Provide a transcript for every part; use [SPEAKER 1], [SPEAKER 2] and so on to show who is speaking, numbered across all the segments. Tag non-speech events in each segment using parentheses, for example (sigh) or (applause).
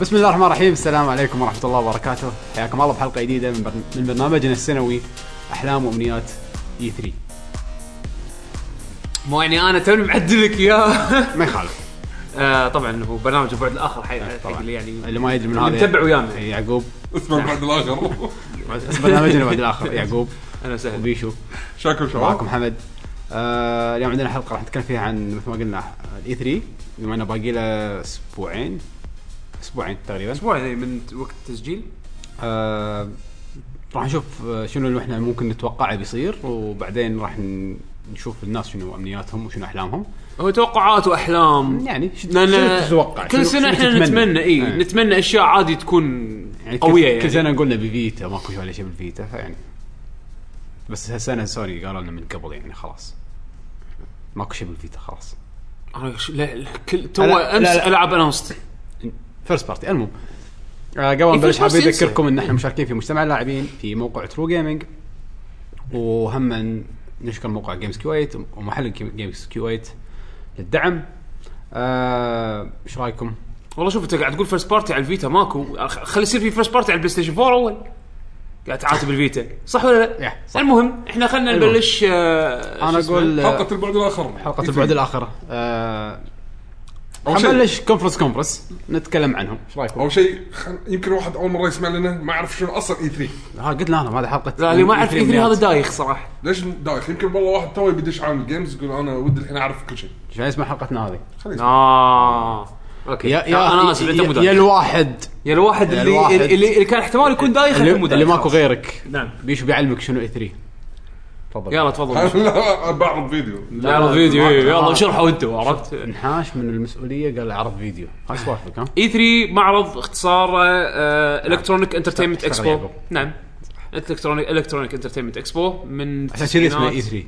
[SPEAKER 1] بسم الله الرحمن الرحيم السلام عليكم ورحمه الله وبركاته حياكم الله بحلقه جديده من, برن... من برنامجنا السنوي E احلام وامنيات اي 3
[SPEAKER 2] مو يعني انا توني معدل لك اياه
[SPEAKER 1] ما يخالف
[SPEAKER 2] (laughs) آه، طبعا هو برنامج البعد الاخر حي- حق
[SPEAKER 1] طبعا.
[SPEAKER 2] اللي يعني
[SPEAKER 1] اللي ما يدري من
[SPEAKER 2] اللي
[SPEAKER 1] هذا
[SPEAKER 2] متبع ويانا.
[SPEAKER 1] إي، يعقوب
[SPEAKER 3] اسمع بعد الاخر
[SPEAKER 2] (laughs)
[SPEAKER 1] اسم برنامجنا بعد الاخر يعقوب
[SPEAKER 2] انا سهل
[SPEAKER 1] وبيشو
[SPEAKER 3] شاكو
[SPEAKER 1] معكم
[SPEAKER 3] شباب
[SPEAKER 1] حمد آه اليوم عندنا حلقه راح نتكلم فيها عن مثل ما قلنا الاي 3 بما انه باقي له اسبوعين اسبوعين تقريبا
[SPEAKER 2] اسبوع يعني من وقت التسجيل
[SPEAKER 1] آه راح نشوف آه، شنو اللي احنا ممكن نتوقعه بيصير وبعدين راح ن- نشوف الناس شنو امنياتهم وشنو احلامهم
[SPEAKER 2] هو توقعات واحلام
[SPEAKER 1] يعني ش-
[SPEAKER 2] لأن
[SPEAKER 1] شنو تتوقع
[SPEAKER 2] كل
[SPEAKER 1] شنو-
[SPEAKER 2] سنه
[SPEAKER 1] شنو تتمنى؟
[SPEAKER 2] احنا نتمنى اي
[SPEAKER 1] آه.
[SPEAKER 2] نتمنى اشياء عادي تكون
[SPEAKER 1] يعني كل-
[SPEAKER 2] قويه يعني
[SPEAKER 1] كل سنه قلنا بفيتا ماكو ولا شيء بالفيتا فيعني بس هالسنه سوني قالوا لنا من قبل يعني خلاص ماكو شيء بالفيتا خلاص
[SPEAKER 2] انا ش- لا لا كل تو
[SPEAKER 1] لا،
[SPEAKER 2] امس
[SPEAKER 1] لا، لا.
[SPEAKER 2] العاب اناونست
[SPEAKER 1] فيرست بارتي المهم آه، قبل ما نبلش
[SPEAKER 2] first
[SPEAKER 1] حابب
[SPEAKER 2] party ينسى.
[SPEAKER 1] اذكركم ان احنا مشاركين في مجتمع اللاعبين في موقع ترو جيمنج وهم نشكر موقع جيمز كويت ومحل جيمز كويت للدعم آه، ايش رايكم؟
[SPEAKER 2] والله شوف انت قاعد تقول فيرست بارتي على الفيتا ماكو أخ- خلي يصير في فيرست بارتي على البلاي ستيشن 4 اول قاعد تعاتب الفيتا صح ولا لا؟
[SPEAKER 1] يا، صح.
[SPEAKER 2] المهم احنا خلينا
[SPEAKER 1] المهم.
[SPEAKER 2] نبلش آه،
[SPEAKER 1] انا
[SPEAKER 2] شو اسمه؟
[SPEAKER 1] اقول آه،
[SPEAKER 3] حلقه البعد الاخر
[SPEAKER 2] إيه.
[SPEAKER 1] حلقه البعد الاخر آه،
[SPEAKER 3] أول شيء-
[SPEAKER 1] حنبلش كونفرنس كونفرنس نتكلم عنهم ايش رايكم؟
[SPEAKER 3] اول شيء خل- يمكن واحد اول مره يسمع لنا ما يعرف شنو اصلا اي 3
[SPEAKER 1] ها قلت لهم هذه حلقه
[SPEAKER 2] لا اللي ما اعرف اي 3
[SPEAKER 1] امنيات.
[SPEAKER 2] هذا دايخ صراحه
[SPEAKER 3] ليش دايخ يمكن والله واحد تو يبدش عن الجيمز يقول انا ودي الحين اعرف كل شيء
[SPEAKER 1] شو اسمها حلقتنا هذه؟
[SPEAKER 2] اه اوكي
[SPEAKER 1] يا
[SPEAKER 2] يا انا اسف انت مو
[SPEAKER 1] يا يا
[SPEAKER 2] دايخ
[SPEAKER 1] الواحد
[SPEAKER 2] يا الواحد
[SPEAKER 1] يا
[SPEAKER 2] اللي
[SPEAKER 1] الواحد.
[SPEAKER 2] اللي اللي كان احتمال يكون دايخ
[SPEAKER 1] اللي,
[SPEAKER 2] أنت مو دايخ.
[SPEAKER 1] اللي ماكو غيرك
[SPEAKER 2] نعم
[SPEAKER 1] بيشو بيعلمك شنو اي 3 تفضل
[SPEAKER 2] يلا تفضل
[SPEAKER 3] لا (laughs) بعرض فيديو
[SPEAKER 1] لا،
[SPEAKER 2] يلا فيديو
[SPEAKER 1] ما-
[SPEAKER 2] إيه،
[SPEAKER 1] ما-
[SPEAKER 2] يلا شرحوا انتم عرفت
[SPEAKER 1] انحاش من المسؤوليه قال اعرض فيديو هاي سوالفك ها
[SPEAKER 2] اي 3 معرض اختصار آه،
[SPEAKER 1] نعم.
[SPEAKER 2] الكترونيك انترتينمنت
[SPEAKER 1] اشتغل
[SPEAKER 2] اكسبو
[SPEAKER 1] يعقوب.
[SPEAKER 2] نعم الكترونيك الكترونيك انترتينمنت اكسبو من
[SPEAKER 1] عشان كذا اسمه
[SPEAKER 2] التسعينات.
[SPEAKER 1] اي 3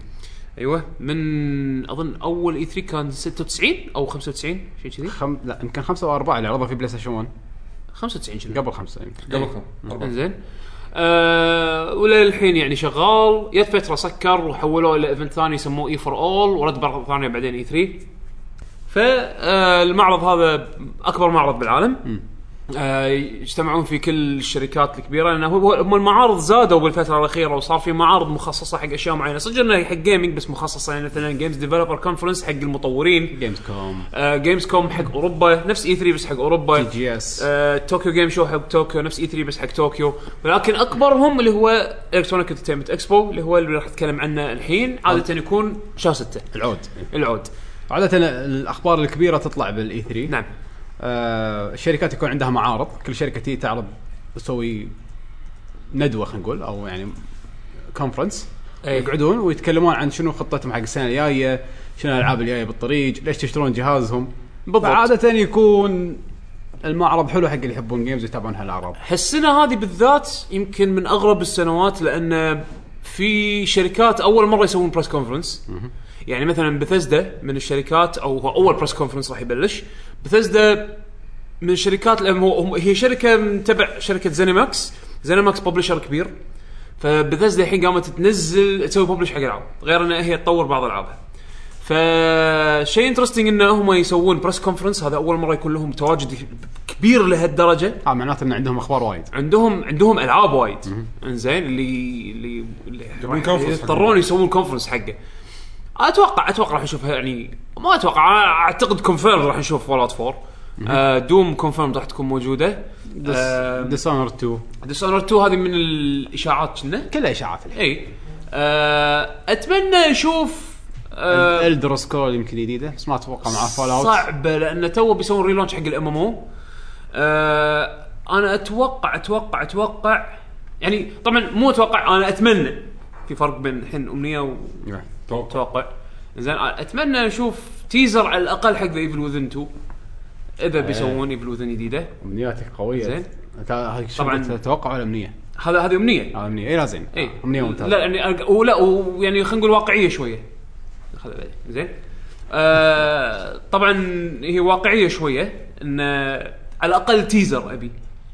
[SPEAKER 2] ايوه من اظن اول اي 3 كان 96 او 95 شيء كذي
[SPEAKER 1] خم... لا يمكن خمسه واربعه اللي عرضها في بلاي ستيشن 1
[SPEAKER 2] 95 شنو
[SPEAKER 1] قبل يعني. خمسه يمكن
[SPEAKER 3] قبل خم- أربعة.
[SPEAKER 2] انزين آه وللحين يعني شغال جت فتره سكر وحولوه الى ايفنت ثاني سموه اي فور اول ورد مره ثانيه بعدين E اي 3 فالمعرض آه، هذا اكبر معرض بالعالم آه، يجتمعون في كل الشركات الكبيره لانه هو- هو- هم المعارض زادوا بالفتره الاخيره وصار في معارض مخصصه حق اشياء معينه صدق انها حق جيمنج بس مخصصه يعني مثلا جيمز ديفلوبر كونفرنس حق المطورين
[SPEAKER 1] جيمز كوم
[SPEAKER 2] جيمز كوم حق اوروبا نفس اي 3 بس حق اوروبا
[SPEAKER 1] جي جي اس
[SPEAKER 2] آه، طوكيو جيم شو حق طوكيو نفس اي 3 بس حق طوكيو ولكن اكبرهم اللي هو الكترونيك انترتينمنت اكسبو اللي هو اللي راح نتكلم عنه الحين عاده يكون شهر 6
[SPEAKER 1] العود
[SPEAKER 2] العود
[SPEAKER 1] عاده الاخبار الكبيره تطلع بالاي 3
[SPEAKER 2] نعم
[SPEAKER 1] آه الشركات يكون عندها معارض كل شركه تي تعرض تسوي ندوه خلينا نقول او يعني كونفرنس
[SPEAKER 2] أي.
[SPEAKER 1] يقعدون ويتكلمون عن شنو خطتهم حق السنه الجايه شنو الالعاب الجايه بالطريق ليش تشترون جهازهم
[SPEAKER 2] بالضبط.
[SPEAKER 1] عاده يكون المعرض حلو حق اللي يحبون جيمز ويتابعون هالاعراض
[SPEAKER 2] هالسنه هذه بالذات يمكن من اغرب السنوات لان في شركات اول مره يسوون بريس كونفرنس يعني مثلا بثزدا من الشركات او هو اول بريس كونفرنس راح يبلش بثزدا من الشركات لأن هو هم- هي شركه من تبع شركه زينماكس زينماكس ببلشر كبير فبثزدا الحين قامت تنزل تسوي ببلش حق العاب غير انها هي تطور بعض العابها فشيء انترستنج ان هم يسوون بريس كونفرنس هذا اول مره يكون لهم تواجد كبير لهالدرجه
[SPEAKER 1] اه معناته ان عندهم اخبار وايد
[SPEAKER 2] عندهم عندهم العاب وايد انزين اللي اللي, اللي
[SPEAKER 3] يبون
[SPEAKER 2] راح
[SPEAKER 3] كونفرنس
[SPEAKER 2] يضطرون
[SPEAKER 3] حقهم.
[SPEAKER 2] يسوون كونفرنس حقه اتوقع اتوقع راح نشوفها يعني ما اتوقع أنا اعتقد كونفيرم راح نشوف فول اوت 4 آه دوم كونفيرم راح تكون آه، موجوده
[SPEAKER 1] آه، ديسونر 2
[SPEAKER 2] ديس اونر 2 هذه من الاشاعات كنا
[SPEAKER 1] كلها اشاعات الحين
[SPEAKER 2] اي آه اتمنى نشوف آه
[SPEAKER 1] الدر سكرول يمكن جديده بس ما اتوقع مع فول اوت
[SPEAKER 2] صعبه لان تو بيسوون ريلونش حق آه، الام ام او انا اتوقع اتوقع اتوقع يعني طبعا مو اتوقع انا اتمنى في فرق بين الحين امنيه
[SPEAKER 3] توقع.
[SPEAKER 2] وتوقع زين أنا اتمنى نشوف تيزر على الاقل حق ذا ايفل وذن 2 اذا بيسوون ايفل وذن جديده
[SPEAKER 1] امنياتك قويه
[SPEAKER 2] زين. طبعاً.
[SPEAKER 1] طبعا توقع ولا امنيه؟
[SPEAKER 2] هذا هذه امنيه
[SPEAKER 1] اه امنيه اي لا زين
[SPEAKER 2] اي
[SPEAKER 1] امنيه ممتازه
[SPEAKER 2] إيه. لا يعني أرق- ولا ويعني خلينا نقول واقعيه شويه خلها بعدين زين آه طبعا هي واقعيه شويه ان آه، على الاقل تيزر ابي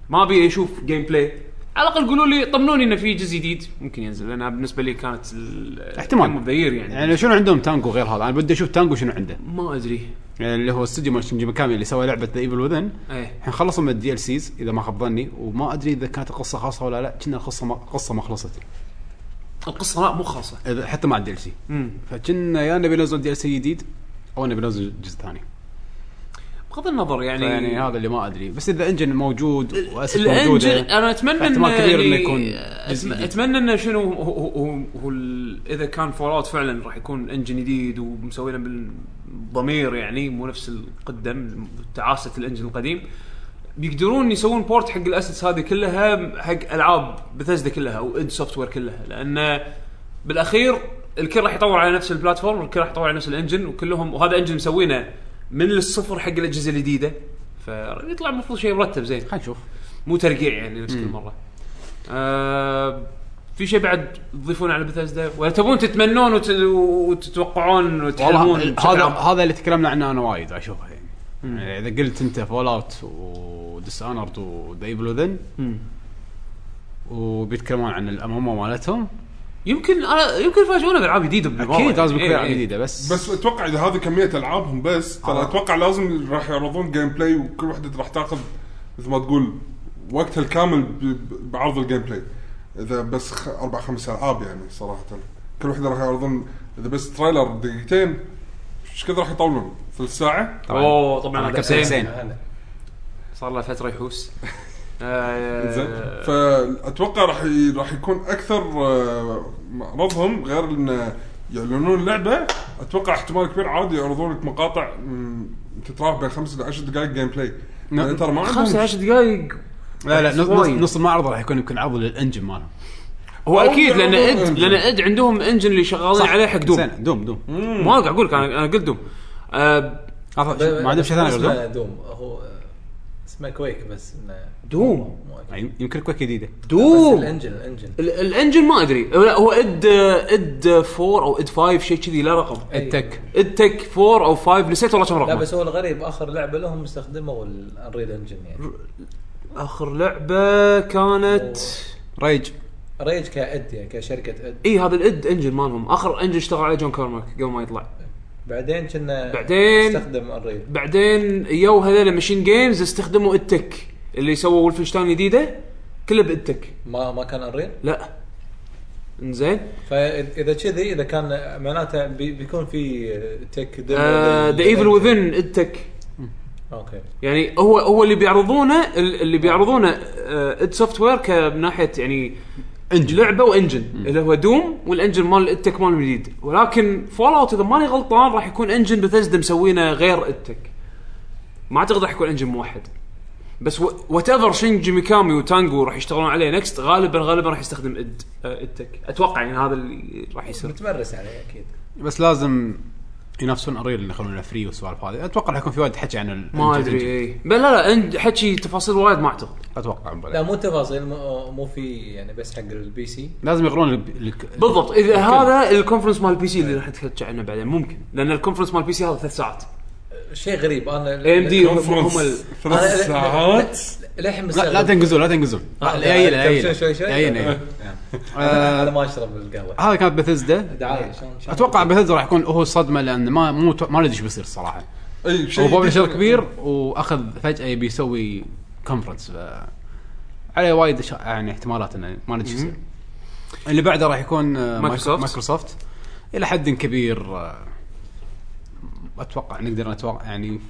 [SPEAKER 2] ما ابي اشوف جيم بلاي على الاقل قولوا لي طمنوني انه في جزء جديد ممكن ينزل لانها بالنسبه لي كانت ال-
[SPEAKER 1] احتمال
[SPEAKER 2] مبذير يعني,
[SPEAKER 1] يعني شنو عندهم تانجو غير هذا انا بدي اشوف تانجو شنو عنده
[SPEAKER 2] ما ادري
[SPEAKER 1] يعني اللي هو استوديو مال شينجي ميكامي اللي سوى لعبه ذا ايفل وذن
[SPEAKER 2] ايه
[SPEAKER 1] الحين خلصوا من الدي ال سيز اذا ما خاب ظني وما ادري اذا كانت القصه خاصه ولا لا كنا القصه ما قصه ما خلصت
[SPEAKER 2] القصه لا مو خاصه
[SPEAKER 1] إذا- حتى مع الدي ال سي
[SPEAKER 2] امم
[SPEAKER 1] فكنا يا نبي ننزل دي ال سي جديد او نبي ننزل جزء ثاني
[SPEAKER 2] بغض النظر يعني
[SPEAKER 1] يعني هذا اللي ما ادري بس اذا انجن موجود واسس
[SPEAKER 2] الانجن
[SPEAKER 1] موجوده
[SPEAKER 2] انا اتمنى
[SPEAKER 1] احتمال
[SPEAKER 2] إنه
[SPEAKER 1] كبير إنه
[SPEAKER 2] يعني
[SPEAKER 1] يكون
[SPEAKER 2] أتم-
[SPEAKER 1] جزء جديد.
[SPEAKER 2] اتمنى انه شنو هو هو, هو, هو ال- اذا كان فول اوت فعلا راح يكون انجن جديد ومسوينه بالضمير يعني مو نفس القدم تعاسه الانجن القديم بيقدرون يسوون بورت حق الاسس هذه كلها حق العاب بثزدا كلها او اد سوفت وير كلها لان بالاخير الكل راح يطور على نفس البلاتفورم والكل راح يطور على نفس الانجن وكلهم وهذا انجن مسوينه من الصفر حق الاجهزه الجديده فيطلع المفروض شيء مرتب زين
[SPEAKER 1] خلينا نشوف
[SPEAKER 2] مو ترقيع يعني نفس كل مره. آه في شيء بعد تضيفون على بثزدا ولا تبون تتمنون وت... وتتوقعون وتحلمون
[SPEAKER 1] والله
[SPEAKER 2] بشكل
[SPEAKER 1] هذا
[SPEAKER 2] عام؟
[SPEAKER 1] هذا اللي تكلمنا عنه انا وايد اشوفه يعني. يعني اذا قلت انت فول اوت وديس اونرد وذا ايفل وذن
[SPEAKER 2] مم.
[SPEAKER 1] وبيتكلمون عن الامامه مالتهم
[SPEAKER 2] يمكن آه يمكن يفاجئونا بالعاب جديده بالمرة
[SPEAKER 1] اكيد لازم
[SPEAKER 2] يعني.
[SPEAKER 1] يكون
[SPEAKER 2] إيه،
[SPEAKER 1] العاب
[SPEAKER 2] إيه.
[SPEAKER 1] جديده بس
[SPEAKER 3] بس اتوقع اذا هذه كميه العابهم بس ترى
[SPEAKER 1] آه.
[SPEAKER 3] اتوقع لازم راح يعرضون جيم بلاي وكل وحده راح تاخذ مثل ما تقول وقتها الكامل ب- ب- بعرض الجيم بلاي اذا بس خ- اربع خمس العاب يعني صراحه كل وحده راح يعرضون اذا بس تريلر دقيقتين ايش كذا راح يطولون ثلث ساعه
[SPEAKER 1] طبعاً.
[SPEAKER 2] اوه طبعا
[SPEAKER 1] أنا
[SPEAKER 2] هذا
[SPEAKER 1] كابتن حسين.
[SPEAKER 2] صار له فتره
[SPEAKER 1] (laughs)
[SPEAKER 2] يحوس آه
[SPEAKER 3] زين فاتوقع راح ي- راح يكون اكثر آه، معرضهم غير ان يعلنون لعبه اتوقع احتمال كبير عادي يعرضون لك مقاطع مم، تتراوح بين خمس ل 10 دقائق جيم بلاي
[SPEAKER 1] نعم.
[SPEAKER 3] يعني ترى ما
[SPEAKER 2] خمسة
[SPEAKER 3] عندهم
[SPEAKER 2] عشر دقائق
[SPEAKER 1] لا لا نص- نص,
[SPEAKER 2] وايد.
[SPEAKER 1] نص المعرض راح يكون يمكن عرض للانجن مالهم
[SPEAKER 2] هو
[SPEAKER 3] أو
[SPEAKER 2] اكيد لان
[SPEAKER 3] يعرضون
[SPEAKER 2] اد
[SPEAKER 3] engine.
[SPEAKER 2] لان اد عندهم انجن اللي شغالين عليه حق دوم
[SPEAKER 1] زين دوم دوم
[SPEAKER 2] ما قاعد اقول لك انا أنا قلت دوم آه
[SPEAKER 1] ما عندهم شيء ثاني غير
[SPEAKER 4] اسمه
[SPEAKER 1] دوم
[SPEAKER 4] دوم هو آه، اسمه كويك بس إنه
[SPEAKER 2] دوم
[SPEAKER 4] مو أكيد.
[SPEAKER 1] يعني يمكن كويك جديده
[SPEAKER 4] بس
[SPEAKER 2] دوم
[SPEAKER 4] الانجن الانجن
[SPEAKER 2] ال- الانجن ما ادري لا هو اد اد 4 او اد 5 شيء كذي لا رقم
[SPEAKER 1] التك
[SPEAKER 2] اد تك 4 او 5 نسيت والله كم
[SPEAKER 4] لا
[SPEAKER 2] رقم
[SPEAKER 4] بس هو الغريب اخر لعبه لهم استخدموا الانريل انجن يعني
[SPEAKER 2] اخر لعبه كانت
[SPEAKER 1] ريج
[SPEAKER 4] ريج كاد يعني كشركه اد
[SPEAKER 2] اي هذا الاد انجن مالهم اخر انجن اشتغل عليه جون كارماك قبل ما يطلع
[SPEAKER 4] بعدين كنا
[SPEAKER 2] بعدين-
[SPEAKER 4] استخدم انريل
[SPEAKER 2] بعدين يو هذول ماشين جيمز استخدموا اد تك اللي سووا ولفنشتاين الجديده كله باد تك
[SPEAKER 4] ما ما كان انريل
[SPEAKER 2] لا انزين
[SPEAKER 4] فاذا كذي اذا كان معناته بي- بيكون في تك
[SPEAKER 2] ذا ايفل وذن اد تك
[SPEAKER 4] اوكي
[SPEAKER 2] يعني هو هو اللي بيعرضونه ال- اللي بيعرضونه آه، اد سوفت وير كناحيه يعني انجن لعبه وانجن اللي هو دوم والانجن مال التك مال الجديد ولكن فول اوت اذا ماني غلطان راح يكون انجن بثزدا مسوينه غير التك ما اعتقد راح يكون انجن موحد بس وات ايفر شينجي ميكامي وتانجو راح يشتغلون عليه نكست غالبا غالبا راح يستخدم اد آه، التك اتوقع يعني هذا اللي راح يصير
[SPEAKER 4] متمرس عليه اكيد
[SPEAKER 1] بس لازم ينافسون اريل اللي يخلونه فري والسوالف هذه اتوقع راح يكون في وايد حكي عن ال-
[SPEAKER 2] ما
[SPEAKER 1] الجديد.
[SPEAKER 2] ادري إيه. بل لا لا إن- حكي تفاصيل وايد ما اعتقد
[SPEAKER 1] اتوقع بلا.
[SPEAKER 4] لا مو تفاصيل مو مو في يعني بس حق البي سي
[SPEAKER 1] لازم يغرون الب- الك-
[SPEAKER 2] بالضبط اذا هذا الكونفرنس مال البي سي اللي راح نتحكي عنه بعدين ممكن لان الكونفرنس مال البي سي هذا ثلاث ساعات
[SPEAKER 4] شيء غريب انا
[SPEAKER 2] اي ام دي هم هم
[SPEAKER 3] كونفرنس
[SPEAKER 2] ال...
[SPEAKER 3] ثلاث ساعات
[SPEAKER 4] للحين
[SPEAKER 1] لا لا
[SPEAKER 4] مستغرب
[SPEAKER 1] تنقزون لا تنقزون
[SPEAKER 4] آه، لا،
[SPEAKER 1] يا يلا، يا
[SPEAKER 4] شوي-
[SPEAKER 1] يلا.
[SPEAKER 4] شوي- شوي.
[SPEAKER 1] يا يلا. آه،
[SPEAKER 4] انا ما اشرب القهوه
[SPEAKER 1] هذا كانت بثزدا
[SPEAKER 4] دعايه شلون شلون-
[SPEAKER 1] اتوقع بثزدا راح يكون هو الصدمه لان ما مو ما ندري ايش بيصير الصراحه
[SPEAKER 3] اي
[SPEAKER 1] هو
[SPEAKER 3] شيء
[SPEAKER 1] ببلشر
[SPEAKER 3] جديد.
[SPEAKER 1] كبير واخذ فجاه يبي يسوي كونفرنس ف عليه وايد أش- يعني احتمالات انه ما ندري ايش يصير اللي بعده راح يكون آه،
[SPEAKER 2] مايكروسوفت.
[SPEAKER 1] مايكروسوفت الى حد كبير آه، اتوقع نقدر نتوقع يعني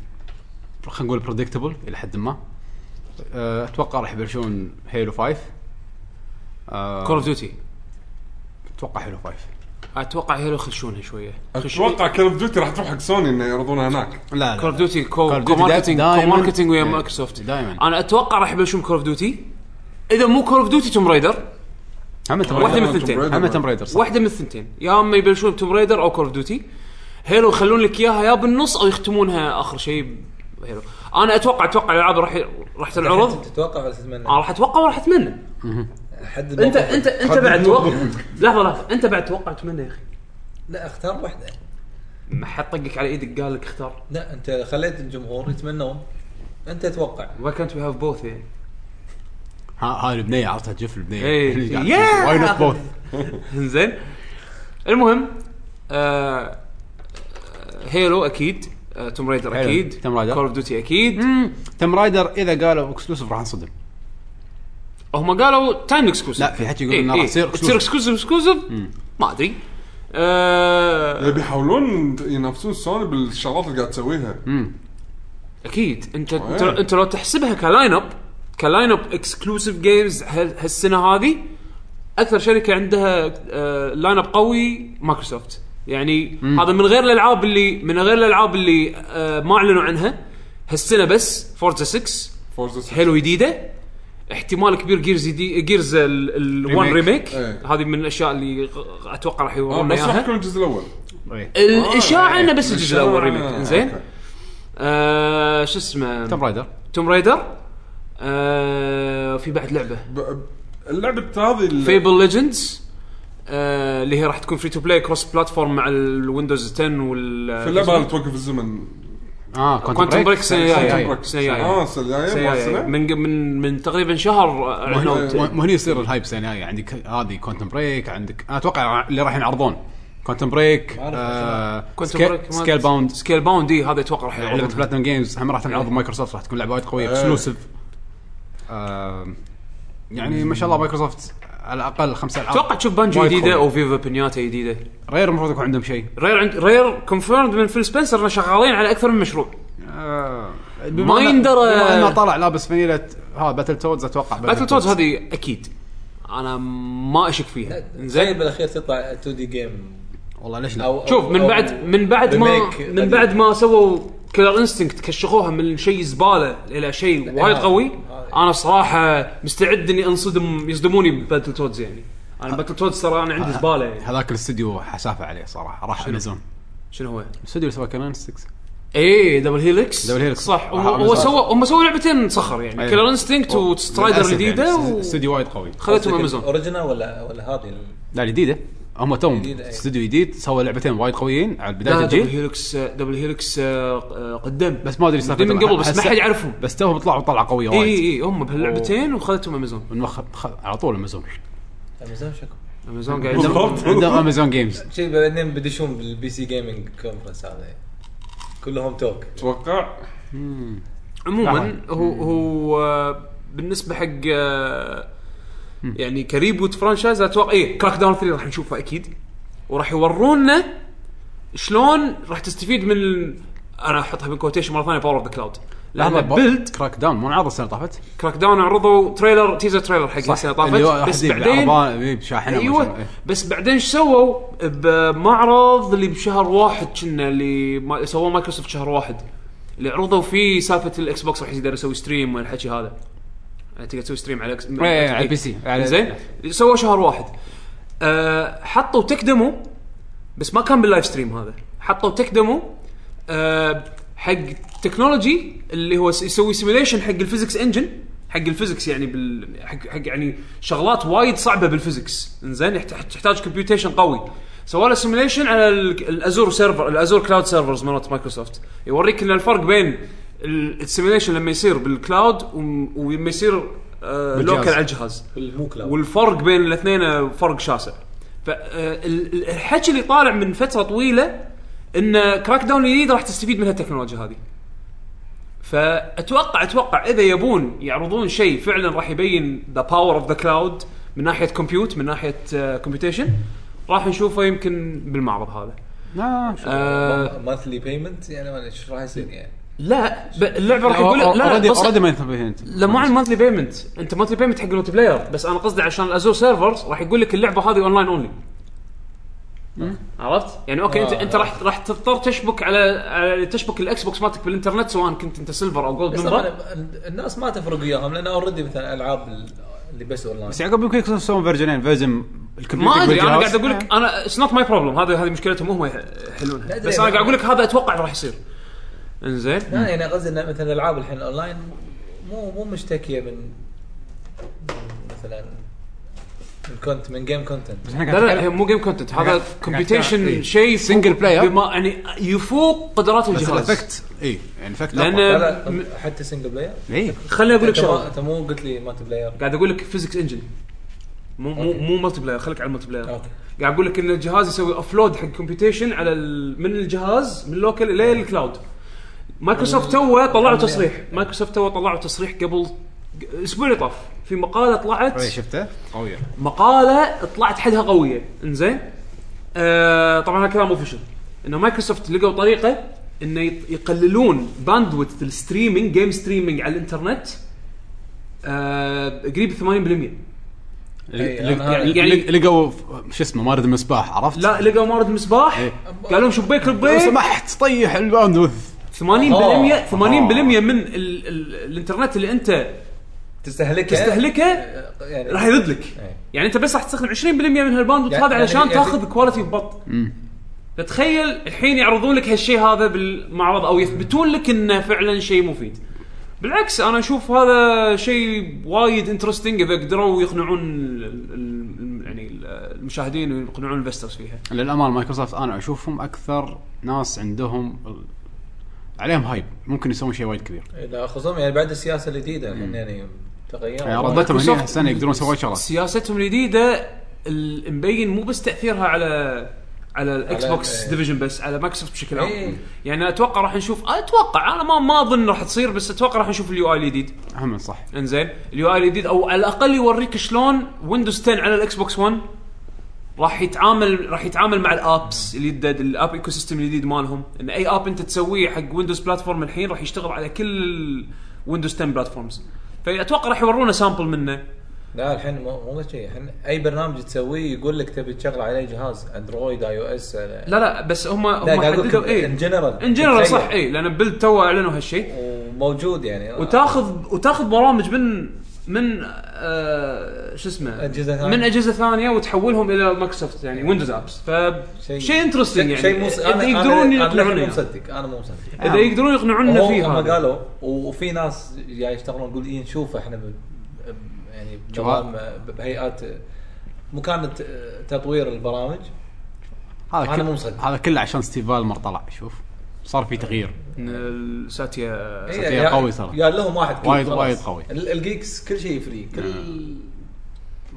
[SPEAKER 1] خلينا نقول بريدكتبل الى حد ما آه، اتوقع راح يبلشون آه، هيلو 5
[SPEAKER 2] كول اوف ديوتي
[SPEAKER 1] اتوقع هيلو 5
[SPEAKER 2] اتوقع هيلو يخشونها شويه
[SPEAKER 3] اتوقع كول اوف ديوتي راح تروح حق سوني انه يعرضونها هناك
[SPEAKER 1] لا
[SPEAKER 2] كول اوف ديوتي كو
[SPEAKER 1] Call of Duty
[SPEAKER 2] ماركتنج
[SPEAKER 1] دايماً-
[SPEAKER 2] كو ماركتنج ويا
[SPEAKER 1] إيه،
[SPEAKER 2] مايكروسوفت
[SPEAKER 1] دايماً.
[SPEAKER 2] انا اتوقع راح يبلشون كول اوف ديوتي اذا مو كول اوف ديوتي توم رايدر
[SPEAKER 1] هم تم
[SPEAKER 2] واحدة
[SPEAKER 1] رايدر
[SPEAKER 2] من الثنتين.
[SPEAKER 1] هم تم رايدر صح
[SPEAKER 2] واحده من الثنتين يا اما يبلشون توم رايدر او كول اوف ديوتي هيلو يخلون لك اياها يا بالنص او يختمونها اخر شيء هيلو انا اتوقع اتوقع الالعاب راح راح تنعرض
[SPEAKER 4] تتوقع ولا تتمنى
[SPEAKER 2] انا راح اتوقع وراح اتمنى
[SPEAKER 4] حد
[SPEAKER 2] انت
[SPEAKER 4] الموقف.
[SPEAKER 2] انت انت
[SPEAKER 3] خلي
[SPEAKER 2] بعد توقع
[SPEAKER 3] الموقف.
[SPEAKER 2] لحظه لحظه انت بعد توقع اتمنى يا اخي
[SPEAKER 4] لا اختار واحده
[SPEAKER 2] ما حد طقك على ايدك قال لك اختار
[SPEAKER 4] لا انت خليت الجمهور يتمنون انت توقع
[SPEAKER 2] why can't we have both يعني
[SPEAKER 1] ها هاي البنيه عرفتها جف البنيه (laughs)
[SPEAKER 2] إيه. Yeah.
[SPEAKER 1] واي نوت بوث
[SPEAKER 2] (laughs) زين المهم آه هيلو اكيد آه توم رايدر
[SPEAKER 1] هيلو.
[SPEAKER 2] اكيد
[SPEAKER 1] توم رايدر.
[SPEAKER 2] كول اوف ديوتي اكيد
[SPEAKER 1] تم رايدر اذا قالوا اكسلوسيف راح انصدم
[SPEAKER 2] هم قالوا تايم اكسكلوسيف
[SPEAKER 1] لا، في حكي يقول إنه راح يصير
[SPEAKER 2] إيه. تصير اكسكلوسيف اكسكلوسيف ما ادري آه
[SPEAKER 3] بيحاولون ينافسون سوني بالشغلات اللي قاعد تسويها
[SPEAKER 2] اكيد انت انت,
[SPEAKER 3] إيه.
[SPEAKER 2] انت لو تحسبها كلاين اب كلاين اب اكسكلوسيف جيمز هالسنه هذه اكثر شركه عندها آه لاين اب قوي مايكروسوفت يعني مم. هذا من غير الالعاب اللي من غير الالعاب اللي آه ما اعلنوا عنها هالسنه بس فورزا 6
[SPEAKER 3] فورزا 6.
[SPEAKER 2] حلو جديده احتمال كبير جيرز دي جيرز الون
[SPEAKER 1] ريميك.
[SPEAKER 2] ريميك
[SPEAKER 3] إيه.
[SPEAKER 2] هذه من الاشياء اللي غ- غ- اتوقع راح
[SPEAKER 3] آه،
[SPEAKER 2] يورونا
[SPEAKER 3] بس راح
[SPEAKER 2] اياها
[SPEAKER 3] يكون الجزء الاول
[SPEAKER 2] إيه. الاشاعه انه بس الجزء
[SPEAKER 3] الإشاعة-
[SPEAKER 2] الاول ريميك
[SPEAKER 3] آه،
[SPEAKER 2] زين
[SPEAKER 3] أوكي.
[SPEAKER 2] آه شو اسمه
[SPEAKER 1] تم رايدر
[SPEAKER 2] توم رايدر آه في بعد لعبه
[SPEAKER 3] ب- اللعبه هذه ال-
[SPEAKER 2] فيبل ليجندز آه اللي هي راح تكون فري تو بلاي كروس بلاتفورم مع الويندوز 10 وال
[SPEAKER 3] في اللعبه هذه توقف الزمن
[SPEAKER 1] اه
[SPEAKER 2] كوانتم بريك السنه
[SPEAKER 3] Quantum
[SPEAKER 1] إيه،
[SPEAKER 2] الجايه
[SPEAKER 3] Break.
[SPEAKER 2] السنه الجايه
[SPEAKER 3] اه السنه الجاية، مو
[SPEAKER 2] السنة الجاية.
[SPEAKER 3] السنه
[SPEAKER 2] من من من تقريبا شهر
[SPEAKER 1] مو-
[SPEAKER 2] اعلنوا
[SPEAKER 1] مو هني يصير الهايب السنه الجايه عندك هذه كوانتم بريك عندك أنا اتوقع اللي راح ينعرضون آه، كوانتم بريك
[SPEAKER 4] ما أعرف
[SPEAKER 1] سكيل باوند
[SPEAKER 2] سكيل باوند اي إيه، هذا اتوقع راح
[SPEAKER 1] لعبه
[SPEAKER 2] يعرضونها.
[SPEAKER 1] بلاتنم جيمز هم راح تنعرض
[SPEAKER 2] إيه.
[SPEAKER 1] مايكروسوفت راح تكون لعبه وايد قويه
[SPEAKER 3] إيه.
[SPEAKER 1] اكسلوسيف يعني ما شاء الله مايكروسوفت على الاقل خمسة العاب
[SPEAKER 2] اتوقع تشوف بانجو
[SPEAKER 1] وايد
[SPEAKER 2] جديده
[SPEAKER 1] قوية.
[SPEAKER 2] او فيفا بنياتا جديده
[SPEAKER 1] رير المفروض يكون عندهم شيء
[SPEAKER 2] رير عند رير كونفيرمد من فيل سبنسر انه شغالين على اكثر من مشروع
[SPEAKER 1] آه،
[SPEAKER 2] ما
[SPEAKER 1] بما إنه-
[SPEAKER 2] يندرى.
[SPEAKER 1] بما انه طلع لابس فنيله ها باتل تودز اتوقع
[SPEAKER 2] باتل
[SPEAKER 1] تودز.
[SPEAKER 2] تودز هذه اكيد انا ما اشك فيها
[SPEAKER 4] زين بالاخير تطلع 2 دي جيم
[SPEAKER 1] والله ليش لا
[SPEAKER 4] او
[SPEAKER 2] شوف من
[SPEAKER 4] أو-
[SPEAKER 2] بعد من بعد ما
[SPEAKER 4] remake
[SPEAKER 2] من
[SPEAKER 4] قديم.
[SPEAKER 2] بعد ما سووا كلر انستنكت كشخوها من شيء زباله الى شيء وايد
[SPEAKER 4] هذا-
[SPEAKER 2] قوي
[SPEAKER 4] هذا.
[SPEAKER 2] انا بصراحه مستعد اني انصدم يصدموني بباتل تودز يعني انا باتل تودز ترى انا عندي زباله يعني
[SPEAKER 1] هذاك الاستديو حسافه عليه صراحه راح امازون
[SPEAKER 2] شنو هو؟
[SPEAKER 1] الاستوديو اللي سوى كمان 6
[SPEAKER 2] ايه دبل هيلكس
[SPEAKER 1] دبل هيلكس.
[SPEAKER 2] صح هم
[SPEAKER 1] راح
[SPEAKER 2] هو
[SPEAKER 1] آه، أمازون.
[SPEAKER 2] سووا هم سووا لعبتين صخر يعني
[SPEAKER 1] أيوة.
[SPEAKER 2] كلر انستنكت وسترايدر
[SPEAKER 1] للأسف
[SPEAKER 2] الجديده
[SPEAKER 1] يعني
[SPEAKER 2] و...
[SPEAKER 1] استوديو وايد قوي
[SPEAKER 2] خذتهم امازون
[SPEAKER 4] اوريجنال ولا ولا هذه ال-
[SPEAKER 1] لا الجديده هم توم
[SPEAKER 4] جديدة، أي.
[SPEAKER 1] استوديو جديد سوى لعبتين وايد قويين على بدايه
[SPEAKER 2] أيوة. لا دبل
[SPEAKER 1] الجيل
[SPEAKER 2] هيلكس دبل هيلكس آه، آه، قدام
[SPEAKER 1] بس ما ادري سالفة
[SPEAKER 2] من
[SPEAKER 1] راح-
[SPEAKER 2] قبل بس ما
[SPEAKER 1] هسه-
[SPEAKER 2] حد يعرفهم
[SPEAKER 1] بس توهم طلعوا طلعه قويه
[SPEAKER 2] اي
[SPEAKER 1] وايد
[SPEAKER 2] اي هم بهاللعبتين وخذتهم امازون
[SPEAKER 1] من وخ- خ- على طول امازون
[SPEAKER 4] امازون شكو
[SPEAKER 2] امازون قاعد
[SPEAKER 1] عندهم
[SPEAKER 3] بالضبط.
[SPEAKER 1] عندهم امازون جيمز
[SPEAKER 4] شي بعدين بدشون بالبي سي جيمنج كونفرنس هذا كلهم توك
[SPEAKER 3] اتوقع
[SPEAKER 2] عموما
[SPEAKER 1] نعم.
[SPEAKER 2] هو هو آه، بالنسبه حق آه، يعني كريبوت فرانشايز اتوقع ايه كراك داون 3 راح نشوفه اكيد وراح يورونا شلون راح تستفيد من ال- انا احطها بالكوتيشن مره ثانيه باور اوف ذا كلاود لان بيلد
[SPEAKER 1] كراك داون مو عرض السنه طافت
[SPEAKER 2] كراك داون عرضوا تريلر تيزر تريلر حق السنه
[SPEAKER 1] اللي هو
[SPEAKER 2] طافت
[SPEAKER 1] واحد
[SPEAKER 2] بس
[SPEAKER 1] يبيع
[SPEAKER 2] بعدين
[SPEAKER 1] عربان- بشاحنه وما شاء
[SPEAKER 2] ايوه
[SPEAKER 1] الله.
[SPEAKER 2] بس بعدين ايش سووا بمعرض اللي بشهر واحد كنا اللي ما سووه مايكروسوفت شهر واحد اللي عرضوا فيه سالفه الاكس بوكس راح يقدر يسوي ستريم والحكي هذا يعني تقدر تسوي ستريم على الاكس
[SPEAKER 1] إيه، على البي سي. على-
[SPEAKER 2] زين سووه شهر واحد أه حطوا تك ديمو بس ما كان باللايف ستريم هذا حطوا تك ديمو أه حق تكنولوجي اللي هو س- يسوي سيميليشن حق الفيزكس انجن حق الفيزكس يعني بال حق, حق يعني شغلات وايد صعبه بالفيزكس انزين يحت- تحتاج كمبيوتيشن قوي سووا له سيميليشن على ال- الازور سيرفر الازور كلاود سيرفرز مالت مايكروسوفت يوريك ان الفرق بين ال- السيميليشن لما يصير بالكلاود وم- ولما يصير آه
[SPEAKER 1] بالجهاز.
[SPEAKER 2] لوكال على الجهاز
[SPEAKER 4] مو كلاود
[SPEAKER 2] والفرق بين الاثنين فرق شاسع آه، فالحكي اللي طالع من فتره طويله ان كراك داون الجديد راح تستفيد من هالتكنولوجيا هذه فاتوقع اتوقع اذا يبون يعرضون شيء فعلا راح يبين ذا باور اوف ذا كلاود من ناحيه كمبيوت من ناحيه كمبيوتيشن راح نشوفه يمكن بالمعرض هذا
[SPEAKER 1] لا، شو-
[SPEAKER 2] آه
[SPEAKER 4] مانثلي بيمنت يعني ما أدري ايش راح يصير يعني
[SPEAKER 2] لا ب- اللعبه راح
[SPEAKER 1] أو-
[SPEAKER 2] يقول
[SPEAKER 1] أو-
[SPEAKER 2] لا
[SPEAKER 1] اوريدي
[SPEAKER 2] بص-
[SPEAKER 1] اوريدي ما ينتبه انت
[SPEAKER 2] لا مو عن المونثلي بيمنت انت مونثلي بيمنت حق الملتي بلاير بس انا قصدي عشان الازور سيرفرز راح يقول لك اللعبه هذه اونلاين اونلي عرفت؟ يعني اوكي انت
[SPEAKER 4] آه.
[SPEAKER 2] انت راح راح تضطر تشبك على, على تشبك الاكس بوكس مالتك بالانترنت سواء كنت انت سيلفر او جولد
[SPEAKER 4] بس
[SPEAKER 2] ممبر
[SPEAKER 4] طبعا الناس ما تفرق وياهم لان اوريدي مثلا العاب اللي بس اونلاين
[SPEAKER 1] بس يعقوب يمكن يكون يسوون فيرجنين فيرجن الكمبيوتر
[SPEAKER 2] ما ادري انا
[SPEAKER 1] بالجهاز.
[SPEAKER 2] قاعد اقول
[SPEAKER 4] آه.
[SPEAKER 2] لك انا اتس نوت ماي بروبلم هذه هذه مشكلتهم هم يحلونها
[SPEAKER 4] أدري.
[SPEAKER 2] بس انا قاعد اقول لك هذا اتوقع راح يصير انزين
[SPEAKER 4] لا يعني قصدي ان مثلا الالعاب الحين اونلاين مو مو مشتكيه من من مثلا الكونت من جيم كونتنت
[SPEAKER 1] بس احنا
[SPEAKER 2] لا
[SPEAKER 1] قاعد
[SPEAKER 2] لا هي
[SPEAKER 1] نتكلم-
[SPEAKER 2] مو جيم كونتنت هذا
[SPEAKER 1] قاعد-
[SPEAKER 2] كومبيوتيشن
[SPEAKER 1] قاعد-
[SPEAKER 2] شيء
[SPEAKER 1] Single
[SPEAKER 2] فوق-
[SPEAKER 1] player.
[SPEAKER 2] بما يعني يفوق قدرات
[SPEAKER 1] بس
[SPEAKER 2] الجهاز
[SPEAKER 1] الافكت اي يعني افكت
[SPEAKER 2] لأن-
[SPEAKER 1] أقوى. إيه،
[SPEAKER 4] لا لا
[SPEAKER 2] م-
[SPEAKER 4] طب حتى سنجل بلاير
[SPEAKER 1] اي
[SPEAKER 2] خليني اقول لك
[SPEAKER 4] انت ما-
[SPEAKER 2] شغله
[SPEAKER 4] انت مو قلت لي مالتي بلاير
[SPEAKER 2] قاعد اقول لك فيزكس انجن مو مو مو مالتي بلاير خليك على المالتي بلاير
[SPEAKER 4] اوكي
[SPEAKER 2] قاعد اقول لك ان الجهاز يسوي افلود حق كومبيوتيشن على ال- من الجهاز من اللوكل الى الكلاود مايكروسوفت تو طلعوا تصريح مايكروسوفت تو طلعوا تصريح قبل اسبوع اللي طاف في مقاله طلعت
[SPEAKER 1] أي شفته قويه
[SPEAKER 2] مقاله طلعت حدها قويه انزين آه طبعا هذا كلام اوفيشل انه مايكروسوفت لقوا طريقه انه يط- يقللون باندويث الستريمينج جيم ستريمينج على الانترنت آه قريب 80%
[SPEAKER 4] أي،
[SPEAKER 1] لق-
[SPEAKER 4] أنا-
[SPEAKER 1] يعني-
[SPEAKER 2] يعني-
[SPEAKER 1] لق- لقوا ف- شو اسمه مارد المصباح عرفت؟
[SPEAKER 2] لا لقوا مارد مصباح
[SPEAKER 1] إيه.
[SPEAKER 2] قالوا لهم شبيك
[SPEAKER 1] لو
[SPEAKER 2] ربيك 80%
[SPEAKER 1] سمحت طيح الباندوث
[SPEAKER 2] 80%
[SPEAKER 4] آه.
[SPEAKER 2] 80% من ال ال الانترنت اللي انت
[SPEAKER 4] تستهلكها
[SPEAKER 2] تستهلكه
[SPEAKER 4] آه، يعني
[SPEAKER 2] راح يرد لك
[SPEAKER 4] إيه.
[SPEAKER 2] يعني انت بس راح تستخدم 20% من هالباندوت
[SPEAKER 4] يعني-
[SPEAKER 2] هذا علشان
[SPEAKER 4] يعني-
[SPEAKER 2] تاخذ كواليتي ببط فتخيل الحين يعرضون لك هالشيء هذا بالمعرض او يثبتون لك انه فعلا شيء مفيد بالعكس انا اشوف هذا شيء وايد انترستنج اذا قدروا يقنعون ال- ال- يعني ال- المشاهدين ويقنعون الانفسترز فيها
[SPEAKER 1] للامانه مايكروسوفت انا اشوفهم اكثر ناس عندهم ال- عليهم هايب ممكن يسوون شيء وايد كبير
[SPEAKER 4] لا خصوصا يعني بعد السياسه الجديده الحين يعني
[SPEAKER 2] إيه،
[SPEAKER 1] يعني
[SPEAKER 4] تغيرت
[SPEAKER 1] ردتهم هنا
[SPEAKER 2] مايكروسوفت
[SPEAKER 1] هالسنه يقدرون يسوون وايد شغلات
[SPEAKER 2] سياستهم الجديده ال- مبين مو بس تاثيرها على على الاكس
[SPEAKER 4] على-
[SPEAKER 2] بوكس
[SPEAKER 4] إيه.
[SPEAKER 2] ديفيجن بس على مايكروسوفت بشكل عام
[SPEAKER 4] إيه.
[SPEAKER 2] يعني اتوقع راح نشوف اتوقع انا ما ما اظن راح تصير بس اتوقع راح نشوف اليو اي الجديد
[SPEAKER 1] هم صح
[SPEAKER 2] انزين اليو اي الجديد او على الاقل يوريك شلون ويندوز 10 على الاكس بوكس 1 راح يتعامل راح يتعامل مع الابس اللي الجديد الاب ايكو سيستم الجديد مالهم ان اي اب انت تسويه حق ويندوز بلاتفورم الحين راح يشتغل على كل ويندوز 10 بلاتفورمز فاتوقع راح يورونا سامبل منه
[SPEAKER 4] لا الحين مو مو بس شيء الحين اي برنامج تسويه يقول لك تبي تشغله على اي جهاز اندرويد اي او اس
[SPEAKER 2] لا لا بس هم
[SPEAKER 4] لا
[SPEAKER 2] هم
[SPEAKER 4] قاعد اقول
[SPEAKER 2] حددوا
[SPEAKER 4] لك
[SPEAKER 2] اي
[SPEAKER 4] ان جنرال
[SPEAKER 2] ان جنرال إيه، صح إيه. اي لان بلد تو اعلنوا هالشيء
[SPEAKER 4] وموجود يعني
[SPEAKER 2] وتاخذ وتاخذ برامج من من آه شو اسمه
[SPEAKER 4] أجهزة ثانية.
[SPEAKER 2] من اجهزه ثانيه وتحولهم الى مايكروسوفت يعني ويندوز ابس ف شيء انترستنج يعني
[SPEAKER 4] شيء مو
[SPEAKER 2] اذا يقدرون يعني.
[SPEAKER 4] انا مو
[SPEAKER 2] يقنعونا
[SPEAKER 4] مصدق انا مو مصدق
[SPEAKER 2] اذا يقدرون يقنعونا
[SPEAKER 4] هم-
[SPEAKER 2] فيه
[SPEAKER 4] هم
[SPEAKER 2] هذا
[SPEAKER 4] قالوا وفي ناس يعني يشتغلون يقول إيه نشوف احنا ب... ب- يعني بنظام بهيئات مكان ت- تطوير البرامج
[SPEAKER 1] هذا
[SPEAKER 4] أنا
[SPEAKER 1] كل-
[SPEAKER 4] مو مصدق.
[SPEAKER 1] هذا كله عشان ستيف فالمر طلع شوف صار في تغيير
[SPEAKER 2] إن الساتيا
[SPEAKER 4] إيه،
[SPEAKER 1] ساتير
[SPEAKER 4] يا-
[SPEAKER 1] قوي ترى.
[SPEAKER 4] يا لهم واحد
[SPEAKER 1] وايد-
[SPEAKER 4] خلاص.
[SPEAKER 1] وايد قوي.
[SPEAKER 4] ال- الجيكس كل شيء فري كل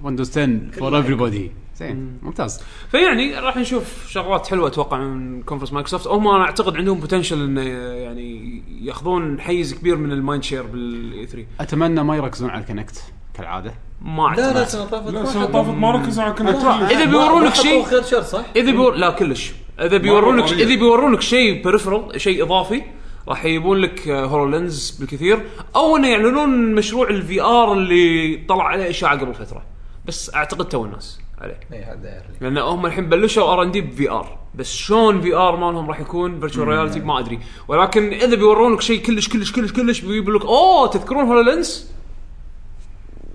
[SPEAKER 1] ويندوز 10 فور everybody زين ممتاز
[SPEAKER 2] فيعني راح نشوف شغلات حلوه اتوقع من كونفرنس مايكروسوفت هم انا اعتقد عندهم بوتنشل انه يعني ياخذون حيز كبير من المايند شير بالاي 3
[SPEAKER 1] اتمنى ما يركزون على الكونكت كالعاده
[SPEAKER 2] ما
[SPEAKER 1] نعم.
[SPEAKER 4] لا
[SPEAKER 2] اعتقد
[SPEAKER 4] لا سنه طافت
[SPEAKER 3] لا
[SPEAKER 4] واحد.
[SPEAKER 3] سنة طافت ما ركزوا على كونكت
[SPEAKER 2] إذا
[SPEAKER 4] ما-
[SPEAKER 2] بيورون
[SPEAKER 4] ما
[SPEAKER 2] لك شيء-
[SPEAKER 4] حطوا خير شر صح؟
[SPEAKER 2] اذا بيور لا كلش اذا بيورون لك
[SPEAKER 3] طبيعي.
[SPEAKER 2] اذا بيورون لك شيء بيرفرال شيء اضافي راح يجيبون لك هورو لينز بالكثير او انه يعلنون مشروع الفي ار اللي طلع عليه اشاعه قبل فتره بس اعتقد تو الناس عليه
[SPEAKER 4] اي إيه، حد يعرف.
[SPEAKER 2] لان هم الحين بلشوا ار ان دي بفي ار بس شلون في ار مالهم راح يكون فيرتشوال رياليتي ما ادري ولكن اذا بيورون لك شيء كلش كلش كلش كلش بيقول لك اوه تذكرون هولو لينز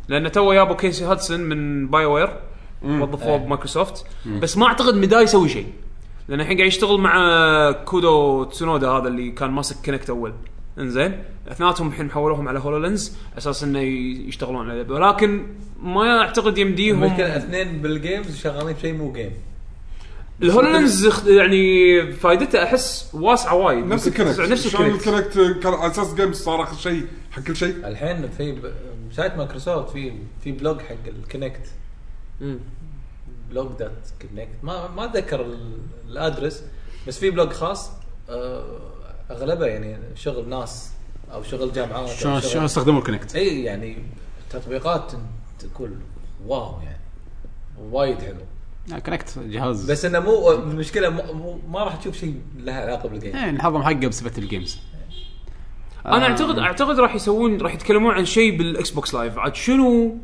[SPEAKER 2] لان تو جابوا كيسي هادسون من باي وير وظفوه بمايكروسوفت بس ما اعتقد مدا يسوي شيء لان الحين قاعد يشتغل مع كودو تسونودا هذا اللي كان ماسك كونكت اول انزين اثنيناتهم الحين حولوهم على هولو لينز اساس انه ي- يشتغلون عليه ولكن ما اعتقد يمديهم
[SPEAKER 4] المشكله اثنين بالجيمز شغالين بشيء مو جيم
[SPEAKER 2] الهولولنز اخت- يعني فائدته احس واسعه وايد
[SPEAKER 3] نفس
[SPEAKER 2] ممكن
[SPEAKER 3] الكونكت
[SPEAKER 2] تسع- نفس
[SPEAKER 3] شلون
[SPEAKER 2] الكونكت
[SPEAKER 3] الكونكت كان على اساس جيمز صار اخر شيء حق كل شيء
[SPEAKER 4] الحين في ب- بسايت مايكروسوفت في في بلوج حق الكونكت
[SPEAKER 2] مم.
[SPEAKER 4] بلوج دات كونكت ما ما اتذكر ال- الادرس بس في بلوج خاص آه، اغلبه يعني شغل ناس او شغل جامعات أو
[SPEAKER 1] شلون
[SPEAKER 4] شغل-
[SPEAKER 1] شلون استخدموا الكونكت
[SPEAKER 4] اي يعني تطبيقات تقول واو يعني وايد حلو
[SPEAKER 1] كونكت جهاز
[SPEAKER 4] بس انه مو المشكله مو- مو ما راح تشوف شيء له علاقه بالجيم
[SPEAKER 1] يعني الحظم حقه بسبه الجيمز آه،
[SPEAKER 2] انا اعتقد اعتقد راح يسوون راح يتكلمون عن شيء بالاكس بوكس لايف عاد شنو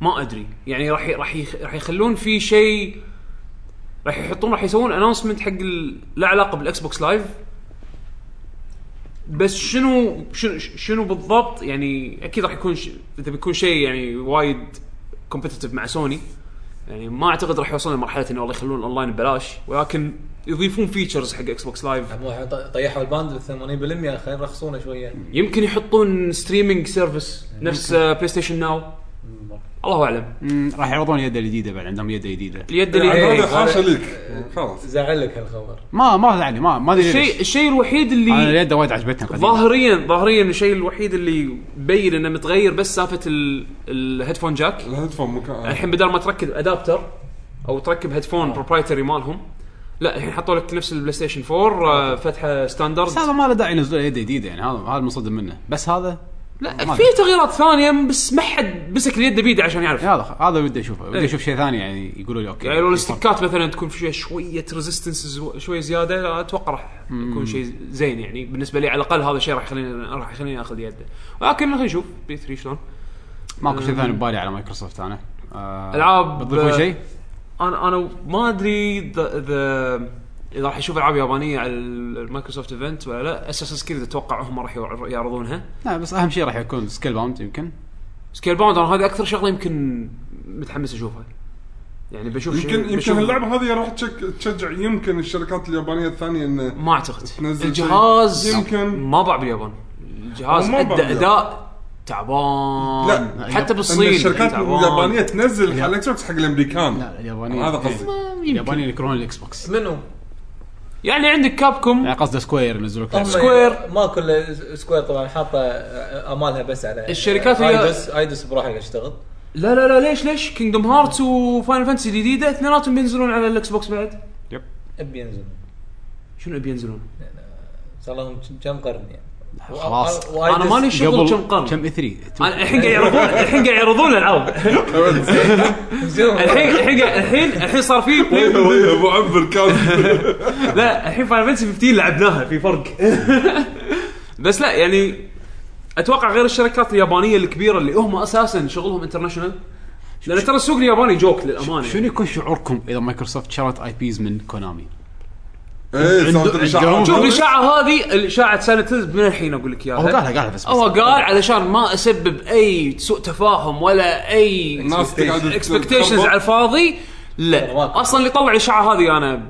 [SPEAKER 2] ما ادري يعني راح ي- راح يخ- راح يخلون في شيء راح يحطون راح يسوون اناونسمنت حق ال- له علاقه بالاكس بوكس لايف بس شنو شنو شنو بالضبط يعني اكيد راح يكون ش- اذا بيكون شيء يعني وايد كومبتتف مع سوني يعني ما اعتقد راح يوصلون لمرحله انه والله يخلون الاونلاين ببلاش ولكن يضيفون فيتشرز حق اكس بوكس لايف
[SPEAKER 4] مو الحين ط- طيحوا الباند 80% خلينا يرخصونه شويه
[SPEAKER 2] يمكن يحطون ستريمينج سيرفيس نفس بلاي ستيشن ناو
[SPEAKER 4] مم،
[SPEAKER 1] الظاهر
[SPEAKER 2] الله اعلم
[SPEAKER 1] مم، راح يعرضون يده الجديده بعد عندهم يده جديده
[SPEAKER 2] اليد
[SPEAKER 4] إيه،
[SPEAKER 2] اللي
[SPEAKER 4] إيه.
[SPEAKER 3] هذا خاشه ليك خلاص
[SPEAKER 4] زعل لك هالخبر
[SPEAKER 1] ما ما زعلني ما ما ادري ليش.
[SPEAKER 2] الشيء الشيء الوحيد
[SPEAKER 1] انا
[SPEAKER 2] اللي
[SPEAKER 1] اليد وايد عجبتني القديمة.
[SPEAKER 2] ظاهريا ظاهريا الشيء الوحيد اللي بين انه متغير بس سالفه ال- الهيدفون جاك
[SPEAKER 3] الهيدفون مكان
[SPEAKER 2] الحين بدل ما تركب ادابتر او تركب هيدفون بروبرايتري مالهم لا الحين حطوا لك نفس البلاي ستيشن 4 آه، فتحه ستاندرد
[SPEAKER 1] بس هذا ما له داعي ينزلون يده جديده يعني هذا هذا المصدم منه بس هذا
[SPEAKER 2] لا
[SPEAKER 1] ما
[SPEAKER 2] في تغييرات ثانيه بس ما حد مسك اليد بيده عشان يعرف
[SPEAKER 1] هذا خ- هذا ودي اشوفه ودي
[SPEAKER 2] إيه.
[SPEAKER 1] اشوف شيء ثاني يعني يقولوا لي اوكي
[SPEAKER 2] يعني لو الاستكات مثلا تكون فيها شويه ريزيستنس شويه زياده لا، اتوقع راح يكون شيء زين يعني بالنسبه لي على الاقل هذا الشيء راح يخليني راح يخليني اخذ يده ولكن خلينا نشوف بي 3 شلون
[SPEAKER 1] ماكو شيء ثاني ببالي على مايكروسوفت انا آه،
[SPEAKER 2] ألعاب،
[SPEAKER 1] بتضيفون
[SPEAKER 2] آه،
[SPEAKER 1] شيء؟
[SPEAKER 2] انا انا ما ادري اذا اذا اذا راح يشوف العاب يابانيه على المايكروسوفت ايفنت ولا لا اساس كذا اتوقع هم راح يعر- يعرضونها
[SPEAKER 1] لا بس اهم شيء راح يكون سكيل باوند يمكن
[SPEAKER 2] سكيل باوند انا هذه اكثر شغله يمكن متحمس اشوفها يعني بشوف شيء-
[SPEAKER 3] يمكن يمكن
[SPEAKER 2] بشوف-
[SPEAKER 3] اللعبه هذه راح تشك- تشجع يمكن الشركات اليابانيه الثانيه انه
[SPEAKER 2] ما اعتقد
[SPEAKER 3] تنزل
[SPEAKER 2] الجهاز
[SPEAKER 3] شيء. يمكن.
[SPEAKER 2] ما باع باليابان الجهاز
[SPEAKER 3] هو ما باع
[SPEAKER 2] ادى
[SPEAKER 3] باليابان.
[SPEAKER 2] اداء تعبان
[SPEAKER 3] لا،
[SPEAKER 2] حتى
[SPEAKER 3] ان
[SPEAKER 2] بالصين
[SPEAKER 3] الشركات
[SPEAKER 2] تعبان.
[SPEAKER 3] اليابانيه تنزل على الاكس بوكس حق الامريكان
[SPEAKER 1] لا اليابانيين
[SPEAKER 3] هذا قصدي.
[SPEAKER 1] إيه. اليابانيين يكرهون الاكس بوكس
[SPEAKER 4] منو؟
[SPEAKER 2] يعني عندك كابكوم
[SPEAKER 1] يعني قصده سكوير ينزلوا لك
[SPEAKER 4] هم
[SPEAKER 1] لعبة.
[SPEAKER 2] سكوير.
[SPEAKER 4] ما كل سكوير طبعا حاطه امالها بس على
[SPEAKER 2] الشركات هي-
[SPEAKER 4] ايدس ايدس بروحها قاعد يشتغل
[SPEAKER 2] لا لا لا ليش ليش كينجدوم هارتس وفاينل فانتسي الجديده اثنيناتهم بينزلون على الاكس بوكس بعد
[SPEAKER 4] ابي ينزل
[SPEAKER 2] شنو بينزلون؟
[SPEAKER 4] صار لهم كم قرن يعني
[SPEAKER 1] خلاص.
[SPEAKER 4] و- وأيدس-
[SPEAKER 2] أنا ماني ش- شغل كم قرن؟
[SPEAKER 1] كم اي 3
[SPEAKER 2] أنا الحين قاعد يعرضون الحين قاعد يعرضون الالعاب
[SPEAKER 4] زين.
[SPEAKER 2] الحين الحين قاعد- الحين الحين صار في
[SPEAKER 3] ويه
[SPEAKER 1] (laughs)
[SPEAKER 3] ويه ابو عبد (laughs) الكاظم
[SPEAKER 2] لا الحين فاينل فانتسي 15 لعبناها
[SPEAKER 1] (laughs)
[SPEAKER 2] في فرق بس لا يعني اتوقع غير الشركات اليابانيه الكبيره اللي هم اساسا شغلهم انترناشونال لان ترى السوق الياباني جوك يعني. للامانه
[SPEAKER 1] شنو يكون شعوركم اذا مايكروسوفت شرت اي بيز من كونامي؟
[SPEAKER 3] ايه صارت
[SPEAKER 1] عندهم-
[SPEAKER 3] الإشاعات.
[SPEAKER 2] شوف الاشاعه هذه الاشاعه سايلنت من الحين اقول لك
[SPEAKER 1] هو
[SPEAKER 2] اياها
[SPEAKER 1] قالها قالها بس
[SPEAKER 2] هو قال Oh علشان ما اسبب اي سوء تفاهم ولا اي
[SPEAKER 3] الناس تقعد
[SPEAKER 2] اكسبكتيشنز
[SPEAKER 3] تخربط.
[SPEAKER 2] على الفاضي
[SPEAKER 4] واقع.
[SPEAKER 2] لا اصلا اللي طلع الاشاعه هذه انا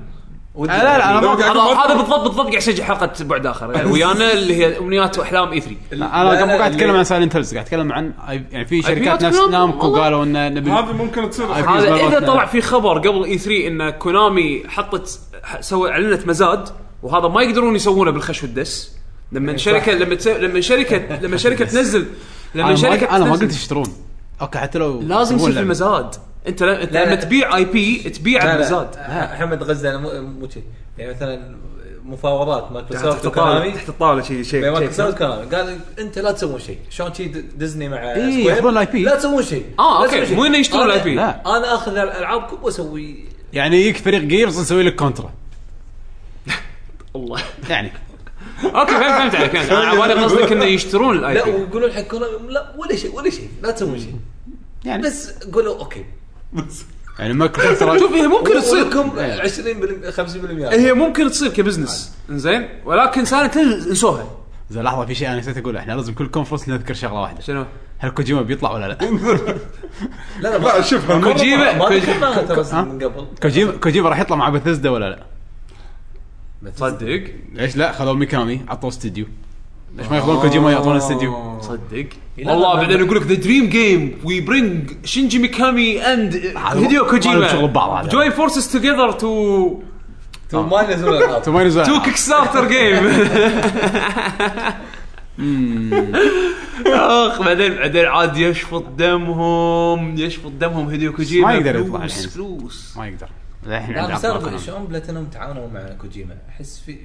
[SPEAKER 4] ودي-
[SPEAKER 1] لا لا انا
[SPEAKER 3] لو
[SPEAKER 1] ما
[SPEAKER 3] قاعد-
[SPEAKER 2] هذا هذا بالضبط بالضبط قاعد يسجل حلقه بعد
[SPEAKER 1] (laughs)
[SPEAKER 2] اخر يعني ويانا اللي هي امنيات واحلام اي 3
[SPEAKER 1] لا، انا
[SPEAKER 4] لا،
[SPEAKER 1] قبل
[SPEAKER 4] لا،
[SPEAKER 1] قاعد اتكلم
[SPEAKER 4] اللي-
[SPEAKER 1] عن سايلنت هيلز قاعد اتكلم عن يعني في شركات
[SPEAKER 2] أبيات
[SPEAKER 1] نفس
[SPEAKER 2] كلام-
[SPEAKER 1] نامكو
[SPEAKER 2] والله.
[SPEAKER 1] قالوا ان نبي
[SPEAKER 3] هذه ممكن تصير
[SPEAKER 1] هذه-
[SPEAKER 2] هذا
[SPEAKER 1] بالنسبة
[SPEAKER 2] اذا
[SPEAKER 1] لوقتنا.
[SPEAKER 2] طلع في خبر قبل اي 3 ان كونامي حطت ح- سوى اعلنت مزاد وهذا ما يقدرون يسوونه بالخش والدس
[SPEAKER 1] إيه،
[SPEAKER 2] لما شركه لما تس- لما شركه لما
[SPEAKER 1] (laughs)
[SPEAKER 2] شركه تنزل لما
[SPEAKER 1] انا
[SPEAKER 2] شركه
[SPEAKER 1] ما- أنا ما
[SPEAKER 2] تنزل-
[SPEAKER 1] قلت يشترون اوكي حتى لو
[SPEAKER 2] لازم
[SPEAKER 1] يسوون
[SPEAKER 2] يصير في
[SPEAKER 1] لعبة.
[SPEAKER 2] مزاد انت لا- انت
[SPEAKER 4] لا،
[SPEAKER 2] لما
[SPEAKER 4] لا.
[SPEAKER 2] تبيع اي بي تبيع
[SPEAKER 4] لا، لا.
[SPEAKER 2] بمزاد
[SPEAKER 4] احمد غزه انا مو- مو شي. يعني مثلا مفاوضات مايكروسوفت
[SPEAKER 2] تحت الطاوله
[SPEAKER 4] وكونامي
[SPEAKER 2] تحت الطاوله شيء
[SPEAKER 4] بين
[SPEAKER 2] شيء
[SPEAKER 4] مايكروسوفت وكونامي قال انت لا تسوون شيء شلون شي د- ديزني مع
[SPEAKER 1] إيه،
[SPEAKER 4] سكوير؟
[SPEAKER 1] ياخذون ال IP.
[SPEAKER 4] لا تسوون شيء
[SPEAKER 2] آه،
[SPEAKER 4] لا
[SPEAKER 2] أوكي.
[SPEAKER 4] تسوون شيء.
[SPEAKER 2] مو إنه يشترون
[SPEAKER 4] أنا-
[SPEAKER 2] ال IP.
[SPEAKER 1] لا.
[SPEAKER 4] انا اخذ العابكم واسوي
[SPEAKER 1] يعني يجيك فريق جيرز نسوي لك كونترا
[SPEAKER 2] الله
[SPEAKER 1] يعني
[SPEAKER 2] اوكي فهمت فهمت عليك فهمت. انا على بالي قصدك انه يشترون الاي
[SPEAKER 4] لا
[SPEAKER 2] بي
[SPEAKER 4] ويقولون حق كونامي لا ولا شيء ولا شيء لا تسوون شيء
[SPEAKER 1] يعني بس
[SPEAKER 4] بس قولوا اوكي
[SPEAKER 1] يعني مايكروسوفت ترى-
[SPEAKER 2] (laughs) شوف هي ممكن تصير
[SPEAKER 4] لكم 20% 50%
[SPEAKER 2] هي ممكن تصير كبزنس انزين ولكن سنه انسوها
[SPEAKER 1] زين لحظه في شيء انا نسيت اقوله احنا لازم كل كونفرنس نذكر شغله واحده
[SPEAKER 2] شنو؟
[SPEAKER 1] هل كوجيما بيطلع ولا لا؟
[SPEAKER 4] لا لا
[SPEAKER 3] لا
[SPEAKER 4] ما-
[SPEAKER 3] شوف هالمرة
[SPEAKER 2] كوجيما
[SPEAKER 4] ما
[SPEAKER 2] كوجي-
[SPEAKER 4] ذكرناها ترى
[SPEAKER 1] ها؟
[SPEAKER 4] من قبل
[SPEAKER 1] كوجيما كوجيما راح يطلع مع بثزدا ولا لا؟
[SPEAKER 2] صدق
[SPEAKER 1] ليش لا؟ خذوا ميكامي عطوه استديو ليش ما ياخذون كوجيما يعطونه استديو؟
[SPEAKER 2] صدق
[SPEAKER 4] لا،
[SPEAKER 2] والله
[SPEAKER 4] لا،
[SPEAKER 2] بعدين
[SPEAKER 4] لا.
[SPEAKER 2] يقول لك ذا دريم جيم وي برينج شينجي ميكامي اند
[SPEAKER 1] هذا
[SPEAKER 2] هيديو
[SPEAKER 1] ما- ما لهم شغل ببعض
[SPEAKER 2] كوجيما
[SPEAKER 1] هذا.
[SPEAKER 2] جوين فورسز توجذر تو
[SPEAKER 4] تو ما ينزلون العاب
[SPEAKER 1] تو ما ينزل
[SPEAKER 2] تو كيك ستارتر (laughs) جيم اخ بعدين بعدين عاد يشفط دمهم يشفط دمهم هيديو كوجيما
[SPEAKER 1] ما يقدر يطلع يعني.
[SPEAKER 2] فلوس
[SPEAKER 1] الحين.
[SPEAKER 2] فلوس
[SPEAKER 1] ما يقدر الحين
[SPEAKER 4] لا
[SPEAKER 1] عنده
[SPEAKER 4] بس
[SPEAKER 1] عقد
[SPEAKER 4] أنا
[SPEAKER 1] مع
[SPEAKER 4] شلون بلاتينوم تعاونوا مع كوجيما احس في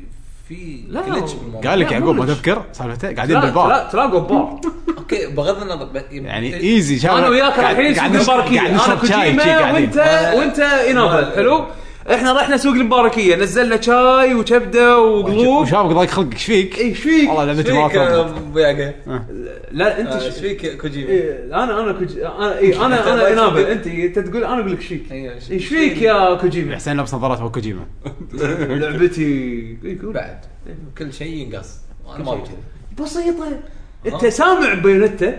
[SPEAKER 4] في
[SPEAKER 2] لا.
[SPEAKER 4] glitch بالموضوع.
[SPEAKER 1] قال لك
[SPEAKER 2] لا،
[SPEAKER 1] يعقوب ما
[SPEAKER 2] مولج.
[SPEAKER 1] تذكر سالفته قاعدين
[SPEAKER 2] لا
[SPEAKER 1] بالبار
[SPEAKER 2] لا تلاقوا ببار
[SPEAKER 4] اوكي بغض النظر إيه، ب-
[SPEAKER 1] يعني ايزي شاف-
[SPEAKER 2] انا وياك
[SPEAKER 1] قاعد-
[SPEAKER 2] رايحين سوق
[SPEAKER 1] قاعد نشرب-
[SPEAKER 2] المباركيه
[SPEAKER 1] قاعد
[SPEAKER 2] انا
[SPEAKER 1] نشرب شاي شي
[SPEAKER 2] كوجيما
[SPEAKER 1] قاعدين.
[SPEAKER 2] وانت
[SPEAKER 4] آه.
[SPEAKER 2] وانت انابل
[SPEAKER 4] آه.
[SPEAKER 2] حلو احنا رحنا سوق المباركيه نزلنا شاي وكبده وقلوب
[SPEAKER 1] وشافك ضايق خلقك ايش فيك؟
[SPEAKER 2] ايش فيك؟
[SPEAKER 1] والله لعبتي ما
[SPEAKER 4] فيك
[SPEAKER 1] تضبط.
[SPEAKER 4] بيعقه
[SPEAKER 2] لا انت
[SPEAKER 4] ايش
[SPEAKER 2] ش...
[SPEAKER 4] آه، فيك كوجيما
[SPEAKER 2] إيه، انا انا كوج... انا إيه، انا انا انابل انت انت تقول انا اقول لك ايش فيك؟
[SPEAKER 4] أيوة، إيش-
[SPEAKER 2] ايش فيك يا كوجيما؟
[SPEAKER 1] حسين لابس نظارات هو كوجيما
[SPEAKER 2] لعبتي إيه، قول.
[SPEAKER 4] بعد كل شيء ينقص انا ما ابي كذا
[SPEAKER 2] بسيطه انت سامع بينته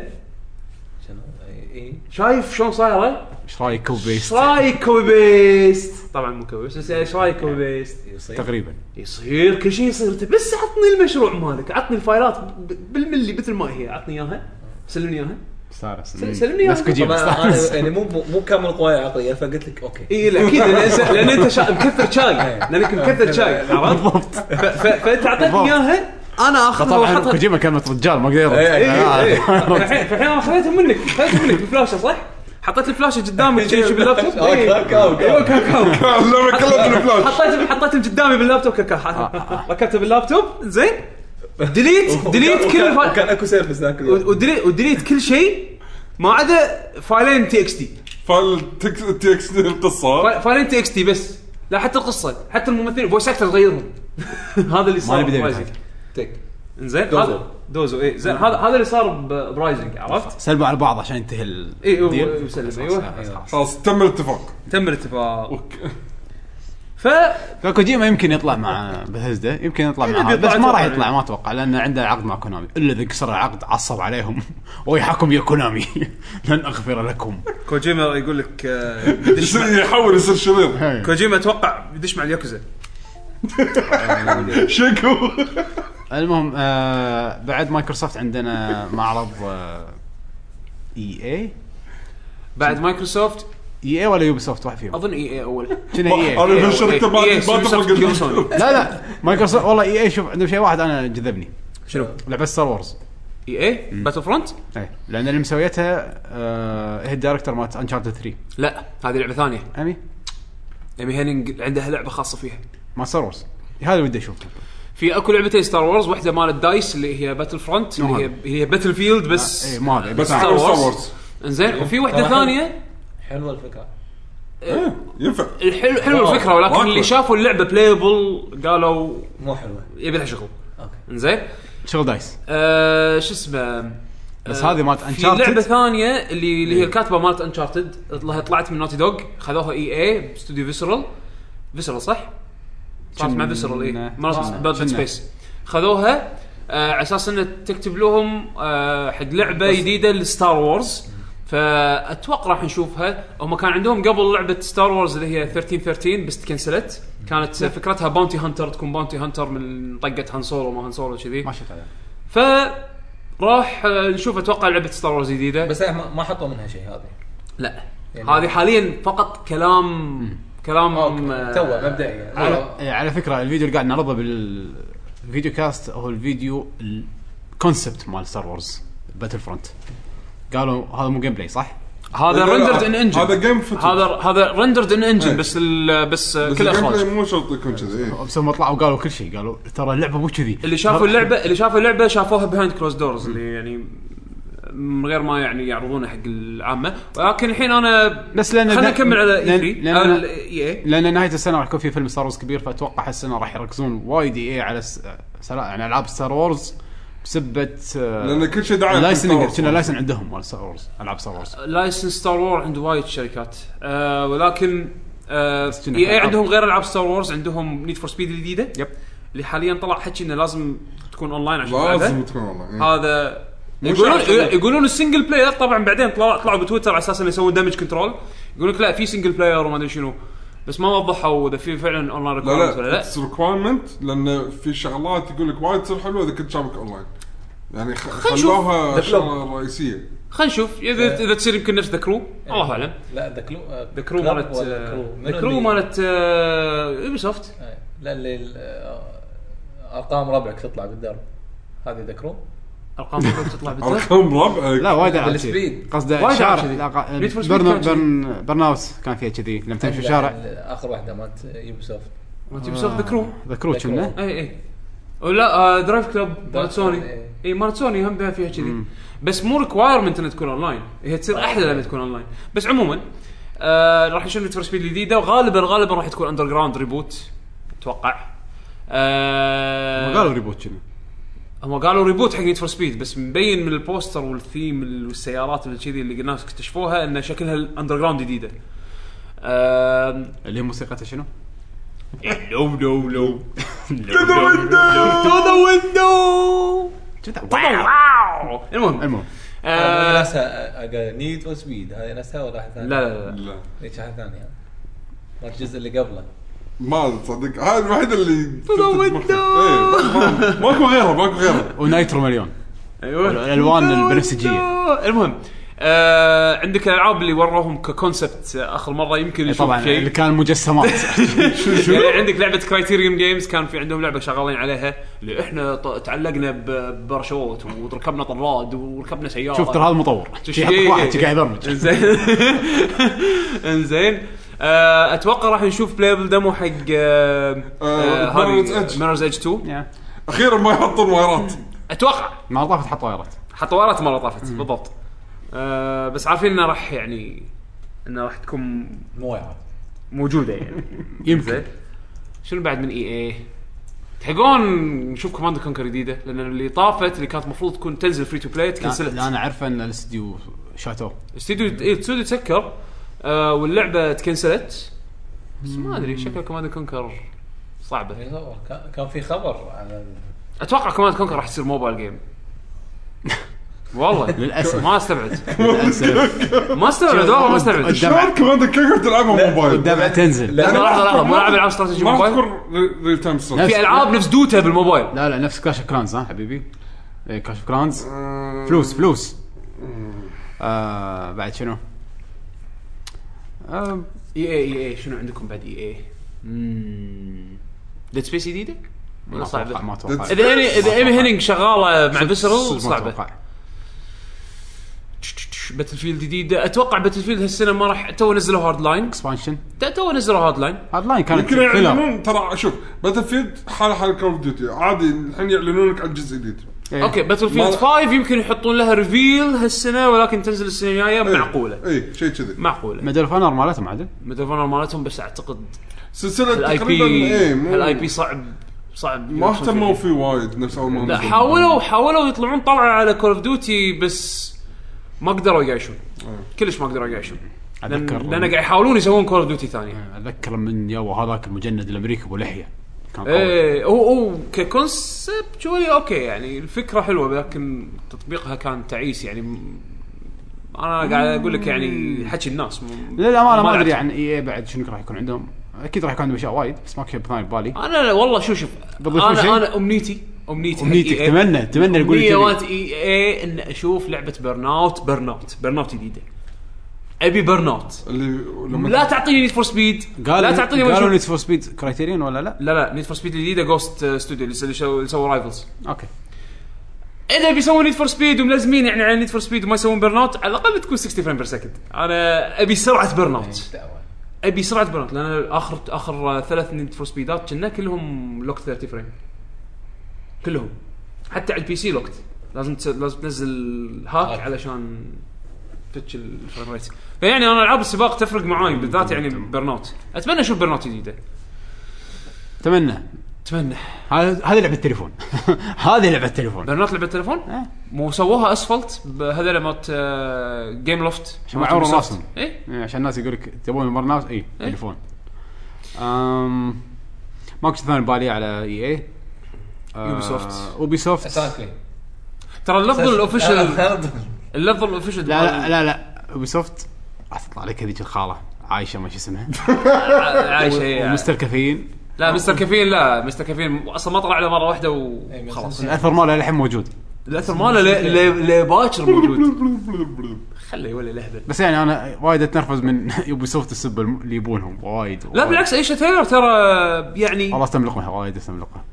[SPEAKER 4] شنو إيه، اي
[SPEAKER 2] شايف شلون صايره؟
[SPEAKER 1] ايش رايك كوبيس؟
[SPEAKER 2] ايش رايك كوبي بيست؟ طبعا مو كوبي بيست بس ايش رايك كوبي بيست؟
[SPEAKER 4] يصير
[SPEAKER 1] تقريبا
[SPEAKER 2] يصير كل شيء يصير انت بس عطني المشروع مالك عطني الفايلات ب- بالملي مثل ما هي عطني اياها سلمني اياها
[SPEAKER 1] صارت
[SPEAKER 4] سل- سلمني إياها.
[SPEAKER 1] نفس كوجيما
[SPEAKER 4] طبعاً
[SPEAKER 2] (laughs)
[SPEAKER 4] انا
[SPEAKER 1] صارت. (laughs)
[SPEAKER 4] يعني مو مو كامل قواي عقليا فقلت لك اوكي
[SPEAKER 2] اي إيه، لا اكيد لان إنسان- لان انت شا... مكثر شاي لانك مكثر شاي عرفت؟
[SPEAKER 1] بالضبط
[SPEAKER 2] ف- ف- فانت اعطيتني اياها انا اخذها
[SPEAKER 1] طبعا
[SPEAKER 2] واحطها
[SPEAKER 1] كوجيما كلمه رجال ما قدر
[SPEAKER 4] إيه، إيه،
[SPEAKER 2] فالحين فالحين انا خذيتها منك خذيتها منك بفلاشه صح؟ حطيت الفلاشه قدامك شي- شي
[SPEAKER 4] (laughs)
[SPEAKER 2] باللابتوب
[SPEAKER 4] آه،
[SPEAKER 2] إيه.
[SPEAKER 4] كاكاو،
[SPEAKER 2] ايوه كاكاو
[SPEAKER 3] (laughs) اللعبه كلها بالفلاش
[SPEAKER 2] حطيتهم حطيتهم قدامي باللابتوب كاكاو حط- ركبته باللابتوب زين
[SPEAKER 4] (laughs)
[SPEAKER 2] ديليت ديليت كل
[SPEAKER 4] وكان-
[SPEAKER 2] الفا-
[SPEAKER 4] وكان اكو سيرفس ذاك اليوم.
[SPEAKER 2] وديليت وديليت كل شيء ما عدا فايلين تي اكس تي
[SPEAKER 3] فالتي اكس القصه
[SPEAKER 2] فا- فايلين تي اكس تي بس لا حتى القصه حتى الممثلين فويس اكتر غيرهم (laughs) هذا اللي صار
[SPEAKER 1] ما نبي
[SPEAKER 2] برايزنج
[SPEAKER 4] تك.
[SPEAKER 2] زين
[SPEAKER 4] دوزو.
[SPEAKER 2] هذا دوزو اي زين هذا هذا اللي صار ب- برايزنج عرفت؟
[SPEAKER 1] سلموا على بعض عشان ينتهي ال
[SPEAKER 2] إيه، هو-
[SPEAKER 1] الديل.
[SPEAKER 2] هو سلم،
[SPEAKER 1] خلاص،
[SPEAKER 2] أيوه.
[SPEAKER 1] خلاص،
[SPEAKER 4] أيوه.
[SPEAKER 1] خلاص.
[SPEAKER 3] خلاص تم الاتفاق
[SPEAKER 2] تم الاتفاق ف
[SPEAKER 1] فكوجيما يمكن يطلع مع بثزدا يمكن يطلع مع
[SPEAKER 2] يبي
[SPEAKER 1] هذا، بس
[SPEAKER 2] يطلع-
[SPEAKER 1] ما راح
[SPEAKER 2] يطلع.
[SPEAKER 1] يطلع ما اتوقع لانه عنده عقد مع كونامي الا اذا كسر العقد عصب عليهم (laughs) ويحاكم يا كونامي (laughs) لن اغفر لكم
[SPEAKER 2] كوجيما يقول لك آه، بدش (laughs) مع-
[SPEAKER 3] يصير- يحاول يصير شرير
[SPEAKER 1] هاي.
[SPEAKER 2] كوجيما اتوقع بدش مع اليوكوزا
[SPEAKER 3] شكو
[SPEAKER 1] المهم آه بعد مايكروسوفت عندنا معرض آه، اي اي
[SPEAKER 2] بعد مايكروسوفت
[SPEAKER 1] اي اي ولا يوبي سوفت واحد فيهم
[SPEAKER 2] اظن اي اي اول
[SPEAKER 1] كنا اي اي
[SPEAKER 3] انا
[SPEAKER 2] إيه،
[SPEAKER 3] في الشركه
[SPEAKER 2] إيه،
[SPEAKER 3] ما
[SPEAKER 2] إيه،
[SPEAKER 3] ما تفرق
[SPEAKER 2] Ubisoft Sony.
[SPEAKER 3] ال-
[SPEAKER 1] لا لا مايكروسوفت والله اي اي شوف عندهم شيء واحد انا جذبني
[SPEAKER 2] شنو؟
[SPEAKER 1] لعبه ستار وورز
[SPEAKER 2] اي اي باتل فرونت؟
[SPEAKER 1] اي لان اللي مسويتها آه هي الدايركتور مالت انشارتد 3
[SPEAKER 2] لا هذه لعبه ثانيه
[SPEAKER 1] امي
[SPEAKER 2] ايمي هيننج عندها لعبه خاصه فيها
[SPEAKER 1] ما ستار وورز هذا اللي ودي اشوفه
[SPEAKER 2] في اكو لعبتين ستار وورز واحده مالت دايس اللي هي باتل فرونت اللي هي
[SPEAKER 1] نعم.
[SPEAKER 2] اللي هي باتل فيلد بس
[SPEAKER 1] اي ما ادري
[SPEAKER 3] بس
[SPEAKER 1] آه، إيه، بس
[SPEAKER 2] آه، إيه، Star
[SPEAKER 3] ستار
[SPEAKER 2] Wars.
[SPEAKER 3] وورز
[SPEAKER 2] انزين وفي واحده
[SPEAKER 4] آه.
[SPEAKER 2] ثانيه
[SPEAKER 4] حلوه الفكره
[SPEAKER 3] إيه، ينفع
[SPEAKER 2] الحلو حلو
[SPEAKER 4] واو،
[SPEAKER 2] الفكره ولكن
[SPEAKER 3] واو.
[SPEAKER 2] اللي شافوا اللعبه بلايبل قالوا
[SPEAKER 4] مو حلوه
[SPEAKER 2] يبي لها شغل
[SPEAKER 4] اوكي
[SPEAKER 2] انزين
[SPEAKER 1] شغل دايس
[SPEAKER 2] آه شو اسمه
[SPEAKER 1] بس
[SPEAKER 2] آه،
[SPEAKER 1] هذه مالت إيه.
[SPEAKER 2] في لعبه
[SPEAKER 1] انشارتد
[SPEAKER 2] ثانيه اللي اللي هي الكاتبه مالت انشارتد لها طلعت من نوتي دوغ خذوها E اي اي باستوديو فيسرال فيسرال صح؟ صارت مع إيه.
[SPEAKER 1] كنا-
[SPEAKER 2] فيسرال اي
[SPEAKER 1] كنا-
[SPEAKER 2] مالت باتل
[SPEAKER 1] كنا.
[SPEAKER 2] سبيس خذوها آه، على اساس انه تكتب لهم آه، حق لعبه جديده لستار وورز فاتوقع راح نشوفها هم كان عندهم قبل لعبه ستار وورز اللي هي 1313 بس تكنسلت كانت فكرتها باونتي هانتر تكون باونتي هانتر من طقه هانسولو ما هانسولو كذي
[SPEAKER 1] ما شفت هذا
[SPEAKER 2] ف راح آه، نشوف اتوقع لعبه ستار وورز جديده
[SPEAKER 4] بس ما ما حطوا منها شيء هذه
[SPEAKER 2] لا
[SPEAKER 4] يعني-
[SPEAKER 2] هذه حاليا فقط كلام كلام آه،
[SPEAKER 4] اوكي تو مبدئيا
[SPEAKER 1] على, إيه، على فكره الفيديو اللي قاعد نعرضه بالفيديو كاست هو الفيديو الكونسبت مال ستار وورز باتل فرونت قالوا هذا مو جيم بلاي صح؟
[SPEAKER 2] هذا رندرد ان انجن
[SPEAKER 3] هذا جيم فوتج
[SPEAKER 2] هذا هذا رندرد ان انجن
[SPEAKER 3] إيه.
[SPEAKER 2] بس ال بس, آه،
[SPEAKER 3] بس
[SPEAKER 2] كل
[SPEAKER 3] الجيم بلاي
[SPEAKER 2] اخراج
[SPEAKER 3] مو شرط يكون كذي إيه.
[SPEAKER 1] بس هم طلعوا قالوا كل شيء قالوا ترى اللعبه مو كذي
[SPEAKER 2] اللي شافوا اللعبه اللي شافوا اللعبه شافوها بيهايند كلوز دورز اللي يعني من غير ما يعني يعرضونها حق العامه ولكن الحين انا
[SPEAKER 1] بس لأن-
[SPEAKER 2] خلينا نكمل على E آه،
[SPEAKER 1] لأن-
[SPEAKER 2] اي 3
[SPEAKER 1] لأن-
[SPEAKER 2] على اي اي
[SPEAKER 1] لان نهايه السنه راح يكون في فيلم ستار وورز كبير فاتوقع هالسنه راح يركزون وايد اي على س... سلا- يعني العاب ستار وورز بسبه
[SPEAKER 3] لان كل شيء دعايه
[SPEAKER 1] لايسن
[SPEAKER 3] Star Wars.
[SPEAKER 1] كنا لايسن عندهم مال ستار وورز العاب ستار وورز
[SPEAKER 2] لايسنس ستار وور عند وايد شركات آه ولكن آه
[SPEAKER 1] بس كنا
[SPEAKER 2] اي اي
[SPEAKER 1] نلعب.
[SPEAKER 2] عندهم غير العاب ستار وورز عندهم نيد فور سبيد الجديده
[SPEAKER 1] يب.
[SPEAKER 2] اللي حاليا طلع حكي انه لازم تكون اونلاين عشان
[SPEAKER 3] لازم
[SPEAKER 2] تلعبها
[SPEAKER 3] إيه. تكون والله
[SPEAKER 2] هذا
[SPEAKER 3] مو
[SPEAKER 2] يقولون
[SPEAKER 3] شرط.
[SPEAKER 2] يقولون السنجل بلاير طبعا بعدين طلعوا طلعوا بتويتر على اساس انه يسوون دامج كنترول يقول لك لا في سنجل بلاير وما ادري شنو بس ما وضحوا اذا في فعلا اونلاين
[SPEAKER 3] لا
[SPEAKER 2] ريكوردز ولا
[SPEAKER 3] لا
[SPEAKER 2] لا
[SPEAKER 3] اتس ريكوايرمنت لان في شغلات يقول لك وايد تصير حلوه اذا كنت شابك اونلاين يعني خ-
[SPEAKER 2] نشوف.
[SPEAKER 3] خلوها
[SPEAKER 4] Develop.
[SPEAKER 3] شغله رئيسيه
[SPEAKER 2] خلينا نشوف اذا
[SPEAKER 3] إيه.
[SPEAKER 2] اذا تصير يمكن نفس ذا كرو الله اعلم
[SPEAKER 4] لا ذا كلو آه،
[SPEAKER 2] ذا كرو
[SPEAKER 4] كلاب
[SPEAKER 2] مالت
[SPEAKER 4] ولا كرو؟ منو
[SPEAKER 2] ذا كرو
[SPEAKER 4] اللي-
[SPEAKER 2] مالت يوبي سوفت
[SPEAKER 4] آه، لا اللي ال- آه، ارقام ربعك تطلع بالدرب هذه ذا كرو
[SPEAKER 2] ارقام الكود تطلع بالدرج
[SPEAKER 3] (laughs) ارقام
[SPEAKER 1] لا
[SPEAKER 3] ربع
[SPEAKER 1] وايد العاب
[SPEAKER 4] بالسبيد.
[SPEAKER 1] كذي. قصده
[SPEAKER 2] وايد
[SPEAKER 1] الشارع
[SPEAKER 2] ألعاب كذي.
[SPEAKER 1] لا، قا-
[SPEAKER 2] Need for Speed
[SPEAKER 1] برن
[SPEAKER 2] كان كذي.
[SPEAKER 1] برن برن اوت كان فيها كذي لما تمشي في الشارع
[SPEAKER 4] ال- اخر واحده مالت يوبي سوفت
[SPEAKER 2] مالت يوبي سوفت ذا كرو
[SPEAKER 1] ذكروا
[SPEAKER 4] ذكروا.
[SPEAKER 1] كنا
[SPEAKER 2] اي اي Oh, ولا درايف كلوب مالت سوني
[SPEAKER 4] Club، إيه.
[SPEAKER 2] اي مالت سوني هم بها فيها كذي بس مو ريكوايرمنت انها تكون اونلاين هي تصير احلى لما تكون اونلاين بس عموما آه راح نشوف نتفر سبيد الجديده وغالبا غالبا راح تكون اندر جراوند ريبوت اتوقع آه
[SPEAKER 1] قالوا ريبوت كنا
[SPEAKER 2] هم قالوا ريبوت حق نيد فور سبيد بس مبين من البوستر والثيم ال- والسيارات اللي كذي اللي الناس اكتشفوها ان شكلها الاندر جراوند جديده. آم،
[SPEAKER 1] اللي هي موسيقتها شنو؟
[SPEAKER 2] لو لو
[SPEAKER 1] (laughs)
[SPEAKER 2] لو
[SPEAKER 1] كذا.
[SPEAKER 2] طيب. واو المهم
[SPEAKER 1] المهم
[SPEAKER 2] آه،
[SPEAKER 4] ناسها نيد فور سبيد هذه ناسها ولا واحده
[SPEAKER 2] لا
[SPEAKER 4] ثانيه؟
[SPEAKER 2] لا لا
[SPEAKER 3] لا
[SPEAKER 4] ليش واحده ثانيه؟ إيه، مال الجزء اللي قبله
[SPEAKER 3] ما تصدق هاي الوحيده اللي
[SPEAKER 2] تضوي
[SPEAKER 3] إيه، ما- ماكو غيرها ماكو غيرها
[SPEAKER 1] ونايترو مليون
[SPEAKER 2] ايوه
[SPEAKER 1] الألوان البنفسجية.
[SPEAKER 2] المهم آه عندك الالعاب اللي وروهم ككونسبت آه، اخر مره يمكن نشوف
[SPEAKER 1] طبعا
[SPEAKER 2] شيء
[SPEAKER 1] اللي كان مجسمات
[SPEAKER 2] (laughs) يعني عندك لعبه كرايتيريوم جيمز كان في عندهم لعبه شغالين عليها اللي احنا ط- تعلقنا ب- برشوت وركبنا طراد وركبنا سياره
[SPEAKER 1] شوف ترى هذا مطور
[SPEAKER 2] تشتري-
[SPEAKER 1] يحط واحد قاعد يبرمج
[SPEAKER 2] (laughs) انزين انزين آه، اتوقع راح نشوف بلايبل ديمو حق
[SPEAKER 3] آه، Mirror's Edge.
[SPEAKER 2] ميرز ايدج 2
[SPEAKER 1] يا.
[SPEAKER 3] اخيرا ما يحطون وايرات
[SPEAKER 2] اتوقع
[SPEAKER 1] ما طافت حط وايرات
[SPEAKER 2] حتى ورات مره طافت بالضبط آه، بس عارفين انه راح يعني انه راح تكون
[SPEAKER 4] مو واعر
[SPEAKER 2] موجوده
[SPEAKER 1] (laughs)
[SPEAKER 2] يعني
[SPEAKER 1] يمكن
[SPEAKER 2] زين شنو بعد من اي اي تحقون نشوف كوماند كونكر جديده لان اللي طافت اللي كانت المفروض تكون تنزل فري تو بلاي
[SPEAKER 1] لا لا،
[SPEAKER 2] تكنسلت
[SPEAKER 1] انا عارفه ان الاستديو
[SPEAKER 2] (laughs)
[SPEAKER 1] شاتوه
[SPEAKER 2] استوديو إيه، الاستوديو تسكر آه واللعبه تكنسلت بس ما ادري شكل كوماند كونكر صعبه
[SPEAKER 4] إيه، كان- كان في خبر عن
[SPEAKER 2] اتوقع كوماند كونكر راح تصير موبايل
[SPEAKER 1] (laughs)
[SPEAKER 2] جيم والله
[SPEAKER 1] للأسف.
[SPEAKER 2] (laughs) ما استبعد
[SPEAKER 1] للأسف.
[SPEAKER 2] ما استبعد والله ما استبعد
[SPEAKER 1] قدام-
[SPEAKER 3] شلون كمان كيف تلعبها موبايل؟
[SPEAKER 1] والدمعه تنزل
[SPEAKER 2] لحظه لحظه لحظه مو
[SPEAKER 3] ما-
[SPEAKER 2] العاب العاب استراتيجي
[SPEAKER 3] ما
[SPEAKER 2] موبايل
[SPEAKER 3] اذكر ريل تايم
[SPEAKER 1] نفس-
[SPEAKER 2] في العاب نفس دوتا بالموبايل
[SPEAKER 1] لا لا نفس كاش كرانز ها حبيبي إيه، كاش كرانز فلوس فلوس آه بعد شنو؟ آه
[SPEAKER 2] اي اي اي اي شنو عندكم بعد اي اي؟ اممم ديد سبيس جديده؟
[SPEAKER 1] ما
[SPEAKER 2] ولا
[SPEAKER 1] اتوقع ما
[SPEAKER 2] صعبه؟
[SPEAKER 1] اتوقع
[SPEAKER 3] Dead Space.
[SPEAKER 2] اذا ايمي اذا ايمي
[SPEAKER 1] ما
[SPEAKER 2] هينينج شغاله مع
[SPEAKER 1] أتوقع.
[SPEAKER 2] فيسرال
[SPEAKER 1] صدق ما
[SPEAKER 2] صعبه
[SPEAKER 1] أتوقع.
[SPEAKER 2] باتل فيلد جديده اتوقع باتل فيلد هالسنه ما راح تو نزلوا هارد لاين
[SPEAKER 1] اكسبانشن
[SPEAKER 2] تو نزلوا هارد لاين
[SPEAKER 1] هارد لاين كانت
[SPEAKER 3] يمكن
[SPEAKER 1] فيلر
[SPEAKER 3] يعلنون ترى شوف باتل فيلد حال حال كول اوف ديوتي عادي الحين يعلنون لك عن جزء جديد
[SPEAKER 1] إيه.
[SPEAKER 2] اوكي باتل فيلد
[SPEAKER 3] ما-
[SPEAKER 2] 5 يمكن يحطون لها ريفيل هالسنه ولكن تنزل السنه الجايه
[SPEAKER 3] إيه.
[SPEAKER 2] معقوله
[SPEAKER 3] اي شيء كذي
[SPEAKER 2] معقوله
[SPEAKER 1] ميدل فانر مالتهم عدل
[SPEAKER 2] ميدل فونر مالتهم بس اعتقد
[SPEAKER 3] سلسله
[SPEAKER 2] الاي
[SPEAKER 3] تقريبا
[SPEAKER 2] بي
[SPEAKER 3] اي إيه، مو
[SPEAKER 2] الاي بي صعب صعب
[SPEAKER 3] ما
[SPEAKER 2] يوصل
[SPEAKER 3] اهتموا
[SPEAKER 2] فيه.
[SPEAKER 3] فيه وايد نفس اول ما
[SPEAKER 2] لا
[SPEAKER 3] نزل.
[SPEAKER 2] حاولوا حاولوا يطلعون طلعه على كول اوف ديوتي بس ما قدروا يعيشون
[SPEAKER 1] آه.
[SPEAKER 2] كلش ما قدروا يعيشون لان
[SPEAKER 1] أتذكر-
[SPEAKER 2] لأن قاعد يحاولون يسوون كول اوف ديوتي ثانيه
[SPEAKER 1] اتذكر من يو هذاك المجند الامريكي ابو لحيه كان قوي
[SPEAKER 2] ايه هو هو ككونسبتشولي اوكي يعني الفكره حلوه لكن تطبيقها كان تعيس يعني م- انا قاعد اقول لك يعني حكي الناس م-
[SPEAKER 1] للامانه ما يعني. ادري
[SPEAKER 2] لعبت.
[SPEAKER 1] عن اي إيه، بعد شنو راح يكون عندهم اكيد راح يكون عندهم اشياء وايد بس ماكو شيء ثاني ببالي
[SPEAKER 2] انا لا والله شو شوف
[SPEAKER 1] بتضيفون شيء؟
[SPEAKER 2] انا انا امنيتي امنيتي حق
[SPEAKER 1] أمنيتك،
[SPEAKER 2] EA.
[SPEAKER 1] أتمنى- أتمنى يقول
[SPEAKER 2] امنيه
[SPEAKER 1] كذي.
[SPEAKER 2] مالت اي اي ان اشوف لعبه بيرن اوت بيرن اوت بيرن اوت جديده ابي بيرن اوت
[SPEAKER 3] اللي لما
[SPEAKER 2] لا تعطيني نيد فور سبيد
[SPEAKER 1] قالوا
[SPEAKER 2] لا تعطيني ما
[SPEAKER 1] قالوا
[SPEAKER 2] شفت.
[SPEAKER 1] نيد فور سبيد كرايتيريون ولا لا؟
[SPEAKER 2] لا لا نيد فور سبيد الجديده جوست ستوديو اللي سووا- اللي سووا رايفلز
[SPEAKER 1] اوكي
[SPEAKER 2] اذا بيسوون نيد فور سبيد وملازمين يعني على نيد فور سبيد وما يسوون بيرن اوت على الاقل تكون 60 فريم بير سكند انا ابي سرعه بيرن اوت
[SPEAKER 4] دعوه
[SPEAKER 2] ابي سرعه بيرن اوت لان اخر اخر ثلاث نيد فور سبيدات كنا كلهم لوكت 30 فريم كلهم حتى على البي سي لوكت لازم تس... لازم تنزل هاك
[SPEAKER 4] هاك.
[SPEAKER 2] علشان تتش الفريم ريت فيعني انا العاب السباق تفرق معاي بالذات يعني بيرن اوت اتمنى اشوف بيرن اوت جديده
[SPEAKER 1] اتمنى
[SPEAKER 2] اتمنى
[SPEAKER 1] هذا هذه لعبه التليفون (laughs) هذه لعبه التليفون
[SPEAKER 2] بيرن اوت لعبه تليفون
[SPEAKER 1] إيه.
[SPEAKER 2] مو سووها اسفلت هذول مالت آه، جيم لوفت
[SPEAKER 1] عشان ما يعورون راسهم.
[SPEAKER 2] اي
[SPEAKER 1] إيه، عشان الناس يقول لك تبون برنامج اي تليفون امم ماكو شيء ثاني ببالي على إيه؟ آه، اي اي
[SPEAKER 2] Ubisoft.
[SPEAKER 1] اوبي سوفت
[SPEAKER 4] اساسن كريد
[SPEAKER 2] ترى اللفظ
[SPEAKER 4] (laughs)
[SPEAKER 2] الاوفيشال اللفظ الاوفيشال
[SPEAKER 1] لا لا لا لا اوبي سوفت راح تطلع لك هذيك الخاله عايشه ما شو (laughs) اسمها
[SPEAKER 2] لا عايشه هي.
[SPEAKER 1] ومستر كافيين
[SPEAKER 2] لا مستر كافين لا مستر كافين اصلا ما طلع له مره واحده
[SPEAKER 3] إيه،
[SPEAKER 2] وخلاص
[SPEAKER 1] الاثر ماله للحين موجود
[SPEAKER 2] الاثر ماله ل- ل- لباكر موجود خله يولي لهبل
[SPEAKER 1] بس يعني انا وايد اتنرفز من (laughs) اوبي سوفت السب الم- اللي يبونهم وايد
[SPEAKER 2] لا بالعكس ايشا تايلر ترى يعني
[SPEAKER 1] والله استملقها وايد استملقها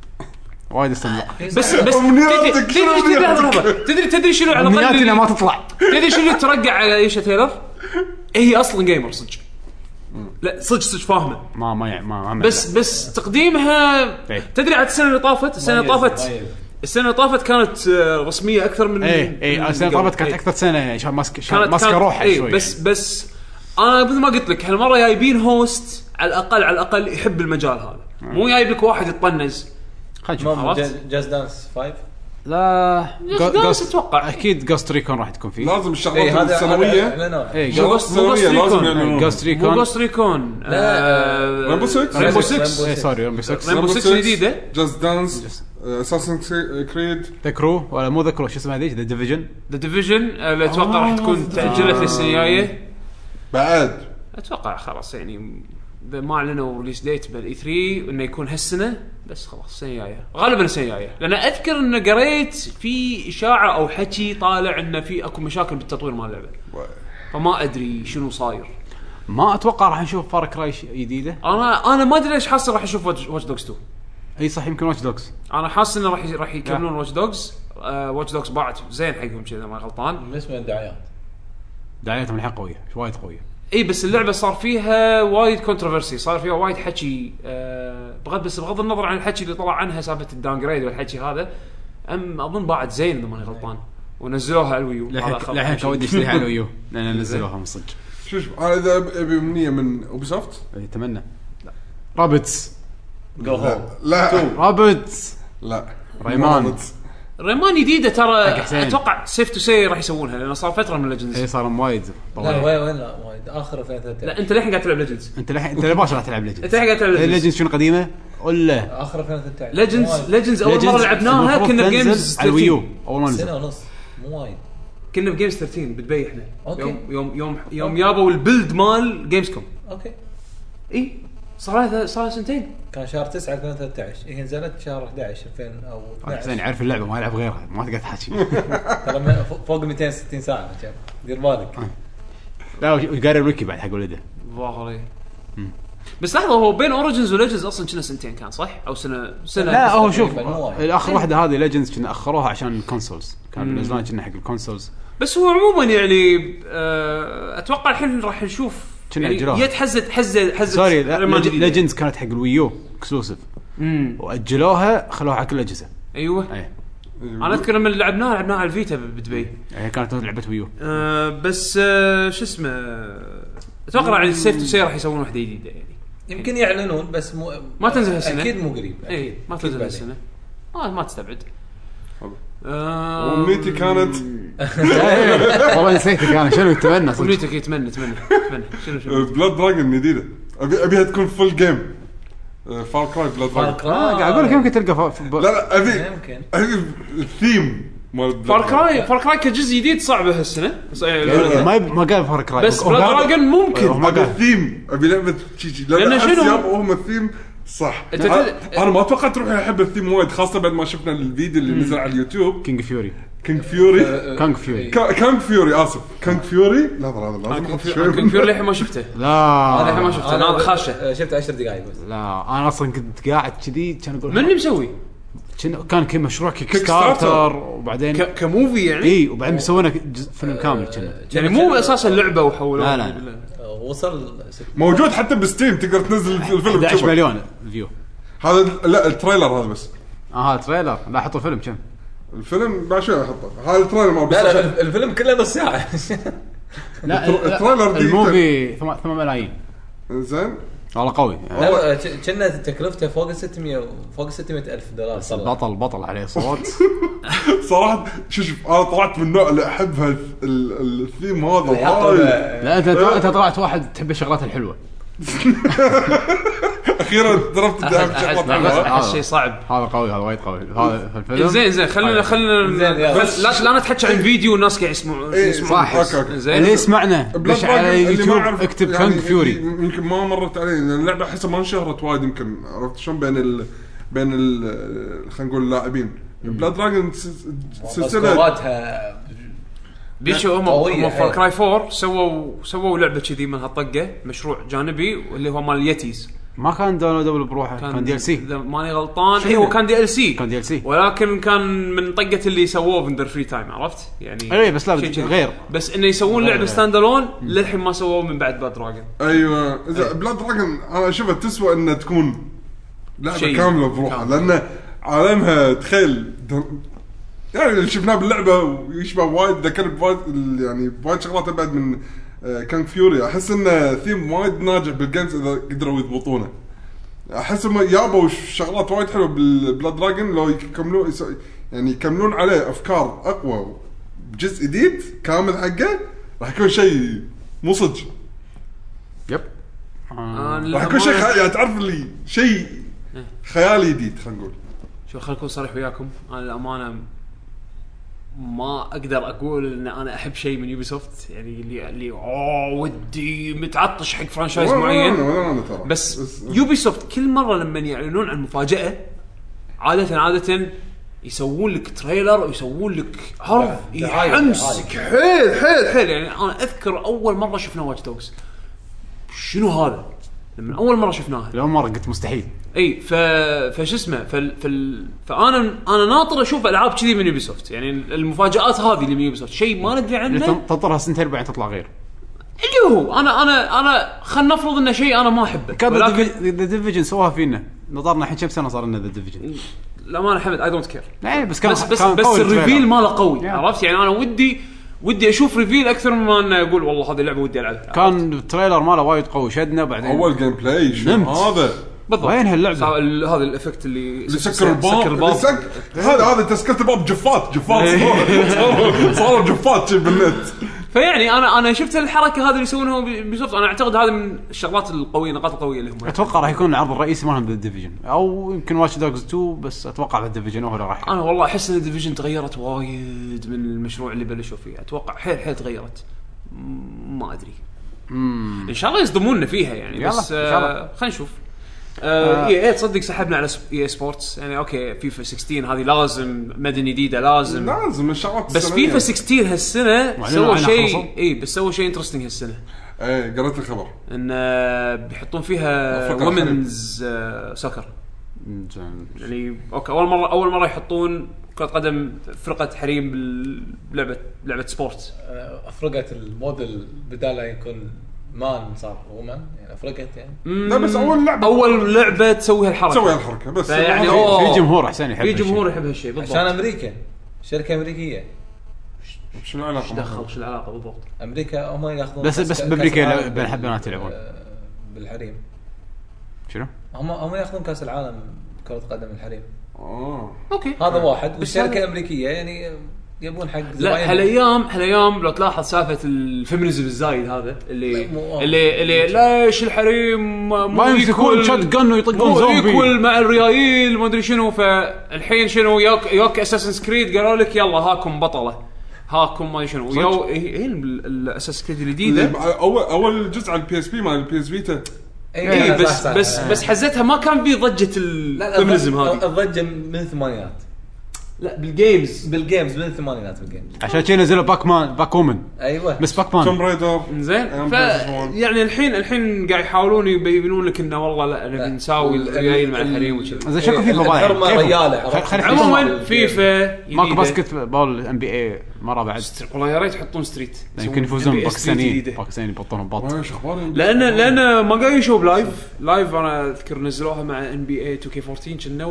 [SPEAKER 1] وايد استملقها
[SPEAKER 2] بس بس
[SPEAKER 3] أمنياتك،
[SPEAKER 2] تدري-
[SPEAKER 3] شنو
[SPEAKER 2] تدري- تدري لحظة، لحظة. تدري تدري شنو على الاقل
[SPEAKER 1] امنياتنا
[SPEAKER 2] اللي-
[SPEAKER 1] ما تطلع
[SPEAKER 2] تدري شنو اللي ترقع على ايشا تايلر؟ إيه، هي اصلا جيمر صدق لا صدق صدق فاهمه
[SPEAKER 1] ما ما يعني ما, ما
[SPEAKER 2] بس بس تقديمها
[SPEAKER 1] إيه.
[SPEAKER 2] تدري عاد السنه اللي طافت السنه اللي إيه، طافت
[SPEAKER 4] طيب.
[SPEAKER 2] السنه اللي طافت كانت آه، رسميه اكثر من
[SPEAKER 1] اي اي السنه
[SPEAKER 2] من قبل.
[SPEAKER 1] طابت كانت
[SPEAKER 2] إيه.
[SPEAKER 1] اكثر سنه يعني شا- ماسك شا- ماسكه روحها
[SPEAKER 2] إيه،
[SPEAKER 1] شوي
[SPEAKER 2] بس بس انا مثل ما قلت لك هالمره جايبين هوست على الاقل على الاقل يحب المجال هذا مو جايب لك واحد يطنز
[SPEAKER 1] خلينا نشوف
[SPEAKER 4] المهم
[SPEAKER 2] عرفت؟
[SPEAKER 4] جاز- جاز دانس 5
[SPEAKER 1] لا
[SPEAKER 2] أخي،
[SPEAKER 1] جو-
[SPEAKER 2] جوست
[SPEAKER 1] جوست-
[SPEAKER 2] أتوقع.
[SPEAKER 1] اكيد جوست ريكون راح تكون
[SPEAKER 2] إيه،
[SPEAKER 1] فيه إيه،
[SPEAKER 3] لازم
[SPEAKER 4] اي
[SPEAKER 3] الشغلات
[SPEAKER 4] إيه، هذا
[SPEAKER 3] السنويه
[SPEAKER 4] هذا
[SPEAKER 1] اي
[SPEAKER 2] مو
[SPEAKER 1] جو-
[SPEAKER 2] جوست مو
[SPEAKER 3] السنوية
[SPEAKER 2] جوست
[SPEAKER 3] لازم
[SPEAKER 2] ريكون
[SPEAKER 3] يعني-
[SPEAKER 1] جوست
[SPEAKER 2] مو
[SPEAKER 1] ريكون
[SPEAKER 2] جوست ريكون
[SPEAKER 3] ريمبو 6
[SPEAKER 2] Rainbow
[SPEAKER 1] ريمبو
[SPEAKER 2] Six.
[SPEAKER 1] 6 اي سوري ريمبو
[SPEAKER 2] Rainbow
[SPEAKER 1] 6
[SPEAKER 2] Rainbow Six الجديدة.
[SPEAKER 3] جاست دانس اساسن كريد
[SPEAKER 1] ذا كرو ولا مو ذا كرو شو اسمها هذيك ذا ديفيجن
[SPEAKER 2] ذا ديفيجن آه، اللي آه. اتوقع راح تكون تاجلت للسنه الجايه
[SPEAKER 3] بعد
[SPEAKER 2] اتوقع خلاص يعني إذا ما اعلنوا ريليس ديت بالاي 3 انه E يكون هالسنه بس خلاص السنه الجايه غالبا السنه الجايه لان اذكر انه قريت في اشاعه او حكي طالع انه في اكو مشاكل بالتطوير مال اللعبه فما ادري شنو صاير
[SPEAKER 1] ما اتوقع راح نشوف فار كراي جديده
[SPEAKER 2] انا انا ما ادري ليش حاسس راح اشوف واتش دوجز 2
[SPEAKER 1] اي صح يمكن واتش دوكس
[SPEAKER 2] انا حاسس انه راح راح يكملون آه، واتش دوجز واتش دوجز باعت زين حقهم كذا ما غلطان
[SPEAKER 4] بس من الدعايات
[SPEAKER 1] دعايتهم الحين قويه وايد قويه
[SPEAKER 2] اي بس اللعبه صار فيها وايد كونتروفرسي صار فيها وايد حكي آه بغض بس بغض النظر عن الحكي اللي طلع عنها سالفه الداون جريد والحكي هذا ام اظن باعت زين اذا ماني غلطان ونزلوها على الويو هذا
[SPEAKER 1] للحين
[SPEAKER 2] خل-
[SPEAKER 1] للحين
[SPEAKER 2] خل-
[SPEAKER 1] كان ودي اشتريها على
[SPEAKER 2] (laughs)
[SPEAKER 1] الويو لان نزلوها من صدق
[SPEAKER 3] شو شو انا اذا أب- ابي امنيه من اوبي سوفت
[SPEAKER 1] اتمنى رابتس
[SPEAKER 4] جو هوم
[SPEAKER 3] لا
[SPEAKER 1] رابتس
[SPEAKER 3] لا
[SPEAKER 1] ريمان.
[SPEAKER 3] مرابط.
[SPEAKER 2] ريمان جديده ترى
[SPEAKER 1] حق حسين.
[SPEAKER 2] اتوقع سيف تو سي راح يسوونها لان صار فتره من
[SPEAKER 1] اي
[SPEAKER 2] ليجندز
[SPEAKER 1] إيه، صار وايد
[SPEAKER 4] لا
[SPEAKER 1] طبعاً.
[SPEAKER 4] وين وين لا وايد اخر 2013
[SPEAKER 2] لا انت للحين قاعد تلعب ليجندز
[SPEAKER 1] انت الحين انت لباش راح تلعب
[SPEAKER 2] انت الحين
[SPEAKER 1] ليجندز
[SPEAKER 2] قاعد تلعب ليجندز
[SPEAKER 1] ليجندز شنو قديمه ولا
[SPEAKER 4] اخر 2013 مو
[SPEAKER 2] ليجندز
[SPEAKER 4] وايد.
[SPEAKER 2] ليجندز اول مره
[SPEAKER 1] Legends
[SPEAKER 2] لعبناها
[SPEAKER 1] المفروض
[SPEAKER 2] كنا
[SPEAKER 1] تنزل
[SPEAKER 2] بجيمز
[SPEAKER 1] على الويو اول ما نزل
[SPEAKER 4] سنه ونص مو وايد
[SPEAKER 2] كنا بجيمز 13 بدبي احنا
[SPEAKER 4] أوكي.
[SPEAKER 2] يوم يوم يوم يوم يابوا البلد مال جيمز كوم
[SPEAKER 4] اوكي
[SPEAKER 2] اي صار لها صار لها سنتين
[SPEAKER 4] كان شهر 9 2013 هي إيه، نزلت شهر 11 2000 او
[SPEAKER 1] حسين
[SPEAKER 4] 12
[SPEAKER 1] يعرف اللعبه ما يلعب غيرها ما تقدر تحكي
[SPEAKER 4] ترى ما- فوق- فوق 260 ساعه شباب. يعني. دير بالك
[SPEAKER 1] لا وش- وقاري الويكي بعد حق ولده
[SPEAKER 2] الظاهر اي بس لحظه هو بين اوريجنز وليجنز اصلا كنا سنتين كان صح؟ او سنه سنه
[SPEAKER 1] لا هو شوف
[SPEAKER 4] تقريباً مو وايد.
[SPEAKER 1] الاخر واحده هذه ليجندز كنا اخروها عشان الكونسولز كانوا بينزلونها كنا حق الكونسولز
[SPEAKER 2] بس هو عموما يعني آه، اتوقع الحين راح نشوف يعني
[SPEAKER 1] كنا أجلوها.
[SPEAKER 2] جت حزه حزه حزه
[SPEAKER 1] سوري
[SPEAKER 2] ريمان جديدة.
[SPEAKER 1] ليجندز كانت حق الويو اكسلوسيف
[SPEAKER 2] مم.
[SPEAKER 1] واجلوها خلوها إيه. على كل الاجهزه
[SPEAKER 2] ايوه
[SPEAKER 1] اي
[SPEAKER 2] انا اذكر لما لعبناها لعبناها على الفيتا بدبي
[SPEAKER 1] هي إيه، كانت لعبه (laughs) ويو
[SPEAKER 2] آه، بس آه، شو اسمه اتوقع السيف تو سي راح يسوون واحده جديده يعني
[SPEAKER 4] يمكن يعلنون بس مو
[SPEAKER 2] ما تنزل هالسنة.
[SPEAKER 4] اكيد مو قريب
[SPEAKER 2] اي إيه، ما
[SPEAKER 4] أكيد
[SPEAKER 2] تنزل
[SPEAKER 4] بعدين.
[SPEAKER 2] السنه ما ما تستبعد
[SPEAKER 3] حلو.
[SPEAKER 2] آه،
[SPEAKER 3] امنيتي كانت
[SPEAKER 1] إيه، والله نسيتك انا شنو اتمنى صدق
[SPEAKER 2] امنيتك يتمنى اتمنى (laughs) اتمنى شنو شنو
[SPEAKER 3] بلاد دراجون جديده ابي ابيها تكون فول جيم فار كراي بلاد
[SPEAKER 4] فار
[SPEAKER 3] دراجون
[SPEAKER 4] كراي.
[SPEAKER 1] آه، قاعد اقول لك يمكن تلقى ف- ب-
[SPEAKER 3] لا لا ابي
[SPEAKER 4] يمكن
[SPEAKER 3] ابي الثيم مال Blood
[SPEAKER 2] فار
[SPEAKER 3] Dragon.
[SPEAKER 2] كراي فار كراي كجزء جديد صعبه هالسنه بس-
[SPEAKER 1] يعني ما يب- ما قال فار كراي
[SPEAKER 2] بس بلاد دراجون ممكن
[SPEAKER 1] أيوه. ما
[SPEAKER 3] ابي
[SPEAKER 1] قال.
[SPEAKER 3] الثيم ابي لعبه شي شي لا
[SPEAKER 2] لأن
[SPEAKER 3] لا
[SPEAKER 2] شنو؟
[SPEAKER 3] شنو هم الثيم صح
[SPEAKER 2] أنت تد-
[SPEAKER 3] أنا- انا ما توقعت روحي احب الثيم وايد خاصه بعد ما شفنا الفيديو اللي نزل على اليوتيوب
[SPEAKER 1] كينج فيوري
[SPEAKER 3] كينج فيوري
[SPEAKER 1] كانج
[SPEAKER 2] إيه.
[SPEAKER 1] فيوري
[SPEAKER 3] كانج فيوري اسف كانج فيوري لحظه لحظه لازم أحط شوي.
[SPEAKER 2] كينج فيور للحين ما شفته انا للحين ما
[SPEAKER 1] لا
[SPEAKER 2] شفته انا خاشه
[SPEAKER 4] آه، شفت 10 دقائق بس
[SPEAKER 1] لا انا اصلا كنت قاعد كذي كان اقول
[SPEAKER 2] من اللي مسوي؟
[SPEAKER 1] كان- كان كل مشروع كيك
[SPEAKER 3] كيك ستارتر.
[SPEAKER 1] ستارتر وبعدين
[SPEAKER 2] ك- كموفي يعني
[SPEAKER 1] اي وبعدين بيسوونه جزء- فيلم كامل كنا
[SPEAKER 2] يعني مو اساسا لعبه وحولوها
[SPEAKER 1] لا، لا، لا.
[SPEAKER 4] آه، وصل ست-
[SPEAKER 3] موجود حتى بستيم تقدر تنزل الفيلم
[SPEAKER 1] 11
[SPEAKER 3] تشوفه.
[SPEAKER 1] مليون فيو
[SPEAKER 3] هذا لا التريلر هذا بس
[SPEAKER 1] اه تريلر لا حطوا فيلم كم
[SPEAKER 3] الفيلم بعد شوي احطه هذا التريلر ما بس
[SPEAKER 4] لا
[SPEAKER 3] عشان-
[SPEAKER 4] لا الفيلم كله نص (laughs) ساعه
[SPEAKER 2] (laughs)
[SPEAKER 1] لا لا،
[SPEAKER 3] التر- التريلر دي-
[SPEAKER 1] الموفي 8 ملايين
[SPEAKER 3] زين
[SPEAKER 1] والله قوي يعني
[SPEAKER 4] لا، آه، ك- كنا تكلفته فوق ال 600 و- فوق ال 600 الف دولار طلع
[SPEAKER 1] بطل بطل عليه
[SPEAKER 2] (laughs)
[SPEAKER 1] صوت
[SPEAKER 3] صراحه شوف شوف انا طلعت من النوع اللي احب هال- ال- الثيم هذا وايد.
[SPEAKER 1] لا انت انت طلعت واحد تحب الشغلات الحلوه
[SPEAKER 3] اخيرا دربت
[SPEAKER 2] أحس- (laughs) أحس-
[SPEAKER 1] حلوة.
[SPEAKER 2] احس شيء صعب
[SPEAKER 1] هذا قوي هذا وايد قوي هذا الفيلم
[SPEAKER 2] إيه،
[SPEAKER 1] طيب.
[SPEAKER 2] زين زين خلينا خلينا
[SPEAKER 4] زين، يلا.
[SPEAKER 2] لا لا نتحكى عن فيديو والناس قاعد يسمعون
[SPEAKER 3] إيه،
[SPEAKER 2] يسمعون
[SPEAKER 1] صح.
[SPEAKER 3] اوكي اوكي
[SPEAKER 2] زين
[SPEAKER 1] اللي يسمعنا
[SPEAKER 3] بلاد
[SPEAKER 1] دش
[SPEAKER 3] دراجون
[SPEAKER 1] على
[SPEAKER 3] اللي ما
[SPEAKER 1] يوتيوب
[SPEAKER 3] أعرف
[SPEAKER 1] اكتب
[SPEAKER 3] يعني
[SPEAKER 1] كانج فيوري
[SPEAKER 3] يمكن ما مرت علي لان اللعبه احسها ما انشهرت وايد يمكن عرفت شلون بين ال بين ال خلينا نقول اللاعبين بلاد دراجون س-
[SPEAKER 4] آه،
[SPEAKER 3] سلسله
[SPEAKER 4] سلسلتها
[SPEAKER 2] بيشو هم
[SPEAKER 4] قوية،
[SPEAKER 2] هم فار
[SPEAKER 4] إيه.
[SPEAKER 2] كراي 4 سووا سووا لعبه كذي من هالطقه مشروع جانبي واللي هو مال يتيز
[SPEAKER 1] ما كان داونلودبل بروحه كان دي ال سي
[SPEAKER 2] اذا ماني غلطان
[SPEAKER 1] شنو؟
[SPEAKER 2] اي هو كان دي ال سي
[SPEAKER 1] كان DLC.
[SPEAKER 2] ولكن كان من طقه اللي سووه فندر فري تايم عرفت؟ يعني
[SPEAKER 1] اي إيه، بس لا
[SPEAKER 2] شيء كذي.
[SPEAKER 1] غير
[SPEAKER 2] بس انه يسوون لعبه ستاند الون للحين ما سووه من بعد باد دراجون
[SPEAKER 3] ايوه اذا بلاد دراجون انا اشوفها تسوى انها تكون لعبه
[SPEAKER 2] شيء
[SPEAKER 3] كامله بروحها لان عالمها تخيل در- يعني اللي شفناه باللعبه ويشبه وايد ذكرني بوايد يعني بوايد شغلات ابعد من آه، كانج فيوري احس انه ثيم وايد ناجح بالجيمز اذا قدروا يضبطونه احس هم يابوا شغلات وايد حلوه بالبلاد دراجون لو يكملون يس- يعني يكملون عليه افكار اقوى بجزء جديد كامل حقه راح يكون شيء مو صدق
[SPEAKER 1] يب
[SPEAKER 2] أنا
[SPEAKER 3] راح يكون شيء
[SPEAKER 2] للأمانة-
[SPEAKER 3] خ- يعني تعرف اللي شيء خيالي جديد خلينا نقول
[SPEAKER 2] شوف خليني اكون صريح وياكم انا الامانه ما اقدر اقول ان انا احب شيء من يوبي سوفت يعني اللي اللي اوه ودي متعطش حق فرانشايز
[SPEAKER 3] ولا- ولا
[SPEAKER 2] معين
[SPEAKER 3] أنا- ولا أنا ترى.
[SPEAKER 2] بس يوبي سوفت كل مره لما يعلنون عن مفاجاه عاده عاده يسوون لك تريلر ويسوون لك عرض
[SPEAKER 4] دعاية-
[SPEAKER 2] يحمسك
[SPEAKER 4] دعاية.
[SPEAKER 2] حيل حيل حيل يعني انا اذكر اول مره شفنا واتش دوجز شنو هذا؟ لما اول مره شفناها
[SPEAKER 1] لو مره قلت مستحيل
[SPEAKER 2] اي ف فش اسمه فال... فال... فانا انا ناطر اشوف العاب كذي من يوبي سوفت يعني المفاجات هذه اللي من يوبي سوفت شيء ما ندري عنه
[SPEAKER 1] اللي
[SPEAKER 2] اللي
[SPEAKER 1] تن- تنطرها سنتين بعدين تطلع غير
[SPEAKER 2] هو انا انا انا خلينا نفرض انه شيء انا ما احبه
[SPEAKER 1] كان
[SPEAKER 2] ولكن
[SPEAKER 1] ذا ديفيجن سووها فينا نظرنا الحين كم سنه صار لنا ذا ديفيجن
[SPEAKER 2] للامانه حمد اي دونت كير
[SPEAKER 1] لا بس كان
[SPEAKER 2] بس بس
[SPEAKER 1] كان
[SPEAKER 2] بس
[SPEAKER 1] قوي
[SPEAKER 2] الريفيل
[SPEAKER 1] التريلر.
[SPEAKER 2] ماله قوي
[SPEAKER 1] Yeah.
[SPEAKER 2] عرفت يعني انا ودي ودي اشوف ريفيل اكثر مما انه اقول والله هذه اللعبه ودي العبها عرفت؟
[SPEAKER 1] كان التريلر ماله وايد قوي شدنا بعدين
[SPEAKER 3] اول جيم بلاي شو
[SPEAKER 1] نمت.
[SPEAKER 3] هذا
[SPEAKER 2] بالضبط
[SPEAKER 1] وين هاللعبة؟
[SPEAKER 2] صار ال- هذا الافكت اللي
[SPEAKER 3] اللي سكر الباب
[SPEAKER 2] سكر
[SPEAKER 3] اللي سك- هذا هذا تسكرت الباب جفات جفات
[SPEAKER 2] إيه.
[SPEAKER 3] صاروا- صاروا صاروا جفات شي بالنت
[SPEAKER 2] فيعني انا انا شفت الحركه هذه اللي يسوونها بي- بيسوفت انا اعتقد هذه من الشغلات القويه النقاط القويه اللي هم
[SPEAKER 1] اتوقع راح يكون العرض الرئيسي مالهم ذا ديفيجن او يمكن واتش دوجز 2 بس اتوقع ذا ديفيجن هو اللي راح يكون.
[SPEAKER 2] انا والله احس ان الديفيجن تغيرت وايد من المشروع اللي بلشوا فيه اتوقع حيل حيل تغيرت م- ما ادري ان شاء الله يصدمونا فيها يعني
[SPEAKER 1] يلا،
[SPEAKER 2] بس
[SPEAKER 1] إن شاء الله.
[SPEAKER 2] آه خلينا نشوف آه
[SPEAKER 1] آه.
[SPEAKER 2] اي اي تصدق سحبنا على اي سبورتس يعني اوكي فيفا 16 هذه لازم مدن جديده لازم
[SPEAKER 3] لازم الشغلات
[SPEAKER 2] بس
[SPEAKER 3] السنوية.
[SPEAKER 2] فيفا 16 هالسنه
[SPEAKER 1] وأعلنوا
[SPEAKER 2] سووا
[SPEAKER 1] عنها
[SPEAKER 2] شيء
[SPEAKER 1] خلصوا؟
[SPEAKER 2] اي بس سووا شيء انترستنج هالسنه
[SPEAKER 3] ايه قريت الخبر
[SPEAKER 2] ان آه، بيحطون فيها
[SPEAKER 3] فكرة حلوة.
[SPEAKER 2] ومنز سكر
[SPEAKER 1] زين.
[SPEAKER 2] يعني اوكي اول مره اول مره يحطون كره قدم فرقه حريم بال- بلعبه لعبه سبورت
[SPEAKER 4] آه، افرقت الموديل بدال لا يكون مان صار وومن يعني افرقت يعني
[SPEAKER 3] لا بس اول لعبه
[SPEAKER 2] اول لعبه تسوي هالحركه
[SPEAKER 3] سوي هالحركه بس
[SPEAKER 2] فيعني
[SPEAKER 3] هذا-
[SPEAKER 2] هو- أوه.
[SPEAKER 1] في جمهور احسن يحب
[SPEAKER 2] في جمهور
[SPEAKER 1] هالشيء.
[SPEAKER 2] يحب هالشيء بالضبط
[SPEAKER 4] عشان امريكا شركه امريكيه
[SPEAKER 3] شنو العلاقه
[SPEAKER 2] ايش دخل شو العلاقه بالضبط
[SPEAKER 4] امريكا هم ياخذون
[SPEAKER 1] بس-
[SPEAKER 4] كأس-
[SPEAKER 1] بس
[SPEAKER 4] كأس
[SPEAKER 1] بأمريكا
[SPEAKER 4] العالم
[SPEAKER 1] لا-
[SPEAKER 4] بال-
[SPEAKER 1] بالبنات يلعبون.
[SPEAKER 4] آه، بالحريم
[SPEAKER 1] شنو؟
[SPEAKER 4] هم هم ياخذون كاس العالم كره قدم الحريم
[SPEAKER 3] اه
[SPEAKER 2] اوكي
[SPEAKER 4] هذا واحد
[SPEAKER 2] بس
[SPEAKER 4] والشركه
[SPEAKER 2] هذا-
[SPEAKER 4] امريكيه يعني يبون حق
[SPEAKER 2] لا
[SPEAKER 4] زباينهم.
[SPEAKER 2] هالايام
[SPEAKER 4] يعني.
[SPEAKER 2] هالايام لو تلاحظ سالفه الفيمينيزم الزايد هذا اللي
[SPEAKER 4] لا، مو-
[SPEAKER 2] اللي اللي ليش الحريم ما
[SPEAKER 1] ما يمسكون شوت جن ويطقون زومبي.
[SPEAKER 2] يكول مع الريايل ما ادري شنو فالحين شنو ياك ياك اساسن كريد قالوا لك يلا هاكم بطله هاكم ما ادري شنو يو هي الاساس كريد الجديده
[SPEAKER 3] اللي- اول اول جزء على البي اس بي مال البي اس فيتا
[SPEAKER 4] اي
[SPEAKER 2] اي
[SPEAKER 4] إيه، لا، صح،
[SPEAKER 2] إيه، بس
[SPEAKER 4] صح.
[SPEAKER 2] بس
[SPEAKER 4] آه.
[SPEAKER 2] بس حزتها ما كان في ضجه
[SPEAKER 4] لا لا
[SPEAKER 2] الفيمينيزم
[SPEAKER 4] الض-
[SPEAKER 2] هذه
[SPEAKER 4] الضجه من الثمانينات
[SPEAKER 2] لا بالجيمز
[SPEAKER 4] بالجيمز من الثمانينات بالجيمز
[SPEAKER 1] عشان كذي نزلوا باك مان باك وومن
[SPEAKER 4] ايوه
[SPEAKER 1] بس باك
[SPEAKER 2] آه.
[SPEAKER 3] توم
[SPEAKER 1] مان
[SPEAKER 3] رايدر
[SPEAKER 2] زين
[SPEAKER 3] أم
[SPEAKER 2] ف
[SPEAKER 3] بلايز وون.
[SPEAKER 2] يعني الحين الحين قاعد يحاولون يبينون لك انه والله لا نبي
[SPEAKER 4] لا.
[SPEAKER 2] نساوي
[SPEAKER 4] ال-
[SPEAKER 2] الريايل مع
[SPEAKER 4] ال- إيه،
[SPEAKER 2] الحريم وكذا
[SPEAKER 1] زين شكو فيفا ضايع
[SPEAKER 4] الحرمة
[SPEAKER 1] كيفهم؟
[SPEAKER 4] ريالة، عرفت؟
[SPEAKER 1] خل- خلينا نحكي.
[SPEAKER 2] عموما فيفا
[SPEAKER 1] ماكو
[SPEAKER 2] جديدة.
[SPEAKER 1] باسكت بول ام بي اي مره بعد يعني
[SPEAKER 2] والله يا ريت يحطون ستريت
[SPEAKER 1] يمكن يفوزون
[SPEAKER 2] NBA
[SPEAKER 1] باكستانيين
[SPEAKER 2] جديدة.
[SPEAKER 1] باكستانيين يبطلون بط
[SPEAKER 3] ايش اخبار
[SPEAKER 2] لان لان ما قاعد يشوف لايف لايف انا اذكر نزلوها مع ان بي اي 2 كي 14 كنا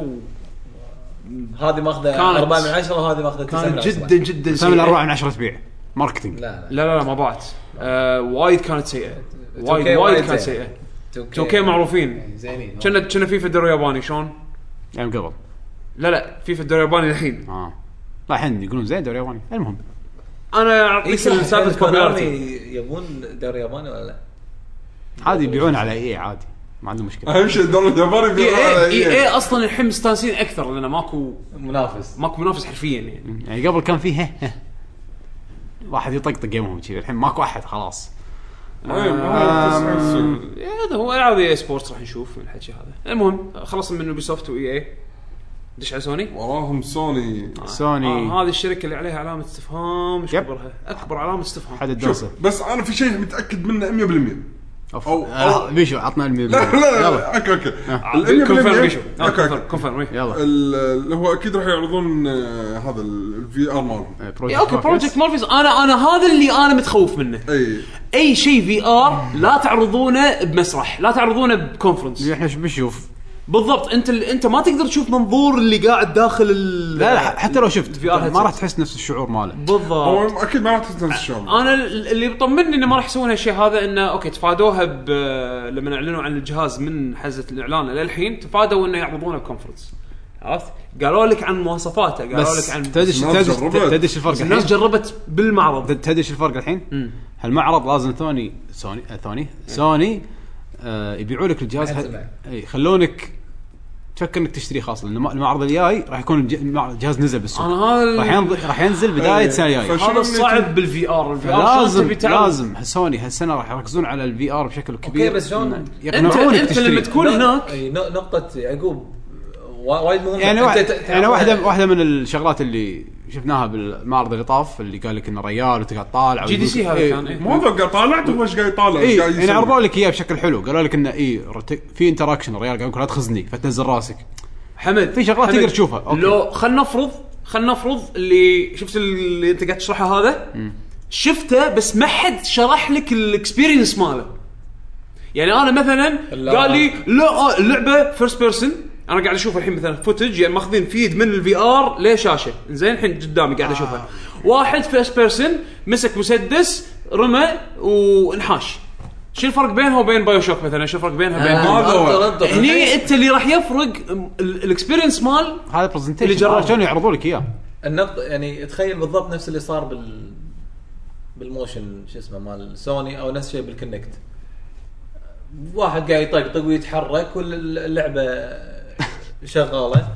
[SPEAKER 4] هذه ماخذه
[SPEAKER 2] كانت-
[SPEAKER 4] 4 من 10 وهذه ماخذه 9 من
[SPEAKER 2] كانت
[SPEAKER 4] 10
[SPEAKER 2] جدا جدا
[SPEAKER 1] سامي
[SPEAKER 2] سيئه
[SPEAKER 1] الاربعه
[SPEAKER 2] لا
[SPEAKER 1] من عشره تبيع ماركتينج
[SPEAKER 4] لا لا
[SPEAKER 2] لا لا ما باعت آه، وايد كانت سيئه
[SPEAKER 4] 2K
[SPEAKER 2] وايد وايد
[SPEAKER 4] وايد
[SPEAKER 2] كانت
[SPEAKER 4] سيئة.
[SPEAKER 2] سيئه 2K معروفين.
[SPEAKER 4] يعني زينين
[SPEAKER 2] كنا كنا فيفا الدوري الياباني شلون؟
[SPEAKER 1] ايام يعني قبل
[SPEAKER 2] لا لا فيفا الدوري الياباني الحين
[SPEAKER 1] اه لا الحين يقولون زين دوري ياباني المهم
[SPEAKER 2] انا اعطيك سالفه popularity.
[SPEAKER 4] يعني يبون دوري ياباني ولا لا؟
[SPEAKER 1] عادي يبيعون على اي عادي ما عندهم مشكله
[SPEAKER 3] اهم شيء الدوري الياباني
[SPEAKER 2] اي
[SPEAKER 3] بيقول على
[SPEAKER 2] اي اي اي
[SPEAKER 3] إيه.
[SPEAKER 2] اصلا الحين مستانسين اكثر لان ماكو
[SPEAKER 4] منافس
[SPEAKER 2] ماكو منافس حرفيا يعني
[SPEAKER 1] يعني قبل كان فيه هه- هه. واحد يطقطق يمهم كذي الحين ماكو احد خلاص
[SPEAKER 3] إيه، ما هو بس-
[SPEAKER 2] إيه، هذا هو العاب اي سبورتس راح نشوف من الحكي هذا المهم خلصنا من يوبي سوفت واي اي دش على سوني
[SPEAKER 3] وراهم سوني
[SPEAKER 1] سوني.
[SPEAKER 2] آه هذه الشركه اللي عليها علامه استفهام ايش
[SPEAKER 1] يب.
[SPEAKER 2] كبرها اكبر علامه استفهام
[SPEAKER 1] حد
[SPEAKER 3] شوف
[SPEAKER 1] الدرسه
[SPEAKER 3] بس انا في شيء متاكد منه 100%
[SPEAKER 1] اوف
[SPEAKER 3] أو-
[SPEAKER 1] آه، بيشو عطنا الميم
[SPEAKER 3] لا لا
[SPEAKER 1] يلا
[SPEAKER 3] لا اوكي اوكي
[SPEAKER 2] آه،
[SPEAKER 3] ال 100%
[SPEAKER 2] كونفيرم بيشو آه،
[SPEAKER 3] اوكي
[SPEAKER 2] كونفيرم-
[SPEAKER 3] اوكي
[SPEAKER 2] كونفيرم إيه.
[SPEAKER 1] يلا
[SPEAKER 3] ال- اللي هو اكيد راح يعرضون آه، هذا الفي ار مالهم
[SPEAKER 1] إيه،
[SPEAKER 2] إيه،
[SPEAKER 1] بروجكت
[SPEAKER 2] اوكي
[SPEAKER 1] مافيوس.
[SPEAKER 2] بروجكت مورفيس انا انا هذا اللي انا متخوف منه
[SPEAKER 3] اي
[SPEAKER 2] اي شيء في ار لا تعرضونه بمسرح لا تعرضونه بكونفرنس
[SPEAKER 1] احنا يعني شو بنشوف
[SPEAKER 2] بالضبط انت انت ما تقدر تشوف منظور اللي قاعد داخل ال
[SPEAKER 1] لا لا حتى لو شفت
[SPEAKER 2] VR headset.
[SPEAKER 1] ما راح تحس نفس الشعور ماله
[SPEAKER 2] بالضبط
[SPEAKER 3] هو اكيد ما راح تنسى الشغل
[SPEAKER 2] انا ال- اللي بيطمني انه ما راح يسوون هالشيء هذا انه اوكي تفادوها ب لما اعلنوا عن الجهاز من حزه الاعلان للحين تفادوا انه يعرضونه بكونفرنس عرفت؟ قالوا لك عن مواصفاته قالوا لك
[SPEAKER 1] بس
[SPEAKER 2] عن
[SPEAKER 1] تدش
[SPEAKER 3] الناس
[SPEAKER 1] تدش
[SPEAKER 3] جربت.
[SPEAKER 1] تدش الفرق
[SPEAKER 2] الناس
[SPEAKER 1] الحين
[SPEAKER 2] جربت بالمعرض
[SPEAKER 1] تدش الفرق الحين هالمعرض لازم ثوني سوني آه، ثوني سوني آه، يبيعوا لك الجهاز
[SPEAKER 4] ما
[SPEAKER 1] هذا
[SPEAKER 4] يسمع.
[SPEAKER 1] اي خلونك تفكر انك تشتري خاص لان الم- المعرض الجاي راح يكون الج- المع- الجهاز نزل بالسوق
[SPEAKER 2] انا هذا
[SPEAKER 1] راح ينض- راح ينزل بدايه
[SPEAKER 3] إيه.
[SPEAKER 1] السنه الجايه
[SPEAKER 3] فشنو
[SPEAKER 2] هذا
[SPEAKER 3] النتيجة؟
[SPEAKER 2] الصعب بالفي ار الفي ار
[SPEAKER 1] لازم لازم سوني هالسنه راح يركزون على الفي ار بشكل كبير
[SPEAKER 4] بس شلون؟
[SPEAKER 1] إن-
[SPEAKER 2] انت
[SPEAKER 1] يقنعونك
[SPEAKER 2] انت
[SPEAKER 1] تشتري
[SPEAKER 2] لما تكون
[SPEAKER 4] نق-
[SPEAKER 2] هناك
[SPEAKER 4] أي نق- نقطة يعقوب وا- وايد مهمة
[SPEAKER 1] يعني
[SPEAKER 4] أنت
[SPEAKER 1] واحد
[SPEAKER 4] ت-
[SPEAKER 1] يعني واحده
[SPEAKER 4] تعرف-
[SPEAKER 1] واحده من الشغلات اللي شفناها بالمعرض اللي طاف اللي قال لك انه ريال وانت قاعد طالع
[SPEAKER 2] جي دي سي هذا كان، إيه.
[SPEAKER 3] مو هذا قاعد طالع هو ايش قاعد يطالع
[SPEAKER 1] اي
[SPEAKER 3] ايش قاعد
[SPEAKER 1] يعني
[SPEAKER 3] يسوي.
[SPEAKER 1] عرضوا لك اياه بشكل حلو قالوا لك انه اي رت- في انتراكشن الريال قال لك لا تخزني فتنزل راسك
[SPEAKER 2] حمد
[SPEAKER 1] في شغلات
[SPEAKER 2] حمد،
[SPEAKER 1] تقدر تشوفها، أوكي.
[SPEAKER 2] لو خلينا نفرض خلينا نفرض اللي شفت اللي انت قاعد تشرحه هذا شفته بس ما حد شرح لك الاكسبيرينس ماله يعني انا مثلا
[SPEAKER 4] لا.
[SPEAKER 2] قال لي لا آه، اللعبه فيرست بيرسون انا قاعد اشوف الحين مثلا فوتج يعني ماخذين فيد من الفي ار لشاشه زين الحين قدامي قاعد اشوفها
[SPEAKER 1] آه.
[SPEAKER 2] واحد فيرست بيرسون مسك مسدس رمى وانحاش شو الفرق بينها وبين بايو شوك مثلا شو الفرق بينها وبين
[SPEAKER 4] آه،
[SPEAKER 2] بايو-
[SPEAKER 3] هذا هو.
[SPEAKER 4] رد- رد-
[SPEAKER 1] يعني
[SPEAKER 2] هني انت اللي راح يفرق الاكسبيرينس مال
[SPEAKER 1] هذا برزنتيشن
[SPEAKER 2] اللي جربه.
[SPEAKER 1] شلون يعرضوا لك اياه
[SPEAKER 4] النقطة يعني تخيل بالضبط نفس اللي صار بال بالموشن شو اسمه مال سوني او نفس الشيء بالكونكت واحد قاعد يطقطق ويتحرك واللعبة شغالة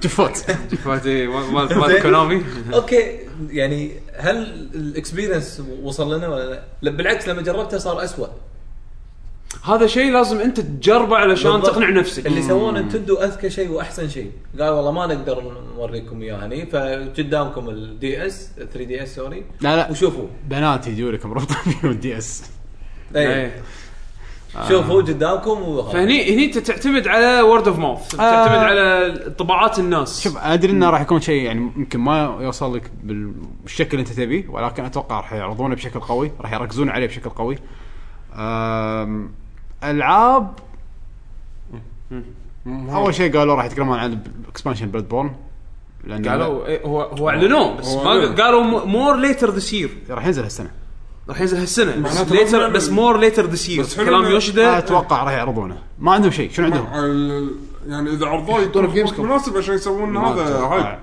[SPEAKER 1] تفوت
[SPEAKER 2] فاتي إيه، مال
[SPEAKER 4] زين.
[SPEAKER 2] مال كونامي
[SPEAKER 4] اوكي يعني هل الاكسبيرينس وصل لنا ولا لا؟ لا؟ بالعكس لما جربتها صار اسوء
[SPEAKER 2] هذا شيء لازم انت تجربه علشان
[SPEAKER 4] بالضبط.
[SPEAKER 2] تقنع نفسك
[SPEAKER 4] اللي سووه نتندو اذكى شيء واحسن شيء قال والله ما نقدر نوريكم اياه هني فقدامكم الدي اس 3 دي اس سوري
[SPEAKER 1] لا لا
[SPEAKER 4] وشوفوا
[SPEAKER 1] بنات يجوا لك (laughs) مربوطه فيهم الدي اس
[SPEAKER 4] اي
[SPEAKER 2] إيه.
[SPEAKER 1] آه.
[SPEAKER 4] شوفوا قدامكم وهذا.
[SPEAKER 2] فهني هني انت تعتمد على وورد اوف ماوث
[SPEAKER 1] آه.
[SPEAKER 2] تعتمد على طباعات الناس
[SPEAKER 1] شوف أنا ادري انه راح يكون شيء يعني يمكن ما يوصل لك بالشكل اللي انت تبيه ولكن اتوقع راح يعرضونه بشكل قوي راح يركزون عليه بشكل قوي أم، العاب اول شيء قالوا راح يتكلمون عن اكسبانشن بلاد بورن لان
[SPEAKER 2] قالوا إيه، هو هو اعلنوه بس
[SPEAKER 3] هو
[SPEAKER 2] ما
[SPEAKER 3] أعلنوه.
[SPEAKER 2] قالوا مور ليتر ذس يير
[SPEAKER 1] راح ينزل هالسنه
[SPEAKER 2] راح ينزل هالسنه بس
[SPEAKER 3] معناته
[SPEAKER 2] later-
[SPEAKER 3] لازم-
[SPEAKER 2] بس مور ليتر ذس يير
[SPEAKER 3] بس حلو
[SPEAKER 2] كلام
[SPEAKER 3] إنه-
[SPEAKER 1] أنا
[SPEAKER 2] يوشدا
[SPEAKER 1] اتوقع راح يعرضونه ما عندهم شيء شنو عندهم؟
[SPEAKER 3] ال- يعني اذا عرضوه
[SPEAKER 1] يحطونه
[SPEAKER 3] يكون
[SPEAKER 1] في Gamescom. آه.
[SPEAKER 3] وقت مناسب عشان يسوون هذا هايب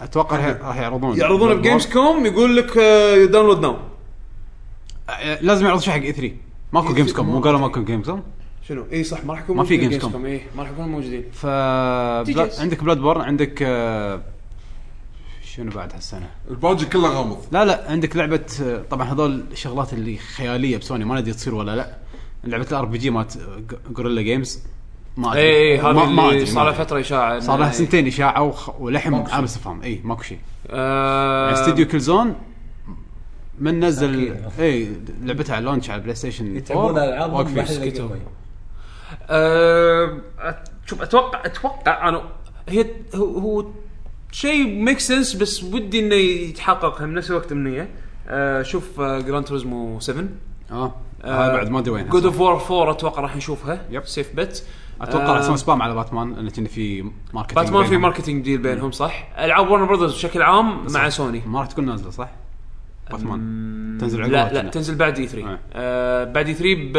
[SPEAKER 1] اتوقع راح- راح يعرضونه
[SPEAKER 2] يعرضونه بجيمز كوم يقول لك آه، داونلود ناو
[SPEAKER 1] أه، لازم يعرض شيء حق اي 3
[SPEAKER 2] E
[SPEAKER 1] ماكو جيمز كوم مو قالوا ماكو جيمز كوم
[SPEAKER 2] شنو اي صح ما راح يكون
[SPEAKER 1] ما في
[SPEAKER 2] موجودين
[SPEAKER 1] Gamescom.
[SPEAKER 2] Gamescom، اي ما راح يكونوا موجودين
[SPEAKER 1] ف
[SPEAKER 2] TGS.
[SPEAKER 1] عندك بلاد بورن عندك آه، شنو بعد هالسنه؟
[SPEAKER 3] الباجي كله غامض
[SPEAKER 1] لا لا عندك لعبه آه، طبعا هذول الشغلات اللي خياليه بسوني ما ندري تصير ولا لا لعبه الار بي جي مالت آه، جوريلا جيمز ما ادري
[SPEAKER 2] اي اي
[SPEAKER 1] ما- ما
[SPEAKER 2] إيه، هذه اللي
[SPEAKER 1] أدري،
[SPEAKER 2] صار
[SPEAKER 1] ما
[SPEAKER 2] لها
[SPEAKER 1] أدري.
[SPEAKER 2] فتره اشاعه إن-
[SPEAKER 1] صار لها
[SPEAKER 2] إيه.
[SPEAKER 1] سنتين اشاعه وخ- ولحم
[SPEAKER 4] ماكو شيء.
[SPEAKER 1] امس افهم اي إيه، ماكو شيء
[SPEAKER 2] آه،
[SPEAKER 1] يعني استديو كل زون من نزل
[SPEAKER 4] أكيد.
[SPEAKER 1] اي لعبتها على لونش على بلاي ستيشن
[SPEAKER 4] يتعبون
[SPEAKER 1] 4
[SPEAKER 4] العاب
[SPEAKER 1] واقفين.
[SPEAKER 2] آه، شوف اتوقع اتوقع انا هي هو, هو شيء ميك سنس بس ودي انه يتحقق هم نفس الوقت امنيه آه، شوف جراند توريزمو 7
[SPEAKER 1] اه
[SPEAKER 2] آه،
[SPEAKER 1] هذا بعد ما ادري وين
[SPEAKER 2] جود اوف وور 4 اتوقع راح نشوفها
[SPEAKER 1] يب.
[SPEAKER 2] سيف بت
[SPEAKER 1] اتوقع راح يسوون سبام على باتمان لان كنا في ماركتينج
[SPEAKER 2] باتمان آه. في
[SPEAKER 1] بينهم.
[SPEAKER 2] ماركتينج ديل بينهم صح العاب ورن براذرز بشكل عام مع سوني
[SPEAKER 1] ما راح تكون نازله صح؟ باتمان تنزل عقب
[SPEAKER 2] لا لا
[SPEAKER 1] وقتنا.
[SPEAKER 2] تنزل بعد اي 3
[SPEAKER 1] آه.
[SPEAKER 2] آه بعد اي 3 ب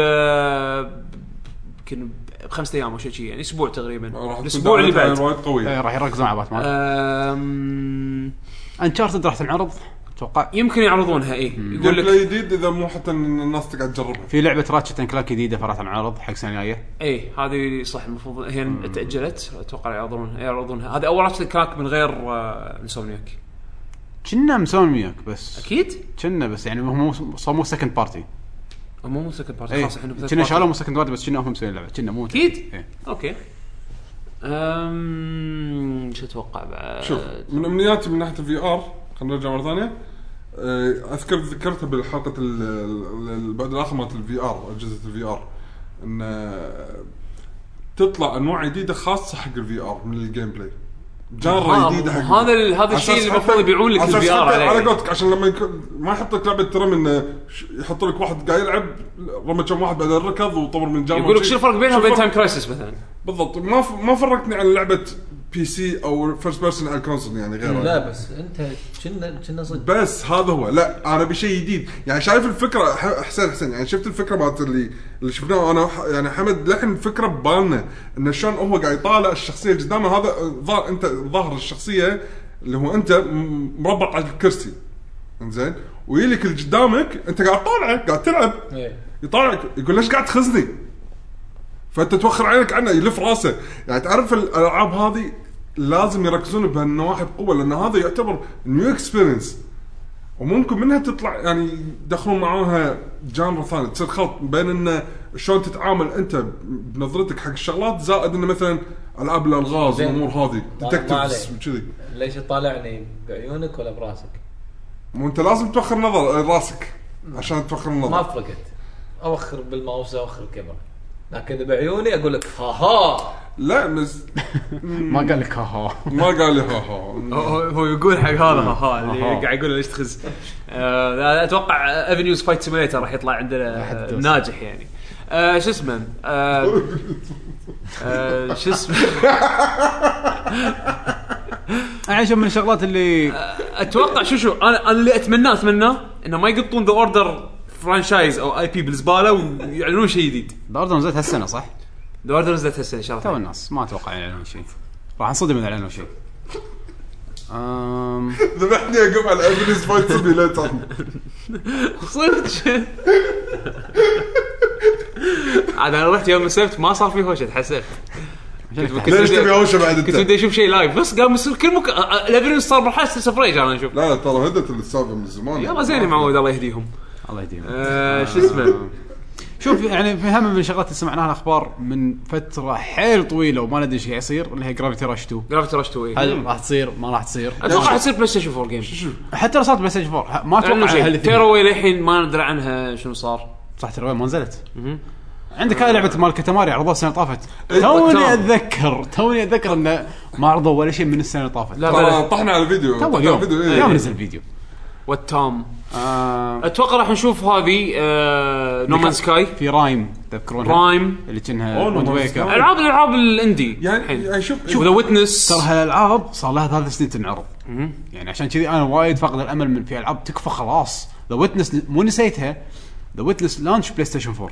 [SPEAKER 2] يمكن بخمس ايام او شيء شي، يعني اسبوع تقريبا
[SPEAKER 3] راح تكون
[SPEAKER 2] الاسبوع اللي
[SPEAKER 3] دعايتها
[SPEAKER 2] بعد
[SPEAKER 3] وايد قويه
[SPEAKER 1] إيه، راح يركزون على باتمان
[SPEAKER 2] آم،
[SPEAKER 1] انشارتد راح تنعرض اتوقع
[SPEAKER 2] يمكن يعرضونها اي يقول
[SPEAKER 3] جيم بلاي
[SPEAKER 2] لك
[SPEAKER 3] جديد اذا مو حتى إن الناس تقعد تجربها
[SPEAKER 1] في لعبه راتشت اند كلاك جديده فراح تنعرض حق السنه الجايه
[SPEAKER 2] اي إيه، هذه صح المفروض هي تاجلت اتوقع يعرضونها يعرضونها هذه اول راتشت كاك من غير آه، انسومنياك
[SPEAKER 1] كنا مسوين وياك بس
[SPEAKER 2] اكيد
[SPEAKER 1] كنا بس يعني هم مو- صار مو سكند بارتي
[SPEAKER 2] هم مو سكند بارتي
[SPEAKER 1] اي
[SPEAKER 2] خلاص احنا بثلاث
[SPEAKER 1] إيه. كنا
[SPEAKER 2] party.
[SPEAKER 1] شالوا مو سكند بارتي بس كنا هم مسوين اللعبه كنا مو
[SPEAKER 2] أكيد.
[SPEAKER 1] إيه.
[SPEAKER 2] اوكي امم شو اتوقع بعد
[SPEAKER 3] شوف من امنياتي من ناحيه الفي ار خلينا نرجع مره ثانيه آه، اذكر ذكرتها بالحلقه ال- ال- البعد الاخر مالت الفي ار اجهزه الفي ار ان آه، تطلع انواع جديده خاصه حق الفي ار من الجيم بلاي جاره
[SPEAKER 2] آه،
[SPEAKER 3] جديده حق
[SPEAKER 2] هذا ال- هذا
[SPEAKER 3] على
[SPEAKER 2] الشيء
[SPEAKER 3] أساس
[SPEAKER 2] اللي المفروض
[SPEAKER 3] حتى-
[SPEAKER 2] يبيعون لك
[SPEAKER 3] على أساس
[SPEAKER 2] ال VR
[SPEAKER 3] حتى
[SPEAKER 2] عليه.
[SPEAKER 3] على قولتك عشان لما يكون ما يحط لك لعبه ترم انه ش- يحط لك واحد قاعد يلعب رمى كم واحد بعد الركض وطور من جاره
[SPEAKER 2] يقول لك
[SPEAKER 3] وشي.
[SPEAKER 2] شو الفرق بينها
[SPEAKER 3] شو
[SPEAKER 2] وبين
[SPEAKER 3] الفرق؟
[SPEAKER 2] تايم كرايسيس مثلا
[SPEAKER 3] بالضبط ما ف... ما فرقتني عن لعبه بي سي او فيرست بيرسون على الكونسول يعني غيرها
[SPEAKER 4] لا بس انت كنا كنا صدق
[SPEAKER 3] بس هذا هو لا انا بشيء جديد يعني شايف الفكره ح- حسين حسين يعني شفت الفكره مالت اللي اللي شفناه انا وح- يعني حمد لحن الفكره ببالنا انه شلون هو قاعد يطالع الشخصيه قدامه هذا آه، ظا- انت ظاهر الشخصيه اللي هو انت م- مربط على الكرسي انزين ويلك اللي قدامك انت قاعد طالعه قاعد تلعب
[SPEAKER 4] إيه.
[SPEAKER 3] يطالعك يقول ليش قاعد تخزني؟ فانت توخر عينك عنه يلف راسه يعني تعرف الالعاب هذه لازم يركزون بهالنواحي بقوه لان هذا يعتبر نيو اكسبيرينس وممكن منها تطلع يعني يدخلون معاها جانر ثاني تصير خلط بين انه شلون تتعامل انت بنظرتك حق الشغلات زائد انه مثلا العاب الالغاز
[SPEAKER 4] زين.
[SPEAKER 3] والامور هذه
[SPEAKER 4] ما- ما
[SPEAKER 3] ديتكتيفز
[SPEAKER 4] عليه.
[SPEAKER 3] وكذي
[SPEAKER 4] ليش تطالعني بعيونك ولا براسك؟
[SPEAKER 3] مو انت لازم توخر نظر آه، راسك عشان توخر
[SPEAKER 4] ما
[SPEAKER 3] النظر
[SPEAKER 4] فرقت اوخر بالماوس اوخر الكاميرا لكن اذا بعيوني اقول لك ها ها
[SPEAKER 3] لا مز...
[SPEAKER 1] ما قال لك ها (laughs) ها
[SPEAKER 3] ما قال لي ها ها
[SPEAKER 2] هو- هو يقول حق هذا ها اللي
[SPEAKER 1] أها.
[SPEAKER 2] قاعد يقول ليش تخز آه، لا، اتوقع افنيوز فايت سيميليتر راح يطلع عندنا آه،
[SPEAKER 1] أحد دوس.
[SPEAKER 2] ناجح يعني آه، شو اسمه آه، آه، شو اسمه
[SPEAKER 1] عشان من الشغلات اللي
[SPEAKER 2] اتوقع شو شو انا انا اللي اتمناه اتمناه انه ما يقطون ذا اوردر فرانشايز او اي بي بالزباله ويعلنون شيء جديد
[SPEAKER 1] الاوردر نزلت هالسنه صح؟
[SPEAKER 2] ذا اوردر نزلت هالسنه ان شاء
[SPEAKER 1] تو
[SPEAKER 2] الله
[SPEAKER 1] الناس ما اتوقع يعلنون شيء راح انصدم اذا اعلنوا شيء أم...
[SPEAKER 3] ذبحني اقوم على افنس فايت سيميليتر
[SPEAKER 2] صدق عاد انا رحت يوم السبت ما صار في هوشه تحسفت
[SPEAKER 3] ليش تبي هوشه بعد
[SPEAKER 2] كنت
[SPEAKER 3] انت؟
[SPEAKER 2] بدي اشوف شيء لايف بس قام يصير كل مك... الافنيو صار مرحله سربرايز انا اشوف
[SPEAKER 3] لا لا ترى هدت السالفه من زمان
[SPEAKER 2] يلا زين يا معود الله يهديهم
[SPEAKER 1] الله يديم
[SPEAKER 2] آه، شو اسمه
[SPEAKER 1] شوف يعني في هم من الشغلات اللي سمعناها اخبار من فتره حيل طويله وما ندري ايش قاعد يصير اللي هي جرافيتي راش 2
[SPEAKER 2] جرافيتي راش 2 إيه.
[SPEAKER 1] هل راح تصير ما راح تصير
[SPEAKER 2] اتوقع تصير بلاي ستيشن 4 جيم
[SPEAKER 1] حتى لو صارت بلاي ستيشن 4 ما اتوقع
[SPEAKER 2] تيرا
[SPEAKER 1] هالاثنين.
[SPEAKER 2] واي للحين ما ندري عنها شنو صار
[SPEAKER 1] صح ترى ما نزلت
[SPEAKER 2] مهم.
[SPEAKER 1] عندك هاي لعبه مال كاتاماري عرضوها السنه اللي طافت
[SPEAKER 3] إيه،
[SPEAKER 1] توني
[SPEAKER 2] تمام.
[SPEAKER 1] اتذكر توني اتذكر انه ما عرضوا ولا شيء من السنه اللي طافت
[SPEAKER 2] لا
[SPEAKER 3] ترى
[SPEAKER 2] بلا
[SPEAKER 3] طحنا على الفيديو
[SPEAKER 1] تو
[SPEAKER 3] طحنا على
[SPEAKER 1] اليوم
[SPEAKER 3] الفيديو إيه.
[SPEAKER 1] اليوم نزل فيديو
[SPEAKER 2] والتام
[SPEAKER 1] آه،
[SPEAKER 2] اتوقع راح نشوف هذه آه، نومان سكاي
[SPEAKER 1] في رايم تذكرونها
[SPEAKER 2] برايم
[SPEAKER 1] اللي
[SPEAKER 3] أوه،
[SPEAKER 1] كانها
[SPEAKER 3] No Man's
[SPEAKER 1] ويند
[SPEAKER 3] Sky.
[SPEAKER 1] ويكر
[SPEAKER 2] العاب الالعاب الاندي
[SPEAKER 3] يعني
[SPEAKER 2] الحين
[SPEAKER 3] يعني شوف
[SPEAKER 2] شوف ذا ويتنس
[SPEAKER 1] ترى هالالعاب صار لها ثلاث سنين تنعرض يعني عشان كذي انا وايد فاقد الامل من في العاب تكفى خلاص ذا ويتنس مو نسيتها ذا ويتنس لانش بلاي ستيشن 4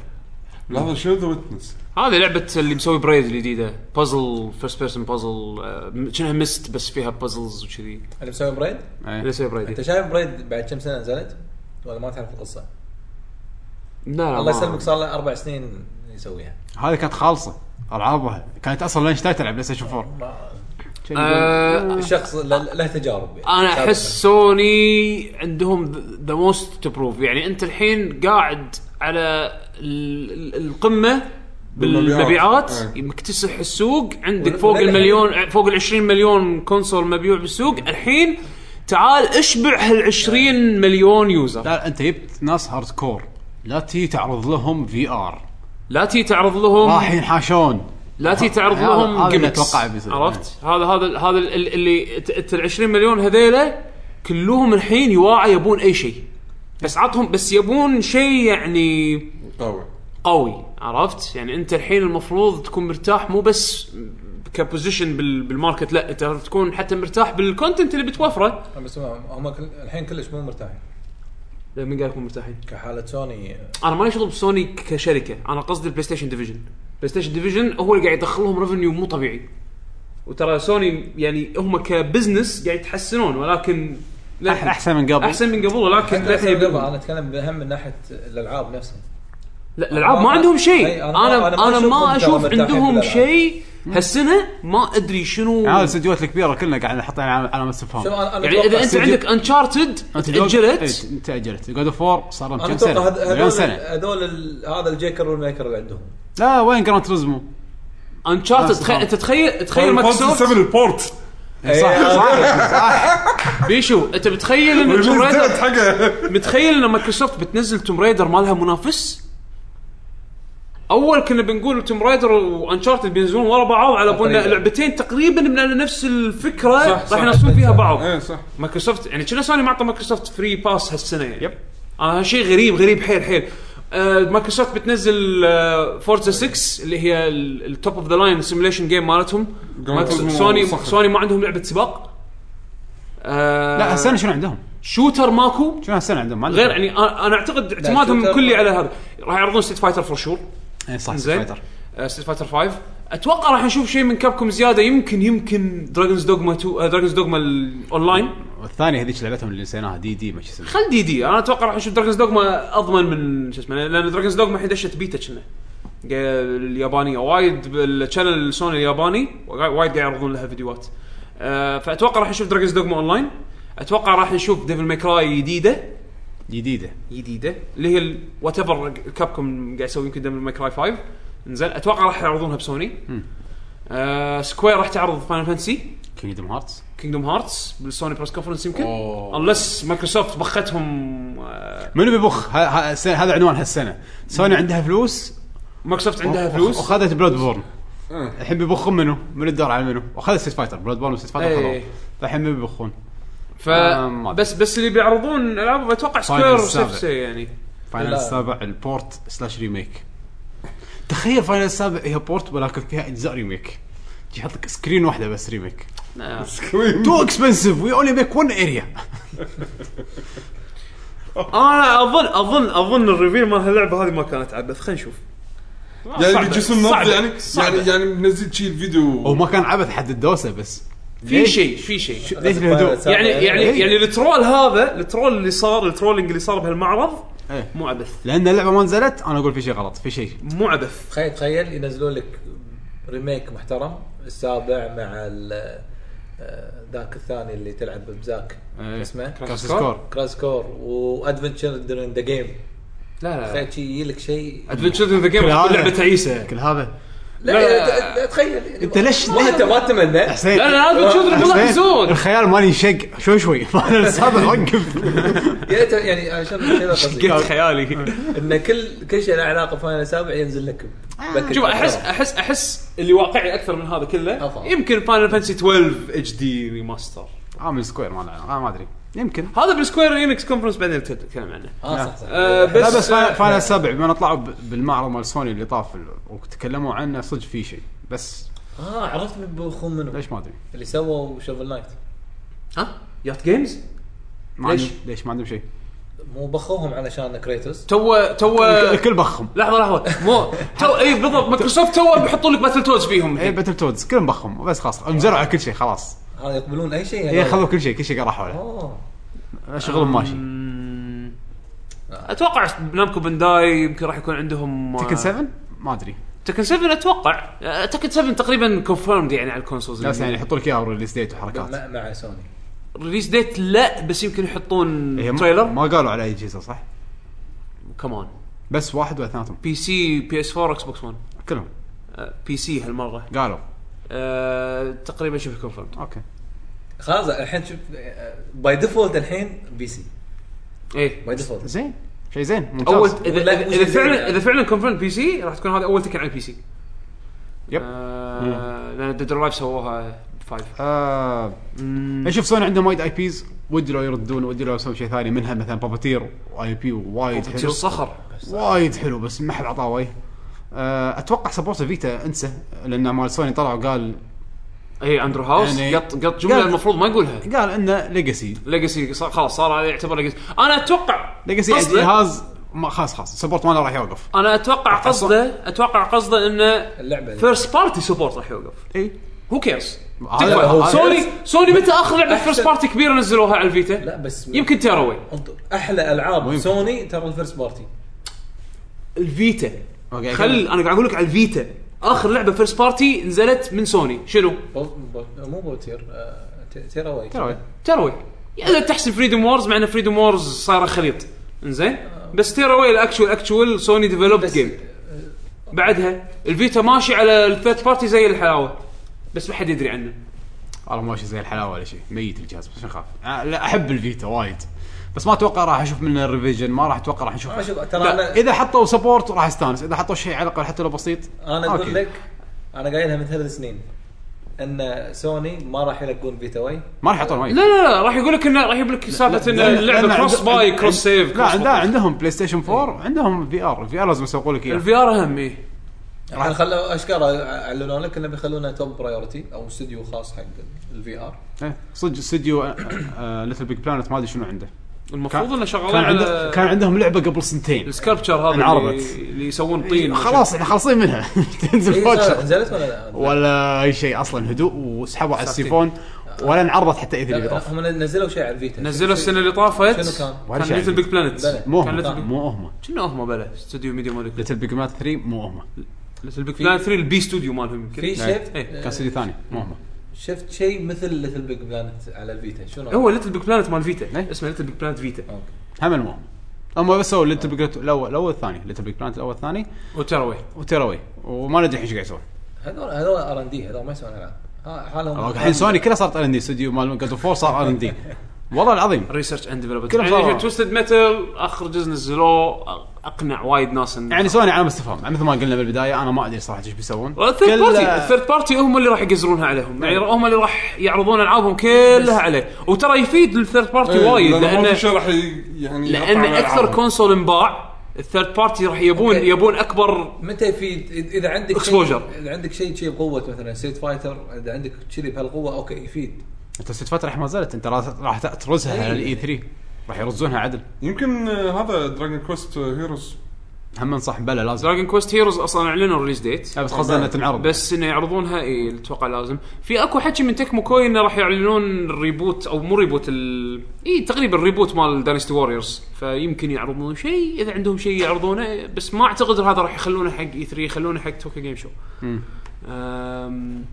[SPEAKER 3] لحظه شنو ذا ويتنس؟
[SPEAKER 2] هذه لعبه اللي مسوي برايز الجديده بازل فيرست بيرسون بازل شنها مست بس فيها بازلز وكذي
[SPEAKER 4] اللي مسوي بريد
[SPEAKER 1] إيه.
[SPEAKER 2] اللي يسوي برايز
[SPEAKER 4] انت شايف بريد بعد كم سنه نزلت ولا ما تعرف القصه؟
[SPEAKER 2] لا لا
[SPEAKER 4] الله
[SPEAKER 2] ما-
[SPEAKER 4] يسلمك صار له اربع سنين يسويها
[SPEAKER 1] هذه كانت خالصه العابها كانت اصلا لانش تايتل على بلاي ستيشن 4
[SPEAKER 4] ما-
[SPEAKER 2] آه،
[SPEAKER 4] الشخص ل- له تجارب يعني.
[SPEAKER 2] انا
[SPEAKER 4] سابقاً.
[SPEAKER 2] احس سوني عندهم ذا موست تو بروف يعني انت الحين قاعد على ال- ال- القمه
[SPEAKER 3] بالمبيعات.
[SPEAKER 2] بالمبيعات
[SPEAKER 3] إيه.
[SPEAKER 2] مكتسح السوق عندك
[SPEAKER 4] ول-
[SPEAKER 2] فوق
[SPEAKER 4] وللحين.
[SPEAKER 2] المليون فوق ال 20 مليون كونسول مبيوع بالسوق الحين تعال اشبع هال 20 مليون يوزر
[SPEAKER 1] لا انت جبت ناس هارد كور لا تي تعرض لهم في ار
[SPEAKER 2] لا تي تعرض لهم
[SPEAKER 1] راح ينحاشون
[SPEAKER 2] لا تي تعرض
[SPEAKER 1] هذا- هذا
[SPEAKER 2] لهم
[SPEAKER 1] اللي
[SPEAKER 2] gimmicks.
[SPEAKER 1] أتوقع بيصير. إيه.
[SPEAKER 2] عرفت هذا هذا هذا ال- اللي ت- ت- ال 20 مليون هذيله كلهم الحين يواعي يبون اي شيء بس عطهم بس يبون شيء يعني
[SPEAKER 3] قوي
[SPEAKER 2] قوي عرفت يعني انت الحين المفروض تكون مرتاح مو بس كبوزيشن بال- بالماركت لا انت تكون حتى مرتاح بالكونتنت اللي بتوفره
[SPEAKER 4] بس هم- هم كل- الحين كلش مو مرتاحين
[SPEAKER 2] لا، من قال لكم مرتاحين
[SPEAKER 4] كحاله سوني
[SPEAKER 2] انا مالي شغل بسوني ك- كشركه انا قصدي البلاي ستيشن ديفيجن بلاي ستيشن ديفيجن هو اللي قاعد يدخل لهم ريفنيو مو طبيعي وترى سوني يعني هم كبزنس قاعد يتحسنون ولكن لا-
[SPEAKER 1] أح- أحسن من قبل.
[SPEAKER 2] احسن من قبل ولكن
[SPEAKER 4] حتى
[SPEAKER 2] لا
[SPEAKER 4] أسوي قبل،
[SPEAKER 2] يبون.
[SPEAKER 4] انا اتكلم هم من ناحيه الالعاب نفسها
[SPEAKER 2] لا الالعاب ما عندهم شيء
[SPEAKER 4] أي، أنا-
[SPEAKER 2] انا
[SPEAKER 4] أنا ما
[SPEAKER 2] انا ما
[SPEAKER 4] أشوفهم
[SPEAKER 2] اشوف
[SPEAKER 4] ترى مرتاحين
[SPEAKER 2] عندهم
[SPEAKER 4] بالألعاب.
[SPEAKER 2] شيء هالسنه ما ادري شنو
[SPEAKER 1] يعني هذه الاستديوهات الكبيره كلنا قاعد نحط علامه علامة استفهام
[SPEAKER 4] شوف انا انا
[SPEAKER 2] يعني اذا
[SPEAKER 4] أتوقع-
[SPEAKER 2] انت عندك انشارتد تاجلت
[SPEAKER 1] إيه، تاجلت جود اوف وور صار لهم
[SPEAKER 4] انا
[SPEAKER 1] كم
[SPEAKER 4] اتوقع
[SPEAKER 1] سنه
[SPEAKER 4] هذ-
[SPEAKER 1] مليون
[SPEAKER 4] هذول
[SPEAKER 1] سنه
[SPEAKER 4] هذول ال- هذا الجيكر والميكر اللي عندهم
[SPEAKER 1] لا وين جراند تريزمو
[SPEAKER 2] انشارتد
[SPEAKER 1] آه،
[SPEAKER 2] تخيل انت تخيل تخيل
[SPEAKER 3] فاينل فانتسي
[SPEAKER 2] مايكروسوفت
[SPEAKER 3] 7
[SPEAKER 2] (laughs)
[SPEAKER 3] البورت
[SPEAKER 1] صح صح
[SPEAKER 2] بيشو انت بتخيل
[SPEAKER 1] (laughs)
[SPEAKER 2] ان توم
[SPEAKER 3] والريليز ديت
[SPEAKER 2] رايدر
[SPEAKER 3] حقه
[SPEAKER 2] متخيل ان مايكروسوفت بتنزل توم رايدر ما لها منافس؟ اول كنا بنقول توم رايدر وانشارتد بينزلون ورا بعض على بون
[SPEAKER 4] تقريباً.
[SPEAKER 2] لعبتين تقريبا من نفس الفكره
[SPEAKER 3] صح، صح.
[SPEAKER 2] راح ينافسون فيها بعض
[SPEAKER 3] ايه صح
[SPEAKER 2] مايكروسوفت يعني كنا سوني معطى مايكروسوفت فري باس هالسنه يعني
[SPEAKER 1] يب.
[SPEAKER 2] انا شيء غريب غريب حيل حيل آه مايكروسوفت بتنزل آه فورزا 6 اللي هي التوب اوف ذا لاين سيميليشن جيم مالتهم مايكروسوفت-
[SPEAKER 3] تزمو
[SPEAKER 2] سوني
[SPEAKER 3] صخر.
[SPEAKER 2] سوني ما عندهم لعبه سباق آه
[SPEAKER 1] لا هالسنه شنو عندهم؟
[SPEAKER 2] شوتر ماكو
[SPEAKER 1] شنو هالسنه عندهم؟ ما عندهم.
[SPEAKER 2] غير يعني انا أنا اعتقد اعتمادهم
[SPEAKER 4] شوتر-
[SPEAKER 2] كلي على هذا راح يعرضون ستيت فايتر فور شور
[SPEAKER 1] إيه، صح
[SPEAKER 2] زين آه،
[SPEAKER 1] سبايدر
[SPEAKER 2] ستيت فايتر 5 اتوقع راح نشوف شيء من كابكم زياده يمكن يمكن دراجونز دوغما 2 دراجونز دوغما الاونلاين
[SPEAKER 1] والثانيه هذيك لعبتهم اللي نسيناها دي دي ما شو اسمها
[SPEAKER 2] خل دي دي انا اتوقع راح نشوف دراجونز دوغما اضمن من شو اسمه لان دراجونز دوغما الحين دشت بيتا كنا اليابانيه وايد بالشانل سوني الياباني وايد قاعد يعرضون لها فيديوهات آه، فاتوقع راح نشوف دراجونز دوغما اونلاين اتوقع راح نشوف ديفل ماكراي جديده
[SPEAKER 1] جديده
[SPEAKER 2] جديده اللي هي وات ايفر كابكم قاعد يسوي يمكن ديفل ماكراي 5 انزين اتوقع راح يعرضونها بسوني آه، سكوير راح تعرض فاينل فانسي
[SPEAKER 1] كينجدم هارتس
[SPEAKER 2] كينجدوم هارتس بالسوني بريس كونفرنس يمكن
[SPEAKER 1] أوه.
[SPEAKER 2] انلس مايكروسوفت بختهم آه،
[SPEAKER 1] منو بيبخ ه- ه- السنة- هذا عنوان هالسنه سوني عندها فلوس
[SPEAKER 2] مايكروسوفت عندها فلوس
[SPEAKER 1] وخذت بلود بورن
[SPEAKER 3] آه.
[SPEAKER 1] الحين بيبخون منو؟ من الدور على منو؟ واخذت ستيت فايتر بلود بورن وستيت فايتر
[SPEAKER 2] إيه.
[SPEAKER 1] خذوه فالحين من بيبخون؟
[SPEAKER 2] ف
[SPEAKER 1] آه، ما أدري.
[SPEAKER 2] بس بس اللي بيعرضون العاب اتوقع سكوير
[SPEAKER 1] السابع.
[SPEAKER 2] سيف سي يعني
[SPEAKER 1] فاينل
[SPEAKER 4] لا.
[SPEAKER 1] السابع البورت سلاش ريميك تخيل فاينل السابع هي بورت ولكن فيها اجزاء ريميك يحط لك سكرين واحده بس ريميك
[SPEAKER 2] آه.
[SPEAKER 3] سكريم
[SPEAKER 1] تو اكسبنسيف وي اونلي ميك ون اريا
[SPEAKER 2] آه، انا اظن اظن اظن الريفيل مال هاللعبه هذه ما كانت عبث خلينا نشوف
[SPEAKER 3] يعني
[SPEAKER 2] صعبة،
[SPEAKER 3] جسم نبض
[SPEAKER 2] صعبة،
[SPEAKER 3] يعني
[SPEAKER 2] صعبة.
[SPEAKER 3] يعني يعني منزل شي الفيديو
[SPEAKER 1] وما كان عبث حد الدوسه بس
[SPEAKER 2] في شيء في شيء
[SPEAKER 1] ليش الهدوء؟
[SPEAKER 2] يعني يعني
[SPEAKER 1] إيه.
[SPEAKER 2] يعني الترول هذا الترول اللي صار الترولينج اللي صار بهالمعرض
[SPEAKER 1] إيه.
[SPEAKER 2] مو عبث
[SPEAKER 1] لان اللعبه ما نزلت انا اقول في شيء غلط في شيء
[SPEAKER 2] مو عبث
[SPEAKER 4] تخيل تخيل ينزلون لك ريميك محترم السابع مع ال- آه، ذاك الثاني اللي تلعب بزاك
[SPEAKER 1] إيه.
[SPEAKER 4] اسمه
[SPEAKER 1] كراس سكور
[SPEAKER 4] كراش كور وادفنتشر درين ذا جيم
[SPEAKER 2] لا
[SPEAKER 4] تخيل شي يجي لك شيء
[SPEAKER 2] ادفنتشر ذا جيم
[SPEAKER 1] هذا.
[SPEAKER 2] لعبه تعيسه
[SPEAKER 1] كل هذا
[SPEAKER 4] لا,
[SPEAKER 2] لا.
[SPEAKER 4] ت- ت- تخيل يعني.
[SPEAKER 1] انت ليش
[SPEAKER 4] ما انت ما تمنى
[SPEAKER 1] حسين
[SPEAKER 2] لا لا ادفنتشر والله
[SPEAKER 1] حسين،
[SPEAKER 2] يزود
[SPEAKER 1] الخيال مالي ينشق شوي شوي (laughs) فاينل السابع وقف
[SPEAKER 4] يعني أنت- يعني عشان كذا قصدي
[SPEAKER 2] (laughs) قلت (laughs) خيالي
[SPEAKER 4] ان كل كل شيء له علاقه بفاينل سابع ينزل لك بكت
[SPEAKER 2] شوف احس
[SPEAKER 4] محترم.
[SPEAKER 2] احس احس اللي واقعي اكثر من هذا كله
[SPEAKER 4] أفضل.
[SPEAKER 2] يمكن فاينل فانسي 12 اتش دي ريماستر
[SPEAKER 1] اه من سكوير ما لا- آه، ما ادري يمكن
[SPEAKER 2] هذا بالسكوير انكس كونفرنس بعدين نتكلم عنه
[SPEAKER 4] اه صح صح
[SPEAKER 2] آه،
[SPEAKER 1] لا
[SPEAKER 2] بس-
[SPEAKER 1] بس فاينل- فاينل السابع بما طلعوا ب- بالمعرض مال سوني اللي طاف ال- وتكلموا عنه صدق في شيء بس
[SPEAKER 4] اه عرفت من بخون منو
[SPEAKER 1] ليش ما ادري
[SPEAKER 4] اللي سووا شوفل نايت
[SPEAKER 2] ها يات جيمز
[SPEAKER 1] ما
[SPEAKER 2] ليش؟
[SPEAKER 1] عندهم- ليش ما عندهم شيء
[SPEAKER 4] مو بخوهم علشان كريتوس
[SPEAKER 2] تو تو (laughs)
[SPEAKER 1] الكل بخهم
[SPEAKER 2] لحظه لحظه مو تو اي بالضبط (laughs) مايكروسوفت تو بيحطوا لك باتل توز فيهم
[SPEAKER 1] اي
[SPEAKER 2] الحين.
[SPEAKER 1] باتل تودز كلهم بخهم بس خلاص مزرعه كل شيء خلاص
[SPEAKER 4] هذا يقبلون اي شيء آه،
[SPEAKER 1] هي خذوا كل شيء كل شيء قاعد حوله
[SPEAKER 4] اوه
[SPEAKER 2] آه.
[SPEAKER 1] شغلهم ماشي
[SPEAKER 2] أمم. اتوقع نامكو بنداي يمكن راح يكون عندهم آه،
[SPEAKER 1] تكن 7 ما ادري
[SPEAKER 2] تكن 7 اتوقع آه، تكن 7 تقريبا كونفيرمد يعني على الكونسولز
[SPEAKER 1] بس يعني يحطوا لك اياها وريليس ديت وحركات
[SPEAKER 4] مع, مع سوني
[SPEAKER 2] ريليس ديت لا بس يمكن يحطون
[SPEAKER 1] هي إيه، ما-
[SPEAKER 2] تريلر
[SPEAKER 1] ما قالوا على اي اجهزه صح؟
[SPEAKER 2] كمان
[SPEAKER 1] بس واحد ولا اثنيناتهم
[SPEAKER 2] بي سي بي اس 4 اكس بوكس 1
[SPEAKER 1] كلهم
[SPEAKER 2] آه، بي سي هالمره
[SPEAKER 1] قالوا
[SPEAKER 2] أه تقريبا شبه كونفيرمد
[SPEAKER 1] اوكي
[SPEAKER 4] خلاص الحين شوف باي ديفولت الحين بي سي
[SPEAKER 2] ايه
[SPEAKER 4] باي ديفولت
[SPEAKER 1] زين شيء زين ممتاز
[SPEAKER 2] اول
[SPEAKER 1] اول
[SPEAKER 2] اذا
[SPEAKER 4] لا، مش
[SPEAKER 2] اذا
[SPEAKER 4] زي-
[SPEAKER 2] فعلا اذا فعلا كونفيرمد بي سي راح تكون هذه اول تكن على البي سي
[SPEAKER 1] يب.
[SPEAKER 2] آه لان ديد رايف سووها فايف
[SPEAKER 1] آه نشوف سوني عندهم وايد اي بيز ودي لو يردون ودي لو يسوون شيء ثاني منها مثلا باباتير واي بي وايد
[SPEAKER 2] تصير
[SPEAKER 1] إيه، حلو
[SPEAKER 2] صخر
[SPEAKER 1] وايد حلو بس ما حد عطاه واي آه اتوقع سبورت فيتا انسى لان مال سوني طلع وقال
[SPEAKER 2] اي اندرو هاوس
[SPEAKER 1] يعني-
[SPEAKER 2] قط قط جمله
[SPEAKER 1] قال-
[SPEAKER 2] المفروض ما يقولها
[SPEAKER 1] قال انه ليجاسي
[SPEAKER 2] ليجاسي خلاص صار عليه يعتبر ليجاسي انا اتوقع
[SPEAKER 1] ليجاسي
[SPEAKER 2] قصده-
[SPEAKER 1] جهاز ما خلاص خلاص السبورت ماله راح يوقف
[SPEAKER 2] انا اتوقع
[SPEAKER 1] أتصل-
[SPEAKER 2] قصده اتوقع قصده انه
[SPEAKER 4] اللعبه اللي-
[SPEAKER 2] فيرست بارتي سبورت راح يوقف
[SPEAKER 1] اي
[SPEAKER 2] هو كيرز
[SPEAKER 1] هذا هو
[SPEAKER 2] سوني سوني متى اخر لعبه
[SPEAKER 4] أحسن-
[SPEAKER 2] فيرست بارتي كبيره نزلوها على الفيتا
[SPEAKER 4] لا بس
[SPEAKER 2] يمكن تيراوي
[SPEAKER 4] انطر. احلى العاب
[SPEAKER 1] مو يمكن.
[SPEAKER 4] سوني ترى الفيرست بارتي
[SPEAKER 2] الفيتا
[SPEAKER 1] أوكي،
[SPEAKER 2] خل انا قاعد اقول لك على الفيتا اخر لعبه فيرست بارتي نزلت من سوني شنو؟
[SPEAKER 4] بو... بو... مو بوتير آه... ت- تيراوي
[SPEAKER 1] ترى
[SPEAKER 2] تيراوي اذا تحسب فريدم وورز مع ان فريدم وورز صايره خليط انزين بس تيراوي الاكشوال اكشوال سوني ديفلوب
[SPEAKER 4] بس-
[SPEAKER 2] جيم بعدها الفيتا ماشي على الثيرد بارتي زي الحلاوه بس ما حد يدري عنه
[SPEAKER 1] والله ماشي زي الحلاوه ولا شيء ميت الجهاز بس نخاف آه لا احب الفيتا وايد بس ما اتوقع راح اشوف منه الريفيجن ما راح اتوقع راح نشوف
[SPEAKER 4] شوف ترى
[SPEAKER 1] لا،
[SPEAKER 4] انا
[SPEAKER 1] اذا حطوا سبورت راح استانس اذا حطوا شيء على الاقل حتى لو بسيط
[SPEAKER 4] انا
[SPEAKER 1] أوكي.
[SPEAKER 4] اقول لك انا قايلها من ثلاث سنين ان سوني ما راح يلقون فيتا واي
[SPEAKER 1] ما راح يعطون وايد
[SPEAKER 2] لا لا لا راح يقول لك انه راح يجيب لك سالفه ان
[SPEAKER 1] لأن- لأن
[SPEAKER 2] اللعبه كروس
[SPEAKER 1] عند-
[SPEAKER 2] باي
[SPEAKER 1] عند-
[SPEAKER 2] كروس سيف
[SPEAKER 1] لا عند- لا عندهم بلاي ستيشن 4 عندهم في ار الفي ار لازم يسوقوا لك اياه
[SPEAKER 2] الفي ار اهم ايه
[SPEAKER 4] راح خلوا اشكال اعلنوا لك انه بيخلونه توب برايورتي او استوديو خاص حق الفي ار
[SPEAKER 2] (laughs)
[SPEAKER 1] إيه، صدق آه، استوديو ليتل بيج بلانت ما ادري شنو عنده
[SPEAKER 2] المفروض انه شغالين
[SPEAKER 1] كان عنده
[SPEAKER 2] على
[SPEAKER 1] كان عندهم لعبه قبل سنتين
[SPEAKER 2] السكربتشر هذا
[SPEAKER 1] انعرضت. إيه،
[SPEAKER 2] اللي- اللي يسوون طين
[SPEAKER 1] خلاص احنا خالصين منها (laughs) تنزل
[SPEAKER 4] إيه،
[SPEAKER 1] فوتشر
[SPEAKER 2] (laughs)
[SPEAKER 4] نزلت ولا لا؟
[SPEAKER 1] ولا اي شيء اصلا هدوء وسحبوا على
[SPEAKER 2] ساكتين.
[SPEAKER 1] السيفون ولا انعرضت حتى اي 3
[SPEAKER 4] لا،
[SPEAKER 1] بطاف
[SPEAKER 4] هم نزلوا شيء على الفيتا
[SPEAKER 2] نزلوا السنه اللي طافت
[SPEAKER 4] شنو كان؟
[SPEAKER 1] ولا
[SPEAKER 2] كان
[SPEAKER 1] شيء
[SPEAKER 2] ليتل
[SPEAKER 1] عندي.
[SPEAKER 2] بيج بلانت
[SPEAKER 4] بلى.
[SPEAKER 1] مو
[SPEAKER 2] كان
[SPEAKER 1] هم
[SPEAKER 2] Little Big-
[SPEAKER 1] مو هم
[SPEAKER 2] كنا هم بلا استوديو ميديا مالك
[SPEAKER 1] ليتل بيج مات 3 مو هم
[SPEAKER 2] ليتل بيج بلانت 3 البي استوديو مالهم
[SPEAKER 4] في
[SPEAKER 2] يمكن
[SPEAKER 4] شفت
[SPEAKER 2] إيه.
[SPEAKER 1] كان استوديو ثاني مو هم
[SPEAKER 4] شفت شيء مثل ليتل بيج بلانت على الفيتا شنو
[SPEAKER 2] هو ليتل بيج بلانت مال
[SPEAKER 1] إيه.
[SPEAKER 2] فيتا اسمه ليتل بيج بلانت فيتا
[SPEAKER 4] أوكي.
[SPEAKER 1] هم مو هم هم بس سووا ليتل بيج الاول الاول الثاني ليتل بيج بلانت الاول الثاني
[SPEAKER 2] وتراوي
[SPEAKER 1] وتيراوي وما ندري الحين ايش قاعد يسوون
[SPEAKER 4] هذول هذول ار ان دي هذول ما يسوون العاب ها- حالهم
[SPEAKER 1] الحين سوني كلها صارت ار ان دي استوديو مال جود اوف 4 صار ار ان دي والله العظيم
[SPEAKER 2] ريسيرش اند
[SPEAKER 1] كلهم صاروا.
[SPEAKER 2] ديفلوبمنت توستد ميتال اخر جزء نزلوه أ- اقنع وايد ناس إن-
[SPEAKER 1] يعني سوني علامه استفهام مثل ما قلنا بالبدايه انا ما ادري صراحه ايش بيسوون
[SPEAKER 2] والثيرد
[SPEAKER 1] كل-
[SPEAKER 2] بارتي الثيرد بارتي هم اللي راح يقزرونها عليهم يعني
[SPEAKER 1] إيه.
[SPEAKER 2] هم اللي راح يعرضون العابهم كلها عليه وترى يفيد الثيرد بارتي
[SPEAKER 3] إيه،
[SPEAKER 2] وايد
[SPEAKER 3] لأن ما
[SPEAKER 2] لانه
[SPEAKER 3] في شيء راح ي- يعني
[SPEAKER 2] لان
[SPEAKER 3] يقطع
[SPEAKER 2] اكثر
[SPEAKER 3] ألعابهم.
[SPEAKER 2] كونسول انباع الثيرد بارتي راح يبون
[SPEAKER 4] أوكي.
[SPEAKER 2] يبون اكبر
[SPEAKER 4] متى يفيد إذ- اذا عندك
[SPEAKER 2] Exposure.
[SPEAKER 4] شيء اذا عندك شيء شيء بقوه مثلا سيت فايتر اذا عندك كذي بهالقوه اوكي يفيد
[SPEAKER 1] انت ست فتره ما زالت انت راح راح ترزها على
[SPEAKER 4] إيه.
[SPEAKER 1] الاي 3 راح يرزونها عدل
[SPEAKER 3] يمكن آه، هذا آه، دراجون كوست هيروز
[SPEAKER 1] هم صح بلا لازم
[SPEAKER 2] دراجون كويست هيروز اصلا اعلنوا الريليز ديت
[SPEAKER 1] لا، بس قصدي انها تنعرض
[SPEAKER 2] بس انه يعرضونها اي اتوقع لازم في اكو حكي من تكمو كوي انه راح يعلنون الريبوت او مو ريبوت ال اي تقريبا الريبوت مال داينستي ووريرز فيمكن يعرضون شيء اذا عندهم شيء يعرضونه بس ما اعتقد هذا راح يخلونه حق اي 3 يخلونه حق توكي جيم شو
[SPEAKER 1] مم.
[SPEAKER 2] أم،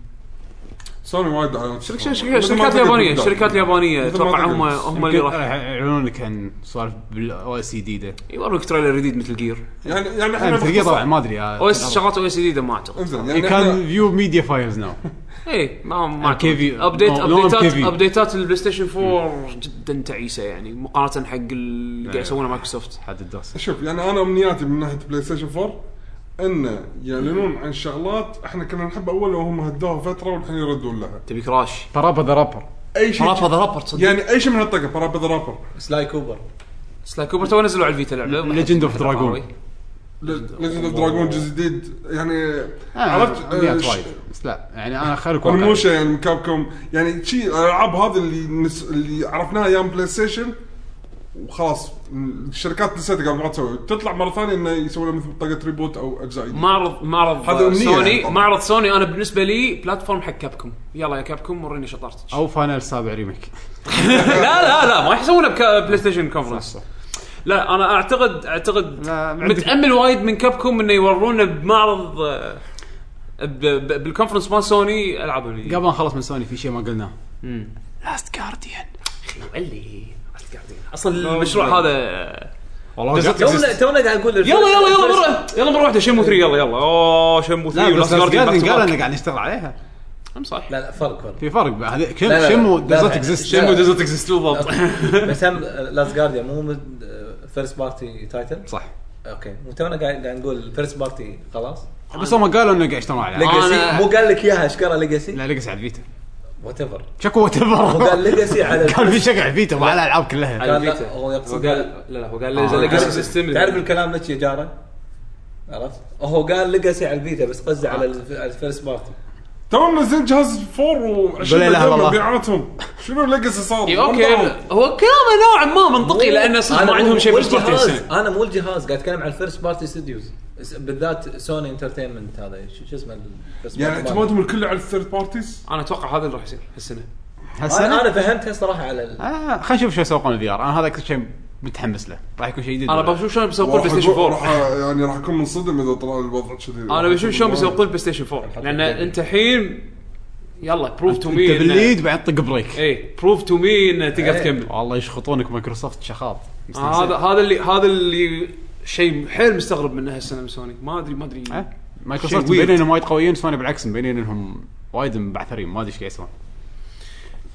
[SPEAKER 3] سوني وايد على
[SPEAKER 2] شرك- شرك- الشركات اليابانيه الشركات اليابانيه
[SPEAKER 3] مثل ما
[SPEAKER 2] اتوقع هم
[SPEAKER 3] تقول.
[SPEAKER 2] هم اللي
[SPEAKER 1] يمكن
[SPEAKER 2] راح
[SPEAKER 1] راح يعلنون لك عن سوالف بالاو اس جديده
[SPEAKER 2] يوروك تريلر جديد مثل جير
[SPEAKER 3] يعني يعني احنا
[SPEAKER 1] تلقى
[SPEAKER 3] باختصار-
[SPEAKER 1] طبعا ما ادري آه،
[SPEAKER 2] او اس شغلات او اس جديده ما اعتقد
[SPEAKER 3] انزين
[SPEAKER 1] You
[SPEAKER 3] يعني
[SPEAKER 1] can
[SPEAKER 3] كان
[SPEAKER 1] view media files now.
[SPEAKER 2] اي ما ما
[SPEAKER 1] MKV.
[SPEAKER 2] أعتقد. ابديت
[SPEAKER 1] لو- لو
[SPEAKER 2] ابديتات
[SPEAKER 1] MKV.
[SPEAKER 2] ابديتات البلاي ستيشن 4 جدا تعيسه يعني مقارنه حق اللي قاعد يسوونه مايكروسوفت
[SPEAKER 1] حد الدوس
[SPEAKER 3] شوف يعني انا امنياتي من ناحيه بلاي ستيشن 4 انه يعلنون عن شغلات احنا كنا نحبها اول وهم هدوها فتره والحين يردون لها
[SPEAKER 2] تبي كراش
[SPEAKER 1] ترابا ذا رابر
[SPEAKER 3] اي شيء
[SPEAKER 2] رابر رابر تصدق
[SPEAKER 3] يعني اي شيء من هالطقه برابر رابر
[SPEAKER 4] سلاي كوبر
[SPEAKER 2] سلاي كوبر تو نزلوا على الفيتا لعبه
[SPEAKER 1] Legend of Dragon.
[SPEAKER 3] ليجند اوف دراجون جزء جديد يعني عرفت آه،
[SPEAKER 1] عرفت
[SPEAKER 3] ش-
[SPEAKER 1] وايد بس لا يعني انا خليك واقعي.
[SPEAKER 3] ونموشا يعني من كاب كوم يعني شي الالعاب هذه اللي نس... اللي عرفناها ايام بلاي ستيشن وخلاص الشركات نسيت قبل ما تسوي تطلع مره ثانيه انه يسوي لها مثل طاقه ريبوت او اجزاء جديدة.
[SPEAKER 2] معرض معرض
[SPEAKER 3] هذا
[SPEAKER 2] آه،
[SPEAKER 3] أمنية يعني
[SPEAKER 2] سوني
[SPEAKER 3] طبعاً.
[SPEAKER 2] معرض سوني انا بالنسبه لي بلاتفورم حق كابكم يلا يا كابكم وريني شطارتك (laughs)
[SPEAKER 1] او فاينل سابع ريميك
[SPEAKER 2] لا لا لا ما يحسونه بلاي ستيشن كونفرنس
[SPEAKER 1] صح.
[SPEAKER 2] لا انا اعتقد اعتقد
[SPEAKER 1] لا، عندك-
[SPEAKER 2] متامل وايد من كابكم انه يورونا بمعرض آه، ب- ب- بالكونفرنس مال سوني العابهم الجديدة.
[SPEAKER 1] قبل ما نخلص من سوني في شيء ما قلناه
[SPEAKER 2] امم
[SPEAKER 1] لاست جارديان
[SPEAKER 2] ولي اصلا المشروع هذا
[SPEAKER 1] والله
[SPEAKER 2] Does it
[SPEAKER 1] قاعد-
[SPEAKER 4] تونا تونا قاعد اقول
[SPEAKER 2] يلا يلا يلا مره يلا مره واحده شمو 3 يلا يلا اوه شمو 3
[SPEAKER 1] لا بس
[SPEAKER 2] ولاست
[SPEAKER 1] لاست
[SPEAKER 2] جارديان
[SPEAKER 1] جارديان قال
[SPEAKER 2] قال
[SPEAKER 1] انه قاعد نشتغل عليها
[SPEAKER 2] صح
[SPEAKER 4] لا لا فرق
[SPEAKER 1] (laughs)
[SPEAKER 4] فرق
[SPEAKER 1] في فرق بقى. هذه
[SPEAKER 4] لا، لا،
[SPEAKER 1] شمو
[SPEAKER 4] لا،
[SPEAKER 1] دزنت
[SPEAKER 4] لا.
[SPEAKER 1] اكزيست
[SPEAKER 2] شمو دزنت اكزيست بالضبط (laughs)
[SPEAKER 4] بس هم لاست جارديان مو فيرست بارتي تايتل
[SPEAKER 1] صح
[SPEAKER 4] اوكي وتونا قاعد قاعد نقول فيرست بارتي خلاص
[SPEAKER 1] بس هم قالوا انه قاعد يشتغلون عليها
[SPEAKER 4] ليجاسي
[SPEAKER 2] أنا-
[SPEAKER 4] مو قال لك اياها اشكرها ليجاسي
[SPEAKER 1] لا لقس على الفيتا
[SPEAKER 4] وات ايفر
[SPEAKER 1] شكو وات ايفر
[SPEAKER 4] وقال ليجاسي على
[SPEAKER 1] كان في شقع فيتا وعلى الالعاب كلها
[SPEAKER 4] على-
[SPEAKER 2] قال-
[SPEAKER 4] الفيتا. هو يقصد-
[SPEAKER 2] لا لا هو قال
[SPEAKER 1] آه.
[SPEAKER 2] لي ليجاسي
[SPEAKER 4] تعرف-
[SPEAKER 2] سيستم
[SPEAKER 4] تعرف الكلام لك يا جاره عرفت هو قال ليجاسي على الفيتا بس قصده
[SPEAKER 2] آه.
[SPEAKER 4] على الف- على الفيرست بارتي
[SPEAKER 3] تو منزلين جهاز 4 و20
[SPEAKER 1] بلا إله إلا
[SPEAKER 3] مليون
[SPEAKER 1] الله.
[SPEAKER 3] مبيعاتهم شنو الليجاسي صار؟
[SPEAKER 2] إي، اوكي إيه،
[SPEAKER 3] يعني
[SPEAKER 2] هو كلامه نوعا ما منطقي لانه صدق
[SPEAKER 4] أنا
[SPEAKER 2] ما
[SPEAKER 4] مو-
[SPEAKER 2] عندهم شيء
[SPEAKER 4] مو
[SPEAKER 2] فيرست بارتي
[SPEAKER 4] الجهاز،
[SPEAKER 2] السنه
[SPEAKER 4] انا مو الجهاز قاعد اتكلم عن الفيرست بارتي استوديوز بالذات سوني انترتينمنت هذا شو شو اسمه الفيرست
[SPEAKER 3] يعني
[SPEAKER 4] بارتي
[SPEAKER 3] اعتمادهم الكل على الثيرد بارتيز
[SPEAKER 2] انا اتوقع هذا اللي راح يصير هالسنه
[SPEAKER 4] انا
[SPEAKER 1] هالسنه
[SPEAKER 4] انا فهمتها صراحه على ال-
[SPEAKER 1] آه خلينا نشوف شو يسوقون الفي ار انا هذا اكثر شيء متحمس له راح يكون شيء جديد
[SPEAKER 2] انا بشوف شلون بيسوقون بلاي ستيشن 4
[SPEAKER 3] يعني راح اكون منصدم اذا طلع الوضع كذي
[SPEAKER 2] انا بشوف شلون بيسوقون البلاي ستيشن 4 لان انت الحين يلا بروف تو مي
[SPEAKER 1] انت بالليد بعد طق بريك
[SPEAKER 2] اي بروف تو مي ان تقدر
[SPEAKER 4] إيه.
[SPEAKER 2] تكمل
[SPEAKER 1] والله يشخطونك مايكروسوفت شخاط
[SPEAKER 2] آه، هذا هذا اللي هذا اللي شيء حيل مستغرب منه هالسنه من سوني ما ادري ما ادري
[SPEAKER 1] آه،
[SPEAKER 2] شيء
[SPEAKER 1] مايكروسوفت
[SPEAKER 2] weird.
[SPEAKER 1] مبينين انهم وايد قويين سوني بالعكس مبينين انهم وايد مبعثرين ما ادري ايش قاعد يسوون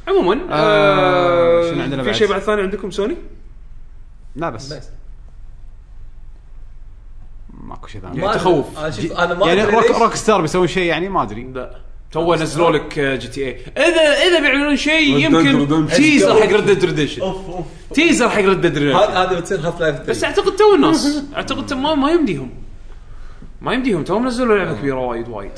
[SPEAKER 2] عموما
[SPEAKER 1] آه، شنو عندنا
[SPEAKER 2] آه في
[SPEAKER 1] بعد؟
[SPEAKER 2] شيء بعد ثاني عندكم سوني؟
[SPEAKER 1] لا
[SPEAKER 2] يعني
[SPEAKER 1] بس
[SPEAKER 4] بس
[SPEAKER 1] ماكو شيء ثاني
[SPEAKER 2] يعني
[SPEAKER 4] ما-
[SPEAKER 2] تخوف.
[SPEAKER 4] انا شوف انا ما
[SPEAKER 1] يعني
[SPEAKER 4] أدري
[SPEAKER 1] روك
[SPEAKER 4] ليش.
[SPEAKER 1] روك ستار بيسوون شيء يعني ما ادري
[SPEAKER 2] لا تو نزلوا لك آه، جي تي اي اذا اذا بيعملون شيء
[SPEAKER 3] Red Dead
[SPEAKER 2] يمكن
[SPEAKER 3] Redemption.
[SPEAKER 2] تيزر حق ريد ديد ريديشن
[SPEAKER 4] اوف اوف
[SPEAKER 2] تيزر حق ريد ديد
[SPEAKER 4] هذا
[SPEAKER 2] ريديشن
[SPEAKER 4] هذه بتصير هاف لايف
[SPEAKER 2] بس اعتقد تو الناس اعتقد تو- ما ما يمديهم ما يمديهم تو نزلوا لعبه كبيره وايد وايد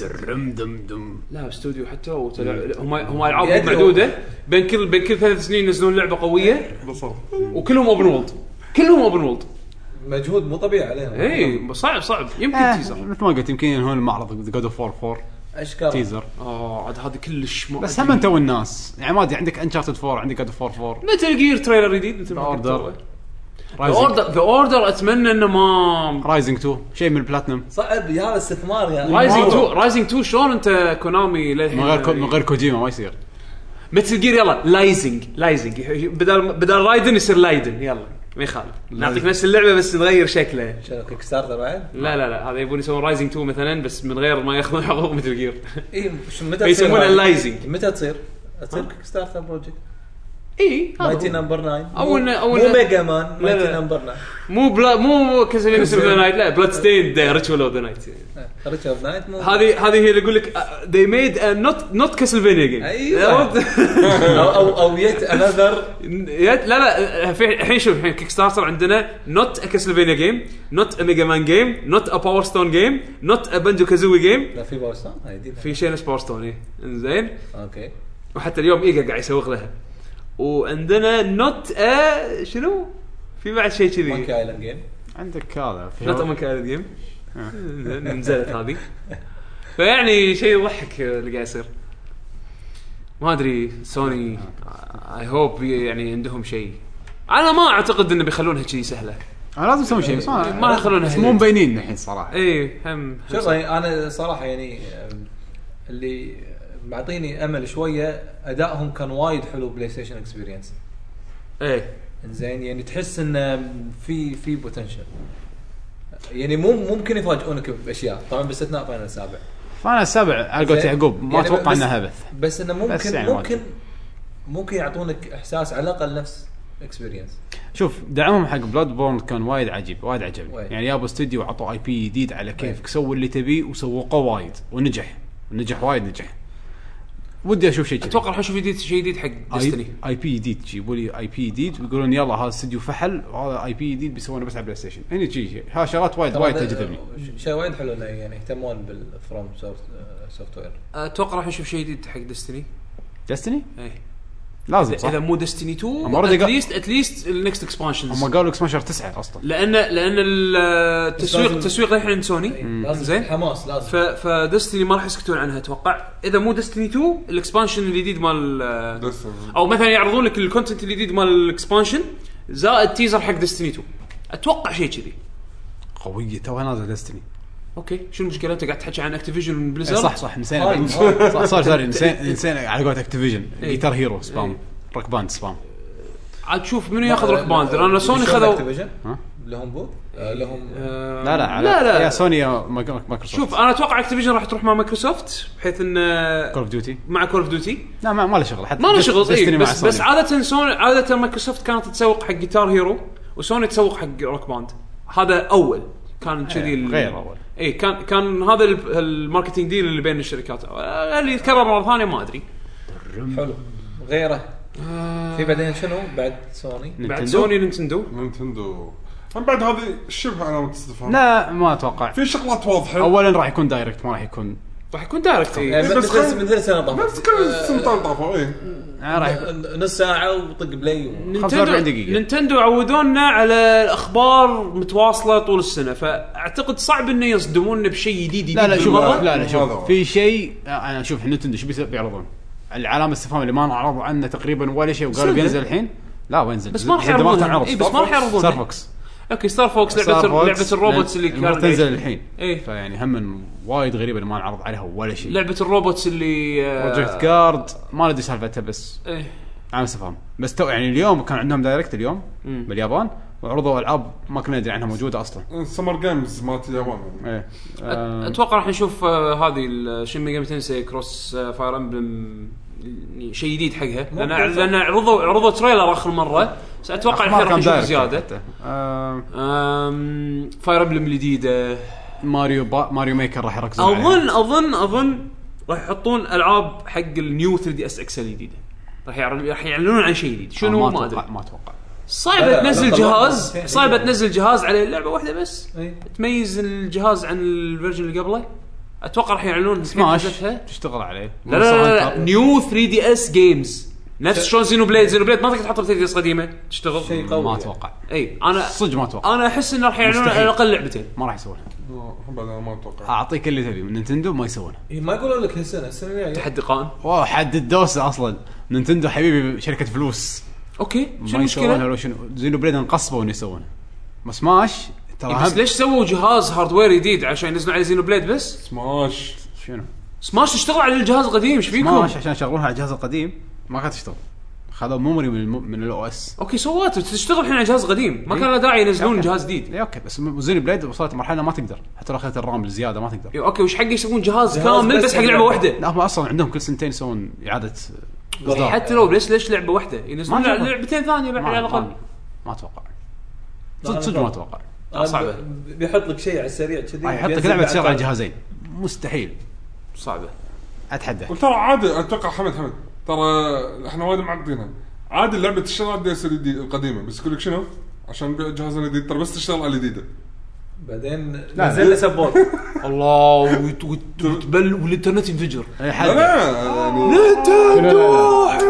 [SPEAKER 1] درم دم دم
[SPEAKER 2] لا استوديو حتى وتلع- هم هم العاب مو معدوده بين كل بين كل ثلاث سنين ينزلون لعبه قويه وكلهم اوبن وولد كلهم اوبن وولد
[SPEAKER 4] مجهود مو طبيعي عليهم
[SPEAKER 2] إيه. اي صعب صعب يمكن
[SPEAKER 1] آه
[SPEAKER 2] تيزر
[SPEAKER 1] مثل ما قلت يمكن ينهون المعرض جود اوف 4 4
[SPEAKER 4] اشكر
[SPEAKER 1] تيزر
[SPEAKER 2] اه عاد هذا كلش ما
[SPEAKER 1] بس هم انت والناس يعني ما ادري عندك انشارتد 4 عندك جاد فور 4
[SPEAKER 2] متل جير تريلر جديد مثل ما
[SPEAKER 1] The
[SPEAKER 2] قلت
[SPEAKER 1] Order.
[SPEAKER 2] والله. ذا اوردر ذا اوردر اتمنى انه ما
[SPEAKER 1] رايزنج 2 شيء من البلاتنم
[SPEAKER 4] صعب يا هذا استثمار يا
[SPEAKER 2] رايزنج 2 رايزنج 2 شلون انت كونامي للحين
[SPEAKER 1] من غير كو- من غير كوجيما ما يصير
[SPEAKER 2] متل جير يلا لايزنج لايزنج بدل بدل رايدن يصير لايدن يلا ما يخالف نعطيك نفس اللعبه بس نغير شكله
[SPEAKER 4] شنو كيك ستارتر بعد؟
[SPEAKER 2] لا لا لا هذا يبون يسوون رايزنج 2 مثلا بس من غير ما ياخذون (laughs) حقوق متل جير
[SPEAKER 4] اي شو- متى
[SPEAKER 2] فيسمونه
[SPEAKER 4] هذه؟
[SPEAKER 2] لايزنج.
[SPEAKER 4] متى تصير؟ تصير كيك ستارتر بروجكت
[SPEAKER 2] اي
[SPEAKER 4] مايتي نمبر 9
[SPEAKER 2] أو إنه- أو
[SPEAKER 4] مو
[SPEAKER 2] إنه-
[SPEAKER 4] ميجا مان
[SPEAKER 2] لا، لا.
[SPEAKER 4] مايتي نمبر 9
[SPEAKER 2] مو بلا مو
[SPEAKER 1] (laughs)
[SPEAKER 2] كاسلفينيا سيف ذا نايت لا بلاد ستيند ريتشوال اوف ذا نايت
[SPEAKER 4] ريتش اوف نايت مو
[SPEAKER 2] هذه هذه هي اللي يقول لك uh, they made a not not Castlevania game
[SPEAKER 4] أيوة.
[SPEAKER 1] (laughs)
[SPEAKER 2] (laughs)
[SPEAKER 4] او او او يت انذر
[SPEAKER 2] يا- لا لا في الحين شوف الحين كيك ستارتر عندنا نوت ا كاسلفينيا جيم نوت ا ميجا مان جيم نوت ا باور ستون جيم نوت ا بنجو كازوي جيم
[SPEAKER 4] لا في باور ستون هاي جديدة.
[SPEAKER 2] في شيء نفس باور ستون إيه. انزين
[SPEAKER 4] اوكي
[SPEAKER 2] وحتى اليوم ايجا قاعد يسوق لها وعندنا نوت ا شنو؟ في بعد شيء
[SPEAKER 4] مونكي
[SPEAKER 2] كذي
[SPEAKER 4] ايلاند جيم
[SPEAKER 1] عندك هذا في
[SPEAKER 2] نوت ا
[SPEAKER 1] شغل-
[SPEAKER 2] مونكي ايلاند جيم (laughs) نزلت هذه فيعني شيء يضحك آه، اللي قاعد يصير ما ادري سوني اي هوب يعني عندهم شيء انا ما اعتقد انه بيخلونها شيء سهله
[SPEAKER 1] انا لازم اسوي شيء بس ما إيه.
[SPEAKER 2] ما يخلونها
[SPEAKER 1] بس
[SPEAKER 2] هي.
[SPEAKER 1] مو مبينين الحين صراحه
[SPEAKER 2] اي إيه، هم هم
[SPEAKER 4] شوف يعني انا صراحه يعني أم، اللي معطيني امل شويه ادائهم كان وايد حلو بلاي ستيشن اكسبيرينس
[SPEAKER 2] اي
[SPEAKER 4] زين يعني تحس انه في في بوتنشل يعني مو ممكن يفاجئونك باشياء طبعا باستثناء فاينل السابع
[SPEAKER 1] فانا سبع على قولت
[SPEAKER 4] زين.
[SPEAKER 1] يعقوب ما
[SPEAKER 4] يعني
[SPEAKER 1] اتوقع
[SPEAKER 4] بس-
[SPEAKER 1] انه هبث
[SPEAKER 4] بس انه ممكن
[SPEAKER 1] بس يعني ما
[SPEAKER 4] ممكن ممكن يعطونك احساس على الاقل نفس اكسبيرينس
[SPEAKER 1] شوف دعمهم حق بلاد بورن كان وايد عجيب وايد عجبني
[SPEAKER 4] وايد.
[SPEAKER 1] يعني يابا استوديو عطوا اي بي جديد على كيفك
[SPEAKER 4] وايد.
[SPEAKER 1] سووا اللي تبيه وسوقوه وايد ونجح نجح وايد نجح ودي اشوف شيء كذي.
[SPEAKER 2] اتوقع راح اشوف جديد شيء جديد
[SPEAKER 1] آه،
[SPEAKER 2] حق ديستني
[SPEAKER 1] اي بي جديد يجيبوا لي اي بي جديد ويقولون يلا هذا استوديو فحل وهذا اي بي جديد بيسوونه بس على بلاي ستيشن هني شيء ها شغلات وايد وايد تجذبني
[SPEAKER 4] شيء وايد حلو انه يعني يهتمون بالفروم سوفت وير
[SPEAKER 2] اتوقع راح اشوف شيء جديد حق ديستني
[SPEAKER 4] إيه.
[SPEAKER 1] ديستني
[SPEAKER 2] اي
[SPEAKER 1] لازم صح
[SPEAKER 2] اذا مو ديستني
[SPEAKER 1] هم already
[SPEAKER 2] 2
[SPEAKER 1] got-
[SPEAKER 2] اتليست اتليست النكست اكسبانشنز
[SPEAKER 1] هم قالوا سماشر تسعه اصلا
[SPEAKER 2] لان لان ال- التسويق
[SPEAKER 4] لازم-
[SPEAKER 2] التسويق للحين عند سوني
[SPEAKER 4] لازم
[SPEAKER 2] زين.
[SPEAKER 4] حماس
[SPEAKER 2] ف
[SPEAKER 4] لازم
[SPEAKER 2] فدستني ما راح يسكتون عنها اتوقع اذا مو دستني 2 الاكسبانشن الجديد مال
[SPEAKER 3] بس
[SPEAKER 2] او مثلا يعرضون لك الكونتنت الجديد مال الاكسبانشن زائد تيزر حق دستني 2 اتوقع شيء كذي
[SPEAKER 1] قويه توها نازل ديستني
[SPEAKER 2] اوكي شنو المشكله انت قاعد تحكي عن اكتيفيجن بليزر
[SPEAKER 1] إيه، صح صح نسينا
[SPEAKER 4] هاي-
[SPEAKER 1] بعد.
[SPEAKER 4] هاي.
[SPEAKER 1] صح صار سوري نسينا نسينا على قولت اكتيفيجن
[SPEAKER 2] إيه.
[SPEAKER 1] جيتار هيرو
[SPEAKER 2] إيه. آه.
[SPEAKER 1] سبام روك باند سبام
[SPEAKER 2] عاد شوف منو ياخذ روك باند لان سوني خذوا
[SPEAKER 4] Activision؟
[SPEAKER 1] ها؟
[SPEAKER 4] لهم بوث آه، لهم
[SPEAKER 2] آه،
[SPEAKER 1] لا لا على
[SPEAKER 2] لا لا
[SPEAKER 1] يا سوني يا مايك- مايكروسوفت
[SPEAKER 2] شوف انا اتوقع اكتيفيجن راح تروح مع مايكروسوفت بحيث ان
[SPEAKER 1] كول اوف ديوتي
[SPEAKER 2] مع كول اوف ديوتي
[SPEAKER 1] لا ما, ما له شغل حتى
[SPEAKER 2] ما له
[SPEAKER 1] ديس-
[SPEAKER 2] شغل
[SPEAKER 1] ديستني
[SPEAKER 2] إيه
[SPEAKER 1] مع
[SPEAKER 2] بس
[SPEAKER 1] سوني.
[SPEAKER 2] بس عاده سوني عاده مايكروسوفت كانت تسوق حق جيتار هيرو وسوني تسوق حق روك باند هذا اول كان
[SPEAKER 1] إيه،
[SPEAKER 2] كذي ال-
[SPEAKER 1] غير اول
[SPEAKER 2] اي كان كان هذا ال- الماركتينج ديل اللي بين الشركات آه، اللي يتكرر مره ثانيه ما ادري
[SPEAKER 4] حلو غيره في بعدين شنو بعد سوني
[SPEAKER 2] بعد
[SPEAKER 1] نينتندو؟
[SPEAKER 2] سوني نينتندو
[SPEAKER 3] نينتندو هم بعد هذه شبه علامة استفهام
[SPEAKER 1] لا ما اتوقع
[SPEAKER 3] في شغلات واضحة
[SPEAKER 1] اولا راح يكون دايركت ما راح يكون
[SPEAKER 2] راح يكون دايركت
[SPEAKER 4] يعني
[SPEAKER 2] إيه.
[SPEAKER 3] بس
[SPEAKER 4] مثل
[SPEAKER 3] خل-
[SPEAKER 4] مثل سنه طافت
[SPEAKER 3] بس كل سنتين طافوا إيه. اي
[SPEAKER 1] آه، راح يكون
[SPEAKER 4] نص ساعه وطق بلاي و-
[SPEAKER 2] نينتندو
[SPEAKER 1] 45 دقيقة.
[SPEAKER 2] نينتندو عودونا على الاخبار متواصله طول السنه فاعتقد صعب انه يصدمونا بشيء جديد
[SPEAKER 1] لا لا
[SPEAKER 2] جديد
[SPEAKER 1] شوف
[SPEAKER 2] بالمرة.
[SPEAKER 3] بالمرة؟
[SPEAKER 1] لا لا
[SPEAKER 3] هذا هو.
[SPEAKER 1] شوف في شيء آه، انا شوف نتندو شو بيس- بيعرضون العلامه استفهام اللي ما نعرضوا عنه تقريبا ولا شيء وقالوا
[SPEAKER 2] سولفة.
[SPEAKER 1] بينزل الحين لا وينزل
[SPEAKER 2] بس ما راح
[SPEAKER 1] زد- زد- ما
[SPEAKER 2] يعرضونها
[SPEAKER 1] تعرض.
[SPEAKER 2] اي بس ما راح يعرضونها
[SPEAKER 1] ستار فوكس
[SPEAKER 2] اوكي ستار فوكس لعبه
[SPEAKER 1] ستار فوكس.
[SPEAKER 2] لعبه الروبوتس اللي
[SPEAKER 1] المفروض
[SPEAKER 2] كانت
[SPEAKER 1] تنزل الحين
[SPEAKER 2] ايه
[SPEAKER 1] فيعني هم وايد غريبه اللي ما نعرض عليها ولا شيء
[SPEAKER 2] لعبه الروبوتس اللي آه،
[SPEAKER 1] بروجكت جارد ما ندري سالفتها بس
[SPEAKER 2] ايه
[SPEAKER 1] عام استفهام بس تو يعني اليوم كان عندهم دايركت اليوم
[SPEAKER 2] مم.
[SPEAKER 1] باليابان وعرضوا العاب ما كنا ندري عنها موجوده اصلا
[SPEAKER 3] سمر جيمز مالت اليابان يعني.
[SPEAKER 1] ايه
[SPEAKER 2] أت-
[SPEAKER 1] آم،
[SPEAKER 2] اتوقع راح نشوف آه، هذه ال- شين ميجامي تنسي كروس آه، فاير امبلم شيء جديد حقها لان لان عرضوا عرضوا تريلر اخر مره بس اتوقع الحين
[SPEAKER 1] ما
[SPEAKER 2] راح
[SPEAKER 1] كان آه،
[SPEAKER 2] نشوف
[SPEAKER 1] دايركت
[SPEAKER 2] زياده
[SPEAKER 1] حتى. آم،
[SPEAKER 2] أم، فاير امبلم الجديده
[SPEAKER 1] ماريو با ماريو ميكر راح يركزون عليها.
[SPEAKER 2] اظن اظن اظن راح يحطون العاب حق النيو 3 دي اس اكس الجديده راح يعلن- راح يعلنون عن شيء جديد شنو
[SPEAKER 1] آه،
[SPEAKER 2] ما
[SPEAKER 1] اتوقع
[SPEAKER 2] ادري
[SPEAKER 1] ما اتوقع
[SPEAKER 4] لا،
[SPEAKER 2] صعبه
[SPEAKER 4] لا،
[SPEAKER 2] تنزل
[SPEAKER 4] لا،
[SPEAKER 2] جهاز
[SPEAKER 4] لا، لا.
[SPEAKER 2] صعبه تنزل جهاز على لعبه واحده بس
[SPEAKER 4] إي.
[SPEAKER 2] تميز الجهاز عن الفيرجن اللي قبله اتوقع راح يعلنون
[SPEAKER 1] سماش
[SPEAKER 2] نزلتها.
[SPEAKER 1] تشتغل عليه
[SPEAKER 2] لا لا لا, لا. نيو 3 دي اس جيمز نفس شلون زينو بليد زينو بليد ما تقدر تحطها 3 دي اس قديمه تشتغل
[SPEAKER 4] شيء قوي يعني.
[SPEAKER 1] ما اتوقع
[SPEAKER 2] اي انا
[SPEAKER 1] صدق ما اتوقع
[SPEAKER 2] انا احس انه راح يعلنون
[SPEAKER 1] مستحيل.
[SPEAKER 2] على الاقل لعبتين
[SPEAKER 1] ما راح يسوونها
[SPEAKER 3] هم بعد انا ما اتوقع
[SPEAKER 1] اعطيك اللي تبي من نينتندو ما يسوونه
[SPEAKER 4] إيه، ما يقولون لك هالسنه السنه الجايه
[SPEAKER 2] تحدي قائم
[SPEAKER 1] اوه حد الدوسه اصلا نينتندو حبيبي شركه فلوس
[SPEAKER 2] اوكي شو
[SPEAKER 1] ما يسوونها
[SPEAKER 2] المشكله؟
[SPEAKER 1] لو شنو زينو بليد انقصبوا انه يسوونه ما سماش ترى
[SPEAKER 2] إيه، بس
[SPEAKER 1] هم-
[SPEAKER 2] ليش سووا جهاز هاردوير جديد عشان ينزلون على زينو بليد بس؟
[SPEAKER 3] سماش
[SPEAKER 1] شنو؟
[SPEAKER 2] سماش اشتغل على الجهاز القديم ايش فيكم؟
[SPEAKER 1] سماش عشان شغلوها على الجهاز القديم ما كانت تشتغل خذوا ميموري من الم... من الاو اس
[SPEAKER 2] اوكي سوته تشتغل الحين على جهاز قديم ما كان له داعي ينزلون
[SPEAKER 1] إيه، أوكي.
[SPEAKER 2] جهاز جديد
[SPEAKER 1] اي اوكي بس م- زينو بليد وصلت مرحله ما تقدر حتى لو اخذت الرام الزياده ما تقدر
[SPEAKER 2] إيه، اوكي وش حق يسوون جهاز
[SPEAKER 4] جهاز
[SPEAKER 2] كامل
[SPEAKER 4] بس
[SPEAKER 2] بس حق
[SPEAKER 4] حق
[SPEAKER 2] لعبه
[SPEAKER 4] لعبة.
[SPEAKER 2] واحده
[SPEAKER 1] لا هم اصلا عندهم كل سنتين يسوون اعاده إصدار.
[SPEAKER 2] يعني حتى لو ليش ليش لعبه واحده ينزلون
[SPEAKER 1] ما أتوقع.
[SPEAKER 2] لعبتين ثانيه بعد
[SPEAKER 1] ما-
[SPEAKER 2] على
[SPEAKER 1] ما-
[SPEAKER 2] الاقل
[SPEAKER 1] ما اتوقع
[SPEAKER 4] لا،
[SPEAKER 1] صدق
[SPEAKER 4] أنا
[SPEAKER 1] صدق ما
[SPEAKER 4] أتوقع.
[SPEAKER 1] اتوقع
[SPEAKER 4] أنا
[SPEAKER 2] آه، صعبة.
[SPEAKER 4] ب- بيحط لك شيء على السريع كذي
[SPEAKER 1] راح آه، يحط لك
[SPEAKER 4] بينزل
[SPEAKER 1] لعبه
[SPEAKER 4] بعد
[SPEAKER 1] تصير على
[SPEAKER 4] فترة.
[SPEAKER 1] جهازين مستحيل
[SPEAKER 2] صعبه
[SPEAKER 1] اتحدى
[SPEAKER 3] وترى عادي اتوقع حمد حمد ترى احنا وايد معقدينها عادي اللعبه تشتغل على الدي اس القديمه بس يقول لك شنو عشان نبيع الجهاز الجديد ترى بس تشتغل على الجديده
[SPEAKER 4] بعدين نزل له سبورت (laughs)
[SPEAKER 2] الله وت- وت- وتبل والانترنت ينفجر
[SPEAKER 3] لا لا يعني
[SPEAKER 4] آه.
[SPEAKER 1] نينتندو
[SPEAKER 3] انت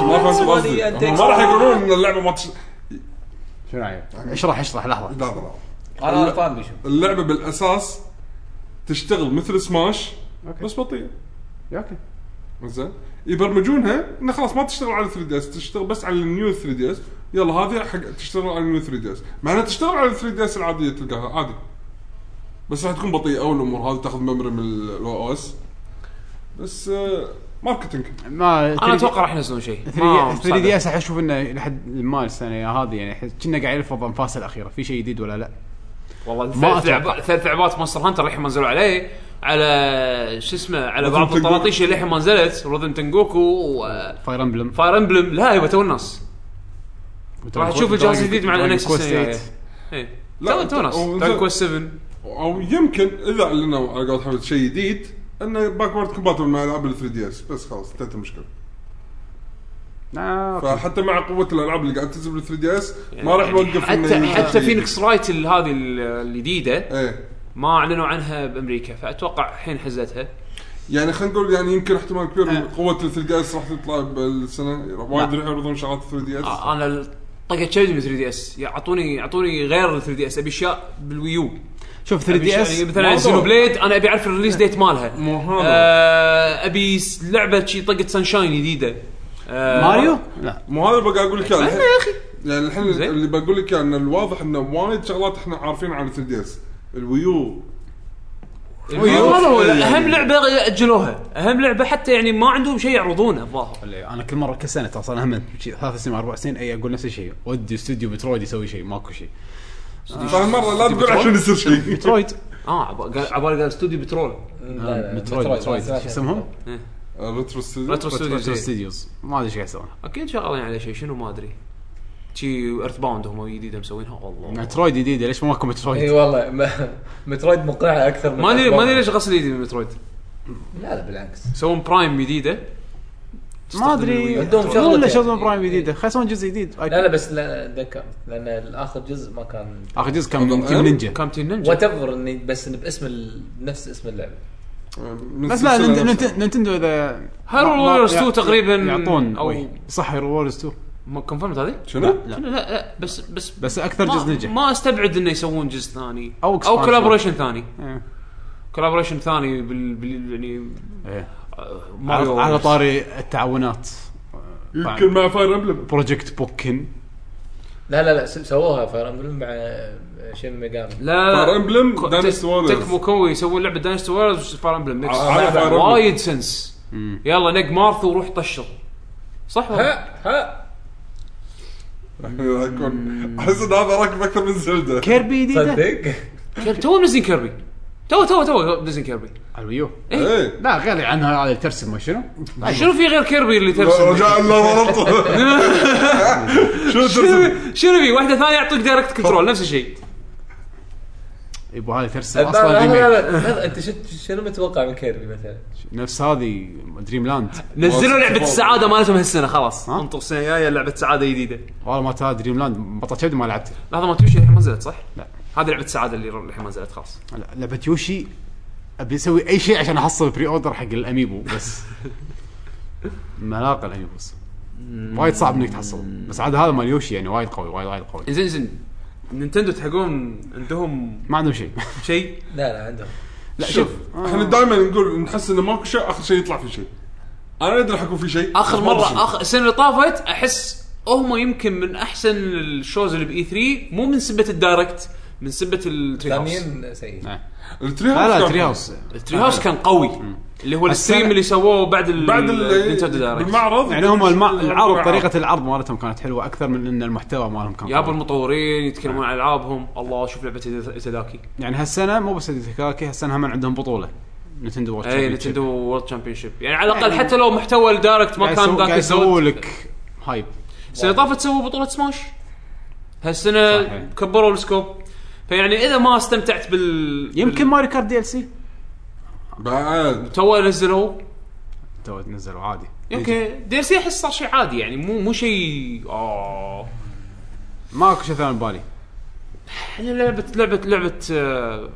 [SPEAKER 3] ما فهمت قصدي هم ما راح يقولون ان اللعبه ما تش...
[SPEAKER 1] شنو رايك؟ اشرح اشرح لحظه
[SPEAKER 3] لا لا لا
[SPEAKER 4] انا فاهم بيشو
[SPEAKER 3] اللعبه بالاساس تشتغل مثل سماش
[SPEAKER 1] أوكي.
[SPEAKER 3] بس بطيئه
[SPEAKER 1] اوكي
[SPEAKER 3] زين يبرمجونها انه خلاص ما تشتغل على 3 دي اس تشتغل بس على النيو 3 دي اس يلا هذه حق تشتغل على النيو 3 دي اس مع انها تشتغل على 3 دي اس العاديه تلقاها عادي بس راح تكون بطيئه والامور هذه تاخذ ميموري من الاو اس بس آه، ماركتينج
[SPEAKER 1] ما
[SPEAKER 2] انا اتوقع راح ينزلون شيء
[SPEAKER 1] 3 دي اس اشوف انه لحد ما السنه هذه يعني أحس كنا قاعد يلفظ انفاسه الاخيره في شيء جديد ولا لا؟
[SPEAKER 2] والله
[SPEAKER 1] ما
[SPEAKER 2] ثلاث
[SPEAKER 1] أتوقع.
[SPEAKER 2] لعبات ثلاث لعبات مونستر هانتر للحين ما نزلوا عليه على شو اسمه على بعض
[SPEAKER 3] Rhythm Tengoku.
[SPEAKER 2] الطراطيش اللي للحين ما نزلت روذن تنجوكو
[SPEAKER 1] فاير امبلم
[SPEAKER 2] وفاير امبلم لا يبا تو الناس راح تشوف الجهاز الجديد مع الانكس السنه الجاية. إيه.
[SPEAKER 3] لا،
[SPEAKER 2] تو
[SPEAKER 3] أنت-
[SPEAKER 2] تو ناس
[SPEAKER 3] أو-
[SPEAKER 2] دراجون كويست 7
[SPEAKER 3] او يمكن اذا اعلنوا على قولة حمد شيء جديد انه باكورد كومباتبل مع العاب ال 3 دي اس بس خلاص انتهت المشكله فحتى مع قوه الالعاب اللي قاعد تنزل بال 3 دي اس ما راح يوقف
[SPEAKER 2] يعني حتى
[SPEAKER 3] إنه
[SPEAKER 2] حتى
[SPEAKER 3] ينزل شيء
[SPEAKER 2] فينيكس رايت ال- هذه ال- الجديده
[SPEAKER 3] ايه
[SPEAKER 2] ما اعلنوا عنها بامريكا فاتوقع الحين حزتها
[SPEAKER 3] يعني خلينا نقول يعني يمكن احتمال كبير
[SPEAKER 1] آه.
[SPEAKER 3] قوه ال 3 دي اس راح تطلع بالسنه وايد راح يعرضون شغلات 3 دي اس
[SPEAKER 2] آه، انا طقت شيء من 3 دي اس اعطوني اعطوني غير 3 دي اس ابي اشياء بالويو
[SPEAKER 1] شوف 3
[SPEAKER 2] أبي
[SPEAKER 1] دي
[SPEAKER 2] يعني
[SPEAKER 1] اس
[SPEAKER 2] مثلا زينو بليد انا ابي اعرف الريليز ديت مالها
[SPEAKER 3] مو هذا.
[SPEAKER 2] آه، ابي س- لعبه شي طقه سانشاين جديده آه،
[SPEAKER 1] ماريو؟ لا
[SPEAKER 3] مو هذا اللي بقى اقول لك اياه
[SPEAKER 2] أنا
[SPEAKER 3] الحين.
[SPEAKER 2] يا اخي
[SPEAKER 3] يعني الحين
[SPEAKER 2] زين.
[SPEAKER 3] اللي بقول لك إياه ان الواضح انه وايد شغلات احنا عارفين عن 3 دي اس الويو
[SPEAKER 2] الويو هذا هو
[SPEAKER 3] يعني.
[SPEAKER 2] اهم لعبه اجلوها اهم لعبه حتى يعني ما عندهم شيء يعرضونه الظاهر
[SPEAKER 1] اللي انا كل مره كل سنه ترى صار هم شي ثلاث سنين اربع سنين اي اقول نفس الشيء ودي استوديو مترويد يسوي شيء ماكو شيء آه.
[SPEAKER 3] فهالمره لا تقول عشان يصير شيء
[SPEAKER 1] مترويد
[SPEAKER 2] اه عبالي قال استوديو بترول
[SPEAKER 3] آه،
[SPEAKER 1] مترويد مترويد شو اسمهم؟
[SPEAKER 3] ريترو ستوديو
[SPEAKER 2] ريترو
[SPEAKER 1] مترويد
[SPEAKER 2] ستوديو
[SPEAKER 1] ستوديوز ما ادري ايش قاعد يسوون
[SPEAKER 2] اكيد شغالين على شيء شنو ما ادري شي ايرث باوند هم جديده مسوينها والله
[SPEAKER 1] مترويد جديده ليش ماكو
[SPEAKER 4] اي
[SPEAKER 1] مترويد؟
[SPEAKER 4] والله ما- مترويد مقنعه اكثر من
[SPEAKER 2] ما ادري ما ادري
[SPEAKER 4] أتوقع.
[SPEAKER 2] ليش غسل ايدي من مترويد
[SPEAKER 4] لا لا بالعكس
[SPEAKER 2] يسوون برايم جديده
[SPEAKER 1] ما ادري
[SPEAKER 2] تستخدم
[SPEAKER 4] عندهم
[SPEAKER 1] عندهم
[SPEAKER 4] شغلة
[SPEAKER 1] شغله
[SPEAKER 4] يعني.
[SPEAKER 1] شغله برايم جديده خلينا يسوون جزء جديد
[SPEAKER 4] لا لا بس لا اتذكر لان الاخر جزء ما كان
[SPEAKER 1] اخر جزء كان من تيم نينجا
[SPEAKER 2] كم تيم نينجا
[SPEAKER 4] وات ايفر اني بس إن باسم ال... نفس اسم اللعبه
[SPEAKER 3] من
[SPEAKER 1] بس لا
[SPEAKER 3] السلسلة
[SPEAKER 1] نينت-
[SPEAKER 3] نفسها.
[SPEAKER 1] نينت- نينتندو اذا
[SPEAKER 2] هارو
[SPEAKER 1] ما- ما-
[SPEAKER 2] ووريرز
[SPEAKER 1] يع-
[SPEAKER 2] 2 تقريباً
[SPEAKER 1] يعطون
[SPEAKER 2] أو-
[SPEAKER 1] أو صح هيرو ووريرز 2
[SPEAKER 2] ما كونفيرمت هذه؟
[SPEAKER 3] شنو؟
[SPEAKER 1] لا.
[SPEAKER 2] لا لا لا بس بس
[SPEAKER 1] بس أكثر
[SPEAKER 2] ما-
[SPEAKER 1] جزء نجح.
[SPEAKER 2] ما استبعد انه يسوون جزء ثاني
[SPEAKER 1] أو
[SPEAKER 2] او
[SPEAKER 1] expansion.
[SPEAKER 2] كولابوريشن ثاني
[SPEAKER 1] إيه.
[SPEAKER 2] كولابوريشن ثاني بال, بال يعني
[SPEAKER 1] إيه.
[SPEAKER 2] آه،
[SPEAKER 1] على-
[SPEAKER 2] ماريو
[SPEAKER 1] على طاري التعاونات
[SPEAKER 3] يمكن مع فاير امبلم
[SPEAKER 1] بروجكت بوكن
[SPEAKER 4] لا لا لا س- سووها فاير امبلم مع شن ميجامي
[SPEAKER 2] لا
[SPEAKER 3] Fire
[SPEAKER 2] لا
[SPEAKER 3] Emblem,
[SPEAKER 2] كو-
[SPEAKER 3] Dynasty
[SPEAKER 2] تك-
[SPEAKER 3] Warriors.
[SPEAKER 2] تكمو كوي يسوون لعبه داينستي وورز فاير امبلم ميكس
[SPEAKER 3] على
[SPEAKER 4] لعبة
[SPEAKER 3] Fire Emblem.
[SPEAKER 2] وايد سنس يلا نق مارثو وروح طشر صح
[SPEAKER 4] ها
[SPEAKER 2] والله
[SPEAKER 4] ها
[SPEAKER 3] راح يكون احس ان هذا راكب اكثر من زلده
[SPEAKER 1] كيربي
[SPEAKER 3] (laughs)
[SPEAKER 1] جديده
[SPEAKER 4] صدق
[SPEAKER 2] كير- تو منزلين كيربي تو تو تو منزلين كيربي
[SPEAKER 1] الويو
[SPEAKER 3] ايه
[SPEAKER 1] لا غير عنها هذا ترسم ما شنو
[SPEAKER 2] شنو في غير كيربي اللي
[SPEAKER 3] لا،
[SPEAKER 2] ترسم
[SPEAKER 3] رجع
[SPEAKER 1] (laughs)
[SPEAKER 3] الله ضربته شو ترسم؟
[SPEAKER 2] شنو في واحده ثانيه يعطوك دايركت كنترول نفس الشيء
[SPEAKER 1] يبو هذه ترسم
[SPEAKER 4] لا
[SPEAKER 1] اصلا
[SPEAKER 4] لا
[SPEAKER 1] ريميك
[SPEAKER 4] لا لا انت شفت شنو متوقع من كيربي مثلا؟
[SPEAKER 1] نفس هذه دريم لاند
[SPEAKER 2] نزلوا لعبه
[SPEAKER 3] والله.
[SPEAKER 2] السعاده مالتهم هالسنه خلاص
[SPEAKER 1] ها؟
[SPEAKER 2] انطر السنه الجايه لعبه سعاده جديده
[SPEAKER 1] والله ما تها دريم لاند بطل شبد ما لعبت
[SPEAKER 2] لحظه ما توشي الحين ما نزلت صح؟
[SPEAKER 1] لا.
[SPEAKER 2] هذه لعبه السعاده اللي الحين ما نزلت خلاص
[SPEAKER 1] لا، لعبه يوشي ابي اسوي اي شيء عشان احصل بري اوردر حق الاميبو بس ملاقى الاميبوس وايد صعب انك تحصله بس عاد هذا مال يوشي يعني وايد قوي وايد وايد قوي
[SPEAKER 2] زين زين نينتندو تحقون عندهم
[SPEAKER 1] ما عندهم
[SPEAKER 2] (laughs)
[SPEAKER 1] شيء
[SPEAKER 2] شيء
[SPEAKER 4] لا لا عندهم
[SPEAKER 1] لا
[SPEAKER 3] شوف
[SPEAKER 1] شوف آه.
[SPEAKER 3] احنا دائما نقول نحس انه ماكو شيء اخر شيء يطلع في شيء انا ادري حيكون في شيء
[SPEAKER 2] اخر
[SPEAKER 3] بس ما أدري
[SPEAKER 2] مره
[SPEAKER 3] شنو.
[SPEAKER 2] اخر السنه اللي طافت احس هم يمكن من احسن الشوز اللي باي 3 مو من سبه الدايركت من سبه التري هاوس
[SPEAKER 4] ثانيين سيء
[SPEAKER 3] التري هاوس
[SPEAKER 1] لا لا
[SPEAKER 3] كان-
[SPEAKER 1] تري هاوس
[SPEAKER 2] التري هاوس كان قوي اللي هو
[SPEAKER 1] السنة-
[SPEAKER 2] الستريم اللي سووه بعد ال-
[SPEAKER 3] بعد ال-
[SPEAKER 2] النينتندو دايركت
[SPEAKER 3] بالمعرض
[SPEAKER 1] يعني هم الم-
[SPEAKER 3] شنو
[SPEAKER 1] العرض
[SPEAKER 3] الوضع.
[SPEAKER 1] طريقه العرض مالتهم كانت حلوه اكثر من ان المحتوى مالهم كان
[SPEAKER 2] يابوا
[SPEAKER 1] قوي.
[SPEAKER 2] المطورين يتكلمون عن العابهم الله شوف لعبه تداكي
[SPEAKER 1] يعني هالسنه مو بس تكاكي هالسنه هم عندهم بطوله نتندو وورد
[SPEAKER 2] اي
[SPEAKER 1] Championship.
[SPEAKER 2] إيه، نتندو وورد تشامبيون شيب يعني على الاقل
[SPEAKER 1] يعني-
[SPEAKER 2] حتى لو محتوى الدايركت ما
[SPEAKER 1] قاعد
[SPEAKER 2] كان
[SPEAKER 1] يسووا-
[SPEAKER 2] ذاك
[SPEAKER 1] قاعد يسووا
[SPEAKER 2] الزود.
[SPEAKER 1] لك هايب
[SPEAKER 2] السنه اللي طافت سووا بطوله سماش هالسنه
[SPEAKER 1] صحيح.
[SPEAKER 2] كبروا السكوب فيعني اذا ما استمتعت بال
[SPEAKER 1] يمكن ماري كارت دي ال سي
[SPEAKER 3] بعد
[SPEAKER 2] تو نزلوا
[SPEAKER 1] تو نزلوا عادي
[SPEAKER 2] يمكن دي سي احس صار شيء عادي يعني مو مو شيء اه
[SPEAKER 1] ماكو شيء ثاني ببالي
[SPEAKER 2] احنا لعبه لعبه لعبه آه،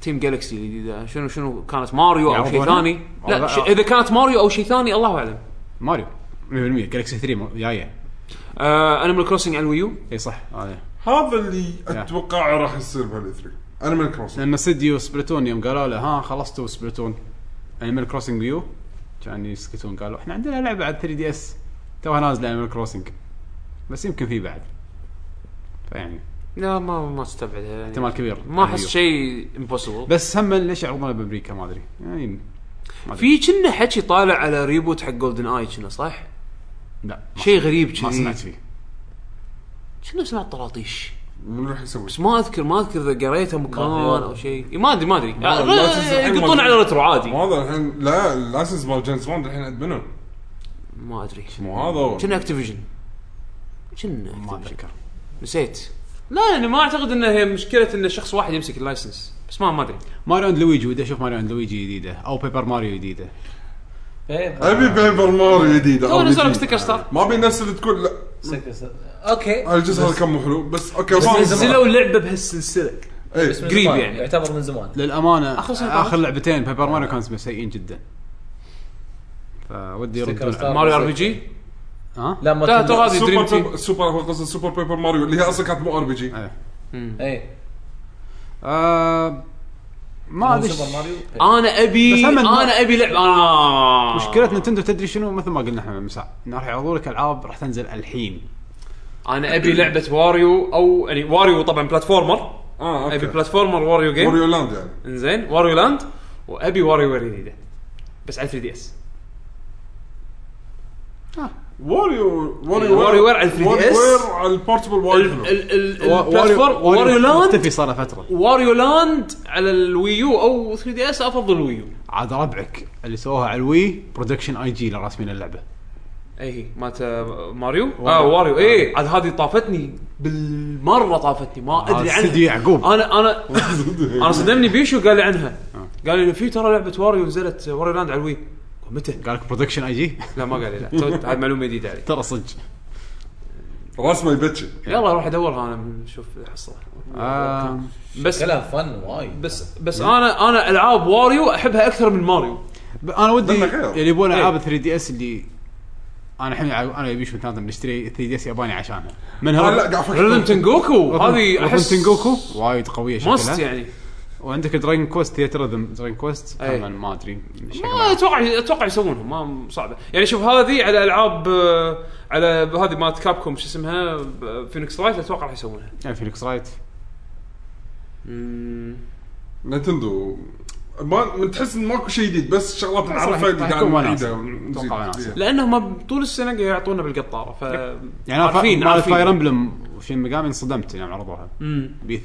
[SPEAKER 2] تيم جالكسي الجديده شنو شنو كانت ماريو او شيء
[SPEAKER 1] يعرفونها؟
[SPEAKER 2] ثاني لا
[SPEAKER 1] والله-
[SPEAKER 2] ش... اذا كانت ماريو او شيء ثاني الله اعلم
[SPEAKER 1] ماريو 100% جالكسي 3 مو- جايه
[SPEAKER 2] آه انيمال كروسنج على الويو
[SPEAKER 1] اي صح آه، هذا
[SPEAKER 3] هذا اللي اتوقع راح يصير بهالاثري انا من الكروس
[SPEAKER 1] لان استديو سبلاتون يوم قالوا له ها خلصتوا سبلاتون انيمال كروسنج ويو كان يسكتون قالوا احنا عندنا لعبه على 3 دي اس توها نازله انيمال كروسنج بس يمكن في بعد فيعني
[SPEAKER 2] لا ما ما استبعدها يعني
[SPEAKER 1] احتمال كبير
[SPEAKER 2] ما احس
[SPEAKER 1] الويو.
[SPEAKER 2] شيء امبوسيبل
[SPEAKER 1] بس هم ليش يعرضونه بامريكا ما ادري يعني ما أدري.
[SPEAKER 2] في كنا حكي طالع على ريبوت حق جولدن اي كنا صح؟
[SPEAKER 1] لا ما-
[SPEAKER 2] شيء غريب كذي
[SPEAKER 1] ما سمعت فيه
[SPEAKER 2] كنا سمعت طراطيش
[SPEAKER 3] من راح يسوي
[SPEAKER 2] بس ما اذكر ما اذكر اذا قريته مكان
[SPEAKER 4] ما في-
[SPEAKER 2] او شيء ما ادري ما ادري
[SPEAKER 3] ما- لا تنسى الحين
[SPEAKER 2] يقطون
[SPEAKER 3] ما-
[SPEAKER 2] على ريترو عادي
[SPEAKER 3] مو هذا الحين لا اللايسنس مال جيمس بوند الحين ادمنه
[SPEAKER 2] ما ادري
[SPEAKER 3] مو هذا هو.
[SPEAKER 2] كنا اكتيفيجن كنا
[SPEAKER 1] ما
[SPEAKER 2] Activision.
[SPEAKER 1] اتذكر
[SPEAKER 2] نسيت لا يعني ما اعتقد انه هي مشكله ان شخص واحد يمسك اللايسنس بس ما ما ادري
[SPEAKER 1] ماريو اند لويجي ودي اشوف ماريو اند لويجي جديده او بيبر ماريو جديده
[SPEAKER 3] ابي بيبر ماريو جديد
[SPEAKER 2] تو
[SPEAKER 3] RPG.
[SPEAKER 2] نزل لك ستيكر ستار
[SPEAKER 3] ما ابي الناس اللي تقول لا
[SPEAKER 4] اوكي
[SPEAKER 3] الجزء هذا كان مو حلو بس اوكي
[SPEAKER 4] بس
[SPEAKER 3] ما إيه.
[SPEAKER 2] نزلوا لعبه بهالسلسله
[SPEAKER 3] اي
[SPEAKER 4] بس من
[SPEAKER 2] قريب
[SPEAKER 4] زمان،
[SPEAKER 2] يعني.
[SPEAKER 4] يعتبر من زمان
[SPEAKER 1] للامانه
[SPEAKER 2] آخر
[SPEAKER 1] اخر,
[SPEAKER 2] سنة طافت.
[SPEAKER 1] آخر لعبتين بيبر ماريو كانوا اسمه سيئين جدا فودي
[SPEAKER 4] ستيكر
[SPEAKER 1] يردون
[SPEAKER 4] ستار.
[SPEAKER 1] على-
[SPEAKER 2] ماريو ار بي جي
[SPEAKER 1] ها
[SPEAKER 4] لا ما
[SPEAKER 2] لا،
[SPEAKER 4] تبدأ.
[SPEAKER 2] تو هذه دريم
[SPEAKER 3] سوبر
[SPEAKER 2] تيم.
[SPEAKER 3] بيبر سوبر هو قصدي سوبر بيبر ماريو اللي هي اصلا كانت مو ار بي جي
[SPEAKER 1] ايه
[SPEAKER 4] اي
[SPEAKER 1] آه، ما ادري
[SPEAKER 4] سوبر ماريو
[SPEAKER 2] انا ابي
[SPEAKER 1] بس هم النوع-
[SPEAKER 2] انا ابي لعبه آه.
[SPEAKER 1] مشكلة نتندو تدري شنو مثل ما قلنا احنا من المساء انه راح يعرضوا لك العاب راح تنزل الحين
[SPEAKER 2] انا ابي لعبه واريو او يعني واريو طبعا بلاتفورمر
[SPEAKER 1] آه،
[SPEAKER 3] اه
[SPEAKER 2] ابي
[SPEAKER 3] اوكي
[SPEAKER 2] بلاتفورمر واريو جيم
[SPEAKER 3] ماريو لاند يعني
[SPEAKER 2] انزين واريو لاند وابي واريو وير جديده بس على 3 دي اس
[SPEAKER 3] واريو
[SPEAKER 2] يعني واريو وير على 3DS.
[SPEAKER 3] واريو وير على البورتبل وايد حلو
[SPEAKER 2] البلاتفورم واريو لاند
[SPEAKER 1] مختفي صار له فترة
[SPEAKER 2] واريو لاند على الويو او 3 دي اس افضل الويو
[SPEAKER 1] عاد ربعك اللي سووها على الوي برودكشن اي جي اللي راسمين اللعبة
[SPEAKER 2] اي إيه، مالت آه، ماريو اه واريو اي عاد هذه طافتني بالمره طافتني ما
[SPEAKER 1] آه. هذا
[SPEAKER 2] ادري عنها
[SPEAKER 1] استديو يعقوب.
[SPEAKER 2] انا
[SPEAKER 1] (laughs)
[SPEAKER 2] انا انا صدمني بيشو قال لي عنها
[SPEAKER 1] آه.
[SPEAKER 2] قال لي في ترى لعبه واريو نزلت آه، واريو لاند على الوي قلت متى؟
[SPEAKER 1] قال لك برودكشن اي جي
[SPEAKER 2] لا ما قال لي لا تو- هاي معلومه جديده علي
[SPEAKER 1] (laughs) ترى صدق
[SPEAKER 3] رسمه يبتشي
[SPEAKER 2] يلا روح ادورها انا شوف احصلها
[SPEAKER 1] آه،
[SPEAKER 2] بس
[SPEAKER 4] كلام إيه، فن وايد
[SPEAKER 2] بس بس انا انا العاب واريو احبها اكثر من ماريو
[SPEAKER 1] (laughs) ب- انا ودي
[SPEAKER 3] لما خير.
[SPEAKER 1] اللي يبون
[SPEAKER 2] إيه.
[SPEAKER 1] العاب 3 دي اس اللي انا الحين عا- انا يبي شو ثلاثه بنشتري 3 دي اس ياباني عشانها من
[SPEAKER 3] لا آه، لا قاعد
[SPEAKER 2] ريزم
[SPEAKER 3] افكر
[SPEAKER 1] (laughs)
[SPEAKER 2] تنجوكو هذه
[SPEAKER 1] احس
[SPEAKER 2] احس
[SPEAKER 1] تنجوكو وايد قويه
[SPEAKER 2] ماست
[SPEAKER 1] شكلها
[SPEAKER 2] يعني
[SPEAKER 1] وعندك دراجون كوست ثياتر دراجون كوست
[SPEAKER 2] إيه.
[SPEAKER 1] طبعا ما ادري مش
[SPEAKER 2] ما اتوقع اتوقع يسوونها ما صعبه يعني شوف هذه على العاب آه، على هذه مالت كابكوم شو اسمها ب- فينيكس رايت اتوقع راح يسوونها
[SPEAKER 1] يعني فينيكس رايت
[SPEAKER 3] نتندو ما ما تحس ان ماكو شيء جديد بس شغلات
[SPEAKER 1] راح-
[SPEAKER 3] نعرفها اللي
[SPEAKER 1] راح
[SPEAKER 3] قاعد
[SPEAKER 1] يكون وناس.
[SPEAKER 3] نعيدها
[SPEAKER 1] أتوقع وناس.
[SPEAKER 3] ونزيد فيها.
[SPEAKER 2] لانهم هم طول السنه قاعد يعطونا بالقطاره ف
[SPEAKER 1] يعني انا عارفين مال فاير امبلم وشين ميجامي انصدمت يوم عرضوها
[SPEAKER 2] امم
[SPEAKER 1] بيث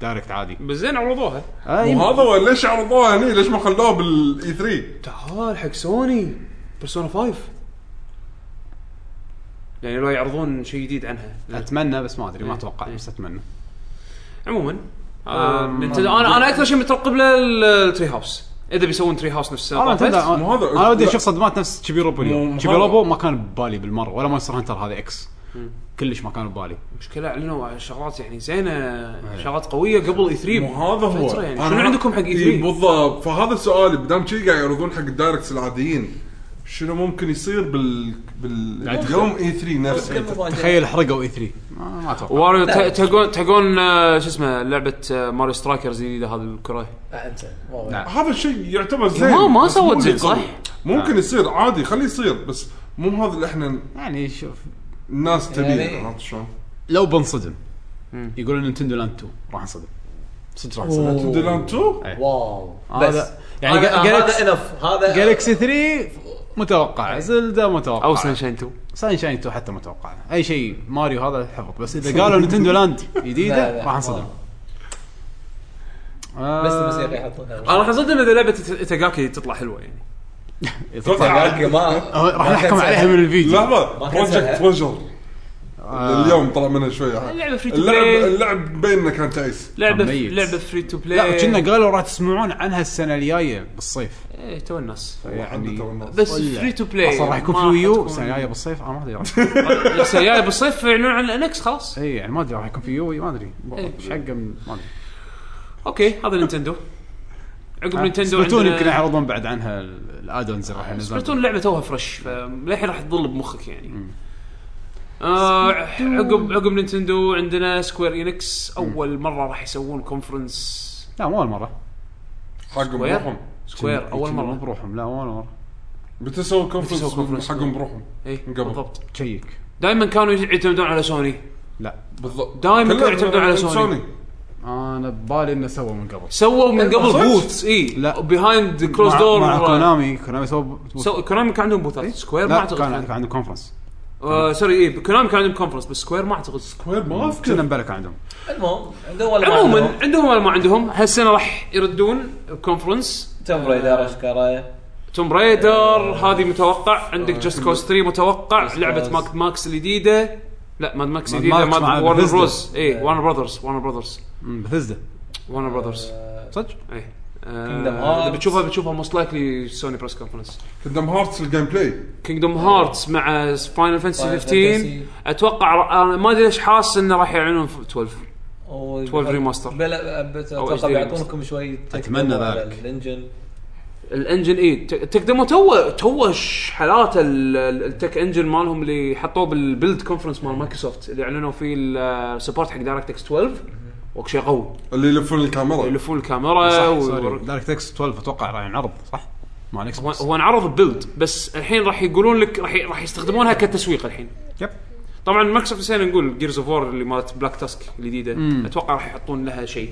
[SPEAKER 1] دايركت عادي
[SPEAKER 2] بس زين عرضوها
[SPEAKER 1] آه،
[SPEAKER 3] وهذا هو ليش عرضوها هني ليش ما خلوها بالاي 3
[SPEAKER 2] تعال حق سوني بيرسونا 5 يعني لو يعرضون شيء جديد عنها
[SPEAKER 1] اتمنى بس ما ادري ما
[SPEAKER 2] إيه.
[SPEAKER 1] اتوقع
[SPEAKER 2] إيه.
[SPEAKER 1] بس اتمنى
[SPEAKER 2] عموما آه، نتندو- انا انا اكثر شيء مترقب له ال- التري هاوس اذا بيسوون تري هاوس نفس السنه
[SPEAKER 1] والله
[SPEAKER 2] اللي
[SPEAKER 1] تصدق،
[SPEAKER 2] طافت.
[SPEAKER 1] انا
[SPEAKER 3] مو هذا-
[SPEAKER 1] أنا ودي
[SPEAKER 3] لا.
[SPEAKER 1] اشوف صدمات نفس تشيبيروبو
[SPEAKER 3] مو
[SPEAKER 1] اليوم
[SPEAKER 3] هذا.
[SPEAKER 1] تشيبيروبو ما كان ببالي بالمره ولا مونستر هانتر هذا اكس كلش ما كان ببالي
[SPEAKER 2] مشكلة اعلنوا عن شغلات يعني زينه شغلات قويه قبل اي 3
[SPEAKER 3] مو هذا هو
[SPEAKER 2] يعني
[SPEAKER 3] أنا- إيه،
[SPEAKER 2] شنو عندكم حق اي
[SPEAKER 3] إي
[SPEAKER 2] 3
[SPEAKER 3] بالضبط فهذا سؤالي بدام شي قاعد يعرضون حق الدايركتس العاديين شنو ممكن يصير بال
[SPEAKER 2] لا تخ-
[SPEAKER 3] باليوم اي 3
[SPEAKER 4] كل
[SPEAKER 3] نفسه
[SPEAKER 4] مباراة
[SPEAKER 1] تخيل حرقوا اي 3 ما ما اتوقع
[SPEAKER 2] واريو
[SPEAKER 4] لا.
[SPEAKER 2] ت- تلقون تلقون آه، شو اسمه لعبه آه، ماريو سترايكرز الجديده هذه الكره
[SPEAKER 4] آه، انسى ما
[SPEAKER 1] لا.
[SPEAKER 3] هذا الشيء يعتبر زين
[SPEAKER 2] ما- ما
[SPEAKER 3] بس مو
[SPEAKER 2] سوت زين،
[SPEAKER 3] اللي
[SPEAKER 2] صح؟
[SPEAKER 3] قوي. ممكن يصير عادي خليه يصير بس مو هذا اللي احنا
[SPEAKER 1] يعني شوف
[SPEAKER 3] الناس تبيه
[SPEAKER 4] يعني-
[SPEAKER 3] عرفت شلون؟
[SPEAKER 1] لو بنصدم
[SPEAKER 2] مم.
[SPEAKER 1] يقولون نينتندو لاند 2 راح انصدم صدق راح انصدم
[SPEAKER 4] أوه.
[SPEAKER 3] ديلاند 2
[SPEAKER 4] واو بس
[SPEAKER 1] هذا- يعني جا-
[SPEAKER 4] هذا-
[SPEAKER 1] جالكس-
[SPEAKER 4] هذا انف هذا
[SPEAKER 1] جالكسي 3 متوقع زلدا متوقع
[SPEAKER 2] او سنشاين 2
[SPEAKER 1] ساين شاين 2 حتى متوقع اي شيء ماريو هذا حفظ بس
[SPEAKER 4] (laughs)
[SPEAKER 1] اذا قالوا نينتندو لاند
[SPEAKER 4] لا،
[SPEAKER 1] جديده
[SPEAKER 4] لا،
[SPEAKER 1] راح انصدم آه،
[SPEAKER 4] بس الموسيقى يحطونها
[SPEAKER 2] انا راح اصدم اذا لعبه إيت- ايتاغاكي تطلع حلوه يعني
[SPEAKER 1] يتوقع.
[SPEAKER 4] حق ما
[SPEAKER 1] آه، راح
[SPEAKER 4] ما
[SPEAKER 1] نحكم
[SPEAKER 4] تنسى.
[SPEAKER 1] عليها من الفيديو
[SPEAKER 3] لحظه
[SPEAKER 4] ما تنسى.
[SPEAKER 3] بروجكت وجر
[SPEAKER 1] آه.
[SPEAKER 3] اليوم طلع منها شويه
[SPEAKER 2] اللعبة free to
[SPEAKER 3] اللعب
[SPEAKER 2] play.
[SPEAKER 3] اللعب بيننا كان تعيس
[SPEAKER 2] لعبه
[SPEAKER 1] ميت.
[SPEAKER 2] لعبه فري تو بلاي
[SPEAKER 1] لا كنا قالوا راح تسمعون عنها السنه الجايه بالصيف
[SPEAKER 2] ايه تو الناس
[SPEAKER 1] يعني
[SPEAKER 2] بس فري تو بلاي
[SPEAKER 1] اصلا راح يكون في ويو السنه الجايه بالصيف انا ما ادري
[SPEAKER 4] (laughs)
[SPEAKER 1] راح-
[SPEAKER 2] بس جاي بالصيف يعلنون عن الانكس خلاص
[SPEAKER 1] اي يعني ما ادري راح يكون في يو ما ادري
[SPEAKER 4] إيه.
[SPEAKER 1] ايش حقه من- ما ادري
[SPEAKER 2] اوكي هذا نينتندو عقب نينتندو
[SPEAKER 1] آه، سبلاتون
[SPEAKER 2] عندنا-
[SPEAKER 1] يمكن يعرضون بعد عنها ال- الادونز اللي راح ينزلون
[SPEAKER 2] سبلاتون لعبه توها فريش فللحين راح تظل بمخك يعني آه عقب عقب نينتندو عندنا سكوير انكس اول مره راح يسوون كونفرنس
[SPEAKER 1] لا مو اول مره
[SPEAKER 3] حقهم
[SPEAKER 2] سكوير؟
[SPEAKER 3] بروحهم
[SPEAKER 2] سكوير
[SPEAKER 1] كنا-
[SPEAKER 2] اول
[SPEAKER 1] كنا
[SPEAKER 2] مره
[SPEAKER 1] بروحهم لا مو اول مره
[SPEAKER 3] متى سووا
[SPEAKER 2] متى سووا conference؟
[SPEAKER 3] كونفرنس حقهم بروحهم
[SPEAKER 1] إيه.
[SPEAKER 2] اي
[SPEAKER 3] قبل.
[SPEAKER 2] إيه، بالضبط
[SPEAKER 1] تشيك
[SPEAKER 2] دائما كانوا يعتمدون على سوني
[SPEAKER 1] لا
[SPEAKER 3] بالضبط
[SPEAKER 2] دايماً
[SPEAKER 3] كلها
[SPEAKER 2] كانوا يعتمدون على سوني.
[SPEAKER 1] انا ببالي انه سوى من قبل
[SPEAKER 2] سووا من قبل إيه،
[SPEAKER 3] صدق؟
[SPEAKER 2] بوثس اي
[SPEAKER 1] إيه، لا.
[SPEAKER 2] بيهايند كلوز
[SPEAKER 1] مع-
[SPEAKER 2] دور
[SPEAKER 1] مع كونامي كونامي سوى
[SPEAKER 2] سو كونامي كان عندهم بوثات سكوير ما
[SPEAKER 1] لا كان
[SPEAKER 2] اعتقد
[SPEAKER 1] كان عندهم كونفرنس
[SPEAKER 2] آه، سوري اي كونامي كان عندهم كونفرنس بس سكوير ما اعتقد
[SPEAKER 3] سكوير ما اذكر
[SPEAKER 1] كنا مبلى كان عندهم
[SPEAKER 4] المهم عندهم ولا ما
[SPEAKER 2] عموما
[SPEAKER 4] عندهم.
[SPEAKER 2] عندهم ولا ما عندهم هالسنه راح يردون كونفرنس
[SPEAKER 4] توم رايدر اشكره
[SPEAKER 2] توم رايدر هذه متوقع عندك جاست كوز 3 متوقع
[SPEAKER 4] Just
[SPEAKER 2] لعبه
[SPEAKER 4] Cause.
[SPEAKER 2] ماك ماكس الجديده لا ماد ماكس
[SPEAKER 1] Mad
[SPEAKER 2] الجديده
[SPEAKER 1] Max
[SPEAKER 2] ماد
[SPEAKER 1] مع
[SPEAKER 2] وارنر
[SPEAKER 1] Bethesda.
[SPEAKER 2] بروز اي
[SPEAKER 4] Yeah.
[SPEAKER 2] وارنر براذرز وارنر براذرز
[SPEAKER 1] بثزدا
[SPEAKER 2] وارنر براذرز
[SPEAKER 4] آه،
[SPEAKER 1] صدق؟
[SPEAKER 2] اي
[SPEAKER 4] Hearts.
[SPEAKER 2] إيه. آه، اذا بتشوفها بتشوفها موست لايكلي سوني بريس كونفرنس
[SPEAKER 3] كندم هارتس الجيم بلاي
[SPEAKER 2] كينجدوم هارتس مع فاينل فانتسي
[SPEAKER 4] Final
[SPEAKER 2] 15
[SPEAKER 4] Fantasy.
[SPEAKER 2] اتوقع را- انا ما ادري ليش حاسس انه راح يعلنون في 12 12 ريماستر.
[SPEAKER 4] بلا
[SPEAKER 2] أو HD
[SPEAKER 4] اتوقع بيعطونكم شوي
[SPEAKER 1] أتمنى ذلك.
[SPEAKER 4] الانجن
[SPEAKER 2] الانجن إيه، اي تقدموا تو تو حالاته ال- ال- التك انجن مالهم اللي حطوه بالبيلد كونفرنس مال مايكروسوفت اللي اعلنوا فيه السبورت حق دايركت اكس 12 وشيء قوي
[SPEAKER 3] اللي يلفون الكاميرا
[SPEAKER 2] يلفون الكاميرا
[SPEAKER 1] صح
[SPEAKER 2] ويورو-
[SPEAKER 1] سوري دايركت اكس 12 اتوقع راح ينعرض صح؟ مع الاكس
[SPEAKER 2] هو
[SPEAKER 1] بوكس
[SPEAKER 2] هو انعرض بيلد بس الحين راح يقولون لك راح ي- راح يستخدمونها كتسويق الحين
[SPEAKER 1] يب
[SPEAKER 2] طبعا مايكروسوفت نسينا نقول جيرز اوف وور اللي مالت بلاك تاسك الجديده
[SPEAKER 1] مم.
[SPEAKER 2] اتوقع راح يحطون لها شيء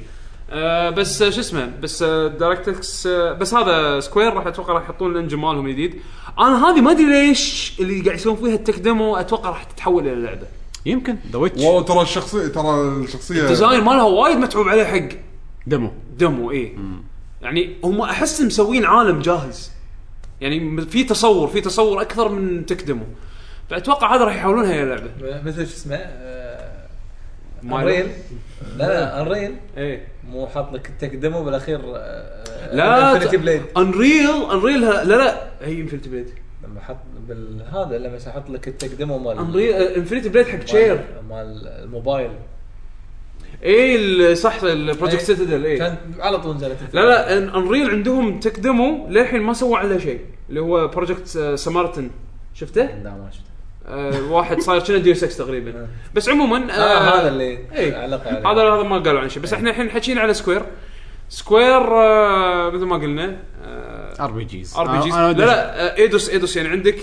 [SPEAKER 2] آه بس آه، شو اسمه بس آه دايركتكس آه بس هذا سكوير راح اتوقع راح يحطون لان جمالهم الجديد انا هذه ما ادري ليش اللي قاعد يسوون فيها التك ديمو اتوقع راح تتحول الى لعبه
[SPEAKER 1] يمكن ذا ويتش
[SPEAKER 3] والله ترى الشخصيه ترى الشخصيه
[SPEAKER 2] الديزاين مالها وايد متعوب عليه حق
[SPEAKER 1] ديمو
[SPEAKER 2] دمو اي يعني هم احس مسوين عالم جاهز يعني م- في تصور في تصور اكثر من تك ديمو فاتوقع هذا راح يحولونها الى لعبه
[SPEAKER 4] مثل شو اسمه آه،
[SPEAKER 2] مايلو.
[SPEAKER 4] انريل لا لا انريل
[SPEAKER 2] ايه
[SPEAKER 4] مو حاط لك التك ديمو آه، بالاخير
[SPEAKER 2] لا
[SPEAKER 4] انفنتي بليد
[SPEAKER 2] انريل انريل ها- لا لا هي انفنتي بليد
[SPEAKER 4] لما حط بالهذا لما حط لك التك ديمو مال
[SPEAKER 2] انريل انفنتي بليد آه، حق تشير
[SPEAKER 4] مال- مال الموبايل
[SPEAKER 2] اي إيه ال- صح البروجكت
[SPEAKER 4] إيه.
[SPEAKER 2] سيتادل اي لا
[SPEAKER 4] كان على طول نزلت
[SPEAKER 2] لا انريل عندهم تك ديمو للحين ما سووا عليه شيء اللي هو بروجكت سمارتن شفته؟
[SPEAKER 4] لا ما شفته
[SPEAKER 2] آه واحد صاير كنا ديو 6 تقريبا بس عموما
[SPEAKER 4] آه، هذا اللي إيه.
[SPEAKER 2] إيه.
[SPEAKER 4] علاقه عليه
[SPEAKER 2] هذا هذا ما قالوا عن شيء بس احنا الحين حكينا على سكوير سكوير آه مثل ما قلنا آه
[SPEAKER 1] ار بي جيز
[SPEAKER 2] ار بي جي لا لا آه ايدوس ايدوس يعني عندك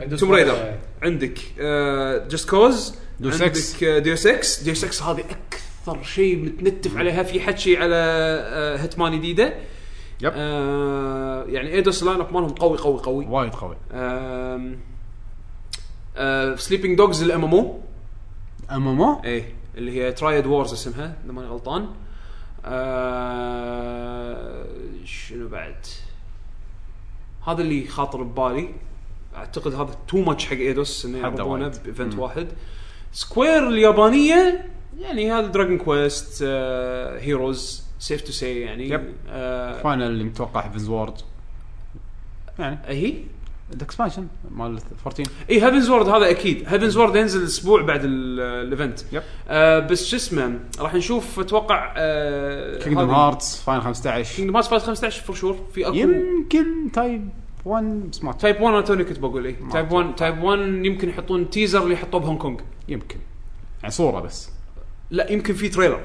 [SPEAKER 4] عنده
[SPEAKER 2] توم
[SPEAKER 4] سوالف.
[SPEAKER 2] رايدر عندك آه، جاست كوز
[SPEAKER 1] Deus Ex.
[SPEAKER 2] عندك آه، ديو 6 ديو 6 هذه اكثر شيء متنتف عليها في حكي على هيتمان جديده
[SPEAKER 1] يب.
[SPEAKER 2] آه يعني ايدوس لاين اب مالهم قوي قوي قوي
[SPEAKER 1] وايد قوي
[SPEAKER 2] سليبنج دوجز الام ام او
[SPEAKER 1] ام ام او
[SPEAKER 2] ايه اللي هي ترايد وورز اسمها اذا ماني غلطان آه شنو بعد هذا اللي خاطر ببالي اعتقد هذا تو ماتش حق ايدوس انه
[SPEAKER 1] حدا
[SPEAKER 2] يربونه
[SPEAKER 1] وايد.
[SPEAKER 2] بايفنت
[SPEAKER 1] مم.
[SPEAKER 2] واحد سكوير اليابانيه يعني هذا دراجون كويست آه هيروز سيف تو سي يعني
[SPEAKER 1] يب.
[SPEAKER 2] آه
[SPEAKER 1] فاينل اللي متوقع هيفنز وورد يعني
[SPEAKER 2] هي
[SPEAKER 1] الاكسبانشن مال 14
[SPEAKER 2] اي هيفنز وورد إيه، هذا اكيد هيفنز وورد ينزل اسبوع بعد ال- الايفنت
[SPEAKER 1] يب.
[SPEAKER 2] آه بس شو اسمه راح نشوف اتوقع آه
[SPEAKER 1] كينجدم
[SPEAKER 2] هذه-
[SPEAKER 1] هارتس فاينل 15
[SPEAKER 2] كينجدم هارتس 15 فور شور في اكو
[SPEAKER 1] يمكن تايب 1 سمارت
[SPEAKER 2] تايب 1 انا توني كنت بقول إيه. اي
[SPEAKER 1] ما
[SPEAKER 2] تايب 1 تايب 1 يمكن يحطون تيزر اللي حطوه بهونغ كونغ
[SPEAKER 1] يمكن يعني صوره بس
[SPEAKER 2] لا يمكن في تريلر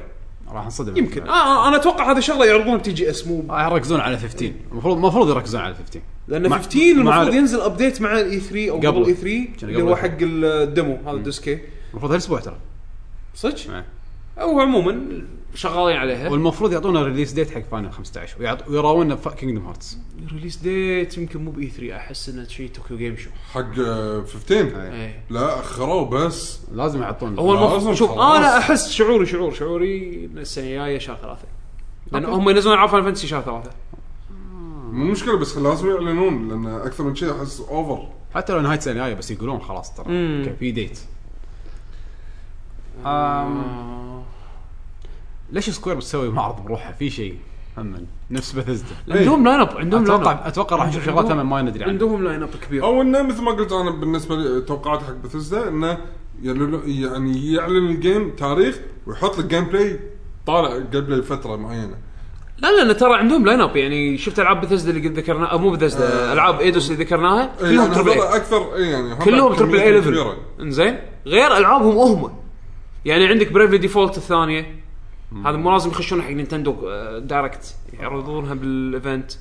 [SPEAKER 1] راح انصدم
[SPEAKER 2] يمكن آه انا اتوقع هذا شغله يعرضونها بتي جي اس مو
[SPEAKER 1] آه، يركزون على 15 المفروض المفروض يركزون على 15
[SPEAKER 2] لان
[SPEAKER 1] مع-
[SPEAKER 2] 15 المفروض
[SPEAKER 1] مع-
[SPEAKER 2] ينزل ابديت مع الاي 3 او قبل
[SPEAKER 1] قبل.
[SPEAKER 2] الاي 3
[SPEAKER 1] كان
[SPEAKER 2] اللي هو
[SPEAKER 1] قبل.
[SPEAKER 2] حق الديمو هذا الديسكي
[SPEAKER 1] المفروض هالاسبوع ترى
[SPEAKER 2] صدق
[SPEAKER 1] إيه.
[SPEAKER 2] او عموما شغالين عليها
[SPEAKER 1] والمفروض يعطونا ريليس ديت حق فاينل 15 ويعط- ويراونا كينجدم هارتس
[SPEAKER 2] ريليس ديت يمكن مو E باي 3 احس انه شيء طوكيو جيم شو
[SPEAKER 3] حق آه، 15
[SPEAKER 2] إيه.
[SPEAKER 3] لا اخروه بس
[SPEAKER 1] لازم يعطونا
[SPEAKER 2] هو المفروض
[SPEAKER 3] لازم
[SPEAKER 2] شوف
[SPEAKER 3] خلاص.
[SPEAKER 2] انا احس شعوري شعور شعوري ان السنه الجايه شهر ثلاثه لان هم ينزلون العاب فاينل فانتسي شهر ثلاثه
[SPEAKER 3] مو مشكله بس لازم يعلنون لان اكثر من شيء احس اوفر
[SPEAKER 1] حتى لو نهايه السنه الجايه بس يقولون خلاص ترى
[SPEAKER 2] مم.
[SPEAKER 1] كان في ديت آم، ليش سكوير بتسوي معرض بروحها في شيء هم نفس بثزدا
[SPEAKER 2] عندهم لاين اب عندهم لاين اب
[SPEAKER 1] اتوقع اتوقع راح نشوف شغلات يعني. هم ما ندري عنها
[SPEAKER 2] عندهم لاين اب كبير
[SPEAKER 3] او انه مثل ما قلت انا بالنسبه لي توقعات حق بثزدا انه يعلن- يعني يعلن الجيم تاريخ ويحط لك جيم بلاي طالع قبل فتره معينه
[SPEAKER 2] لا لان ترى عندهم لاين اب يعني شفت العاب بثزدا اللي قد ذكرناها أو مو بثزدا العاب ايدوس اللي ذكرناها
[SPEAKER 3] إيه،
[SPEAKER 2] كلهم
[SPEAKER 3] يعني
[SPEAKER 2] تربل
[SPEAKER 3] هذول اكثر إيه، يعني هذول
[SPEAKER 2] كلهم تربل اي
[SPEAKER 3] كمية
[SPEAKER 2] ليفل
[SPEAKER 3] كبيرة.
[SPEAKER 2] انزين غير العابهم هم يعني عندك بريفلي ديفولت الثانيه هذا مو لازم يخشون حق نينتندو آه، دايركت يعرضونها بالايفنت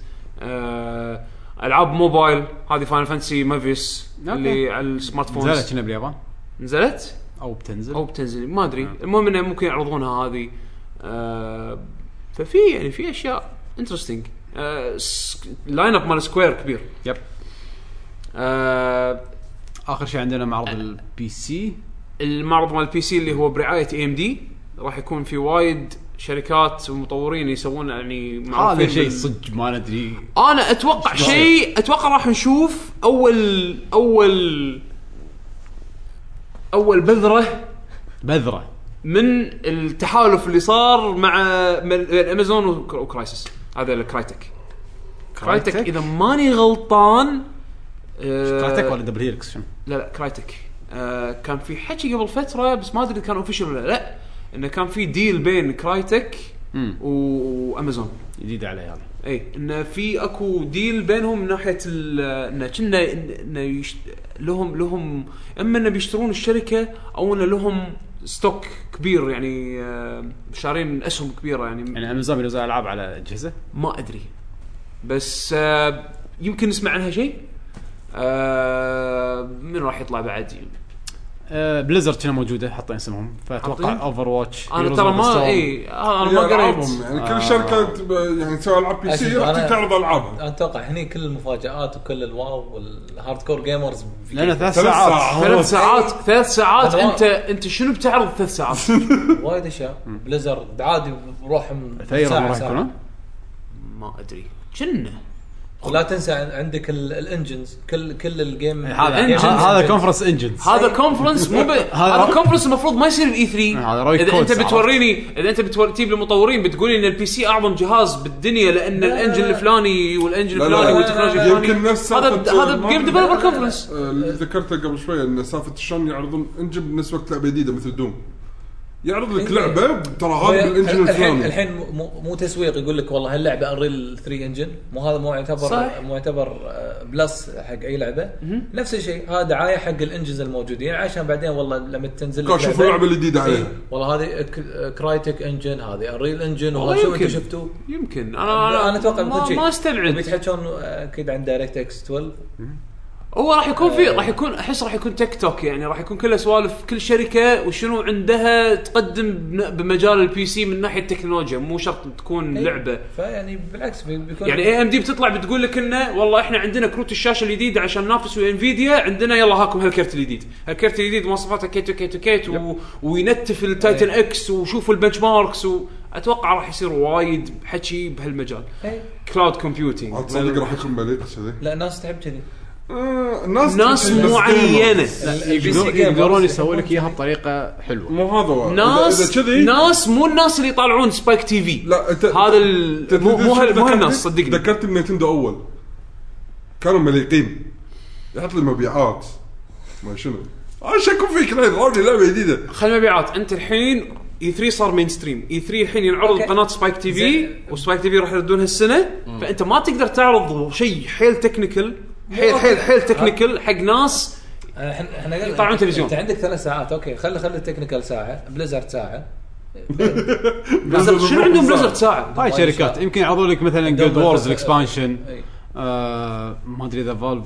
[SPEAKER 2] آه، العاب موبايل هذه فاينل فانتسي مافيس
[SPEAKER 1] أوكي.
[SPEAKER 2] اللي على السمارت
[SPEAKER 1] نزلت
[SPEAKER 2] فونز
[SPEAKER 1] هنا باليابان
[SPEAKER 2] نزلت
[SPEAKER 1] او بتنزل
[SPEAKER 2] او بتنزل ما ادري
[SPEAKER 1] نعم.
[SPEAKER 2] المهم انه ممكن يعرضونها هذه آه، ففي يعني في آه، اشياء انترستنج لاين اب مال سكوير كبير
[SPEAKER 1] يب
[SPEAKER 2] آه،
[SPEAKER 1] اخر شيء عندنا معرض
[SPEAKER 2] أه.
[SPEAKER 1] البي سي
[SPEAKER 2] المعرض مال البي سي اللي هو برعايه اي ام دي راح يكون في وايد شركات ومطورين يسوون يعني
[SPEAKER 1] هذا
[SPEAKER 2] معروفين
[SPEAKER 1] شيء
[SPEAKER 2] بال-
[SPEAKER 1] صدق ما ندري
[SPEAKER 2] انا اتوقع
[SPEAKER 1] شلون؟
[SPEAKER 2] شيء اتوقع راح نشوف اول اول اول بذره
[SPEAKER 1] بذره
[SPEAKER 2] من التحالف اللي صار مع من- بين امازون وك- وكرايسس هذا الكرايتك كرايتك اذا ماني غلطان آه،
[SPEAKER 1] كرايتك ولا دبل هيركس شنو؟
[SPEAKER 2] لا لا كرايتك آه كان في حكي قبل فتره بس ما ادري إذا كان اوفيشال ولا لا انه كان في ديل بين كرايتك
[SPEAKER 1] مم.
[SPEAKER 2] و- وامازون
[SPEAKER 1] جديد علي هذا
[SPEAKER 2] اي انه إيه، في اكو ديل بينهم من ناحيه ال- انه كنا انه يشت... لهم لهم اما انه بيشترون الشركه او انه لهم ستوك كبير يعني آه، شارين اسهم كبيره يعني
[SPEAKER 1] يعني امازون بينزل العاب على اجهزه
[SPEAKER 2] ما ادري بس آه يمكن نسمع عنها شيء آه من راح يطلع بعد
[SPEAKER 1] آه، بليزرد كنا موجوده حاطين اسمهم فاتوقع
[SPEAKER 2] حاطين؟
[SPEAKER 1] اوفر واتش
[SPEAKER 2] انا ترى ما إيه. اي انا ما
[SPEAKER 3] هي
[SPEAKER 2] قريت
[SPEAKER 3] ألعابهم، يعني
[SPEAKER 1] آه.
[SPEAKER 3] كل شركه تب- يعني تسوي العاب بي
[SPEAKER 4] أكيد،
[SPEAKER 3] سي راح
[SPEAKER 4] أنا- آه.
[SPEAKER 3] تعرض العابها
[SPEAKER 4] انا اتوقع هني كل المفاجات وكل الواو والهارد كور جيمرز في
[SPEAKER 1] لان ثلاث
[SPEAKER 3] ثلاث
[SPEAKER 1] ساعات
[SPEAKER 3] ساعات.
[SPEAKER 2] ثلاث ساعات ثلاث ساعات
[SPEAKER 4] أنا-
[SPEAKER 2] انت انت شنو بتعرض ثلاث ساعات؟
[SPEAKER 4] وايد اشياء بليزرد عادي بروح من
[SPEAKER 1] ثير
[SPEAKER 4] ساعة
[SPEAKER 1] راح
[SPEAKER 4] ساعة.
[SPEAKER 1] يكون ها؟
[SPEAKER 2] ما ادري كنا
[SPEAKER 4] ولا تنسى عن- عندك ال- الانجنز كل كل الجيم
[SPEAKER 2] إيه،
[SPEAKER 1] هذا
[SPEAKER 4] الجيمز-
[SPEAKER 1] هذا كونفرنس انجنز
[SPEAKER 2] هذا كونفرنس مو ب... هذا
[SPEAKER 1] رأي-
[SPEAKER 2] كونفرنس المفروض ما يصير E بالاي 3
[SPEAKER 1] هذا رأي
[SPEAKER 2] اذا
[SPEAKER 1] كود
[SPEAKER 2] انت
[SPEAKER 1] ساعات.
[SPEAKER 2] بتوريني اذا انت بتور- تجيب لي مطورين بتقول لي ان البي سي اعظم جهاز بالدنيا لان
[SPEAKER 4] لا، لا،
[SPEAKER 2] الانجن
[SPEAKER 4] لا.
[SPEAKER 2] الفلاني والانجن
[SPEAKER 3] لا، لا،
[SPEAKER 2] الفلاني
[SPEAKER 3] لا،
[SPEAKER 2] والتكنولوجيا
[SPEAKER 4] لا، لا،
[SPEAKER 2] الفلاني
[SPEAKER 3] يمكن نفس
[SPEAKER 2] هذا
[SPEAKER 3] سالفة
[SPEAKER 2] هذا
[SPEAKER 3] ما-
[SPEAKER 2] جيم ديفلوبر كونفرنس
[SPEAKER 3] آه، اللي ذكرته قبل شوي ان سالفه شلون يعرضون انجن بالنسبه لك لعبه جديده مثل دوم يعرض لك
[SPEAKER 4] إيه.
[SPEAKER 3] لعبه ترى
[SPEAKER 4] هو
[SPEAKER 3] هذا بالانجن
[SPEAKER 4] الحين- الحين
[SPEAKER 3] الفلاني
[SPEAKER 4] الحين مو مو تسويق يقول لك والله هاللعبه انريل 3 انجن مو هذا مو يعتبر
[SPEAKER 2] صح.
[SPEAKER 4] مو يعتبر آه، بلس حق اي لعبه نفس الشيء هذا دعايه حق الانجنز الموجودين عشان بعدين والله لما تنزل
[SPEAKER 3] كان شوفوا اللعبه الجديده عليها
[SPEAKER 4] إيه، والله هذه ك- كرايتك انجن هذه انريل انجن
[SPEAKER 2] والله
[SPEAKER 4] وهذا شو
[SPEAKER 2] يمكن.
[SPEAKER 4] انتم شفتوه
[SPEAKER 2] يمكن انا انا,
[SPEAKER 4] أنا أتوقع
[SPEAKER 2] ما,
[SPEAKER 4] بيكون شيء.
[SPEAKER 2] ما استبعد
[SPEAKER 4] بيتحكون اكيد عن دايركت اكس 12
[SPEAKER 2] هو راح يكون
[SPEAKER 4] آه.
[SPEAKER 2] في راح يكون احس راح يكون تيك توك يعني راح يكون كله سوالف كل شركه وشنو عندها تقدم بن- بمجال البي سي من ناحيه تكنولوجيا مو شرط تكون
[SPEAKER 4] إيه.
[SPEAKER 2] لعبه
[SPEAKER 4] فيعني بالعكس بي- بيكون
[SPEAKER 2] يعني اي ام دي بتطلع بتقول لك انه والله احنا عندنا كروت الشاشه الجديده عشان ننافس ويا انفيديا عندنا يلا هاكم هالكرت الجديد، هالكرت الجديد مواصفاته كيت وكيت وكيت و... وينتف التايتن اكس وشوفوا البنش ماركس واتوقع راح يصير وايد حكي بهالمجال
[SPEAKER 4] إيه.
[SPEAKER 2] كلاود كومبيوتينج
[SPEAKER 3] عاد تصدق راح يكون مليك كذي
[SPEAKER 4] لا الناس تحب كذي
[SPEAKER 3] آه، ناس
[SPEAKER 2] ناس
[SPEAKER 3] بس
[SPEAKER 2] معينه
[SPEAKER 3] gamers.
[SPEAKER 1] يقدرون- يقدرون يسوون لك اياها بطريقه حلوه
[SPEAKER 3] مو هذا هو. إذا-
[SPEAKER 2] ناس
[SPEAKER 3] اذا كذي
[SPEAKER 2] ناس مو الناس اللي يطالعون سبايك تي في
[SPEAKER 3] لا انت
[SPEAKER 2] هذا ال-
[SPEAKER 3] أنت
[SPEAKER 2] مو-
[SPEAKER 3] تدري
[SPEAKER 2] مو
[SPEAKER 3] شو
[SPEAKER 2] هال- مو
[SPEAKER 3] ذكرتني؟
[SPEAKER 2] هالناس، صدقني.
[SPEAKER 3] ذكرتني بنينتندو اول كانوا مليقين يحط لي مبيعات ما شنو ايش اكون فيك لا يضربني لعبه جديده
[SPEAKER 2] خلينا مبيعات انت الحين اي 3 صار مين ستريم اي 3 الحين ينعرض
[SPEAKER 4] أوكي.
[SPEAKER 2] قناه سبايك تي في
[SPEAKER 4] زين.
[SPEAKER 2] وسبايك تي في راح يردون هالسنه فانت ما تقدر تعرض شيء حيل تكنيكال حيل حيل حيل تكنيكال حق ناس
[SPEAKER 4] احنا احنا قلنا
[SPEAKER 2] يقطعون تلفزيون.
[SPEAKER 4] انت عندك ثلاث ساعات اوكي خلي خلي التكنيكال ساعه بليزرد ساعه
[SPEAKER 2] بليزرد- شنو عندهم بليزرد ساعه؟
[SPEAKER 1] هاي شركات يمكن يعرضوا لك مثلا جولد وورز
[SPEAKER 4] بليزرد-
[SPEAKER 1] الاكسبانشن
[SPEAKER 4] إي.
[SPEAKER 1] آه ما ادري اذا فالف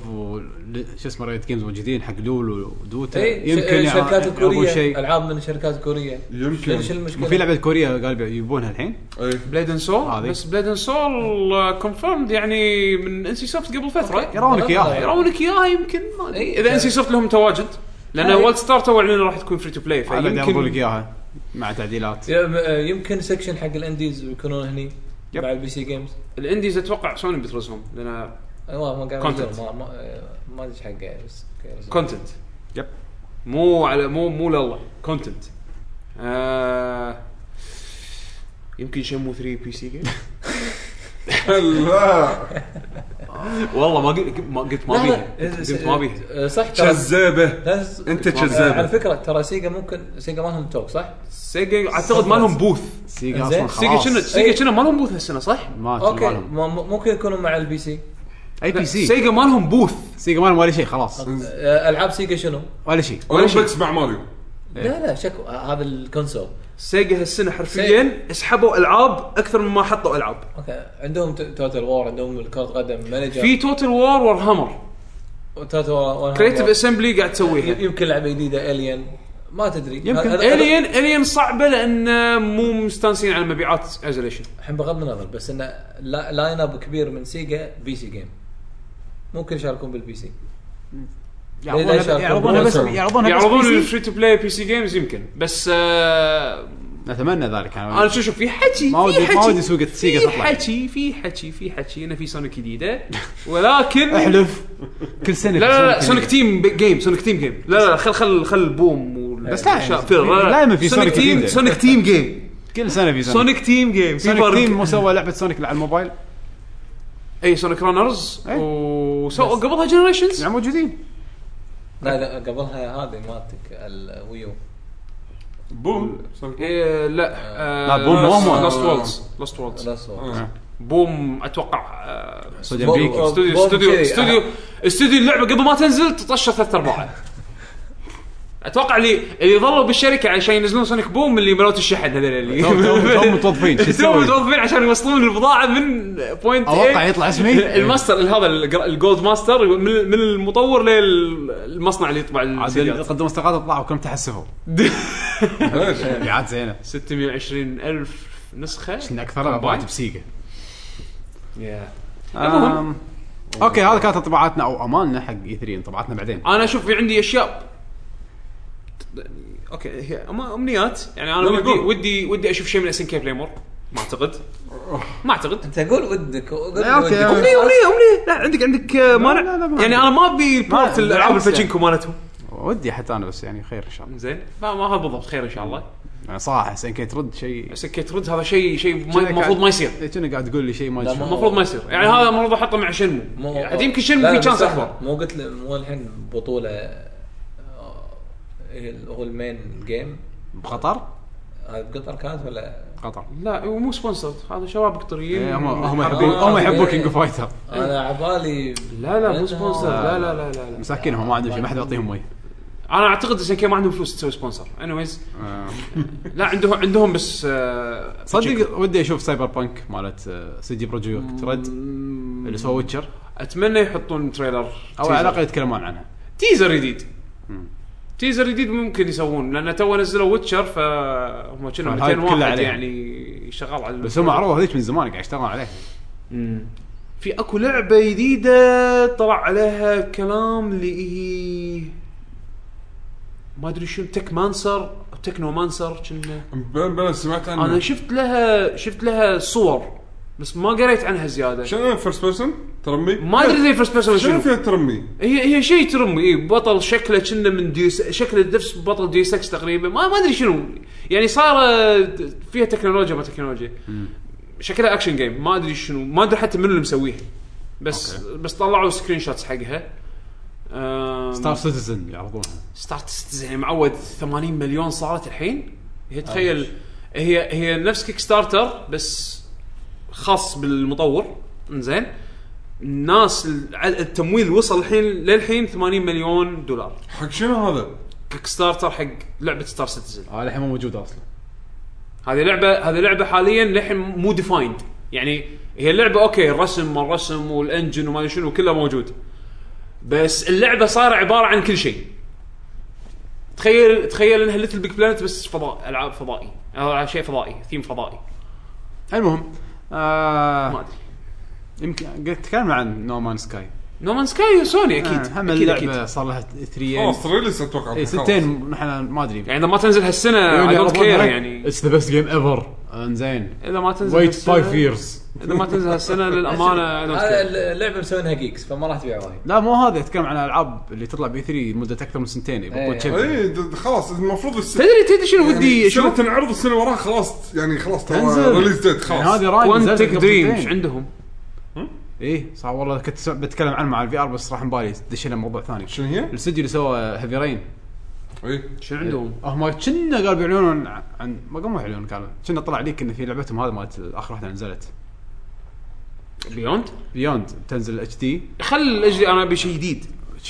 [SPEAKER 1] شو اسمه رايت جيمز موجودين حق لول ودوتا
[SPEAKER 4] اي يمكن الشركات
[SPEAKER 1] إيه، يعرضون
[SPEAKER 4] الكوريه
[SPEAKER 1] شيء
[SPEAKER 4] العاب من الشركات الكوريه
[SPEAKER 3] يمكن
[SPEAKER 4] شنو شنو المشكله؟
[SPEAKER 1] في لعبه كوريه قالوا يبونها الحين
[SPEAKER 3] اي
[SPEAKER 2] بليد اند سول
[SPEAKER 1] هذه.
[SPEAKER 2] بس بليد اند سول كونفيرمد uh, يعني من ان سي سوفت قبل
[SPEAKER 4] إيه،
[SPEAKER 2] فتره
[SPEAKER 1] يرونك اياها يرونك
[SPEAKER 2] يرونك اياها يمكن ما أدري.
[SPEAKER 4] إي.
[SPEAKER 2] اذا ان سي سوفت لهم تواجد لان
[SPEAKER 4] أي.
[SPEAKER 2] وولد ستار تو اعلنوا راح تكون فري تو بلاي
[SPEAKER 1] بعد يعرضون لك
[SPEAKER 2] فيمكن
[SPEAKER 1] اياها مع تعديلات
[SPEAKER 4] يم- آه، يمكن سكشن حق الانديز يكونون هني
[SPEAKER 1] يب.
[SPEAKER 4] مع البي سي جيمز
[SPEAKER 2] الانديز اتوقع سوني بترزهم لان
[SPEAKER 4] اي والله ما قاعد
[SPEAKER 2] Content.
[SPEAKER 4] أنزل، ما- ما آه، ما ادري إيش حقه بس
[SPEAKER 2] كونتنت
[SPEAKER 1] يب.
[SPEAKER 2] مو على مو مو لله كونتنت آه يمكن شمو 3 بي سي جيم
[SPEAKER 3] لا
[SPEAKER 2] (laughs) والله ما قلت ما قلت ما بيها قلت ما بيها
[SPEAKER 4] بيها إيه، صح ترى-
[SPEAKER 3] كذابه
[SPEAKER 4] لا، س-
[SPEAKER 3] أنت
[SPEAKER 4] آه،
[SPEAKER 3] كذاب.
[SPEAKER 4] على فكره ترى سيجا ممكن سيجا ما لهم توك صح؟
[SPEAKER 2] سيجا اعتقد ما لهم بوث
[SPEAKER 1] سيجا
[SPEAKER 4] زين.
[SPEAKER 1] اصلا
[SPEAKER 2] سيجا شنو
[SPEAKER 1] خلاص
[SPEAKER 4] إيه.
[SPEAKER 2] سيجا شنو ما لهم بوث هالسنه صح؟
[SPEAKER 1] ما
[SPEAKER 4] اوكي
[SPEAKER 1] اوكي
[SPEAKER 4] ما- م- ممكن يكونوا مع البي سي
[SPEAKER 1] اي بي سي
[SPEAKER 2] سيجا ما لهم بوث
[SPEAKER 1] سيجا ما لهم ولا شيء خلاص
[SPEAKER 4] آه، العاب سيجا شنو؟
[SPEAKER 1] ولا شيء
[SPEAKER 3] اولمبيكس مع ماريو
[SPEAKER 4] لا لا شكو آه، هذا الكونسول
[SPEAKER 2] سيجا هالسنه حرفيا اسحبوا العاب اكثر مما حطوا العاب
[SPEAKER 4] اوكي عندهم ت- توتال وور عندهم الكرة قدم مانجر
[SPEAKER 2] في توتال وار وور هامر
[SPEAKER 4] توتال وور
[SPEAKER 2] كريتيف اسمبلي قاعد تسويها
[SPEAKER 4] يمكن لعبه جديده الين ما تدري
[SPEAKER 1] يمكن
[SPEAKER 4] هذا- هذا-
[SPEAKER 2] الين الين صعبه لان مو مستانسين على مبيعات ايزوليشن
[SPEAKER 4] الحين بغض النظر بس انه لا- لاين اب كبير من سيجا بي سي جيم ممكن يشاركون بالبي سي ليش
[SPEAKER 1] يعرضونها يعرضونها
[SPEAKER 4] يعرضون
[SPEAKER 1] بس
[SPEAKER 3] يعرضون
[SPEAKER 1] يعرضونها بس
[SPEAKER 2] يعرضون
[SPEAKER 1] بي سي.
[SPEAKER 2] الفري تو بلاي بي سي جيمز يمكن بس آه
[SPEAKER 1] اتمنى ذلك انا
[SPEAKER 2] انا شو شوف في حكي
[SPEAKER 1] ما
[SPEAKER 2] في
[SPEAKER 1] ودي-
[SPEAKER 2] حكي
[SPEAKER 1] ما ودي سوق السيجا
[SPEAKER 2] في
[SPEAKER 1] تطلع.
[SPEAKER 2] حكي في حكي في حكي انه في سونيك جديده
[SPEAKER 1] (laughs)
[SPEAKER 2] ولكن
[SPEAKER 1] احلف كل سنه
[SPEAKER 2] لا لا لا
[SPEAKER 1] سنة
[SPEAKER 2] سونيك تيم بي- جيم سونيك تيم جيم لا لا لا خل خل خل البوم وال-
[SPEAKER 1] بس لا،
[SPEAKER 2] والأشياء
[SPEAKER 1] يعني
[SPEAKER 2] فيلر.
[SPEAKER 1] دائما في سونيك
[SPEAKER 2] تيم
[SPEAKER 1] جديدة.
[SPEAKER 2] سونيك تيم جيم
[SPEAKER 1] كل سنه في سنة.
[SPEAKER 2] سونيك تيم جيم في
[SPEAKER 1] سونيك
[SPEAKER 2] فرق.
[SPEAKER 1] تيم مو سوى لعبه سونيك على الموبايل
[SPEAKER 2] اي سونيك رانرز
[SPEAKER 1] أي.
[SPEAKER 2] وسووا قبلها جنريشنز
[SPEAKER 1] يعني موجودين
[SPEAKER 4] لا لا قبلها هذه مالتك الويو
[SPEAKER 3] بوم
[SPEAKER 2] إيه، لا
[SPEAKER 1] لا، بوم مو
[SPEAKER 2] لاست
[SPEAKER 3] هم.
[SPEAKER 2] وولدز لاست وولدز
[SPEAKER 4] خلاص هو.
[SPEAKER 2] بوم اتوقع آه،
[SPEAKER 1] استوديو
[SPEAKER 4] بوم-
[SPEAKER 1] امريكي
[SPEAKER 4] بوم-
[SPEAKER 2] استوديو
[SPEAKER 4] بوم
[SPEAKER 2] استوديو
[SPEAKER 4] كذي.
[SPEAKER 2] (laughs)
[SPEAKER 4] (laughs)
[SPEAKER 2] استوديو استوديو اللعبه قبل ما تنزل تطشر ثلاث ارباعها اتوقع اللي اللي ظلوا بالشركه عشان ينزلون سونيك بوم اللي ملوت الشحن هذول اللي
[SPEAKER 1] توم-
[SPEAKER 2] (laughs)
[SPEAKER 1] توم- توم متوظفين، شو
[SPEAKER 2] توم
[SPEAKER 1] تسوي؟
[SPEAKER 2] متوظفين عشان يوصلون البضاعه من بوينت
[SPEAKER 1] اتوقع يطلع (laughs) اسمي
[SPEAKER 2] الماستر هذا الجر- الجولد ماستر من من المطور للمصنع اللي يطبع
[SPEAKER 1] إيه. عاد
[SPEAKER 2] السيديات.
[SPEAKER 1] اللي قدموا استقالات طلعوا كلهم تحسفوا
[SPEAKER 3] ليش؟
[SPEAKER 1] مبيعات زينه
[SPEAKER 2] 620 الف نسخه
[SPEAKER 1] إن اكثرها باعت بسيجا
[SPEAKER 2] يا.
[SPEAKER 1] آم، اوكي هذا كانت انطباعاتنا او امالنا حق اي 3 انطباعاتنا بعدين
[SPEAKER 2] انا اشوف في عندي اشياء اوكي هي أما- امنيات يعني انا
[SPEAKER 3] يلا
[SPEAKER 2] ودي
[SPEAKER 3] قول.
[SPEAKER 2] ودي ودي اشوف شيء من اس ان كي بلايمور ما اعتقد ما اعتقد
[SPEAKER 4] انت قول ودك قول
[SPEAKER 1] لا، أوكي.
[SPEAKER 4] ودك
[SPEAKER 2] امنيه امنيه امنيه لا عندك عندك آه، مانع
[SPEAKER 1] لا، لا، ما عندي.
[SPEAKER 2] يعني انا ما ابي بورت
[SPEAKER 1] بالعكس
[SPEAKER 2] الالعاب
[SPEAKER 1] يعني.
[SPEAKER 2] الباتشينكو مالتهم
[SPEAKER 1] ودي حتى انا بس يعني خير ان شاء الله
[SPEAKER 2] زين ما ما هذا بالضبط خير ان شاء الله
[SPEAKER 1] يعني صراحه حسين كي ترد شيء
[SPEAKER 2] بس كي ترد هذا شيء شيء ما-
[SPEAKER 1] كأنك
[SPEAKER 2] المفروض
[SPEAKER 1] قاعد-
[SPEAKER 2] ما يصير
[SPEAKER 1] إيه، كأنك قاعد تقول لي شيء ما
[SPEAKER 4] لا،
[SPEAKER 1] يصير.
[SPEAKER 4] ما-
[SPEAKER 2] المفروض ما يصير يعني هذا المفروض احطه مع شنمو
[SPEAKER 4] مو-
[SPEAKER 2] عاد يمكن شنمو
[SPEAKER 4] لا،
[SPEAKER 2] في
[SPEAKER 4] بس
[SPEAKER 2] تشانس
[SPEAKER 4] لحظة.
[SPEAKER 2] اكبر
[SPEAKER 4] مو قلت له- مو الحين بطوله آه، هي ال- هو المين جيم
[SPEAKER 1] بقطر
[SPEAKER 4] هذا بقطر كانت ولا
[SPEAKER 1] قطر
[SPEAKER 2] لا هو مو سبونسرد هذا شباب قطريين
[SPEAKER 1] إيه، هم هم يحبون
[SPEAKER 2] حابين-
[SPEAKER 1] هم يحبون
[SPEAKER 4] إيه.
[SPEAKER 1] كينج (laughs) فايتر
[SPEAKER 4] انا عبالي
[SPEAKER 2] لا لا مو
[SPEAKER 4] إنه-
[SPEAKER 2] سبونسر لا لا لا لا, لا.
[SPEAKER 1] مساكين هم ما عندهم شيء ما حد يعطيهم مي
[SPEAKER 2] انا اعتقد عشان كذا ما عندهم فلوس تسوي سبونسر انيويز
[SPEAKER 1] آه،
[SPEAKER 2] لا عندهم عندهم بس آه،
[SPEAKER 1] صدق ودي اشوف سايبر بانك مالت آه، سيدي بروجكت ريد
[SPEAKER 2] مم،
[SPEAKER 1] اللي سوى ويتشر
[SPEAKER 2] اتمنى يحطون تريلر
[SPEAKER 1] او على الاقل يتكلمون عنها
[SPEAKER 2] تيزر جديد
[SPEAKER 1] مم.
[SPEAKER 2] تيزر جديد ممكن يسوون لان تو نزلوا ويتشر فهم كنا
[SPEAKER 1] فالهايب
[SPEAKER 2] 200
[SPEAKER 1] كله
[SPEAKER 2] واحد
[SPEAKER 1] عليهم.
[SPEAKER 2] يعني شغال على
[SPEAKER 1] بس هم عرضوا هذيك من زمان قاعد يشتغلون عليها
[SPEAKER 2] مم. في اكو لعبه جديده طلع عليها كلام اللي هي ما ادري شنو تك مانسر او تكنو مانسر كنا
[SPEAKER 3] بلا بلا سمعت عنه
[SPEAKER 2] انا شفت لها شفت لها صور بس ما قريت عنها زياده
[SPEAKER 3] شنو فيرست بيرسون ترمي
[SPEAKER 2] ما ادري اذا فيرست بيرسون
[SPEAKER 3] شنو
[SPEAKER 2] شنو
[SPEAKER 3] فيها ترمي
[SPEAKER 2] هي هي شيء ترمي إيه بطل شكله كنا من ديوس شكله نفس بطل ديوس اكس تقريبا ما ما ادري شنو يعني صار آه، فيها تكنولوجيا ما تكنولوجيا شكلها اكشن جيم ما ادري شنو ما ادري حتى منو اللي مسويها بس أوكي. بس طلعوا سكرين شوتس حقها آم،
[SPEAKER 1] ستار سيتيزن يعرضونها
[SPEAKER 2] ستارت يعني معود 80 مليون صارت الحين هي تخيل هي هي نفس كيك ستارتر بس خاص بالمطور زين الناس الع- التمويل وصل الحين للحين 80 مليون دولار
[SPEAKER 3] حق شنو هذا؟
[SPEAKER 2] كيك ستارتر حق لعبه ستار سيتيزن
[SPEAKER 5] هذا الحين مو موجود اصلا
[SPEAKER 2] هذه لعبه هذه لعبه حاليا للحين مو ديفايند يعني هي اللعبه اوكي الرسم ما الرسم والانجن وما أدري شنو كله موجود بس اللعبه صار عباره عن كل شيء تخيل تخيل انها ليتل بيج بلانت بس فضاء العاب فضائي أو شيء فضائي ثيم فضائي
[SPEAKER 1] المهم
[SPEAKER 2] ما
[SPEAKER 1] آه
[SPEAKER 2] ادري
[SPEAKER 1] يمكن قلت- تكلمنا عن نومان سكاي
[SPEAKER 2] نو مان سكاي سوني اكيد
[SPEAKER 1] آه هم
[SPEAKER 2] اكيد
[SPEAKER 1] اللعبه
[SPEAKER 2] اكيد
[SPEAKER 1] صار لها 3
[SPEAKER 3] خلاص
[SPEAKER 1] ايامز
[SPEAKER 3] ريليس اتوقع
[SPEAKER 2] إيه،
[SPEAKER 1] اي سنتين إيه، نحن ما ادري
[SPEAKER 2] يعني اذا ما تنزل هالسنه اي دونت كير يعني
[SPEAKER 5] اتس ذا بيست جيم ايفر
[SPEAKER 1] آه، انزين
[SPEAKER 2] اذا ما تنزل
[SPEAKER 5] ويت
[SPEAKER 2] هالسنة-
[SPEAKER 5] 5 ييرز
[SPEAKER 2] اذا ما تنزل
[SPEAKER 1] (laughs)
[SPEAKER 2] هالسنه للامانه I don't care.
[SPEAKER 4] هذا اللعبه مسوينها جيكس فما راح تبيع وايد
[SPEAKER 1] لا مو هذا اتكلم عن الالعاب اللي تطلع بي 3 مده اكثر من سنتين يبقوا
[SPEAKER 4] إيه.
[SPEAKER 1] تشيب.
[SPEAKER 3] اي د- خلاص المفروض السنة
[SPEAKER 2] تدري تدري شنو إيه،
[SPEAKER 1] يعني
[SPEAKER 2] ودي
[SPEAKER 3] شنو
[SPEAKER 2] شنو
[SPEAKER 3] تنعرض السنه وراها خلاص يعني خلاص ترى
[SPEAKER 1] تنزل.
[SPEAKER 3] ريليز ديت
[SPEAKER 1] يعني
[SPEAKER 3] خلاص
[SPEAKER 1] هذه راي نزلت
[SPEAKER 2] كوانتك
[SPEAKER 1] قبل
[SPEAKER 2] دريم
[SPEAKER 1] سنتين.
[SPEAKER 2] ايش عندهم؟
[SPEAKER 1] ايه صح والله كنت س- بتكلم عنه مع الفي ار بس راح مبالي دشينا موضوع ثاني
[SPEAKER 3] شنو هي؟ إيه.
[SPEAKER 1] الاستوديو اللي سوى هيفي رين
[SPEAKER 3] اي
[SPEAKER 2] شنو عندهم؟
[SPEAKER 1] هم كنا قالوا بيعلنون عن ما قاموا يعلنون كانوا كنا طلع ليك ان في لعبتهم هذا مالت اخر واحده نزلت
[SPEAKER 2] بيوند؟
[SPEAKER 1] بيوند تنزل اتش دي
[SPEAKER 2] خل اجري انا ابي شيء جديد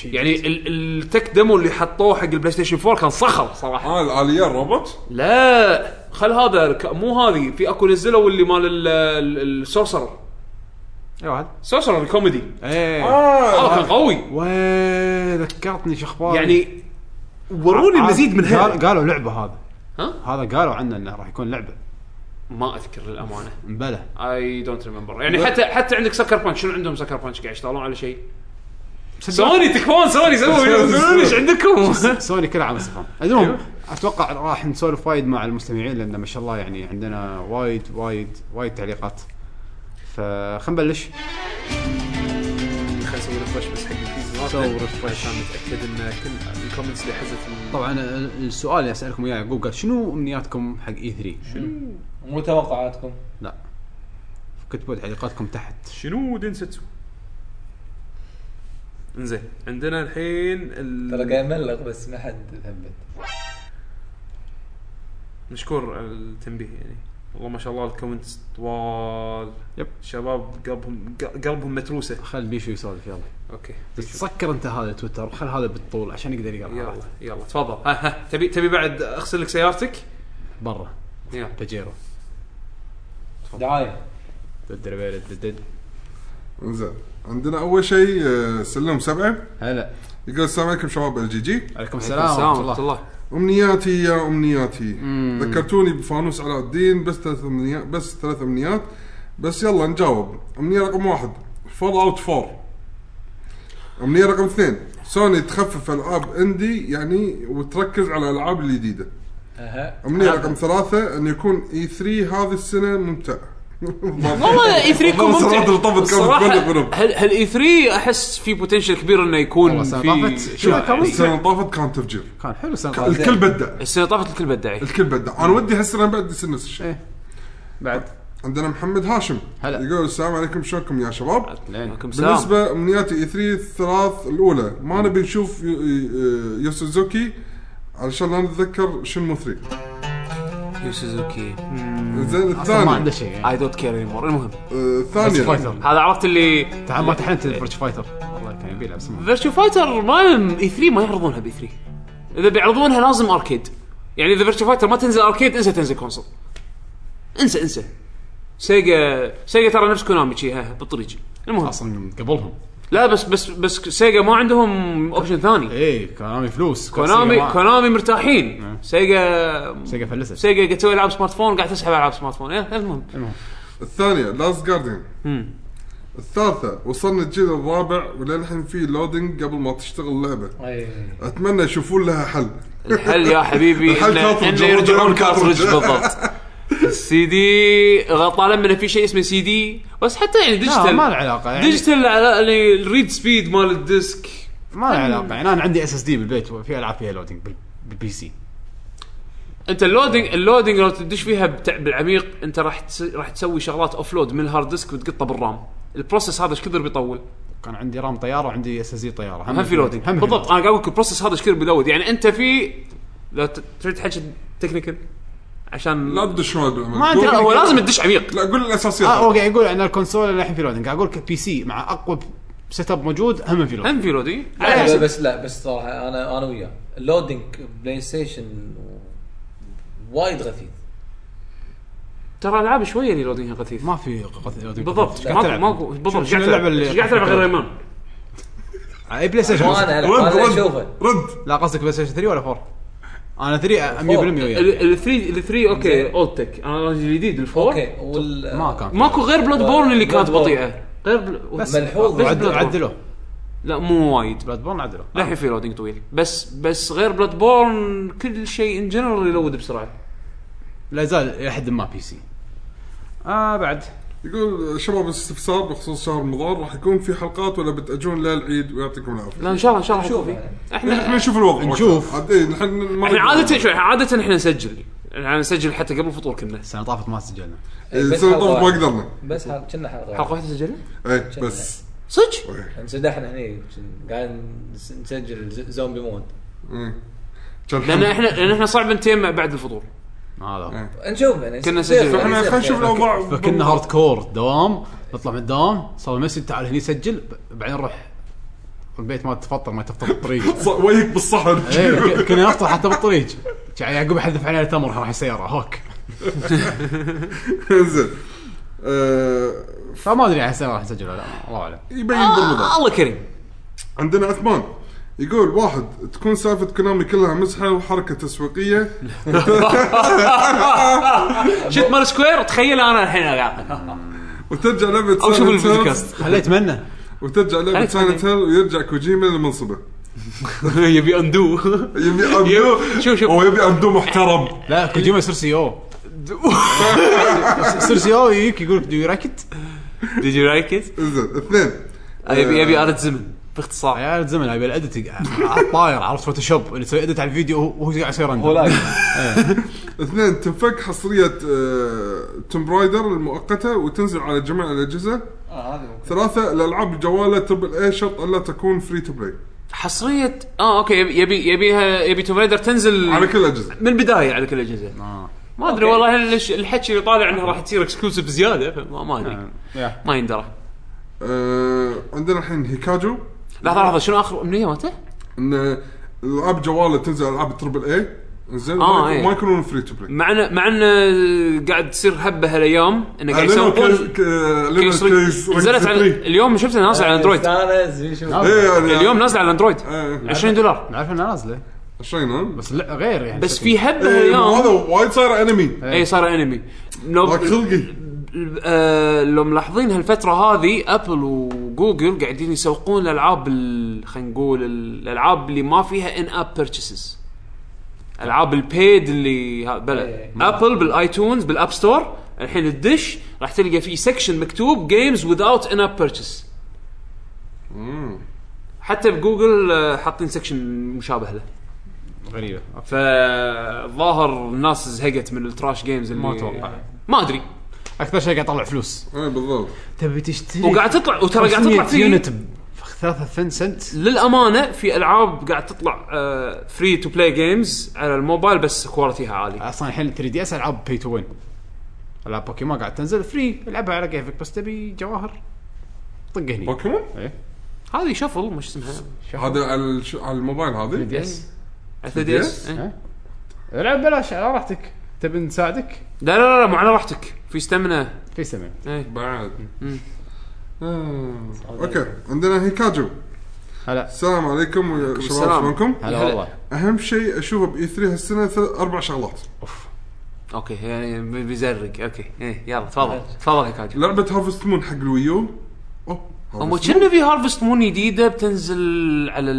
[SPEAKER 2] يعني ال- التك ديمو اللي حطوه حق البلاي ستيشن 4 كان صخر صراحه
[SPEAKER 3] اه الاليه الروبوت
[SPEAKER 2] لا خل هذا ك- مو هذه في اكو نزلوا اللي مال ال- ال- السوسر
[SPEAKER 1] اي
[SPEAKER 2] إيه،
[SPEAKER 1] واحد
[SPEAKER 2] سوسر الكوميدي
[SPEAKER 1] ايه
[SPEAKER 2] هذا
[SPEAKER 3] اه
[SPEAKER 2] كان قوي
[SPEAKER 1] وي ذكرتني شو اخبار
[SPEAKER 2] يعني وروني مزيد من هذا
[SPEAKER 1] قال قالوا لعبه هذا
[SPEAKER 2] ها؟
[SPEAKER 1] هذا قالوا عنه انه راح يكون لعبه
[SPEAKER 2] ما اذكر للامانه
[SPEAKER 1] مبلى
[SPEAKER 2] اي دونت ريمبر يعني حتى حتى عندك سكر بانش شنو عندهم سكر بانش قاعد يشتغلون على شيء سوني تكفون سوني (laughs) سووا قولوا ايش عندكم
[SPEAKER 1] سوني كلها على صفهم المهم
[SPEAKER 2] أيوه.
[SPEAKER 1] اتوقع راح نسولف وايد مع المستمعين لان ما شاء الله يعني عندنا وايد وايد وايد تعليقات فخلينا نبلش
[SPEAKER 2] خليني اسوي ريفرش بس حق الفيز
[SPEAKER 1] سوي refresh.
[SPEAKER 2] عشان نتاكد ان كل الكومنتس اللي حزت من-
[SPEAKER 1] طبعا السؤال اللي اسالكم اياه يعقوب قال شنو امنياتكم حق E اي 3؟
[SPEAKER 4] مو توقعاتكم
[SPEAKER 1] لا كتبوا تعليقاتكم تحت
[SPEAKER 2] شنو دينستسو انزين عندنا الحين ال-
[SPEAKER 4] ترى قاعد ملق بس ما حد ثبت
[SPEAKER 2] مشكور على التنبيه يعني والله ما شاء الله الكومنتس طوال
[SPEAKER 1] يب.
[SPEAKER 2] شباب قلبهم ق- قلبهم متروسه
[SPEAKER 1] خل بيشو يسولف يلا
[SPEAKER 2] اوكي
[SPEAKER 1] سكر انت هذا تويتر وخل هذا بالطول عشان يقدر يقرا
[SPEAKER 2] يلا يلا تفضل ها ها تبي تبي بعد اغسل لك سيارتك
[SPEAKER 1] برا
[SPEAKER 2] يلا
[SPEAKER 1] بجيرو
[SPEAKER 4] دعايه
[SPEAKER 1] دد ربيل، دد دد.
[SPEAKER 3] انزين عندنا اول شيء آه، سلم سبعه
[SPEAKER 1] هلا
[SPEAKER 3] يقول السلام عليكم شباب الجي جي
[SPEAKER 1] عليكم السلام ورحمه الله
[SPEAKER 3] امنياتي يا امنياتي ذكرتوني بفانوس علاء الدين بس ثلاث امنيات بس ثلاث امنيات بس يلا نجاوب امنيه رقم واحد فول اوت 4 امنيه رقم اثنين سوني تخفف العاب اندي يعني وتركز على الالعاب الجديده
[SPEAKER 4] اها
[SPEAKER 3] امنيه رقم ثلاثه ان يكون اي 3 هذه السنه ممتع
[SPEAKER 2] (laughs) والله اي 3
[SPEAKER 3] والله
[SPEAKER 2] يكون ممتع
[SPEAKER 3] صراحة الطبق كان
[SPEAKER 2] الصراحة
[SPEAKER 3] بيني وبينهم.
[SPEAKER 2] هل هل اي 3 احس في بوتنشل كبير انه يكون
[SPEAKER 1] والله
[SPEAKER 2] في
[SPEAKER 1] السنة طافت. شو
[SPEAKER 2] يعني-
[SPEAKER 1] كان
[SPEAKER 3] السنه اللي طافت كان تفجير
[SPEAKER 1] كان حلو السنه طافت.
[SPEAKER 3] الكل بدع
[SPEAKER 2] السنه طافت الكل بدعي
[SPEAKER 3] الكل بدع انا ودي هالسنه بعد يصير نفس الشيء
[SPEAKER 1] ايه بعد
[SPEAKER 3] عندنا محمد هاشم
[SPEAKER 1] هلا.
[SPEAKER 3] يقول السلام عليكم شلونكم يا شباب
[SPEAKER 1] لين
[SPEAKER 2] عليكم السلام
[SPEAKER 3] بالنسبه امنياتي اي 3 الثلاث الاولى ما نبي نشوف يو- يو- يوسوزوكي علشان لا نتذكر شنمو 3
[SPEAKER 2] يو سوزوكي
[SPEAKER 3] زين
[SPEAKER 1] اصلا ما عنده
[SPEAKER 3] الثانية
[SPEAKER 1] شيء يعني.
[SPEAKER 2] اي دونت كير anymore المهم
[SPEAKER 3] آه،
[SPEAKER 1] بس
[SPEAKER 3] الثانية
[SPEAKER 1] فايتر
[SPEAKER 2] هذا عرفت اللي
[SPEAKER 1] تعال ما تحنت البرج فايتر والله كان يبي يلعب سمو
[SPEAKER 2] فيرتشو فايتر ما اي 3 ما يعرضونها بي 3 اذا بيعرضونها لازم اركيد يعني اذا فيرتشو فايتر ما تنزل اركيد انسى تنزل كونسول انسى انسى سيجا سيجا ترى نفس كونامي شي ها، بالطريق المهم
[SPEAKER 1] اصلا من قبلهم
[SPEAKER 2] لا بس بس بس سيجا ما عندهم اوبشن ثاني
[SPEAKER 1] ايه كونامي فلوس
[SPEAKER 2] كونامي
[SPEAKER 1] كونامي
[SPEAKER 2] كونامي مرتاحين
[SPEAKER 1] نعم.
[SPEAKER 2] سيجا
[SPEAKER 1] سيجا فلست
[SPEAKER 2] سيجا قاعد تسوي العاب سمارت فون قاعد تسحب العاب سمارت فون إيه، المهم
[SPEAKER 3] الثانية لاست جاردين
[SPEAKER 2] مم.
[SPEAKER 3] الثالثة وصلنا الجيل الرابع وللحين في لودنج قبل ما تشتغل اللعبة
[SPEAKER 4] اي
[SPEAKER 3] اتمنى يشوفون لها حل
[SPEAKER 2] الحل يا حبيبي
[SPEAKER 3] الحل
[SPEAKER 2] انه
[SPEAKER 3] كارترج،
[SPEAKER 2] إنه يرجعون
[SPEAKER 3] يرجعون
[SPEAKER 2] كارترج
[SPEAKER 3] كارترج.
[SPEAKER 2] بالضبط السي دي غلطان لما في شيء اسمه سي دي بس حتى يعني
[SPEAKER 1] لا
[SPEAKER 2] ديجيتال
[SPEAKER 1] ما له علاقه يعني
[SPEAKER 2] ديجيتال على- يعني الريد سبيد مال الديسك
[SPEAKER 1] ما له علاقه يعني انا عندي اس اس دي بالبيت وفي العاب فيها لودنج بالبي سي
[SPEAKER 2] انت اللودنج اللودنج لو تدش فيها بتع- بالعميق انت راح تس... راح تسوي شغلات اوفلود من الهارد ديسك وتقطه بالرام البروسيس هذا ايش كثر بيطول؟
[SPEAKER 1] كان عندي رام طياره وعندي اس اس دي طياره
[SPEAKER 2] هم في لودنج
[SPEAKER 1] هم
[SPEAKER 2] بالضبط انا قاعد اقول لك البروسيس هذا ايش كثر بيلود يعني انت في لو ت- تريد تحكي تكنيكال
[SPEAKER 5] عشان
[SPEAKER 3] لا تدش وايد بالعمل.
[SPEAKER 1] ما
[SPEAKER 3] قول-
[SPEAKER 1] أدري.
[SPEAKER 5] لا هو لازم تدش عميق
[SPEAKER 3] لا قول الاساسيات
[SPEAKER 1] اه هو قاعد يقول ان الكونسول الحين في لودنج قاعد اقول لك بي سي مع اقوى سيت اب موجود هم في لودنج
[SPEAKER 5] هم في لودي
[SPEAKER 1] على حسب.
[SPEAKER 4] بس لا بس صراحه انا انا وياه اللودنج بلاي ستيشن وايد (laughs) غثيث
[SPEAKER 5] ترى العاب شويه ريلودينها غثيث
[SPEAKER 1] ما في قط- لودنج
[SPEAKER 5] بالضبط
[SPEAKER 4] لا
[SPEAKER 5] ماكو
[SPEAKER 1] تلعب.
[SPEAKER 5] ماكو
[SPEAKER 1] شنو
[SPEAKER 5] بالضبط قاعد تلعب
[SPEAKER 1] اللعبة اللي-
[SPEAKER 5] قاعد تلعب غير ريمان
[SPEAKER 1] اي بلاي ستيشن
[SPEAKER 4] مو انا ألعب،
[SPEAKER 3] رد
[SPEAKER 4] انا اللي
[SPEAKER 3] رد
[SPEAKER 4] اشوفه
[SPEAKER 3] رد
[SPEAKER 1] لا قصدك بلاي ستيشن 3 ولا 4 انا 3 100% آه، وياك
[SPEAKER 5] الثري الثري اوكي
[SPEAKER 4] زين.
[SPEAKER 5] اولد تك انا الجديد الفور
[SPEAKER 4] اوكي وال
[SPEAKER 1] ما كان
[SPEAKER 5] ماكو غير بلاد بورن اللي كانت
[SPEAKER 4] Bloodborne.
[SPEAKER 5] بطيئه غير بل...
[SPEAKER 4] بس ملحوظ
[SPEAKER 5] بس
[SPEAKER 1] وعد-
[SPEAKER 5] Bloodborne.
[SPEAKER 1] عدلوه
[SPEAKER 5] لا مو وايد
[SPEAKER 1] بلاد بورن عدلوه
[SPEAKER 5] للحين في لودينج طويل بس بس غير بلاد بورن كل شيء ان جنرال يلود بسرعه
[SPEAKER 1] لا يزال الى حد ما بي سي اه بعد
[SPEAKER 3] يقول شباب استفسار بخصوص شهر رمضان راح يكون في حلقات ولا بتاجون للعيد ويعطيكم العافيه
[SPEAKER 5] لا ان شاء الله ان شاء الله
[SPEAKER 4] شوف
[SPEAKER 5] حيكون في.
[SPEAKER 3] احنا
[SPEAKER 5] احنا
[SPEAKER 3] نشوف الوضع
[SPEAKER 1] نشوف.
[SPEAKER 3] عاد إيه، نحن ما
[SPEAKER 5] احنا
[SPEAKER 3] نقدر.
[SPEAKER 5] عاده شوي عاده احنا نسجل احنا نسجل حتى قبل الفطور كنا
[SPEAKER 1] السنه طافت ما سجلنا
[SPEAKER 3] إيه،
[SPEAKER 4] بس
[SPEAKER 3] السنه
[SPEAKER 4] حلقة
[SPEAKER 3] طافت ما
[SPEAKER 4] واحدة.
[SPEAKER 3] قدرنا
[SPEAKER 4] بس حلقة- كنا حلقه
[SPEAKER 5] حلقه
[SPEAKER 4] واحدة.
[SPEAKER 5] واحده سجلنا
[SPEAKER 3] ايه بس
[SPEAKER 5] صدق
[SPEAKER 4] انسدحنا هني قاعد نس- نسجل ز- زومبي مود
[SPEAKER 3] إيه. كان
[SPEAKER 5] لان
[SPEAKER 3] حلو.
[SPEAKER 5] احنا لان احنا صعب نتيمع بعد الفطور
[SPEAKER 1] هذا
[SPEAKER 5] آه.
[SPEAKER 1] هو.
[SPEAKER 3] إيه.
[SPEAKER 4] نشوف يعني
[SPEAKER 5] كنا
[SPEAKER 4] يصير-
[SPEAKER 5] نسجل.
[SPEAKER 4] يصير
[SPEAKER 3] احنا خلينا
[SPEAKER 4] خير.
[SPEAKER 3] نشوف الاوضاع
[SPEAKER 1] فكنا هارد كور دوام نطلع من الدوام صار المسجد تعال هني سجل ب- بعدين نروح البيت ما تفطر ما تفطر بالطريق
[SPEAKER 3] ص- وجهك بالصحن
[SPEAKER 1] إيه، ك- كنا نفطر حتى بالطريق جا- يعقوب يحذف علينا تمر راح السياره هوك
[SPEAKER 3] (laughs) انزين آه،
[SPEAKER 1] فما ادري عن السياره راح نسجل ولا لا الله اعلم
[SPEAKER 3] يبين
[SPEAKER 5] آه،
[SPEAKER 3] بالوضع
[SPEAKER 5] الله كريم
[SPEAKER 3] عندنا عثمان يقول واحد تكون سالفه كونامي كلها مزحه وحركه تسويقيه
[SPEAKER 5] شفت مال سكوير تخيل انا الحين قاعد
[SPEAKER 3] وترجع لعبه
[SPEAKER 5] او شوف
[SPEAKER 3] Silent Hills-
[SPEAKER 5] البودكاست
[SPEAKER 1] خليه يتمنى
[SPEAKER 3] وترجع لعبه
[SPEAKER 5] خليك
[SPEAKER 3] سايلنت هيل ويرجع كوجيما لمنصبه
[SPEAKER 5] (laughs) يبي اندو
[SPEAKER 3] (laughs) يبي اندو
[SPEAKER 5] (laughs) يبي- شوف شوف
[SPEAKER 3] هو يبي اندو محترم
[SPEAKER 1] لا كوجيما يصير سي او يصير سي او يجيك يقول لك دو يو لايك ات
[SPEAKER 5] ديد يو لايك ات
[SPEAKER 3] انزين اثنين
[SPEAKER 5] يبي يبي آلة زمن باختصار
[SPEAKER 1] عيال زمن ابي الاديتنج على الطاير عرفت فوتوشوب اللي يسوي اديت على الفيديو وهو وهو قاعد يسوي
[SPEAKER 4] هو
[SPEAKER 1] رندر
[SPEAKER 4] لايف
[SPEAKER 3] اثنين تنفك آه، حصريه توم برايدر المؤقته وتنزل على جميع الاجهزه
[SPEAKER 4] آه، هذه ممكن.
[SPEAKER 3] ثلاثه الالعاب الجواله تربل اي شرط الا تكون فري تو بلاي
[SPEAKER 5] حصريه اه اوكي يبي يبي يبيها يبي توم رايدر تنزل
[SPEAKER 3] على كل الاجهزه
[SPEAKER 5] من البدايه على كل الاجهزه ما
[SPEAKER 4] أوكي.
[SPEAKER 5] ادري والله هل الش- الحكي اللي طالع انها راح تصير اكسكلوسيف زياده فما ما ادري
[SPEAKER 1] يا.
[SPEAKER 5] ما يندرى
[SPEAKER 3] آه، عندنا الحين هيكاجو
[SPEAKER 5] لحظه لحظه شنو اخر امنيه مالته؟
[SPEAKER 3] ان العاب جواله تنزل العاب تربل اي زين
[SPEAKER 5] آه،
[SPEAKER 3] ما
[SPEAKER 5] إيه.
[SPEAKER 3] يكون- ما يكونون فري تو بلاي
[SPEAKER 5] مع انه مع انه قاعد تصير هبه هالايام انه قاعد
[SPEAKER 3] آه، لأنه
[SPEAKER 5] يسوون
[SPEAKER 3] كيس- ك- لأنه
[SPEAKER 5] كيس-
[SPEAKER 3] كيس-
[SPEAKER 5] نزلت على
[SPEAKER 3] كيس-
[SPEAKER 5] اليوم شفتها نازله على
[SPEAKER 3] آه،
[SPEAKER 5] اندرويد
[SPEAKER 4] استانس في شو
[SPEAKER 3] إيه، يعني-
[SPEAKER 5] اليوم نازله على اندرويد
[SPEAKER 3] إيه،
[SPEAKER 5] 20 دولار
[SPEAKER 1] نعرف انها نازله
[SPEAKER 3] عشرين ها؟
[SPEAKER 1] بس لا غير يعني
[SPEAKER 5] بس في هبه
[SPEAKER 3] نعم. إيه، ما هذا
[SPEAKER 5] هالايام
[SPEAKER 3] وايد صاير انمي
[SPEAKER 5] اي صار انمي لو
[SPEAKER 3] ضاق خلقي
[SPEAKER 5] آه، لو ملاحظين هالفتره هذه ابل وجوجل قاعدين يسوقون الالعاب ال- خلينا نقول ال- الالعاب اللي ما فيها ان اب بيرتشيسز العاب البيد اللي ها- بلا
[SPEAKER 4] إيه.
[SPEAKER 5] ابل بالايتونز بالاب ستور الحين تدش راح تلقى في سكشن مكتوب جيمز وذاوت ان اب بيرتشيس حتى بجوجل آه، حاطين سكشن مشابه له
[SPEAKER 1] غريبه
[SPEAKER 5] فظاهر الناس زهقت من التراش جيمز اللي
[SPEAKER 1] ما أتوقع.
[SPEAKER 5] ما ادري
[SPEAKER 1] اكثر شيء قاعد يطلع فلوس
[SPEAKER 3] اي إيه، بالضبط
[SPEAKER 1] تبي تشتري
[SPEAKER 5] وقاعد تطلع وترى قاعد تطلع
[SPEAKER 1] 500
[SPEAKER 5] في
[SPEAKER 1] يونت ب 3 ثنت سنت
[SPEAKER 5] للامانه في العاب قاعد تطلع آه، فري تو بلاي جيمز على الموبايل بس كواليتيها عالي
[SPEAKER 1] اصلا الحين 3 دي اس العاب بي تو وين العاب بوكيمون قاعد تنزل فري العبها على كيفك بس تبي جواهر طق هني إيه.
[SPEAKER 3] بوكيمون
[SPEAKER 5] هذه شفل مش اسمها
[SPEAKER 3] هذا على الش- على الموبايل
[SPEAKER 1] 3 دي
[SPEAKER 3] هذا
[SPEAKER 1] اس
[SPEAKER 5] على 3 دي اس
[SPEAKER 3] Yes.
[SPEAKER 5] إيه.
[SPEAKER 1] إيه. العب بلاش على راحتك تبي نساعدك
[SPEAKER 5] لا لا لا مو على راحتك في استمنة
[SPEAKER 1] في سمع
[SPEAKER 5] إيه.
[SPEAKER 3] بعد
[SPEAKER 5] مم.
[SPEAKER 3] آه. اوكي عندنا هيكاجو
[SPEAKER 1] هلا
[SPEAKER 3] السلام عليكم يا شباب
[SPEAKER 5] السلام.
[SPEAKER 3] شلونكم؟
[SPEAKER 1] هلا والله
[SPEAKER 3] اهم شيء اشوفه باي 3 هالسنه ثل- اربع شغلات
[SPEAKER 5] اوكي يعني بي- بيزرق اوكي إيه. يلا تفضل تفضل يا كاجو
[SPEAKER 3] لعبه هارفست مون حق الويو اوه
[SPEAKER 5] هم
[SPEAKER 3] Harvest
[SPEAKER 5] كنا في هارفست مون جديده بتنزل على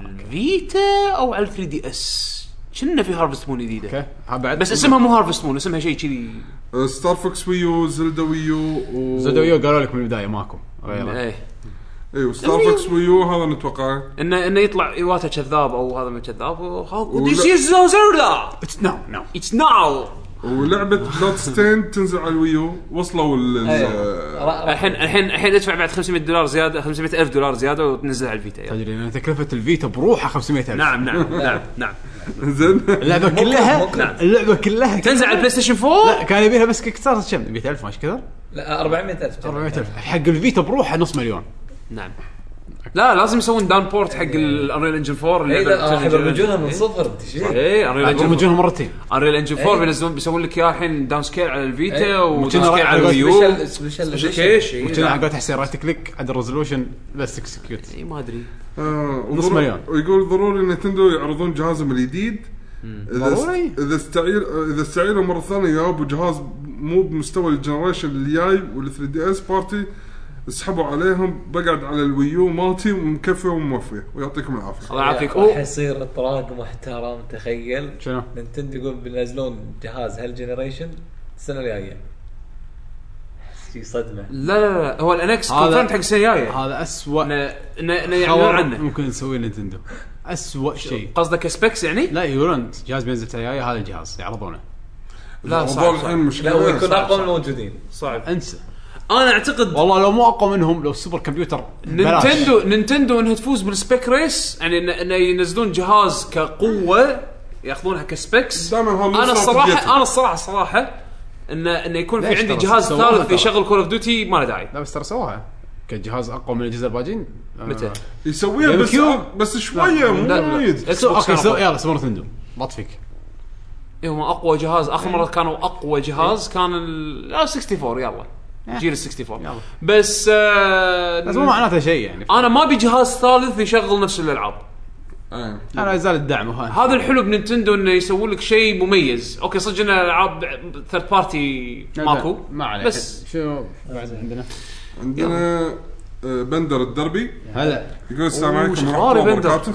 [SPEAKER 5] الفيتا او على 3 دي اس كنا في هارفست مون جديده
[SPEAKER 1] اوكي ها بعد
[SPEAKER 5] بس اسمها مو هارفست مون اسمها شيء كذي
[SPEAKER 3] Moon. آه، ستار فوكس ويو زلدا ويو و...
[SPEAKER 1] زدويو قالوا لك من البدايه ماكو غيره
[SPEAKER 5] ايه
[SPEAKER 3] ايوه ستار فوكس ويو هذا نتوقعه
[SPEAKER 5] انه انه يطلع ايواتا كذاب او هذا من كذاب
[SPEAKER 3] ولا-
[SPEAKER 5] ذيس از زوزردا
[SPEAKER 1] It's- نعم نعم
[SPEAKER 5] اتس ناو
[SPEAKER 3] ولعبه بلاد ستين تنزل على الويو وصلوا ال-
[SPEAKER 4] أيوة.
[SPEAKER 3] ال-
[SPEAKER 4] را- را-
[SPEAKER 5] الحين الحين الحين ادفع بعد 500 دولار زياده 500 الف دولار زياده وتنزلها على الفيتا يلا.
[SPEAKER 1] تدري لان تكلفه الفيتا بروحها 500000
[SPEAKER 5] نعم نعم
[SPEAKER 1] (laughs)
[SPEAKER 5] نعم نعم
[SPEAKER 3] زين
[SPEAKER 1] اللعبه
[SPEAKER 4] ممكن-
[SPEAKER 1] كلها
[SPEAKER 4] ممكن.
[SPEAKER 1] اللعبه كلها
[SPEAKER 5] تنزل على البلاي ستيشن 4
[SPEAKER 1] لا كان يبيها بس كيك ستارت كم 100000 ما ايش كذا
[SPEAKER 4] لا 400000
[SPEAKER 1] 400000 حق الفيتا بروحها نص مليون
[SPEAKER 5] نعم لا لازم يسوون دان بورت
[SPEAKER 1] إيه.
[SPEAKER 5] حق الانريل انجن 4 اللي إيه،
[SPEAKER 4] اذا
[SPEAKER 1] آه،
[SPEAKER 4] راح يبرمجونها من صفر انت شيء
[SPEAKER 5] اي انريل انجن
[SPEAKER 1] برمجونها مرتين
[SPEAKER 5] انريل انجن 4
[SPEAKER 4] إيه.
[SPEAKER 5] بينزلون بيسوون لك اياها الحين داون سكيل على
[SPEAKER 4] إيه.
[SPEAKER 5] الفيتا وداون
[SPEAKER 1] ممكن راح
[SPEAKER 5] سكيل على
[SPEAKER 1] يقول
[SPEAKER 5] الويو
[SPEAKER 4] سبيشل- سبيشل
[SPEAKER 5] سبيشل
[SPEAKER 4] إديشن.
[SPEAKER 5] كيش، إيه.
[SPEAKER 1] كنا على قولة حسين رايت كليك عند الريزولوشن بس اكسكيوت
[SPEAKER 5] اي إيه، ما ادري
[SPEAKER 3] آه،
[SPEAKER 1] نص
[SPEAKER 3] وضرو-
[SPEAKER 1] مليون.
[SPEAKER 3] ويقول ضروري نتندو يعرضون جهازهم الجديد اذا است-
[SPEAKER 1] ضروري.
[SPEAKER 3] اذا استعير اذا استعيروا مره ثانيه يابوا جهاز مو بمستوى الجنريشن اللي جاي وال 3 دي اس بارتي اسحبوا عليهم بقعد على الويو مالتي ومكفي وموفي ويعطيكم العافيه
[SPEAKER 5] الله يعطيك
[SPEAKER 4] راح
[SPEAKER 5] أوه.
[SPEAKER 4] يصير اطراق محترم تخيل
[SPEAKER 1] شنو؟
[SPEAKER 4] نينتندو يقول بينزلون جهاز هالجنريشن السنه الجايه في صدمه
[SPEAKER 5] لا لا لا هو الانكس
[SPEAKER 1] هذا-
[SPEAKER 5] كونفرمت حق السنه الجايه
[SPEAKER 1] هذا اسوء
[SPEAKER 5] ن- ن- ن- يعلنون
[SPEAKER 1] خبر
[SPEAKER 5] عنه
[SPEAKER 1] ممكن نسويه نينتندو اسوء شيء
[SPEAKER 5] قصدك سبيكس يعني؟
[SPEAKER 1] لا يقولون جهاز بينزل السنة الجاية هذا الجهاز يعرضونه
[SPEAKER 5] لا
[SPEAKER 3] الموضوع
[SPEAKER 5] صعب
[SPEAKER 3] الحين
[SPEAKER 5] صعب,
[SPEAKER 4] لا
[SPEAKER 3] مشكله
[SPEAKER 4] ويكون اقوى من الموجودين
[SPEAKER 5] صعب.
[SPEAKER 1] انسى
[SPEAKER 5] انا اعتقد
[SPEAKER 1] والله لو مو اقوى منهم لو السوبر كمبيوتر بلاش.
[SPEAKER 5] نينتندو نينتندو انها تفوز بالسبيك ريس يعني إن- انه ينزلون جهاز كقوه ياخذونها كسبيكس
[SPEAKER 3] دائما هم
[SPEAKER 5] انا الصراحه انا الصراحه الصراحه انه انه يكون في
[SPEAKER 1] ليش
[SPEAKER 5] عندي
[SPEAKER 1] ترى
[SPEAKER 5] جهاز
[SPEAKER 1] سووها
[SPEAKER 5] ثالث
[SPEAKER 1] ترى.
[SPEAKER 5] يشغل كول اوف ديوتي ما له داعي
[SPEAKER 1] لا بس ترى سواها كان جهاز اقوى من الجزء الباجين آه.
[SPEAKER 5] متى؟
[SPEAKER 3] يسويها
[SPEAKER 1] جيم
[SPEAKER 3] بس
[SPEAKER 1] كيوب؟
[SPEAKER 3] بس شويه
[SPEAKER 5] لا، لا.
[SPEAKER 3] مو وايد
[SPEAKER 1] آه. سو
[SPEAKER 5] Xbox
[SPEAKER 1] اوكي
[SPEAKER 5] كان
[SPEAKER 1] سو
[SPEAKER 5] أقوى.
[SPEAKER 1] يلا سوبر نينتندو بط فيك
[SPEAKER 5] إيه، هم اقوى جهاز اخر مره كانوا اقوى
[SPEAKER 1] إيه.
[SPEAKER 5] جهاز كان ال لا، 64 يلا جيل ال 64
[SPEAKER 1] يلا.
[SPEAKER 5] بس آه
[SPEAKER 1] بس مو معناته شيء يعني
[SPEAKER 5] انا ما ابي جهاز ثالث يشغل نفس الالعاب
[SPEAKER 3] أيوة.
[SPEAKER 1] انا لا يزال الدعم وهذا
[SPEAKER 5] هذا الحلو بنينتندو انه يسوون لك شيء مميز اوكي صدق ان العاب ثيرد بارتي ماكو
[SPEAKER 1] ما عليك
[SPEAKER 5] بس
[SPEAKER 1] شنو بعد عندنا
[SPEAKER 3] عندنا آه، بندر الدربي
[SPEAKER 1] هلا
[SPEAKER 3] يقول السلام
[SPEAKER 5] أوه،
[SPEAKER 3] عليكم
[SPEAKER 5] شو
[SPEAKER 3] ورحمه الله
[SPEAKER 5] أخباري بندر؟
[SPEAKER 3] وبركاته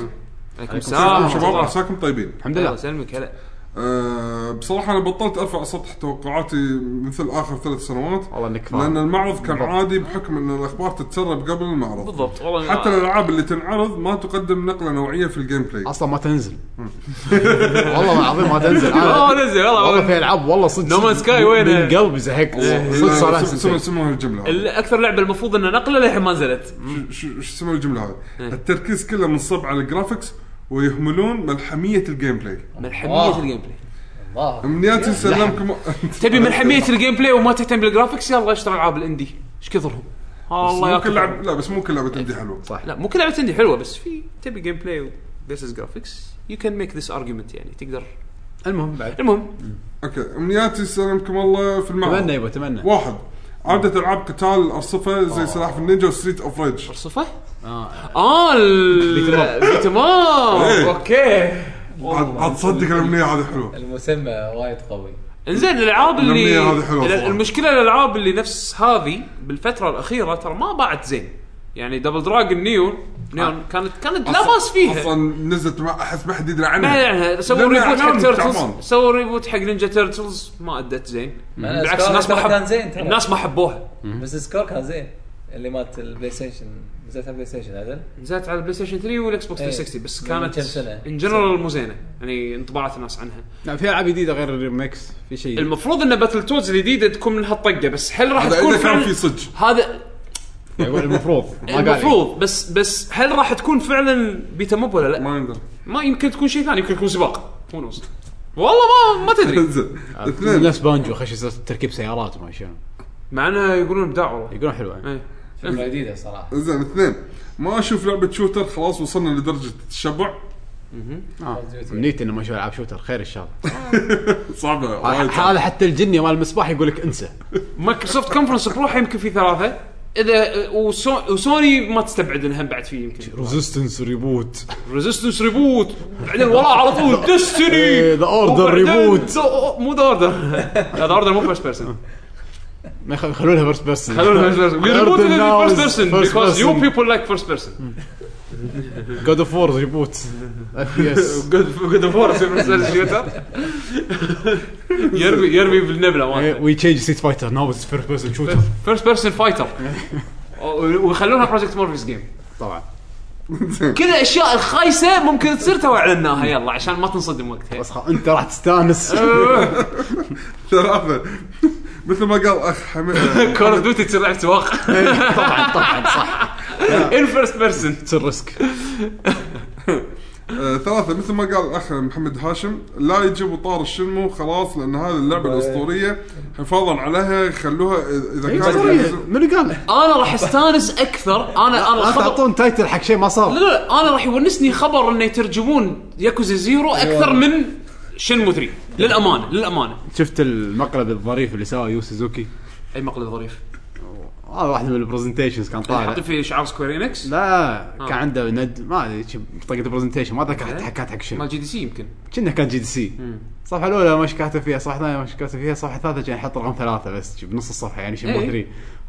[SPEAKER 5] عليكم
[SPEAKER 3] شباب
[SPEAKER 5] السلام
[SPEAKER 3] شباب، عساكم طيبين
[SPEAKER 1] الحمد
[SPEAKER 5] الله
[SPEAKER 1] لله
[SPEAKER 5] يسلمك هلا
[SPEAKER 3] أه بصراحه انا بطلت ارفع سطح توقعاتي مثل اخر ثلاث سنوات
[SPEAKER 1] والله انك فاهم.
[SPEAKER 3] لان المعرض كان
[SPEAKER 1] بالضبط.
[SPEAKER 3] عادي بحكم ان الاخبار تتسرب قبل المعرض
[SPEAKER 5] بالضبط والله
[SPEAKER 3] حتى الالعاب اللي تنعرض ما تقدم نقله نوعيه في الجيم بلاي
[SPEAKER 1] اصلا ما تنزل (laughs) والله العظيم ما تنزل
[SPEAKER 5] اه
[SPEAKER 1] (laughs) أنا-
[SPEAKER 5] نزل
[SPEAKER 1] آه، والله في
[SPEAKER 5] والله
[SPEAKER 1] العاب والله صدق
[SPEAKER 5] No Man's Sky
[SPEAKER 1] من-
[SPEAKER 5] وينه؟
[SPEAKER 1] من قلبي زهقت إيه،
[SPEAKER 3] إيه،
[SPEAKER 1] صدق صار لها
[SPEAKER 3] سموا
[SPEAKER 1] سنتين.
[SPEAKER 3] سموا هالجمله هذه.
[SPEAKER 5] ال- اكثر لعبه المفروض انها نقله للحين ما نزلت
[SPEAKER 3] شو- شو شو سموا الجمله هذه
[SPEAKER 5] إيه.
[SPEAKER 3] التركيز كله منصب على الجرافكس ويهملون ملحميه الجيم بلاي
[SPEAKER 5] ملحميه
[SPEAKER 4] آه.
[SPEAKER 5] الجيم بلاي
[SPEAKER 4] الله
[SPEAKER 3] امنياتي سلامكم
[SPEAKER 5] تبي
[SPEAKER 3] (laughs)
[SPEAKER 5] ملحميه الجيم بلاي وما تهتم بالجرافكس يلا اشتري العاب الاندي ايش كثرهم الله
[SPEAKER 3] ممكن
[SPEAKER 5] ياكل طيب.
[SPEAKER 3] لعب لا بس مو كل لعبه تمدي حلوه
[SPEAKER 1] صح
[SPEAKER 5] لا مو كل لعبه اندي حلوه بس في تبي جيم بلاي فيرسز جرافكس يو كان ميك ذيس ارجيومنت يعني تقدر
[SPEAKER 1] المهم بعد
[SPEAKER 5] المهم
[SPEAKER 3] اوكي امنياتي سلامكم الله في المعرض
[SPEAKER 1] اتمنى يبا اتمنى
[SPEAKER 3] واحد عادة العاب قتال الارصفه زي
[SPEAKER 5] آه.
[SPEAKER 3] سلاحف النينجا وستريت اوف ريج
[SPEAKER 5] صفه
[SPEAKER 1] آه.
[SPEAKER 5] اه البيتمام
[SPEAKER 3] (laughs) إيه.
[SPEAKER 5] اوكي
[SPEAKER 3] عاد عاد تصدق الامنيه هذه حلوه
[SPEAKER 4] المسمى وايد قوي
[SPEAKER 5] انزين الالعاب اللي
[SPEAKER 3] الأمنية هذه حلوة
[SPEAKER 5] ال-
[SPEAKER 3] صراحة.
[SPEAKER 5] المشكله الالعاب اللي نفس هذه بالفتره الاخيره ترى ما باعت زين يعني دبل دراجون نيون نيون كانت كانت لا باس فيها
[SPEAKER 3] اصلا نزلت ما احس ما حد يدري
[SPEAKER 5] ما
[SPEAKER 3] عنها
[SPEAKER 5] يعني سووا
[SPEAKER 3] لأن
[SPEAKER 5] ريبوت حق
[SPEAKER 3] إعلان
[SPEAKER 5] تيرتلز
[SPEAKER 3] نعم، تعبان.
[SPEAKER 5] سووا ريبوت حق نينجا تيرتلز ما ادت زين
[SPEAKER 4] أنا
[SPEAKER 5] بالعكس
[SPEAKER 4] أذكرها
[SPEAKER 5] الناس ما
[SPEAKER 4] ترى
[SPEAKER 5] حب...
[SPEAKER 4] كان زين ترى.
[SPEAKER 5] الناس ما حبوها
[SPEAKER 4] بس السكور كان زين اللي مات البلاي ستيشن نزلت على البلاي ستيشن عدل
[SPEAKER 5] نزلت على البلاي ستيشن 3 والاكس بوكس
[SPEAKER 4] إيه.
[SPEAKER 5] 360 بس
[SPEAKER 4] من
[SPEAKER 5] كانت
[SPEAKER 4] كم سنة.
[SPEAKER 5] ان جنرال مو زينه يعني انطباعات الناس عنها
[SPEAKER 1] لا في العاب جديده غير الريمكس في شيء
[SPEAKER 5] المفروض ان باتل تودز الجديده تكون من هالطقه بس هل راح
[SPEAKER 3] هذا
[SPEAKER 5] تكون
[SPEAKER 3] اذا كان
[SPEAKER 5] فعلا
[SPEAKER 3] في
[SPEAKER 5] (laughs)
[SPEAKER 3] صدق
[SPEAKER 5] هذا
[SPEAKER 1] يعني يقول (laughs) المفروض ما قال إيه.
[SPEAKER 5] المفروض بس بس هل راح تكون فعلا بيتا موب ولا لا؟
[SPEAKER 3] ما
[SPEAKER 5] (laughs)
[SPEAKER 3] يندر
[SPEAKER 5] ما يمكن تكون شيء ثاني يمكن يكون سباق Who knows؟ والله ما ما تدري
[SPEAKER 3] انزين اثنين
[SPEAKER 1] نفس بانجو خش يصير تركيب سيارات وما شنو
[SPEAKER 5] مع انه يقولون ابداع والله
[SPEAKER 1] يقولون حلوه يعني.
[SPEAKER 5] إيه.
[SPEAKER 4] فكره جديده صراحه
[SPEAKER 3] انزين اثنين ما اشوف لعبه شوتر خلاص وصلنا لدرجه التشبع
[SPEAKER 1] آه. امنيتي انه ما اشوف العاب شوتر خير ان شاء الله
[SPEAKER 3] صعبه
[SPEAKER 1] آه.
[SPEAKER 3] وايد صعبة.
[SPEAKER 1] (laughs) هذا حتى الجني مال المصباح يقول لك انسى
[SPEAKER 5] مايكروسوفت كونفرنس بروحه يمكن في ثلاثه اذا وسو- وسوني ما تستبعد انها بعد فيه يمكن
[SPEAKER 1] ريزيستنس ريبوت
[SPEAKER 5] ريزيستنس ريبوت بعدين وراه على طول ديستني
[SPEAKER 1] إيه، The Order Reboot.
[SPEAKER 5] Oh, مو ذا
[SPEAKER 1] (laughs)
[SPEAKER 5] اوردر ذا اوردر مو فيرست بيرسون
[SPEAKER 1] ما يخ- يخلوا لها فيرست بيرسون
[SPEAKER 5] خلونا فيرست بيرسون وي ريبوت فيرست بيرسون بيكوز يو
[SPEAKER 1] بيبول
[SPEAKER 5] بيبل لايك فيرست بيرسون
[SPEAKER 1] جود اوف وور ريبوت اف (laughs) اس
[SPEAKER 5] جود اوف (laughs) وور يصير مسلسل شوتر يرمي يرمي بالنبله مالته
[SPEAKER 1] وي تشينج سيت فايتر ناو اتس فيرست بيرسون شوتر
[SPEAKER 5] فيرست بيرسون
[SPEAKER 1] (laughs)
[SPEAKER 5] فايتر ويخلونها بروجكت مورفيس جيم
[SPEAKER 1] طبعا
[SPEAKER 5] كذا الاشياء الخايسه
[SPEAKER 1] (laughs)
[SPEAKER 5] ممكن تصير تو اعلناها يلا عشان ما تنصدم وقتها
[SPEAKER 1] بس خلاص، انت راح تستانس
[SPEAKER 3] ثلاثه (laughs) مثل ما قال اخ
[SPEAKER 5] (laughs)
[SPEAKER 3] حمد
[SPEAKER 5] كول اوف ديوتي تصير لعبه (laughs) سواق
[SPEAKER 1] طبعا طبعا صح
[SPEAKER 5] ان فيرست بيرسون
[SPEAKER 6] تصير ريسك
[SPEAKER 3] آه، ثلاثة مثل ما قال الأخ محمد هاشم لا يجيبوا طار الشلمو خلاص لأن هذه اللعبة الأسطورية حفاظا عليها خلوها إذا-
[SPEAKER 1] أيوة،
[SPEAKER 5] إيه،
[SPEAKER 3] إذا
[SPEAKER 5] طيب.
[SPEAKER 3] كانت
[SPEAKER 6] منو قال؟
[SPEAKER 5] انا راح استانس اكثر انا انا
[SPEAKER 6] لا
[SPEAKER 5] الخبر
[SPEAKER 6] تعطون تايتل حق شيء ما
[SPEAKER 5] لا
[SPEAKER 6] صار
[SPEAKER 5] لا انا راح يونسني خبر انه يترجمون ياكوزا زيرو
[SPEAKER 1] أيوة.
[SPEAKER 5] اكثر من شنمو 3 للامانه للامانه
[SPEAKER 1] شفت المقلب الظريف اللي سواه يو سوزوكي
[SPEAKER 5] اي مقلب ظريف
[SPEAKER 1] هذا واحد من البرزنتيشنز كان طالع
[SPEAKER 5] حاطين فيه شعار سكوير انكس
[SPEAKER 1] طيب. لا كان عنده ند ما ادري شي بطاقه البرزنتيشن ما اتذكر حتى
[SPEAKER 5] إيه.
[SPEAKER 1] حكات حق شنو
[SPEAKER 5] مال جي دي سي يمكن
[SPEAKER 1] كنا كان جي دي سي الصفحه الاولى ما شكاته فيها الصفحه الثانيه ما شكاته فيها الصفحه الثالثه كان يحط رقم ثلاثه بس شي بنص الصفحه يعني شنو ما
[SPEAKER 5] إيه.
[SPEAKER 1] ادري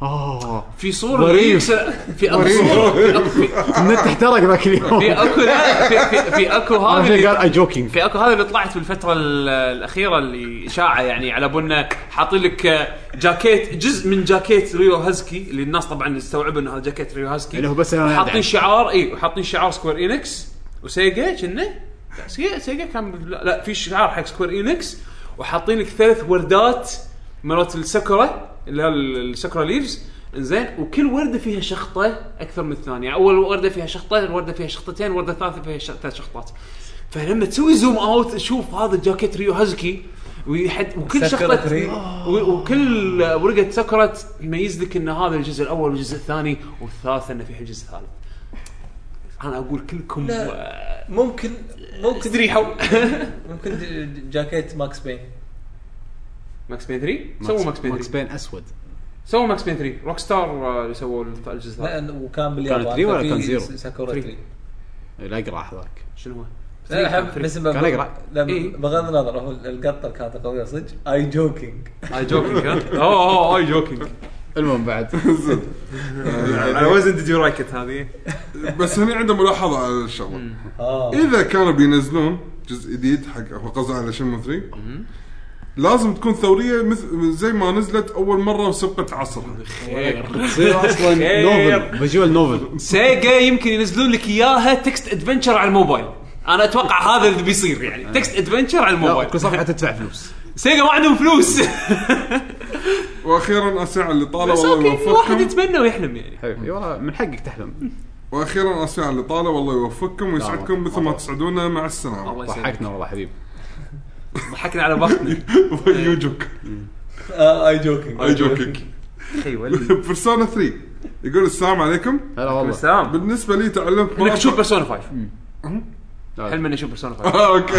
[SPEAKER 1] اه
[SPEAKER 5] في صوره
[SPEAKER 1] ظريف.
[SPEAKER 5] في- في اكو صورة- في-
[SPEAKER 1] النت احترق ذاك اليوم (laughs)
[SPEAKER 5] في اكو لا، في- في- في اكو هذا
[SPEAKER 1] انا
[SPEAKER 5] اللي-
[SPEAKER 1] شي قال اي جوكينج
[SPEAKER 5] في اكو هذا اللي طلعت في الفتره ال- الاخيره اللي اشاعه يعني على بنا حاطين لك آه، جاكيت جزء من جاكيت ريو هازكي اللي الناس طبعا استوعبوا انه هذا جاكيت ريو هازكي
[SPEAKER 1] اللي هو بس أنا
[SPEAKER 5] حاطين
[SPEAKER 1] أدعم.
[SPEAKER 5] شعار اي وحاطين شعار سكوير انكس وسيجا كنا سيجا سيجا كان لا, لا في شعار حق سكوير انكس وحاطين لك ثلاث وردات مرات السكره اللي هي السكره ليفز زين وكل ورده فيها شخطه اكثر من الثانيه اول ورده فيها شخطه الورده فيها شخطتين الورده الثالثه فيها شخ- ثلاث شخطات فلما تسوي زوم اوت تشوف هذا جاكيت ريو هازكي ويحد وكل
[SPEAKER 4] سكرة
[SPEAKER 5] شخطه
[SPEAKER 4] ريو.
[SPEAKER 5] و- وكل ورقه سكره تميز لك ان هذا الجزء الاول والجزء الثاني والثالث انه في جزء ثالث انا اقول كلكم آه،
[SPEAKER 4] ممكن ممكن
[SPEAKER 5] استريحوا
[SPEAKER 4] ممكن ج- جاكيت ماكس بين
[SPEAKER 5] (laughs) ماكس بين 3 سووا ماكس بين
[SPEAKER 1] ماكس
[SPEAKER 5] 3
[SPEAKER 1] بين اسود
[SPEAKER 5] سووا ماكس بين 3 روك ستار اللي سووا الف- الجزء
[SPEAKER 4] لا
[SPEAKER 5] هذا
[SPEAKER 4] إن- وكان باليابان
[SPEAKER 1] كانت three ولا
[SPEAKER 4] ففي
[SPEAKER 1] كان zero؟
[SPEAKER 4] س- ساكورا
[SPEAKER 5] three.
[SPEAKER 4] 3
[SPEAKER 1] لا اقرا هذاك
[SPEAKER 5] شنو هو؟
[SPEAKER 4] لا
[SPEAKER 5] كان
[SPEAKER 4] أحب-
[SPEAKER 5] three.
[SPEAKER 4] بس
[SPEAKER 1] كان أقرأ.
[SPEAKER 4] بغ- لا
[SPEAKER 5] إيه.
[SPEAKER 4] بغض النظر هو القطه اللي كانت قويه صدق اي جوكينج (laughs)
[SPEAKER 5] اي آه، جوكينج (laughs) ها؟ اوه اوه اي جوكينج
[SPEAKER 1] المهم (laughs) بعد
[SPEAKER 5] على وزن ديد يو رايك هذه
[SPEAKER 3] بس هني عنده ملاحظة على الشغلة
[SPEAKER 4] اه
[SPEAKER 3] إذا كانوا بينزلون جزء جديد حق هو قصده على شنو 3 لازم تكون ثورية مثل زي ما نزلت أول مرة وسبقت عصرها
[SPEAKER 1] تصير اصلا نوفل فيجوال نوفل
[SPEAKER 5] سيجا يمكن ينزلون لك اياها تكست ادفنشر على الموبايل انا اتوقع هذا اللي بيصير يعني تكست ادفنشر على الموبايل
[SPEAKER 1] كل صفحه تدفع فلوس
[SPEAKER 5] سيجا ما عندهم (laughs) فلوس
[SPEAKER 3] وأخيرا أسعى اللي طالع
[SPEAKER 5] بس
[SPEAKER 3] والله
[SPEAKER 5] اوكي واحد
[SPEAKER 3] يوفقكم
[SPEAKER 5] يتمنى ويحلم يعني
[SPEAKER 1] اي والله من حقك تحلم
[SPEAKER 3] وأخيرا أسعى اللي طالع والله يوفقكم ويسعدكم مثل ما تسعدونا مع السلامة (laughs)
[SPEAKER 5] الله يسعدك
[SPEAKER 1] ضحكنا والله حبيبي
[SPEAKER 5] ضحكنا على بختنا
[SPEAKER 3] يوجوك
[SPEAKER 4] آه، اي جوكينج
[SPEAKER 3] اي جوكك (laughs) بيرسونا 3 يقول السلام عليكم
[SPEAKER 1] هلا والله
[SPEAKER 5] سلام
[SPEAKER 3] بالنسبه لي تعلمت
[SPEAKER 5] انك
[SPEAKER 3] مرة-
[SPEAKER 5] تشوف بيرسونا 5
[SPEAKER 1] لا.
[SPEAKER 5] حلم اني اشوف بيرسونا 5
[SPEAKER 3] (laughs) آه، اوكي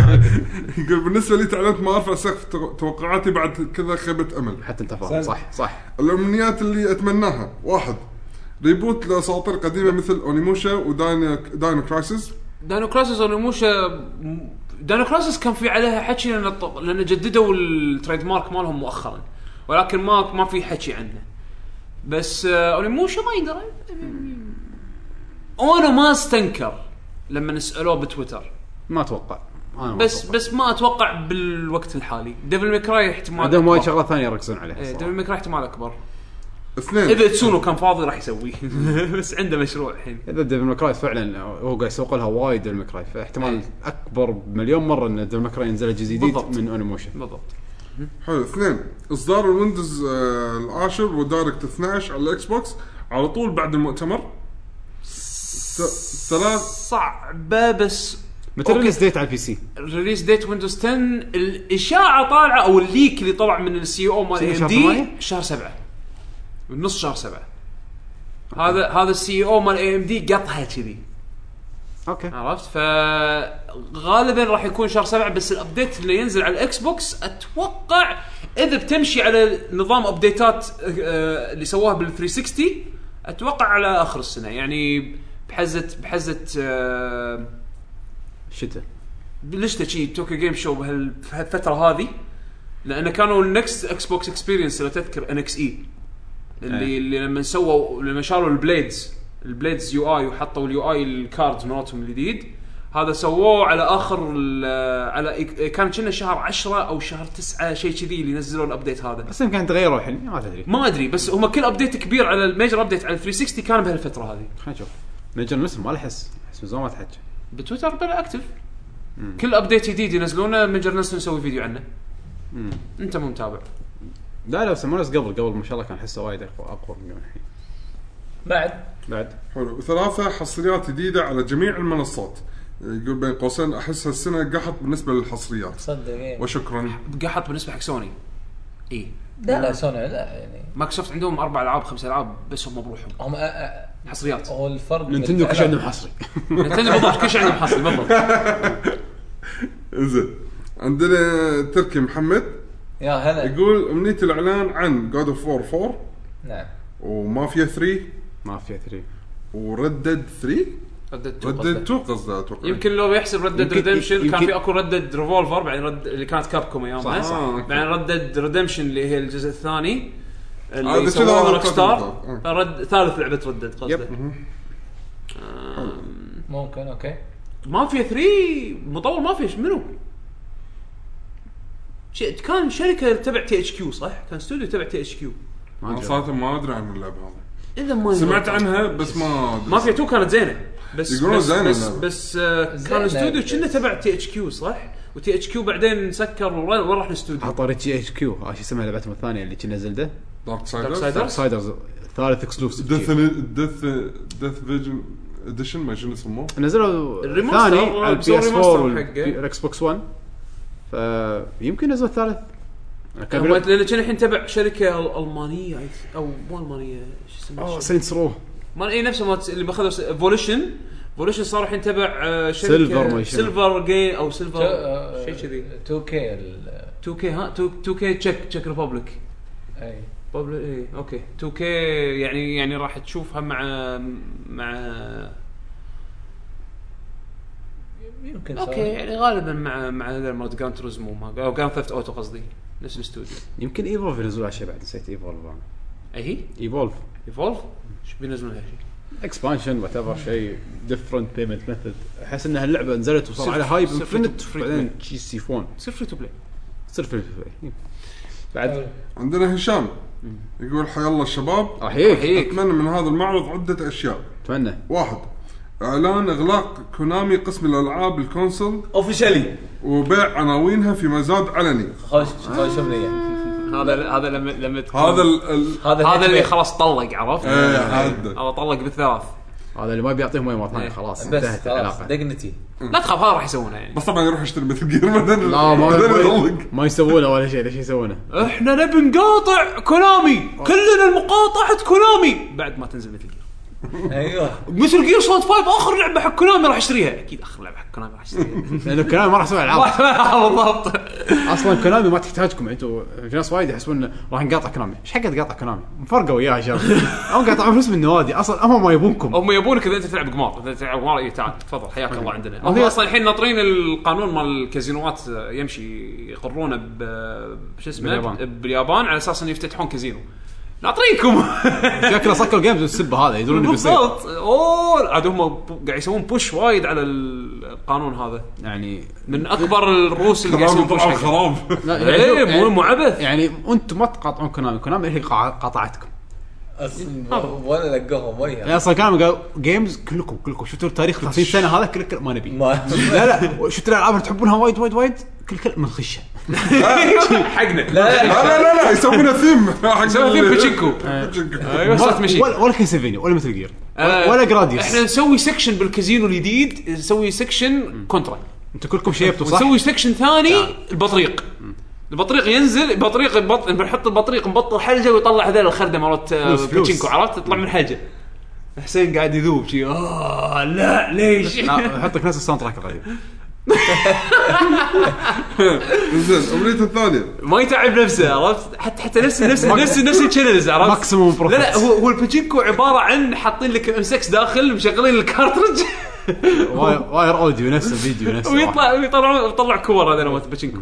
[SPEAKER 3] يقول بالنسبه لي تعلمت ما ارفع سقف تو- توقعاتي بعد كذا خيبه امل
[SPEAKER 1] حتى انت فاهم صح صح
[SPEAKER 3] الامنيات اللي اتمناها واحد ريبوت لاساطير قديمه مثل اونيموشا وداينو داينو كرايسيس
[SPEAKER 5] دانو كراسس اونيموشا دانو كراسس كان في عليها حكي لان الط- لان جددوا التريد مارك مالهم مؤخرا ولكن ما ما في حكي عنه بس آه، اونيموشا ما يندرى انا ما استنكر لما نسالوه بتويتر
[SPEAKER 1] ما اتوقع انا ما
[SPEAKER 5] بس
[SPEAKER 1] أتوقع.
[SPEAKER 5] بس ما اتوقع بالوقت الحالي ديفل ميكراي احتمال
[SPEAKER 1] عندهم وايد
[SPEAKER 5] أكبر.
[SPEAKER 1] شغلات ثانيه يركزون عليها
[SPEAKER 5] إيه،
[SPEAKER 1] الصراحة.
[SPEAKER 5] ديفل ميكراي احتمال اكبر
[SPEAKER 3] اثنين
[SPEAKER 5] اذا تسونو كان فاضي راح يسويه (laughs) بس عنده مشروع الحين
[SPEAKER 1] اذا ديفل ماكراي فعلا هو قاعد يسوق لها وايد ديفل ماكراي فاحتمال
[SPEAKER 7] إيه.
[SPEAKER 1] اكبر بمليون مره ان ديفل ماكراي ينزل جزء جديد
[SPEAKER 5] بالضبط.
[SPEAKER 1] من اونيموشن
[SPEAKER 5] بالضبط
[SPEAKER 3] حلو اثنين اصدار الويندوز آه، العاشر ودايركت 12 على الاكس بوكس على طول بعد المؤتمر ث- ثلاث
[SPEAKER 5] صعبه بس
[SPEAKER 1] متى
[SPEAKER 5] أوكي.
[SPEAKER 1] ريليز ديت على البي سي؟
[SPEAKER 5] ريليز ديت ويندوز 10 الاشاعه طالعه او الليك اللي طلع من السي او مال اي
[SPEAKER 1] شنو شهر
[SPEAKER 5] ام دي
[SPEAKER 1] ثمانية؟
[SPEAKER 5] شهر 7 نص شهر 7 هذا هذا السي او مال اي ام دي قطها كذي
[SPEAKER 1] اوكي
[SPEAKER 5] عرفت فغالبا راح يكون شهر 7 بس الابديت اللي ينزل على الاكس بوكس اتوقع اذا بتمشي على نظام ابديتات آه، اللي سووها بال 360 اتوقع على اخر السنه يعني بحزه بحزه آه،
[SPEAKER 1] شتاء
[SPEAKER 5] بلشته شي توكيو جيم شو بهال- بهالفتره هذه لان كانوا النكست اكس بوكس اكسبيرينس لو تذكر ان اكس اي اللي
[SPEAKER 1] إيه.
[SPEAKER 5] اللي لما سووا لما شالوا البليدز البليدز يو اي وحطوا اليو اي الكاردز مالتهم الجديد هذا سووه على اخر ال- على كان كنا شهر 10 او شهر 9 شيء كذي اللي نزلوا الابديت هذا
[SPEAKER 1] بس يمكن تغيروا الحين ما تدري
[SPEAKER 5] ما ادري بس هم كل ابديت كبير على الميجر ابديت على 360 كان بهالفتره هذه
[SPEAKER 1] خلينا نشوف نجر نسم ما له حس احس من زمان ما تحكي
[SPEAKER 5] بتويتر بلا اكتف كل ابديت جديد ينزلونه ميجر نسل نسوي فيديو عنه
[SPEAKER 1] مم.
[SPEAKER 5] انت مو متابع
[SPEAKER 1] لا لا بس مونس قبل قبل ما شاء الله كان حسه وايد اقوى اقوى من الحين
[SPEAKER 4] بعد
[SPEAKER 1] بعد
[SPEAKER 3] حلو وثلاثة حصريات جديدة على جميع المنصات يقول بين قوسين احس هالسنة قحط بالنسبة للحصريات
[SPEAKER 4] صدق إيه.
[SPEAKER 3] وشكرا
[SPEAKER 5] قحط بالنسبه حق سوني اي
[SPEAKER 4] لا لا سوني لا يعني
[SPEAKER 5] مايكروسوفت عندهم اربع العاب خمس العاب بس هم بروحهم
[SPEAKER 4] هم أ- أ-
[SPEAKER 5] حصريات
[SPEAKER 4] هو الفرق
[SPEAKER 7] نينتندو كل شيء عندهم
[SPEAKER 4] بالإعلان.
[SPEAKER 7] حصري
[SPEAKER 5] نتندو بالضبط كل شيء عندهم حصري
[SPEAKER 1] (laughs)
[SPEAKER 5] بالضبط
[SPEAKER 3] انزين عندنا تركي محمد
[SPEAKER 4] يا هلا
[SPEAKER 3] يقول امنية الاعلان عن جود اوف 4 4
[SPEAKER 4] نعم
[SPEAKER 3] ومافيا 3
[SPEAKER 1] ما في 3
[SPEAKER 3] وردد 3
[SPEAKER 5] ردد تو
[SPEAKER 3] ردد
[SPEAKER 5] قصدك.
[SPEAKER 3] 2 قصده اتوقع
[SPEAKER 5] يمكن لو يحسب ردد
[SPEAKER 1] يمكن-
[SPEAKER 5] ريدمشن كان
[SPEAKER 1] يمكن-
[SPEAKER 5] في اكو ردد ريفولفر بعدين رد اللي كانت كاب كوم ايامها
[SPEAKER 1] صح، آه، صح.
[SPEAKER 5] صح بعدين ردد ريدمشن اللي هي الجزء الثاني
[SPEAKER 1] آه،
[SPEAKER 3] هذا
[SPEAKER 5] اللي
[SPEAKER 3] كذا
[SPEAKER 5] سووها
[SPEAKER 3] أنا
[SPEAKER 5] روك ستار
[SPEAKER 3] أتوقع.
[SPEAKER 5] رد ثالث لعبه ردد قصدك
[SPEAKER 1] يب.
[SPEAKER 4] ممكن اوكي
[SPEAKER 5] ما في 3 مطور ما في منو؟ شيء- كان شركه تبع تي اتش كيو صح؟ كان استوديو تبع تي اتش كيو
[SPEAKER 1] ما
[SPEAKER 3] أنا
[SPEAKER 1] ادري
[SPEAKER 3] صراحة ما ادري عن اللعبة هذا
[SPEAKER 5] اذا ما
[SPEAKER 3] سمعت عنها بس ما أدري.
[SPEAKER 5] مافيا 2 كانت زينه بس
[SPEAKER 3] يقولون
[SPEAKER 5] بس
[SPEAKER 3] زينة
[SPEAKER 5] بس,
[SPEAKER 3] اللعبة.
[SPEAKER 5] بس آه كان
[SPEAKER 4] زينة
[SPEAKER 5] الاستوديو
[SPEAKER 4] بس.
[SPEAKER 5] كنا تبع تي اتش كيو صح؟ وتي اتش كيو بعدين سكر ورا- وراح الاستوديو
[SPEAKER 1] عطى جي اتش كيو شو اسمها لعبتهم الثانيه اللي كنا زلده
[SPEAKER 3] دارك
[SPEAKER 5] دارك
[SPEAKER 3] سايدرز
[SPEAKER 5] سايدرز
[SPEAKER 1] سايدرز ثالث
[SPEAKER 3] دث
[SPEAKER 1] اكسلوسيف
[SPEAKER 3] دث دث فيجن اديشن ما شنو يسموه
[SPEAKER 1] نزلوا
[SPEAKER 5] الريماستر
[SPEAKER 1] ثاني على البي
[SPEAKER 5] بيسووا
[SPEAKER 1] اس 4
[SPEAKER 5] ريماستر حقه.
[SPEAKER 1] والاكس بوكس 1 فيمكن نزل الثالث
[SPEAKER 5] هم لان كان الحين تبع شركه أل- المانيه I think- او مو المانيه شو اسمها؟
[SPEAKER 1] سينس رو
[SPEAKER 5] مال اي نفسه مال اللي ماخذوا فوليشن فوليشن صار الحين تبع آه، شركه
[SPEAKER 1] Silver ما يشبه.
[SPEAKER 5] سيلفر جي او
[SPEAKER 4] uh,
[SPEAKER 5] سيلفر شيء كذي
[SPEAKER 4] 2 كي
[SPEAKER 5] 2 كي ها 2 كي تشيك تشيك ريبوبليك
[SPEAKER 4] اي
[SPEAKER 5] بابل ايه اوكي 2 كي يعني يعني راح تشوفها مع مع
[SPEAKER 4] يمكن
[SPEAKER 5] اوكي
[SPEAKER 4] سوني.
[SPEAKER 5] يعني غالبا مع مع هذا مال جران توريزمو ما- او جران ثيفت اوتو قصدي نفس الاستوديو
[SPEAKER 1] يمكن ايفولف ينزلوا على شيء بعد نسيت ايفولف انا
[SPEAKER 5] اي هي
[SPEAKER 1] ايفولف
[SPEAKER 5] ايفولف شو بينزلون لها شيء
[SPEAKER 1] اكسبانشن وات ايفر شيء ديفرنت بيمنت ميثود احس انها اللعبه نزلت وصار عليها هايب
[SPEAKER 5] صفر-
[SPEAKER 1] انفنت
[SPEAKER 5] صفر-
[SPEAKER 1] بعدين شي سيفون
[SPEAKER 5] تصير فري تو بلاي
[SPEAKER 1] صير في بعد
[SPEAKER 3] عندنا هشام يقول حيا الله الشباب
[SPEAKER 1] آه، احييك
[SPEAKER 3] اتمنى من هذا المعرض عده اشياء
[SPEAKER 1] اتمنى
[SPEAKER 3] واحد اعلان اغلاق كونامي قسم الالعاب الكونسل
[SPEAKER 4] اوفشلي
[SPEAKER 3] وبيع عناوينها في مزاد علني
[SPEAKER 4] خوش خوش امنيه
[SPEAKER 5] هذا هذا لما لما تكون-
[SPEAKER 3] هذا ال ال
[SPEAKER 4] هذا
[SPEAKER 5] هذا اللي
[SPEAKER 4] الحكمة.
[SPEAKER 5] خلاص طلق عرفت؟
[SPEAKER 1] آه.
[SPEAKER 3] إيه، هذا.
[SPEAKER 5] هو طلق بالثلاث
[SPEAKER 1] هذا اللي ما بيعطيهم اي مره ثانيه
[SPEAKER 5] إيه.
[SPEAKER 1] خلاص
[SPEAKER 4] بس
[SPEAKER 1] انتهت
[SPEAKER 4] خلاص
[SPEAKER 1] العلاقه
[SPEAKER 4] دقنتي
[SPEAKER 5] لا تخاف هذا راح يسوونها يعني
[SPEAKER 3] بس طبعا يروح يشتري مثل جير بعدين
[SPEAKER 1] لا
[SPEAKER 3] (laughs)
[SPEAKER 1] ما
[SPEAKER 3] بعدين
[SPEAKER 1] ما,
[SPEAKER 3] يطلق.
[SPEAKER 1] ما يسوونه ولا شيء ليش يسوونه؟
[SPEAKER 5] احنا نبي نقاطع كونامي كلنا المقاطعة كونامي بعد ما تنزل مثل جير
[SPEAKER 4] ايوه
[SPEAKER 5] مثل جير سوليد 5 اخر لعبه حق كونامي راح اشتريها اكيد اخر لعبه حق كونامي راح
[SPEAKER 1] (laughs)
[SPEAKER 5] اشتريها
[SPEAKER 1] لانه كلامي ما راح يسوي العاب
[SPEAKER 5] (laughs) بالضبط
[SPEAKER 1] اصلا كلامي ما تحتاجكم انتم في ناس وايد يحسبون إنه راح نقاطع كلامي ايش حق تقاطع كلامي؟ مفرقه وياه شر هم قاطعون فلوس من النوادي اصلا هم ما يبونكم
[SPEAKER 5] هم يبونك اذا انت تلعب قمار اذا تلعب قمار اي تعال تفضل حياك الله عندنا هم
[SPEAKER 1] هي-
[SPEAKER 5] اصلا الحين ناطرين القانون مال الكازينوات يمشي يقرونه ب شو اسمه
[SPEAKER 1] باليابان.
[SPEAKER 5] باليابان على اساس انه يفتتحون كازينو ناطرينكم
[SPEAKER 1] شكله سكر جيمز والسب هذا يدرون اللي بيصير
[SPEAKER 5] بالضبط اوه عاد هم ب- قاعد يسوون بوش وايد على القانون هذا
[SPEAKER 1] يعني
[SPEAKER 5] من اكبر الروس اللي قاعد
[SPEAKER 3] كلامي
[SPEAKER 5] يسوون
[SPEAKER 3] طلع
[SPEAKER 5] بوش حقه.
[SPEAKER 3] خراب
[SPEAKER 1] لا، يعني-
[SPEAKER 5] ايه مو مو عبث
[SPEAKER 1] يعني انتم ما تقاطعون كونامي كونامي هي قا- قاطعتكم
[SPEAKER 4] أصلاً ولا لقوهم
[SPEAKER 1] يعني
[SPEAKER 5] (laughs)
[SPEAKER 4] ويا
[SPEAKER 1] اصلا كانوا قالوا جيمز كلكم كلكم شفتوا التاريخ 30 سنه هذا كل كل ما نبي
[SPEAKER 4] ما
[SPEAKER 1] لا لا شفتوا الالعاب اللي تحبونها وايد وايد وايد كل كل منخشه
[SPEAKER 5] حقنا
[SPEAKER 4] لا
[SPEAKER 3] لا
[SPEAKER 4] لا
[SPEAKER 3] لا لا لا يسوون
[SPEAKER 1] (laughs)
[SPEAKER 3] ثيم حق
[SPEAKER 5] سوي
[SPEAKER 3] (laughs)
[SPEAKER 5] فيه باتشينكو
[SPEAKER 3] باتشينكو.
[SPEAKER 5] ايوه صوت مشي
[SPEAKER 1] ولا ولا كاسلفينيا ولا مثل جير
[SPEAKER 5] آه،
[SPEAKER 1] ولا جراديوس
[SPEAKER 5] احنا نسوي سكشن بالكازينو الجديد نسوي سكشن كونترا
[SPEAKER 1] انتم كلكم شيبتوا صح؟
[SPEAKER 5] ونسوي سكشن ثاني البطريق البطريق ينزل بطريق بط... بنحط البطريق نبطل حلجه ويطلع هذول الخرده مرات آه،
[SPEAKER 1] فلوس، فلوس.
[SPEAKER 5] باتشينكو عرفت يطلع من حلجه حسين قاعد يذوب شي اه لا ليش؟
[SPEAKER 1] لا احطك نفس الساوند تراك القديم
[SPEAKER 3] زين امنيته الثانيه
[SPEAKER 5] ما يتعب نفسه عرفت؟ حتى حتى نفس نفس نفس نفس الشانلز عرفت؟
[SPEAKER 1] ماكسيموم
[SPEAKER 5] لا لا
[SPEAKER 1] بروفيت
[SPEAKER 5] هو هو الباتشينكو عباره عن حاطين لك ام 6 داخل مشغلين الكارترج
[SPEAKER 1] واير- واير اوديو نفس
[SPEAKER 5] (laughs)
[SPEAKER 1] الفيديو نفس
[SPEAKER 5] ويطلع ويطلعون ويطلع كور هذا مالت باتشينكو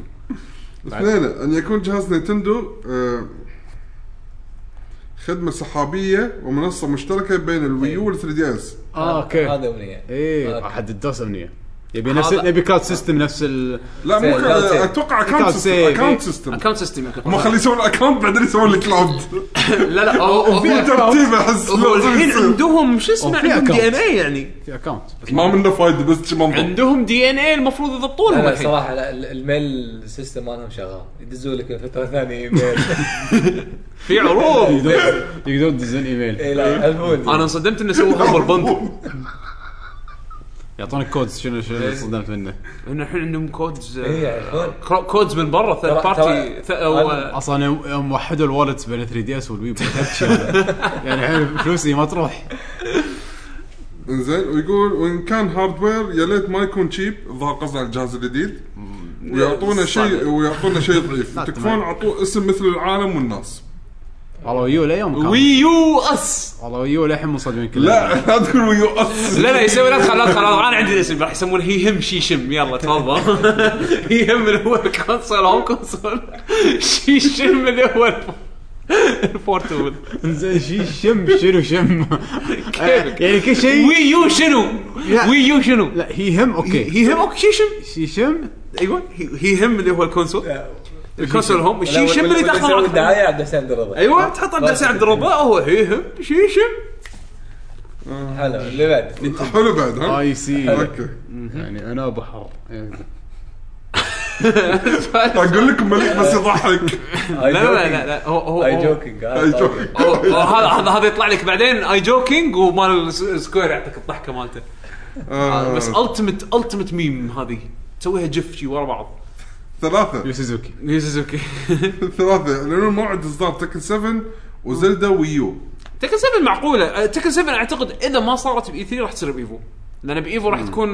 [SPEAKER 3] اثنين ان يكون جهاز نينتندو آه، خدمه سحابيه ومنصه مشتركه بين الويو وال 3 دي اس
[SPEAKER 5] آه،
[SPEAKER 1] اه اوكي
[SPEAKER 4] هذا امنيه
[SPEAKER 1] ايه
[SPEAKER 5] إيه،
[SPEAKER 4] أوكي.
[SPEAKER 1] حد الدوس امنيه يبي نفس
[SPEAKER 5] هذا-
[SPEAKER 1] يبي كارد سيستم نفس ال
[SPEAKER 3] لا مو
[SPEAKER 4] سيل، لا سيل.
[SPEAKER 3] اتوقع اكونت
[SPEAKER 1] Account
[SPEAKER 3] سيستم
[SPEAKER 1] save.
[SPEAKER 3] اكونت سيستم
[SPEAKER 5] اكونت سيستم يمكن.
[SPEAKER 3] هم خليه يسوون الاكونت بعدين يسوون (laughs)
[SPEAKER 5] (laughs)
[SPEAKER 3] الكلاود
[SPEAKER 5] لا لا هو- هو-
[SPEAKER 3] في ترتيب احس
[SPEAKER 5] هو
[SPEAKER 3] لازم
[SPEAKER 5] الحين
[SPEAKER 3] يصير.
[SPEAKER 5] عندهم شو اسمه
[SPEAKER 1] أو في
[SPEAKER 5] عندهم
[SPEAKER 1] account.
[SPEAKER 5] دي ان اي يعني
[SPEAKER 1] في اكونت
[SPEAKER 3] ما منه فايده بس شي منظر
[SPEAKER 5] عندهم دي ان اي المفروض يضبطونهم
[SPEAKER 4] لا لا
[SPEAKER 5] الحين
[SPEAKER 4] صراحه لا ال- الميل سيستم مالهم شغال يدزوا لك إيه، من فتره
[SPEAKER 5] (laughs)
[SPEAKER 4] ثانيه ايميل
[SPEAKER 5] في عروض
[SPEAKER 1] يقدرون تدزون ايميل
[SPEAKER 4] إي لا يعرفون
[SPEAKER 5] انا انصدمت انه سووا هامبر بند
[SPEAKER 1] يعطونك كودز شنو شنو
[SPEAKER 5] إيه.
[SPEAKER 1] اللي صدمت منه
[SPEAKER 5] انه الحين عندهم كودز
[SPEAKER 4] اي يعرفون
[SPEAKER 5] كرو- كودز من برا ثيرد
[SPEAKER 4] إيه. ترى-
[SPEAKER 5] بارتي
[SPEAKER 4] ترى-
[SPEAKER 5] ث- أو-
[SPEAKER 4] أنا-
[SPEAKER 1] اصلا يوم- يوم وحدوا الوالتس بين 3 دي اس والوي بتبكي أنا. يعني الحين فلوسي ما تروح
[SPEAKER 3] انزين ويقول وان كان هاردوير يا ليت ما يكون شيب الظاهر قصده على الجهاز الجديد ويعطونا شيء ويعطونا شيء
[SPEAKER 5] (laughs)
[SPEAKER 3] ضعيف تكفون اعطوه اسم مثل العالم والناس
[SPEAKER 1] والله ويو ليوم كان.
[SPEAKER 5] وي يو اس
[SPEAKER 1] والله ويو للحين مصدمين كلنا
[SPEAKER 3] (laughs) لا لا تقول ويو اس
[SPEAKER 5] لا لا يسوي لا تخل لا تخل انا عندي الاسم راح يسمونه هي هم شي شم يلا تفضل هي هم اللي هو الكونسول هوم كونسول شي شم اللي هو الف- البورتبل
[SPEAKER 1] زين شي شم شنو شم
[SPEAKER 5] (laughs) كيفك.
[SPEAKER 1] يعني كل شيء
[SPEAKER 5] وي يو شنو؟
[SPEAKER 1] لا.
[SPEAKER 5] وي يو شنو؟
[SPEAKER 1] لا هي هم اوكي
[SPEAKER 5] هي هم اوكي شي شم
[SPEAKER 1] شي شم
[SPEAKER 5] ايوه هي- هي هم اللي هو الكونسول الكونسول هوم شي شم اللي تاخذ
[SPEAKER 4] يسوي
[SPEAKER 5] أكثر.
[SPEAKER 4] دعايه عبد الحسين عبد الرضا
[SPEAKER 5] ايوه تحط عبد الحسين عبد الرباع هو هي هم شي شم
[SPEAKER 4] حلو اللي بعد
[SPEAKER 3] حلو بعد ها
[SPEAKER 5] آه،
[SPEAKER 1] اي سي
[SPEAKER 3] اوكي
[SPEAKER 1] يعني انا بحر يعني
[SPEAKER 3] اقول لكم مليك بس يضحك
[SPEAKER 5] لا لا لا لا هو هو
[SPEAKER 4] اي
[SPEAKER 5] هو-
[SPEAKER 3] (laughs)
[SPEAKER 4] جوكينج
[SPEAKER 3] أي جوكينج.
[SPEAKER 5] هو- هو هذا هذا هذا يطلع لك بعدين اي جوكينج ومال س- سكوير يعطيك الضحكه مالته
[SPEAKER 3] آه،
[SPEAKER 5] بس التمت التمت ميم هذه تسويها جف شي ورا بعض
[SPEAKER 3] ثلاثة
[SPEAKER 5] (laughs)
[SPEAKER 1] يو سوزوكي
[SPEAKER 5] يو سوزوكي
[SPEAKER 3] ثلاثة يعني لأنه موعد إصدار تكن 7 وزلدا ويو
[SPEAKER 5] تكن 7 معقوله تكن 7 اعتقد اذا ما صارت باي 3 راح تصير بايفو لان بايفو راح تكون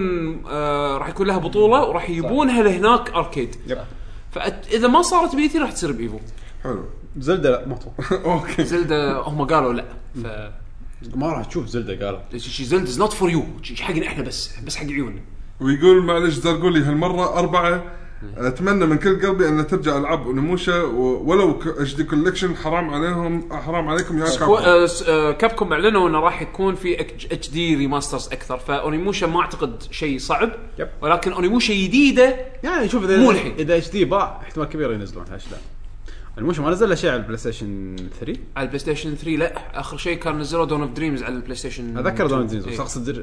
[SPEAKER 5] آه راح يكون لها بطوله وراح يجيبونها لهناك اركيد
[SPEAKER 1] يب.
[SPEAKER 5] فاذا ما صارت باي 3 راح تصير بايفو
[SPEAKER 3] حلو
[SPEAKER 1] زلده لا ما تروح
[SPEAKER 3] اوكي
[SPEAKER 5] زلدا هم قالوا لا ف
[SPEAKER 1] ما راح تشوف زلده قالوا
[SPEAKER 5] شي- شي زلدا از نوت فور يو شي حقنا احنا بس بس حق عيوننا
[SPEAKER 3] ويقول معلش زرقولي هالمرة أربعة أتمنى من كل قلبي أن ترجع ألعاب ونموشة و- ولو اتش دي كولكشن حرام عليهم حرام عليكم يا
[SPEAKER 5] كو-
[SPEAKER 3] كابكوم
[SPEAKER 5] آه، س- آه، كابكوم اعلنوا انه راح يكون في اتش دي ريماسترز اكثر فاونيموشا ما اعتقد شيء صعب
[SPEAKER 1] يب.
[SPEAKER 5] ولكن اونيموشا جديده
[SPEAKER 1] يعني شوف اذا
[SPEAKER 5] مو الحين.
[SPEAKER 1] اذا اتش دي باع احتمال كبير ينزلون هاش لا المش ما نزل له شيء على البلاي ستيشن 3
[SPEAKER 5] على البلاي ستيشن 3 لا اخر شيء كان نزلوا دون اوف دريمز على البلاي ستيشن
[SPEAKER 1] اتذكر
[SPEAKER 5] 2.
[SPEAKER 1] دون دينزل بس
[SPEAKER 5] إيه.
[SPEAKER 1] اقصد اتش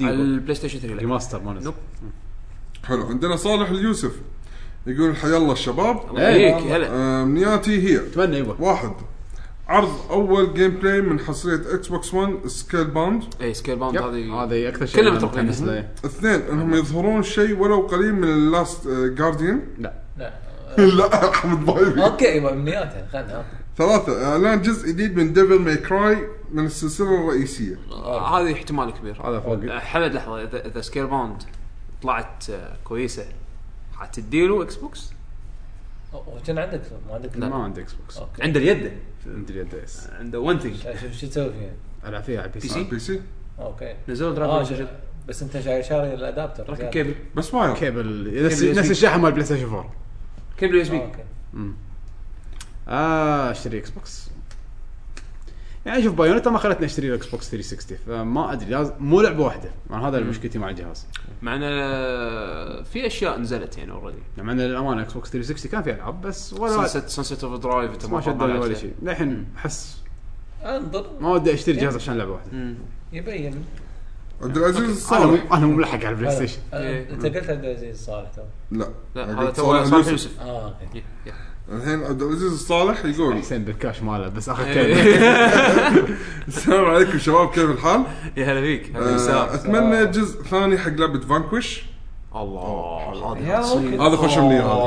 [SPEAKER 5] على
[SPEAKER 1] آه، دي
[SPEAKER 5] البلاي ستيشن 3 لا
[SPEAKER 1] ريماستر ما نزل
[SPEAKER 5] نوب.
[SPEAKER 3] حلو عندنا صالح اليوسف يقول حيا الله الشباب
[SPEAKER 5] هيك
[SPEAKER 1] إيه.
[SPEAKER 5] هلا
[SPEAKER 3] آه، امنياتي هي
[SPEAKER 1] اتمنى يبا
[SPEAKER 3] واحد عرض اول جيم بلاي من حصريه اكس بوكس 1 سكيل باوند
[SPEAKER 5] اي سكيل باوند إيه، هذه
[SPEAKER 1] هذا اكثر شيء
[SPEAKER 5] كلنا
[SPEAKER 1] أنا
[SPEAKER 5] متوقعين.
[SPEAKER 1] متحمس له.
[SPEAKER 3] اثنين انهم يظهرون شيء ولو قليل من اللاست جارديان
[SPEAKER 1] لا
[SPEAKER 3] (laughs) لا احمد بايبي
[SPEAKER 4] اوكي إيوه، ما امنياتها يعني، خلنا
[SPEAKER 3] ثلاثه اعلان جزء جديد من ديفل ماي كراي من السلسله الرئيسيه
[SPEAKER 5] آه، هذه احتمال كبير
[SPEAKER 1] هذا فوق
[SPEAKER 5] آه، حمد لحظه اذا اذا سكيل باوند طلعت آه، كويسه حتديله اكس بوكس
[SPEAKER 4] أو- كان عندك ما عندك
[SPEAKER 1] ما عندي اكس بوكس
[SPEAKER 4] اوكي
[SPEAKER 5] عنده اليد
[SPEAKER 1] عندي اليد اس
[SPEAKER 5] عنده ون ثينج
[SPEAKER 4] شوف شو تسوي فيها
[SPEAKER 1] العب فيها على البي
[SPEAKER 5] بي
[SPEAKER 1] سي
[SPEAKER 5] سي
[SPEAKER 3] بي سي
[SPEAKER 4] اوكي
[SPEAKER 5] نزلوا
[SPEAKER 4] آه،
[SPEAKER 5] دراجون
[SPEAKER 4] شا- بس انت شاري شاري الادابتر
[SPEAKER 5] ركب
[SPEAKER 4] زيادة.
[SPEAKER 5] كيبل
[SPEAKER 3] بس واير
[SPEAKER 1] كيبل نفس-
[SPEAKER 5] كيبل USB.
[SPEAKER 1] نفس الشاحن مال بلاي ستيشن 4
[SPEAKER 5] كيبل يو اس
[SPEAKER 4] آه،
[SPEAKER 5] بي
[SPEAKER 4] اوكي
[SPEAKER 1] آه، اشتري اكس بوكس يعني شوف بايونيتا ما خلتني اشتري الاكس بوكس 360 فما ادري لازم مو لعبه واحده انا هذا مشكلتي مع الجهاز
[SPEAKER 5] مع ان آه، في اشياء نزلت يعني اوريدي
[SPEAKER 1] مع ان للامانه اكس بوكس 360 كان فيه العاب بس ولا
[SPEAKER 5] سانست سانست اوف درايف انت
[SPEAKER 1] ما شد
[SPEAKER 5] طلعت
[SPEAKER 1] بالي ولا
[SPEAKER 5] فيها.
[SPEAKER 1] شيء للحين احس
[SPEAKER 4] انظر
[SPEAKER 1] ما ودي اشتري جهاز عشان لعبه واحده
[SPEAKER 5] مم.
[SPEAKER 4] يبين
[SPEAKER 3] عبد العزيز
[SPEAKER 1] انا
[SPEAKER 3] الصالح
[SPEAKER 1] مو انا مو ملحق على البلاي
[SPEAKER 4] هذا.
[SPEAKER 1] ستيشن
[SPEAKER 4] آه، انت قلت عبد العزيز صالح تو
[SPEAKER 3] لا
[SPEAKER 5] لا
[SPEAKER 3] أنا
[SPEAKER 5] هذا
[SPEAKER 3] قلت
[SPEAKER 5] تو صالح يوسف
[SPEAKER 4] اه اوكي
[SPEAKER 5] يه، يه.
[SPEAKER 3] الحين عبد العزيز الصالح
[SPEAKER 5] (laughs)
[SPEAKER 3] يقول
[SPEAKER 1] حسين بالكاش ماله بس اخذ كلمه
[SPEAKER 5] إيه. (laughs)
[SPEAKER 3] السلام عليكم شباب كيف الحال؟
[SPEAKER 5] يا هلا فيك
[SPEAKER 3] آه،
[SPEAKER 5] هلا وسام.
[SPEAKER 3] اتمنى جزء ثاني حق لعبه فانكوش
[SPEAKER 5] الله هذا
[SPEAKER 4] يا
[SPEAKER 5] عصير.
[SPEAKER 4] أوكي.
[SPEAKER 3] هذا خوش مني هذا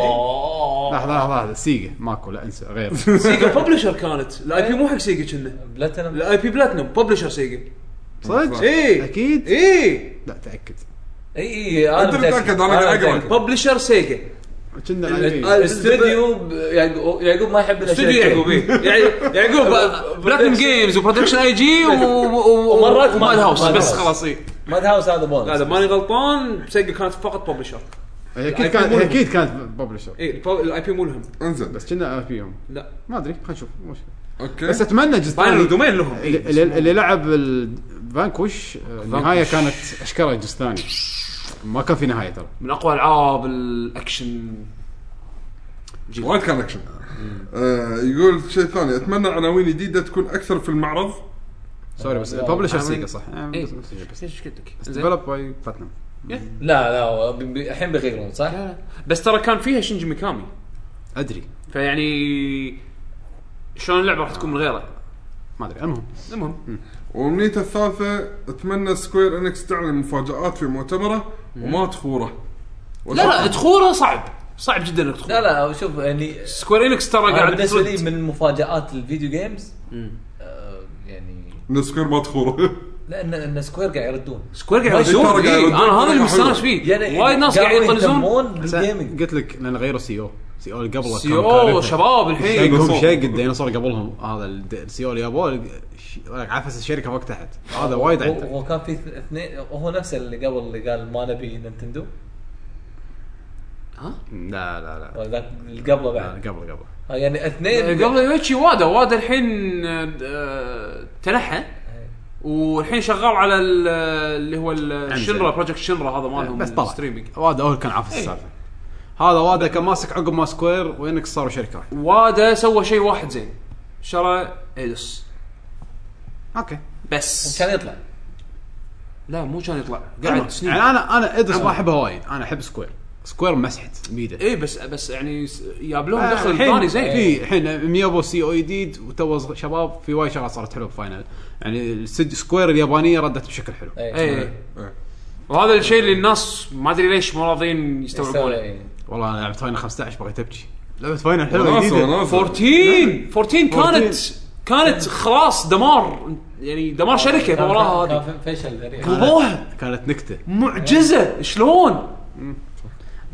[SPEAKER 1] لحظه لحظه لحظه سيجا ماكو لا انسى غير
[SPEAKER 5] (laughs) سيجا ببلشر كانت الاي بي مو حق سيجا كنا
[SPEAKER 4] بلاتينم
[SPEAKER 5] الاي بي بلاتنم ببلشر سيجا
[SPEAKER 1] صدق؟
[SPEAKER 5] إيه.
[SPEAKER 1] اكيد؟
[SPEAKER 5] اي
[SPEAKER 1] لا تاكد
[SPEAKER 4] اي اي انا
[SPEAKER 3] أنت متأكد، أنا قاعد إيه. أقرأ.
[SPEAKER 4] متأكد.
[SPEAKER 5] ببلشر سيجا
[SPEAKER 1] كنا
[SPEAKER 4] ال- الاستوديو ب- يعقو- يعقوب ما يحب الأشياء
[SPEAKER 5] استوديو
[SPEAKER 4] الكبيرة.
[SPEAKER 5] يعقوب إيه. يعني (laughs) يعقوب آه، بلاتنم جيمز وبرودكشن اي جي (laughs)
[SPEAKER 4] ومرات
[SPEAKER 5] ومرات ماد
[SPEAKER 4] ماد
[SPEAKER 5] هاوس
[SPEAKER 4] هاوس.
[SPEAKER 5] بس خلاص إيه.
[SPEAKER 4] ماد هاوس هذا
[SPEAKER 5] لا
[SPEAKER 4] بونس
[SPEAKER 5] اذا ماني غلطان سيجا كانت فقط ببلشر
[SPEAKER 1] اكيد كانت
[SPEAKER 5] مو-
[SPEAKER 1] اكيد كانت ببلشر
[SPEAKER 5] اي الاي بي مو لهم
[SPEAKER 3] انزين
[SPEAKER 1] بس كنا فيهم
[SPEAKER 5] لا إيه.
[SPEAKER 1] ما ادري خلينا نشوف مو مشكله
[SPEAKER 3] اوكي
[SPEAKER 1] بس اتمنى جزء
[SPEAKER 5] فاينل
[SPEAKER 1] ثاني
[SPEAKER 5] دومين لهم
[SPEAKER 1] اللي, آه، اللي- اللي لعب فانكوش النهايه كانت اشكره جزء ثاني ما كان في نهايه ترى
[SPEAKER 5] من اقوى العاب الاكشن جيل.
[SPEAKER 3] وايد كان اكشن آه يقول شيء ثاني اتمنى عناوين جديده تكون اكثر في المعرض
[SPEAKER 1] سوري بس
[SPEAKER 4] آه،
[SPEAKER 1] ببلشر
[SPEAKER 5] آه،
[SPEAKER 1] سيجا صح آه،
[SPEAKER 5] إيه.
[SPEAKER 1] بس- بس- بس-
[SPEAKER 5] ايش قلتك؟
[SPEAKER 1] بس
[SPEAKER 5] زين.
[SPEAKER 1] ديفلوب باي بلاتنم
[SPEAKER 4] لا لا هو بي- بي- الحين بيغيرون صح؟
[SPEAKER 5] لا، لا. بس ترى كان فيها شينجي ميكامي
[SPEAKER 1] ادري
[SPEAKER 5] فيعني شلون اللعبه راح تكون من غيره؟
[SPEAKER 1] ما ادري المهم
[SPEAKER 5] المهم
[SPEAKER 3] وامنيته الثالثه اتمنى سكوير انكس تعلن مفاجات في مؤتمره وما تخوره
[SPEAKER 5] لا لا تخوره صعب صعب جدا انك تخوره
[SPEAKER 4] لا لا شوف يعني
[SPEAKER 5] سكوير انكس ترى
[SPEAKER 4] أنا
[SPEAKER 5] قاعد
[SPEAKER 4] بالنسبه
[SPEAKER 5] تفرد.
[SPEAKER 4] لي من مفاجات الفيديو جيمز آه، يعني
[SPEAKER 3] ان سكوير ما تخوره (laughs)
[SPEAKER 4] لان ان سكوير قاعد يردون
[SPEAKER 5] سكوير قاعد
[SPEAKER 4] ما
[SPEAKER 5] يسوق
[SPEAKER 3] يدري، قاعد
[SPEAKER 5] إيه،
[SPEAKER 3] يردون
[SPEAKER 5] انا هذا اللي
[SPEAKER 3] طريقة
[SPEAKER 5] مستانس
[SPEAKER 3] حلوة.
[SPEAKER 5] فيه
[SPEAKER 4] يعني
[SPEAKER 5] وايد ناس قاعد يطنزون
[SPEAKER 4] يهتمون بالجيمنج
[SPEAKER 1] قلت لك لان غيروا سي او سي او E اللي قبله كان
[SPEAKER 5] يو
[SPEAKER 1] كارثة.
[SPEAKER 5] E شباب الحين
[SPEAKER 1] شقهم
[SPEAKER 3] ديناصور.
[SPEAKER 1] شق الديناصور قبلهم هذا السي او E اللي يابوه ش- عفس الشركه وقت تحت هذا وايد
[SPEAKER 4] هو-
[SPEAKER 1] عنده
[SPEAKER 4] هو كان في اث- اثنين هو نفسه اللي قبل اللي قال ما نبي نينتندو
[SPEAKER 1] لا لا لا
[SPEAKER 4] ولا ذاك اللي قبله
[SPEAKER 1] لا،
[SPEAKER 4] بعد
[SPEAKER 1] قبل قبل
[SPEAKER 4] آه، يعني اثنين
[SPEAKER 5] إيه، قبل يوتشي وادا وادا الحين آه، آه، تنحى والحين شغال على ال- اللي هو الشنرا بروجكت شنرا هذا مالهم
[SPEAKER 1] بس طلع
[SPEAKER 5] ستريمينج
[SPEAKER 1] وادا هو اللي كان عافس
[SPEAKER 5] إيه.
[SPEAKER 1] السالفه هذا وادا كان ماسك عقب ما سكوير وينكس صاروا شركه واحدة.
[SPEAKER 5] وادا سوى شيء واحد زين شرى ايدوس
[SPEAKER 1] اوكي
[SPEAKER 5] بس
[SPEAKER 4] كان يطلع
[SPEAKER 5] لا مو كان يطلع
[SPEAKER 1] يعني
[SPEAKER 5] قعد سنين
[SPEAKER 1] انا انا ادرس
[SPEAKER 5] أمم.
[SPEAKER 1] ما احبها وايد انا احب سكوير سكوير مسحت بيده
[SPEAKER 5] اي بس بس يعني س- جاب لهم
[SPEAKER 1] آه،
[SPEAKER 5] دخل
[SPEAKER 1] الحين
[SPEAKER 5] ثاني زين
[SPEAKER 1] في الحين ميابو سي او جديد وتو صغ- شباب في وايد شغلات صارت حلوه بفاينل يعني السج- سكوير اليابانيه ردت بشكل حلو
[SPEAKER 4] إيه،
[SPEAKER 5] اي إيه.
[SPEAKER 3] إيه.
[SPEAKER 5] وهذا الشيء اللي الناس ما ادري ليش مو راضيين يستوعبونه
[SPEAKER 4] يستوعبون
[SPEAKER 1] والله انا لعبت فاينل 15 بغيت ابكي لعبت فاينل حلوه
[SPEAKER 3] وناسة
[SPEAKER 1] جديده
[SPEAKER 3] وناسة
[SPEAKER 5] 14 14 كانت
[SPEAKER 1] 14.
[SPEAKER 5] كانت خلاص دمار يعني دمار شركه وراها هذه
[SPEAKER 4] فشل ذريع
[SPEAKER 5] قلبوها
[SPEAKER 1] كانت نكته
[SPEAKER 5] معجزه شلون؟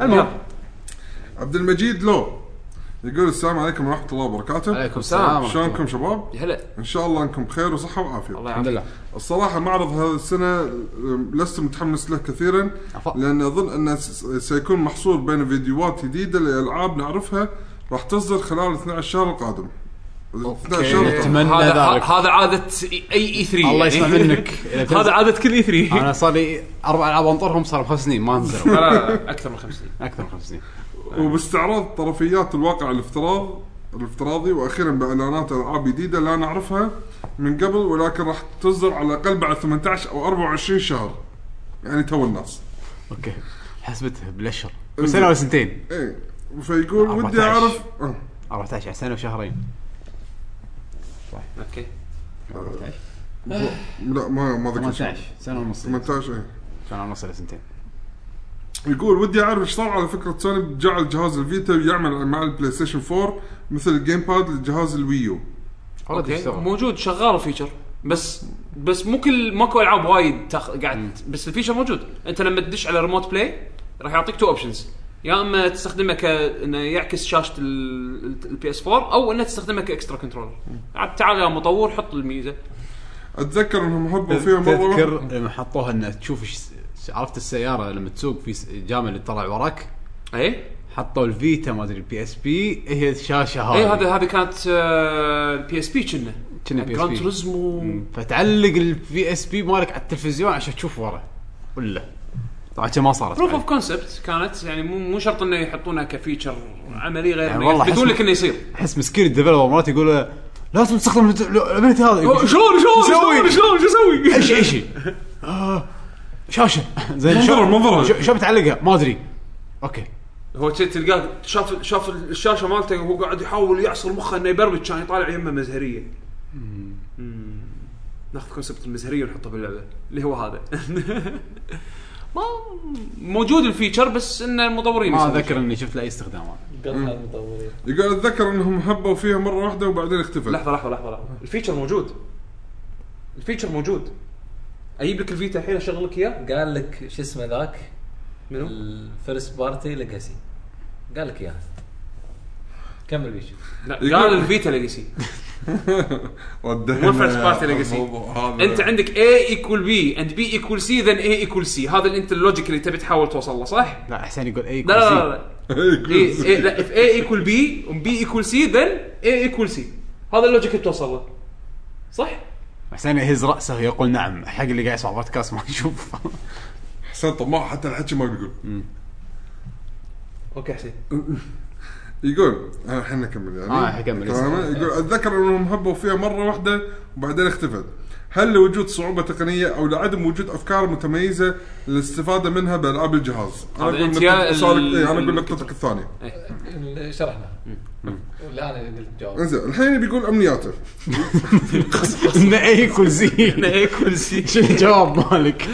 [SPEAKER 1] المهم
[SPEAKER 3] عبد المجيد لو يقول السلام عليكم ورحمه الله وبركاته
[SPEAKER 1] عليكم السلام
[SPEAKER 3] شلونكم شباب
[SPEAKER 5] يا هلا
[SPEAKER 3] ان شاء الله انكم بخير وصحه وعافيه
[SPEAKER 5] الله
[SPEAKER 1] الحمد
[SPEAKER 5] يعافيك
[SPEAKER 1] لله
[SPEAKER 3] الصراحه معرض هذه السنه أم، لست متحمس له كثيرا
[SPEAKER 1] عفا.
[SPEAKER 3] لان اظن انه س- سيكون محصور بين فيديوهات جديده لالعاب نعرفها راح تصدر خلال 12 شهر القادم 12 شهر القادم
[SPEAKER 1] أتمنى
[SPEAKER 5] هذا
[SPEAKER 1] ذلك.
[SPEAKER 5] هذا عاده اي اي 3
[SPEAKER 1] الله يسمع منك.
[SPEAKER 5] يعني. (laughs) هذا عاده كل اي (laughs) 3
[SPEAKER 1] انا صار لي اربع العاب انطرهم صار خمس سنين ما نزلوا
[SPEAKER 5] اكثر من خمس سنين
[SPEAKER 1] اكثر من خمس سنين
[SPEAKER 3] وباستعراض طرفيات الواقع الافتراض الافتراضي واخيرا باعلانات العاب جديده لا نعرفها من قبل ولكن راح تصدر على الاقل بعد 18 او 24 شهر يعني تو الناس
[SPEAKER 1] اوكي حسبتها بالاشهر سنه ولا سنتين
[SPEAKER 3] ايه فيقول
[SPEAKER 1] 14.
[SPEAKER 3] ودي اعرف آه.
[SPEAKER 1] 14 سنه يعني وشهرين
[SPEAKER 5] اوكي
[SPEAKER 3] لا ما ما ذكرت شيء.
[SPEAKER 1] 18 سنه ونص
[SPEAKER 3] 18 ايه
[SPEAKER 1] سنه ونص ولا سنتين
[SPEAKER 3] يقول ودي اعرف ايش صار على فكره سوني بجعل جهاز الفيتا يعمل مع البلاي ستيشن 4 مثل الجيم باد لجهاز الويو
[SPEAKER 1] اوريدي
[SPEAKER 5] اوكي
[SPEAKER 1] اشتغل
[SPEAKER 5] موجود شغال فيتشر بس بس مو كل ماكو العاب وايد تخ... قاعد بس الفيشر موجود انت لما تدش على ريموت بلاي راح يعطيك تو اوبشنز يا اما تستخدمه ك انه يعكس شاشه البي اس 4 او انه تستخدمه كاكسترا كنترولر عاد تعال يا مطور حط الميزه
[SPEAKER 3] اتذكر انهم هبوا فيها مره واحدة.
[SPEAKER 1] تذكر لما حطوها ان تشوف إيش- عرفت السياره لما تسوق في س- جامع اللي طلع وراك
[SPEAKER 5] اي
[SPEAKER 1] حطوا الفيتا ما ادري البي اس بي هي الشاشه هذه
[SPEAKER 5] اي إيه، هذا هذه كانت آه، البي اس بي كنا
[SPEAKER 1] كنا PSP.
[SPEAKER 5] جراند توريزمو
[SPEAKER 1] فتعلق البي اس بي مالك على التلفزيون عشان تشوف ورا ولا طبعا كذا ما صارت
[SPEAKER 5] بروف اوف كونسبت كانت يعني مو مو شرط انه يحطونها كفيتشر عملي غير
[SPEAKER 1] يعني
[SPEAKER 5] يعني
[SPEAKER 1] والله
[SPEAKER 5] يثبتون
[SPEAKER 1] حسب-
[SPEAKER 5] لك انه يصير
[SPEAKER 1] احس مسكين الديفلوبر مرات يقول له لازم تستخدم الابيلتي هذا
[SPEAKER 5] شلون
[SPEAKER 1] يقول
[SPEAKER 5] شلون
[SPEAKER 1] يسوي؟
[SPEAKER 5] شلون شلون شو اسوي؟
[SPEAKER 1] اي شيء اي شيء آه،
[SPEAKER 5] (laughs)
[SPEAKER 1] شاشه زين شو
[SPEAKER 3] منظرها.
[SPEAKER 1] شو- شو بتعلقها ما ادري اوكي
[SPEAKER 5] هو تي- تلقاه شاف شاف الشاشه مالته وهو قاعد يحاول يعصر مخه انه يبربج كان يطالع يمه مزهريه. مم. ناخذ كونسبت المزهريه ونحطه باللعبه اللي هو هذا. (laughs) ما موجود الفيتشر بس ان المطورين
[SPEAKER 1] ما
[SPEAKER 5] يسوون
[SPEAKER 1] اذكر اني شفت له اي استخدام هذا.
[SPEAKER 4] قطع المطورين
[SPEAKER 3] يقول اتذكر انهم هبوا فيها مره واحده وبعدين اختفت
[SPEAKER 5] شيء. لحظه لحظه لحظه لحظه الفيتشر موجود. الفيتشر موجود. اجيب لك الفيتا الحين اشغل لك اياه
[SPEAKER 4] قال لك شو اسمه ذاك
[SPEAKER 5] منو؟
[SPEAKER 4] الفيرست بارتي ليجاسي قال لك اياها كمل بيشو
[SPEAKER 5] لا
[SPEAKER 3] يقول-
[SPEAKER 5] قال الفيتا ليجسي
[SPEAKER 3] ردينا
[SPEAKER 5] مو first party legacy.
[SPEAKER 3] الموضوع هذا.
[SPEAKER 5] انت عندك A equal B and B equal C then A equal C هذا اللي انت اللوجيك اللي تبي تحاول توصل له صح؟
[SPEAKER 1] لا احسن يقول اي
[SPEAKER 5] لا لا لا, لا.
[SPEAKER 3] (laughs) إيه،
[SPEAKER 5] إيه إيه لا if A equal B and B equal C then A equal C هذا اللوجيك اللي توصل له صح؟ (laughs)
[SPEAKER 1] احسن يهز راسه ويقول نعم حق اللي قاعد يسمع بودكاست ما يشوف
[SPEAKER 3] حسين طماع حتى الحكي ما بيقول
[SPEAKER 4] اوكي حسين
[SPEAKER 3] يقول انا الحين اكمل يعني
[SPEAKER 8] آه، حكمل.
[SPEAKER 3] تمام؟ يقول اتذكر انهم هبوا فيها مره واحده وبعدين اختفت هل لوجود صعوبه تقنيه او لعدم وجود افكار متميزه للاستفاده منها بالعاب الجهاز؟ انا
[SPEAKER 5] هذا
[SPEAKER 3] اقول
[SPEAKER 5] أنت
[SPEAKER 3] نقطة-
[SPEAKER 5] يا
[SPEAKER 3] سؤالك-
[SPEAKER 5] ال- (laughs) إيه.
[SPEAKER 3] إيه، انا اقول نقطتك الثانيه
[SPEAKER 4] شرحنا لا انا قلت (laughs) جواب
[SPEAKER 3] انزين الحين بيقول (laughs) امنياته
[SPEAKER 1] انه اي كل زين
[SPEAKER 5] اكل (laughs) سي
[SPEAKER 1] شنو الجواب مالك؟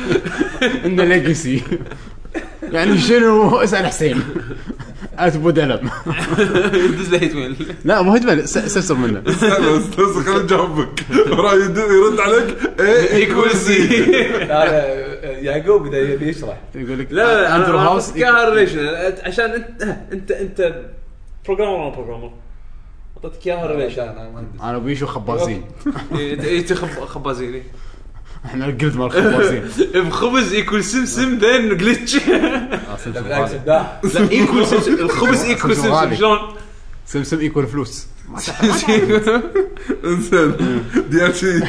[SPEAKER 1] انه ليجسي يعني شنو اسال حسين اتبو دلم
[SPEAKER 5] يدز له هيت ميل
[SPEAKER 1] لا مو هجمل سلسل منه
[SPEAKER 3] استنى استنى خليني اجاوبك راح يد- يرد عليك ايه
[SPEAKER 5] ايكول (laughs) سي
[SPEAKER 4] هذا يعقوب بدا يبي يشرح
[SPEAKER 1] يقول لك
[SPEAKER 5] لا انا
[SPEAKER 1] اندرو
[SPEAKER 5] أنا
[SPEAKER 1] هاوس
[SPEAKER 5] بس كهالريليشن عشان أه، انت انت انت بروجرامر ولا بروجرامر؟ اعطيتك اياها ريليشن
[SPEAKER 4] عشان انا مهندس
[SPEAKER 1] انا وبيشو خبازين
[SPEAKER 5] انت خبازيني
[SPEAKER 1] احنا الجلد مال خبازين
[SPEAKER 5] بخبز ايكول سمسم ذن جلتش
[SPEAKER 4] لا بالعكس ابداع
[SPEAKER 5] لا ايكول سمسم الخبز ايكول
[SPEAKER 1] سمسم
[SPEAKER 5] سمسم
[SPEAKER 1] غالي.
[SPEAKER 5] شلون؟ (laughs)
[SPEAKER 1] سمسم يكون فلوس
[SPEAKER 3] انزين دي ال سي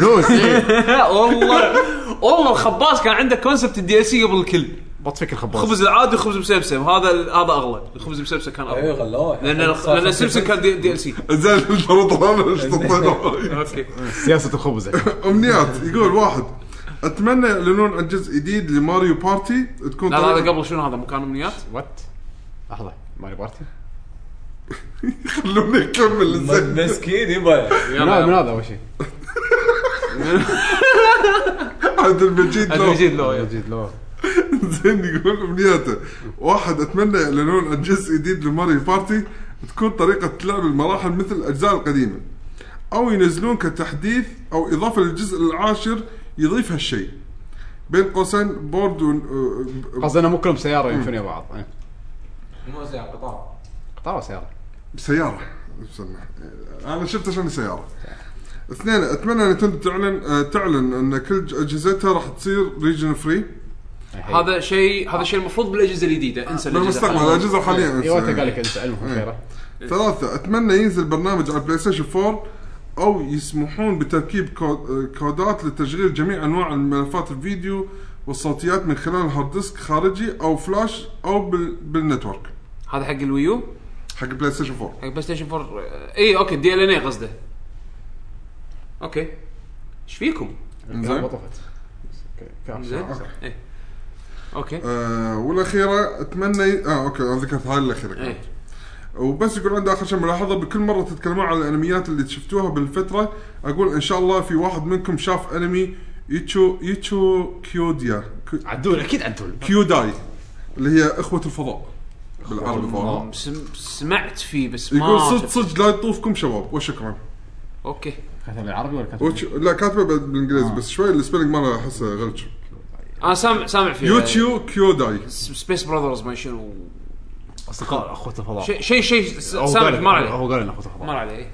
[SPEAKER 1] فلوس إيه.
[SPEAKER 5] والله والله الخباز كان عنده كونسبت الدي ال سي قبل الكل
[SPEAKER 1] بطفيك الخباز
[SPEAKER 5] خبز العادي وخبز مسمسم هذا هذا اغلى الخبز مسمسم كان
[SPEAKER 4] ايوه
[SPEAKER 5] اغلى
[SPEAKER 4] غلوه
[SPEAKER 5] لان لان السمسم كان دي, دي ال سي
[SPEAKER 3] انزين انت طلعنا ايش طلعنا
[SPEAKER 5] اوكي
[SPEAKER 1] سياسه الخبزه
[SPEAKER 3] امنيات يقول واحد اتمنى يعلنون عن جزء جديد لماريو بارتي تكون
[SPEAKER 5] لا لا
[SPEAKER 3] طريقة-
[SPEAKER 5] هذا قبل شنو هذا مكان امنيات؟
[SPEAKER 1] وات لحظه ماري بارتي
[SPEAKER 3] (laughs) خلوني اكمل انزين
[SPEAKER 4] مسكين يبا
[SPEAKER 1] لا من هذا اول شيء
[SPEAKER 3] عبد المجيد
[SPEAKER 5] عبد
[SPEAKER 3] لو.
[SPEAKER 5] المجيد لو يلا.
[SPEAKER 1] جديد لو
[SPEAKER 3] (laughs) زين يقول امنياته واحد اتمنى يعلنون عن جزء جديد لماريو بارتي تكون طريقه لعب المراحل مثل الاجزاء القديمه او ينزلون كتحديث او اضافه للجزء العاشر يضيف هالشيء بين قوسين بورد و... آه،
[SPEAKER 1] قصدنا مو كلهم سياره يمشون يا بعض إيه.
[SPEAKER 4] مو زي القطار
[SPEAKER 1] قطار ولا سياره
[SPEAKER 3] سيارة بسمع. انا شفت عشان سيارة اثنين اتمنى نتندو تعلن آه، تعلن ان كل ج- اجهزتها راح تصير ريجن فري
[SPEAKER 5] هذا شيء هذا شيء المفروض بالاجهزه الجديده انسى الاجهزه
[SPEAKER 3] بالمستقبل
[SPEAKER 5] الحالية.
[SPEAKER 3] الاجهزه حاليا
[SPEAKER 1] اي إيه، وقتها قال لك اسالهم
[SPEAKER 5] إيه.
[SPEAKER 1] خيره
[SPEAKER 3] ثلاثة اتمنى ينزل برنامج على البلاي ستيشن 4 او يسمحون بتركيب كو- آه، كودات لتشغيل جميع انواع الملفات الفيديو والصوتيات من خلال هارد ديسك خارجي او فلاش او بال... بالنتورك
[SPEAKER 5] هذا حق الويو
[SPEAKER 3] حق البلاي ستيشن 4
[SPEAKER 5] حق بلاي ستيشن 4 اي اوكي دي ال ان اي قصده اوكي ايش فيكم؟
[SPEAKER 1] زين طفت كاف
[SPEAKER 5] زين إيه. اوكي
[SPEAKER 3] آه والاخيره اتمنى ي... اه اوكي أنا ذكرت هاي الاخيره كانت
[SPEAKER 1] إيه.
[SPEAKER 5] ايه
[SPEAKER 3] وبس يقول عندي اخر شيء ملاحظه بكل مره تتكلمون عن الانميات اللي شفتوها بالفتره اقول ان شاء الله في واحد منكم شاف انمي يتشو يتشو كيوديا ك-
[SPEAKER 1] عدول اكيد عدول
[SPEAKER 3] كيوداي اللي هي اخوه الفضاء بالعربي فاهم؟
[SPEAKER 5] سم- سمعت فيه بس ما
[SPEAKER 3] يقول صدق
[SPEAKER 5] شفت.
[SPEAKER 3] صدق لا يطوفكم شباب وشكرا
[SPEAKER 5] اوكي
[SPEAKER 1] كاتبها بالعربي ولا كاتبها
[SPEAKER 3] وش... لا كاتبه بال- بالانجليزي
[SPEAKER 5] آه.
[SPEAKER 3] بس شوي السبيلنج ماله احسه غلط
[SPEAKER 5] انا سامع سامع فيه
[SPEAKER 3] يوتشيو كيوداي
[SPEAKER 5] سبيس براذرز ما شنو
[SPEAKER 1] اصدقاء اخوه الفضاء
[SPEAKER 5] شيء شيء شيء س-
[SPEAKER 1] هو
[SPEAKER 5] سامع
[SPEAKER 1] قال-
[SPEAKER 5] ما عليه
[SPEAKER 1] هو قال لنا اخوه
[SPEAKER 5] ما
[SPEAKER 1] الفضاء
[SPEAKER 5] عليه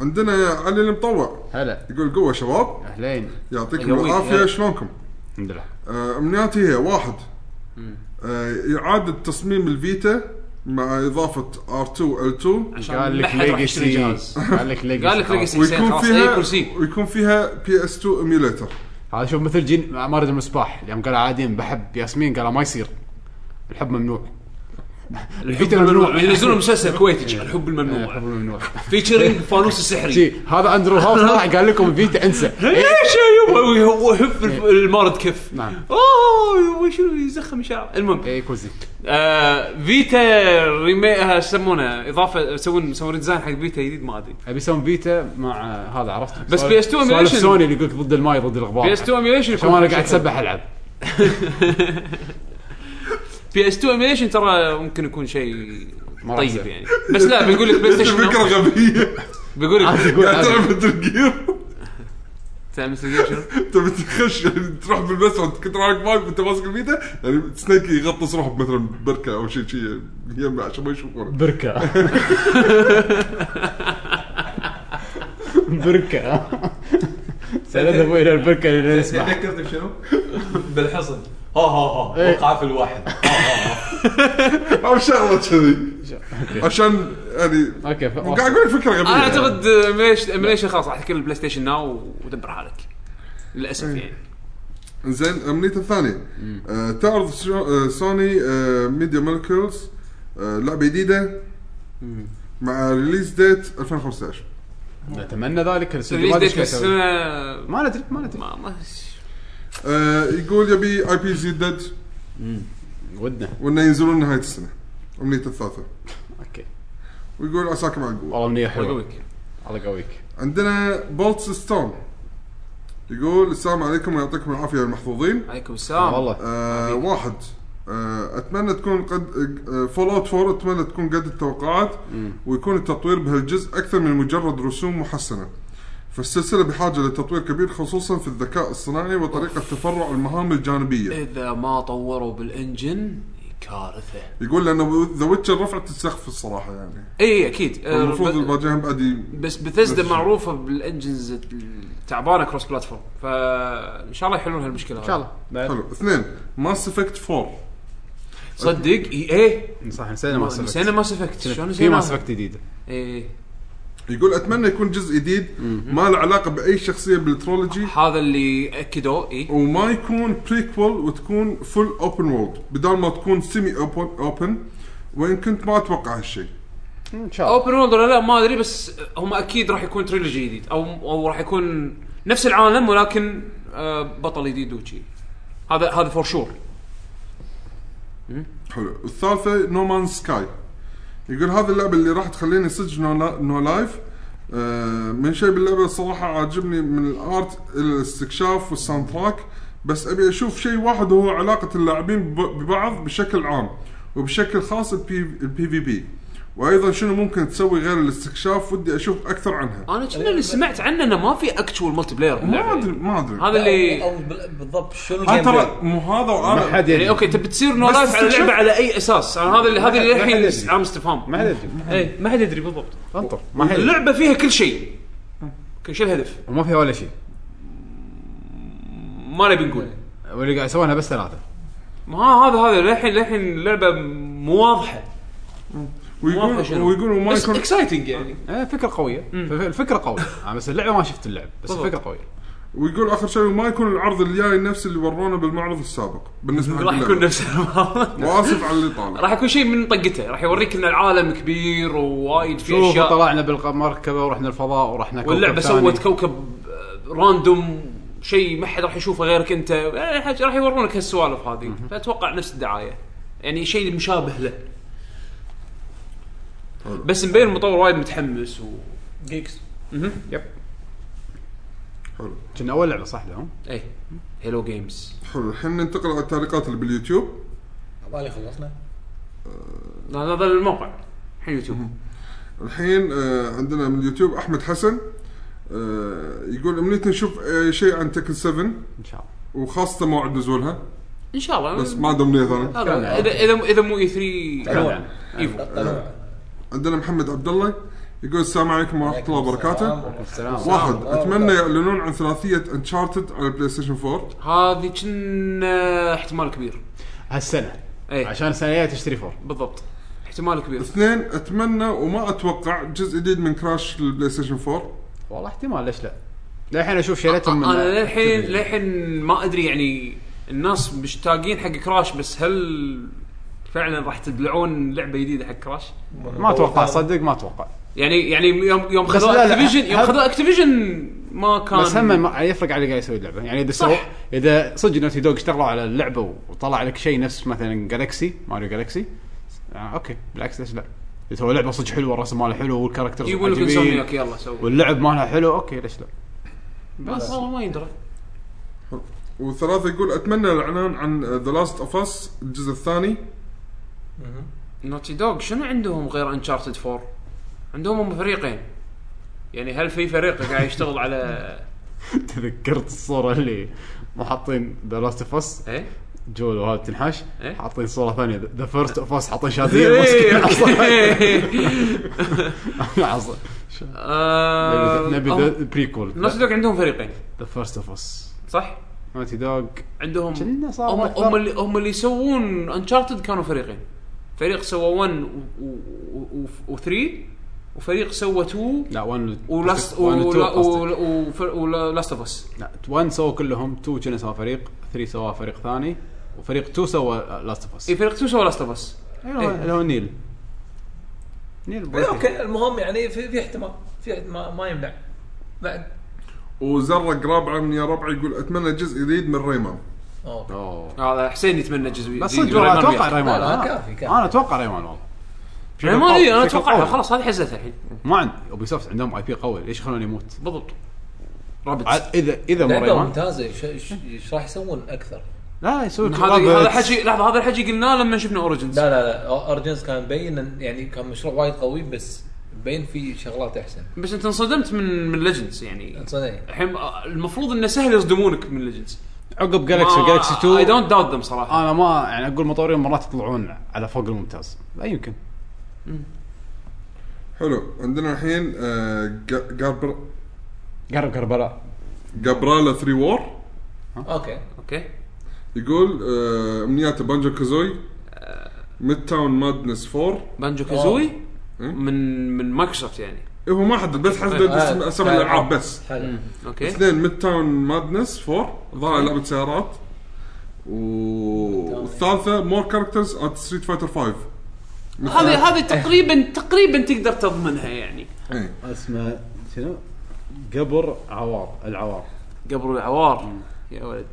[SPEAKER 3] عندنا علي المطوع
[SPEAKER 1] هلا
[SPEAKER 3] يقول قوه شباب
[SPEAKER 1] اهلين
[SPEAKER 3] يعطيكم
[SPEAKER 5] يقويك،
[SPEAKER 3] العافيه
[SPEAKER 5] يلا.
[SPEAKER 3] شلونكم؟
[SPEAKER 1] الحمد لله
[SPEAKER 3] آه، امنياتي هي واحد آه، اعاده تصميم الفيتا مع اضافه ار2 ال2
[SPEAKER 5] عشان
[SPEAKER 1] قال
[SPEAKER 5] ما
[SPEAKER 1] لك
[SPEAKER 5] حد راح يشتري
[SPEAKER 1] ليجسي
[SPEAKER 5] جهاز
[SPEAKER 1] قال لك ليجسي
[SPEAKER 5] قال لك ليجسي حسين
[SPEAKER 3] ويكون
[SPEAKER 5] خلاص اي
[SPEAKER 3] فيها
[SPEAKER 5] إيه، كرسي
[SPEAKER 3] ويكون فيها بي اس 2 ايميوليتر
[SPEAKER 1] هذا شوف مثل جين مارد المصباح يوم قال عادين بحب ياسمين قالها ما يصير الحب ممنوع الحب
[SPEAKER 5] ينزلون مسلسل كويتي الحب
[SPEAKER 1] إيه، الحب
[SPEAKER 5] الممنوع
[SPEAKER 1] ممنوع
[SPEAKER 5] فيتشرينج فانوس السحري
[SPEAKER 1] شي، هذا اندرو هاوس طلع قال لكم فيتا انسى
[SPEAKER 5] (laughs) ليش يا يبا هو هب المارد كف
[SPEAKER 1] نعم.
[SPEAKER 5] اوه وشو يزخم شعر المهم
[SPEAKER 1] اي إيه، كوزي
[SPEAKER 5] آه فيتا ريمي آه، شو يسمونه اضافه يسوون يسوون ريديزاين حق فيتا جديد ما ادري
[SPEAKER 1] ابي اسوي فيتا مع هذا عرفت
[SPEAKER 5] بس
[SPEAKER 1] سوالف-
[SPEAKER 5] PS2 emulation.
[SPEAKER 1] سوالف سوني اللي يقول لك ضد الماي ضد الغبار
[SPEAKER 5] بي اس 2 ايميليشن
[SPEAKER 1] عشان انا قاعد اسبح العب
[SPEAKER 5] بي اس 2 ايميليشن ترى ممكن يكون شيء
[SPEAKER 1] ما راح
[SPEAKER 5] طيب
[SPEAKER 1] يصير.
[SPEAKER 5] يعني بس لا بيقول
[SPEAKER 3] (laughs)
[SPEAKER 5] لك بلاي ستيشن
[SPEAKER 3] فكره
[SPEAKER 5] Now. (laughs)
[SPEAKER 3] غبيه
[SPEAKER 5] بيقول لك
[SPEAKER 1] يقول
[SPEAKER 3] قاعد
[SPEAKER 1] هذا.
[SPEAKER 3] تلعب مثل جير
[SPEAKER 5] تعال مثل جيم شنو؟
[SPEAKER 3] تبي تخش يعني تروح بالمسرح كنت رايك مايك وانت ماسك الفيتا يعني سنيك يغطس روحه مثلا بركه او شيء شيء يمه عشان ما يشوفونه
[SPEAKER 1] بركة (laughs) بركة سألت ابوي الى البركة اللي نسمع
[SPEAKER 4] ذكرت بشنو؟ بالحصن ها ها ها وقع في الواحد ها ها ها
[SPEAKER 3] او شغله
[SPEAKER 5] (laughs)
[SPEAKER 3] كذي عشان يعني
[SPEAKER 1] اوكي ف-
[SPEAKER 5] أيوة،
[SPEAKER 3] قاعد اقول لك فكره غبيه
[SPEAKER 5] انا اعتقد ايميليشن خلاص راح تكلم بلاي ستيشن ناو ودبر حالك للاسف يعني
[SPEAKER 3] زين امنيته الثانيه آه تعرض شو- آه، سوني آه ميديا مالكولز آه لعبه جديده مع ريليز ديت 2015
[SPEAKER 1] نتمنى ذلك الاستديو
[SPEAKER 5] ريليز
[SPEAKER 1] ما أدري
[SPEAKER 5] ديت
[SPEAKER 1] إيش قاعد
[SPEAKER 5] بس
[SPEAKER 1] يسوي.
[SPEAKER 5] أنا-
[SPEAKER 1] ما ندري ما ندري
[SPEAKER 5] ما- ما-
[SPEAKER 3] آه يقول يبي اي بي جدد
[SPEAKER 1] ودنا
[SPEAKER 3] وانه ينزلون نهايه السنه امنيته الثالثه
[SPEAKER 1] اوكي
[SPEAKER 3] ويقول عساك مع القوه
[SPEAKER 1] والله امنيه
[SPEAKER 5] الله
[SPEAKER 1] حلوه
[SPEAKER 5] يقويك
[SPEAKER 1] الله يقويك
[SPEAKER 3] عندنا بولتس ستون يقول السلام عليكم ويعطيكم العافيه يا المحظوظين
[SPEAKER 5] عليكم السلام
[SPEAKER 1] والله
[SPEAKER 3] آه واحد آه اتمنى تكون قد آه، فول اوت 4 اتمنى تكون قد التوقعات ويكون التطوير بهالجزء اكثر من مجرد رسوم محسنه فالسلسله بحاجه لتطوير كبير خصوصا في الذكاء الصناعي وطريقه تفرع المهام الجانبيه
[SPEAKER 5] اذا ما طوروا بالانجن كارثه
[SPEAKER 3] يقول لان ذا ويتشر رفعت السقف الصراحه يعني
[SPEAKER 5] اي اكيد آه،
[SPEAKER 3] المفروض
[SPEAKER 5] ب-
[SPEAKER 3] الباجين بعد ي-
[SPEAKER 5] بس بثزدا
[SPEAKER 3] نفس الشيء.
[SPEAKER 5] معروفه بالانجنز التعبانه كروس بلاتفورم فان شاء الله يحلون هالمشكله
[SPEAKER 1] ان شاء الله
[SPEAKER 3] حلو اثنين ماس افكت 4
[SPEAKER 5] صدق اي ايه
[SPEAKER 1] صح نسينا ما
[SPEAKER 5] نسينا ماس افكت شلون
[SPEAKER 1] في
[SPEAKER 5] نسينا
[SPEAKER 1] ماس افكت جديده
[SPEAKER 5] ايه
[SPEAKER 3] يقول اتمنى يكون جزء جديد ما له علاقه باي شخصيه بالترولوجي
[SPEAKER 5] هذا اللي اكدوه اي
[SPEAKER 3] وما يكون بريكول وتكون فول اوبن وورلد بدال ما تكون سيمي اوبن اوبن وان كنت ما اتوقع هالشيء
[SPEAKER 1] ان شاء الله
[SPEAKER 5] اوبن وورلد ولا لا ما ادري بس هم اكيد راح يكون تريلوجي جديد او او راح يكون نفس العالم ولكن آه، بطل جديد وشي هذا هذا فور شور
[SPEAKER 3] حلو الثالثه نو مان سكاي يقول هذه اللعبه اللي راح تخليني صدق نو لايف آه، من شيء باللعبه الصراحه عاجبني من الارت الى الاستكشاف والساوند تراك بس ابي اشوف شيء واحد وهو علاقه اللاعبين بب- ببعض بشكل عام وبشكل خاص البي, البي في بي وايضا شنو ممكن تسوي غير الاستكشاف ودي اشوف اكثر عنها
[SPEAKER 5] انا كنا اللي سمعت عنه انه ما في اكتشوال ملتي بلاير
[SPEAKER 3] ما
[SPEAKER 5] باللعبة.
[SPEAKER 3] ادري ما ادري
[SPEAKER 5] هذا
[SPEAKER 4] أو-
[SPEAKER 5] اللي
[SPEAKER 4] او بال- بالضبط شنو
[SPEAKER 3] انا
[SPEAKER 4] الجيم
[SPEAKER 3] ترى مو هذا
[SPEAKER 1] ما
[SPEAKER 3] وانا
[SPEAKER 1] حد
[SPEAKER 5] يعني
[SPEAKER 1] يدري
[SPEAKER 5] اوكي تبي تصير نو
[SPEAKER 3] بس
[SPEAKER 5] لايف على اللعبه
[SPEAKER 3] تشوف-
[SPEAKER 5] على اي اساس؟ انا هذا اللي هذا
[SPEAKER 1] ما
[SPEAKER 5] اللي
[SPEAKER 1] حد
[SPEAKER 5] الحين
[SPEAKER 1] يدري.
[SPEAKER 5] عام استفهام
[SPEAKER 1] ما حد يدري
[SPEAKER 5] اي إيه، ما حد يدري بالضبط
[SPEAKER 1] انطر ما حد يدري
[SPEAKER 5] اللعبه فيها كل شيء كل شيء الهدف
[SPEAKER 1] وما فيها ولا شيء
[SPEAKER 5] ما نبي نقول
[SPEAKER 1] واللي قاعد يسوونها بس ثلاثه
[SPEAKER 5] ما هذا هذا للحين للحين اللعبه مو واضحه
[SPEAKER 3] ويقول
[SPEAKER 5] واضحه شنو
[SPEAKER 3] ويقول وما
[SPEAKER 5] بس
[SPEAKER 3] يكون
[SPEAKER 5] اكسايتنج يعني
[SPEAKER 1] آه، فكره قويه ف- الفكره (laughs) قويه آه، بس اللعبه ما شفت اللعب بس
[SPEAKER 5] بالضبط.
[SPEAKER 1] الفكره قويه
[SPEAKER 3] ويقول اخر شيء وما يكون العرض الجاي نفس اللي ورونا بالمعرض السابق بالنسبه حق
[SPEAKER 5] (laughs) راح يكون
[SPEAKER 3] اللعبة.
[SPEAKER 5] نفس الوضع.
[SPEAKER 3] واسف على الاطاله
[SPEAKER 5] (laughs) راح يكون شيء من طقته راح يوريك ان العالم كبير ووايد فيه
[SPEAKER 1] شوف
[SPEAKER 5] اشياء
[SPEAKER 1] طلعنا بالمركبه ورحنا الفضاء ورحنا كوكب
[SPEAKER 5] واللعبه
[SPEAKER 1] ثاني.
[SPEAKER 5] سوت كوكب آه، راندوم شيء ما حد راح يشوفه غيرك انت آه، راح- راح يورونك هالسوالف هذه فاتوقع نفس الدعايه يعني شيء مشابه له
[SPEAKER 1] طيب.
[SPEAKER 3] حلو.
[SPEAKER 5] بس مبين المطور وايد متحمس و
[SPEAKER 4] جيكس
[SPEAKER 1] يب
[SPEAKER 3] حلو
[SPEAKER 1] كنا اول لعبه صح لهم
[SPEAKER 5] ايه هيلو جيمز
[SPEAKER 3] حلو الحين ننتقل على التعليقات اللي باليوتيوب
[SPEAKER 4] عبالي خلصنا
[SPEAKER 5] هذا الموقع الحين يوتيوب
[SPEAKER 3] الحين آه عندنا من اليوتيوب احمد حسن آه يقول امنيتي نشوف آه شيء عن تكن 7
[SPEAKER 1] ان شاء الله
[SPEAKER 3] وخاصه موعد نزولها
[SPEAKER 5] ان شاء الله
[SPEAKER 3] بس ما عندهم امنيه ثانيه
[SPEAKER 5] هذا اذا اذا مو- اذا مو E اي 3
[SPEAKER 1] تكلم عنه.
[SPEAKER 5] ايفو
[SPEAKER 3] عندنا محمد عبد الله يقول السلام عليكم ورحمه الله وبركاته
[SPEAKER 1] السلام
[SPEAKER 3] واحد اتمنى يعلنون عن ثلاثيه انشارتد على البلاي ستيشن 4
[SPEAKER 5] هذه كنا احتمال كبير
[SPEAKER 1] هالسنه
[SPEAKER 5] اي
[SPEAKER 1] عشان السنه الجايه تشتري فور
[SPEAKER 5] بالضبط احتمال كبير
[SPEAKER 3] اثنين اتمنى وما اتوقع جزء جديد من كراش للبلاي ستيشن 4
[SPEAKER 1] والله احتمال ليش لا للحين اشوف شريتهم من
[SPEAKER 5] انا للحين للحين ما ادري يعني الناس مشتاقين حق كراش بس هل فعلا راح تدلعون لعبه جديده حق كراش؟
[SPEAKER 1] ما اتوقع صدق ما اتوقع
[SPEAKER 5] يعني يعني يوم يوم
[SPEAKER 1] بس
[SPEAKER 5] خذوا
[SPEAKER 1] لا لا،
[SPEAKER 5] اكتيفيجن يوم
[SPEAKER 1] هذا-
[SPEAKER 5] خذوا اكتيفيجن ما كان
[SPEAKER 1] بس هم ما يفرق على اللي قاعد يسوي اللعبه يعني اذا سو
[SPEAKER 5] صح.
[SPEAKER 1] اذا صدق نوتي دوغ اشتغلوا على اللعبه وطلع لك شيء نفس مثلا جالكسي ماريو جالكسي آه اوكي بالعكس ليش لا؟ اذا هو لعبه صدق حلوه الرسم ماله حلو والكاركترز
[SPEAKER 5] يقول لك
[SPEAKER 1] عجيبين،
[SPEAKER 5] نسوي وياك يلا سوي
[SPEAKER 1] واللعب مالها حلو اوكي ليش لا؟ (laughs)
[SPEAKER 5] بس والله ما يندرى
[SPEAKER 3] وثلاثة يقول اتمنى الاعلان عن ذا لاست اوف اس الجزء الثاني
[SPEAKER 5] نوتي دوغ شنو عندهم غير انشارتد 4؟ عندهم هم فريقين يعني هل في فريق قاعد يشتغل على
[SPEAKER 1] تذكرت الصوره اللي مو حاطين ذا لاست اوف اس
[SPEAKER 5] ايه
[SPEAKER 1] جول وهذا تنحاش
[SPEAKER 5] إيه؟
[SPEAKER 1] حاطين صوره ثانيه ذا فيرست اوف اس حاطين
[SPEAKER 5] (laughs)
[SPEAKER 1] شاديه
[SPEAKER 5] إيه،
[SPEAKER 1] ماسكين
[SPEAKER 5] أوكي.
[SPEAKER 1] عصا
[SPEAKER 5] آه،
[SPEAKER 1] (laughs) نبي
[SPEAKER 5] هم-
[SPEAKER 1] ذا بريكول
[SPEAKER 5] نوتي دوغ عندهم فريقين
[SPEAKER 1] ذا فيرست اوف اس
[SPEAKER 5] صح؟
[SPEAKER 1] نوتي دوغ
[SPEAKER 5] عندهم
[SPEAKER 1] كنا صار
[SPEAKER 5] هم
[SPEAKER 1] أكثر.
[SPEAKER 5] هم اللي هم اللي يسوون انشارتد كانوا فريقين فريق سوى 1 و 3 وفريق سوى 2
[SPEAKER 1] لا 1
[SPEAKER 5] ولاست ولاست اوف اس
[SPEAKER 1] لا 1 سووا كلهم 2 كنا سوا فريق 3 سوا فريق ثاني وفريق 2 سوى لاست اوف اس
[SPEAKER 5] اي إيه، فريق 2 سوى لاست اوف اس
[SPEAKER 1] اللي هو نيل نيل
[SPEAKER 4] إيه، اوكي المهم يعني في, في احتمال في احتمال ما يمنع بعد
[SPEAKER 3] وزرق رابعه من يا ربع يقول اتمنى جزء جديد من ريمان
[SPEAKER 4] اوه
[SPEAKER 1] اوه
[SPEAKER 5] هذا حسين يتمنى جزء
[SPEAKER 1] بس
[SPEAKER 5] جديد
[SPEAKER 1] صدق والله
[SPEAKER 5] وريمان
[SPEAKER 1] اتوقع
[SPEAKER 5] وياك.
[SPEAKER 1] ريمان
[SPEAKER 4] لا، لا،
[SPEAKER 1] أنا-
[SPEAKER 4] كافي، كافي.
[SPEAKER 1] انا اتوقع ريمان والله
[SPEAKER 5] ريمان إي، انا
[SPEAKER 1] بشكل
[SPEAKER 5] اتوقعها
[SPEAKER 1] قوي.
[SPEAKER 5] خلاص هذه حزتها الحين
[SPEAKER 1] ما عندي اوبي سوفت عندهم اي بي قوي ليش يخلونه يموت؟
[SPEAKER 5] بالضبط
[SPEAKER 1] عاد اذا اذا مو
[SPEAKER 4] لعبه
[SPEAKER 1] ريمان
[SPEAKER 4] ممتازه ش- ش- ايش راح يسوون اكثر؟
[SPEAKER 1] لا يسوي
[SPEAKER 5] هذا هذا الحكي لحظه هذا الحكي قلناه لما شفنا اوريجنز
[SPEAKER 4] لا لا لا اورجنز كان مبين إن- يعني كان مشروع وايد قوي بس مبين فيه شغلات احسن
[SPEAKER 5] بس انت انصدمت من من ليجندز يعني
[SPEAKER 4] صدق
[SPEAKER 5] الحين آه، المفروض انه سهل يصدمونك من ليجندز
[SPEAKER 1] عقب جالكسي جالكسي
[SPEAKER 5] اي
[SPEAKER 1] 2
[SPEAKER 5] دونت داوت ذم صراحه
[SPEAKER 1] انا ما يعني اقول مطورين مرات يطلعون على فوق الممتاز لا يمكن
[SPEAKER 3] حلو عندنا الحين آه، جا- جابر
[SPEAKER 1] قرب كربلاء
[SPEAKER 3] جابرالا 3 وور
[SPEAKER 4] اوكي
[SPEAKER 5] اوكي
[SPEAKER 3] يقول آه، امنيات بانجو كازوي ميد تاون مادنس 4
[SPEAKER 5] بانجو
[SPEAKER 4] آه.
[SPEAKER 5] كازوي من من مايكروسوفت يعني
[SPEAKER 3] إيه، هو ما حدد بس حدد اسم
[SPEAKER 4] آه،
[SPEAKER 3] اسم
[SPEAKER 4] آه،
[SPEAKER 3] الالعاب بس
[SPEAKER 4] حلو
[SPEAKER 5] اوكي
[SPEAKER 3] اثنين ميد تاون مادنس 4 ظاهر لعبه سيارات و- والثالثه مور كاركترز ات ستريت فايتر 5
[SPEAKER 5] هذه هذه تقريبا تقريبا تقدر تضمنها يعني
[SPEAKER 3] إيه.
[SPEAKER 1] اسمه شنو؟ قبر عوار العوار
[SPEAKER 5] قبر العوار يا ولد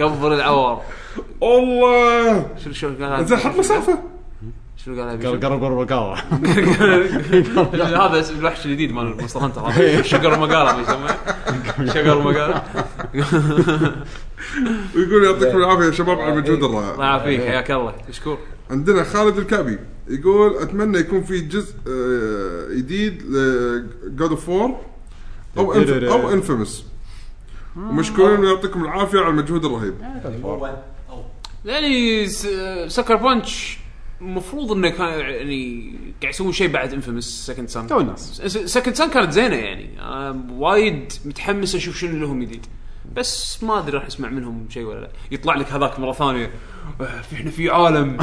[SPEAKER 5] قبر العوار
[SPEAKER 3] الله
[SPEAKER 5] شنو شنو قال
[SPEAKER 3] زين حط مسافه
[SPEAKER 5] شنو قال
[SPEAKER 1] قال
[SPEAKER 5] أبي؟
[SPEAKER 1] قرب قرب القاره
[SPEAKER 5] هذا اسم الوحش الجديد مال مونستر هانتر هذا شقر مقاله ما يسمونه شقر مقاله
[SPEAKER 3] ويقول يعطيكم العافيه يا شباب على المجهود الرائع
[SPEAKER 5] الله يعافيك حياك الله مشكور
[SPEAKER 3] عندنا خالد الكعبي يقول اتمنى يكون في جزء آه، جديد لجود اوف وور او Inf- او انفيمس ومشكورين ويعطيكم العافيه على المجهود الرهيب
[SPEAKER 5] يعني سكر بانش المفروض انه كان يعني قاعد يسوون شيء بعد انفيمس سكند سان
[SPEAKER 1] تو الناس
[SPEAKER 5] سكند سان كانت زينه يعني انا وايد متحمس اشوف شنو لهم جديد بس ما ادري راح اسمع منهم شيء ولا لا يطلع لك هذاك مره ثانيه آه، في- احنا في عالم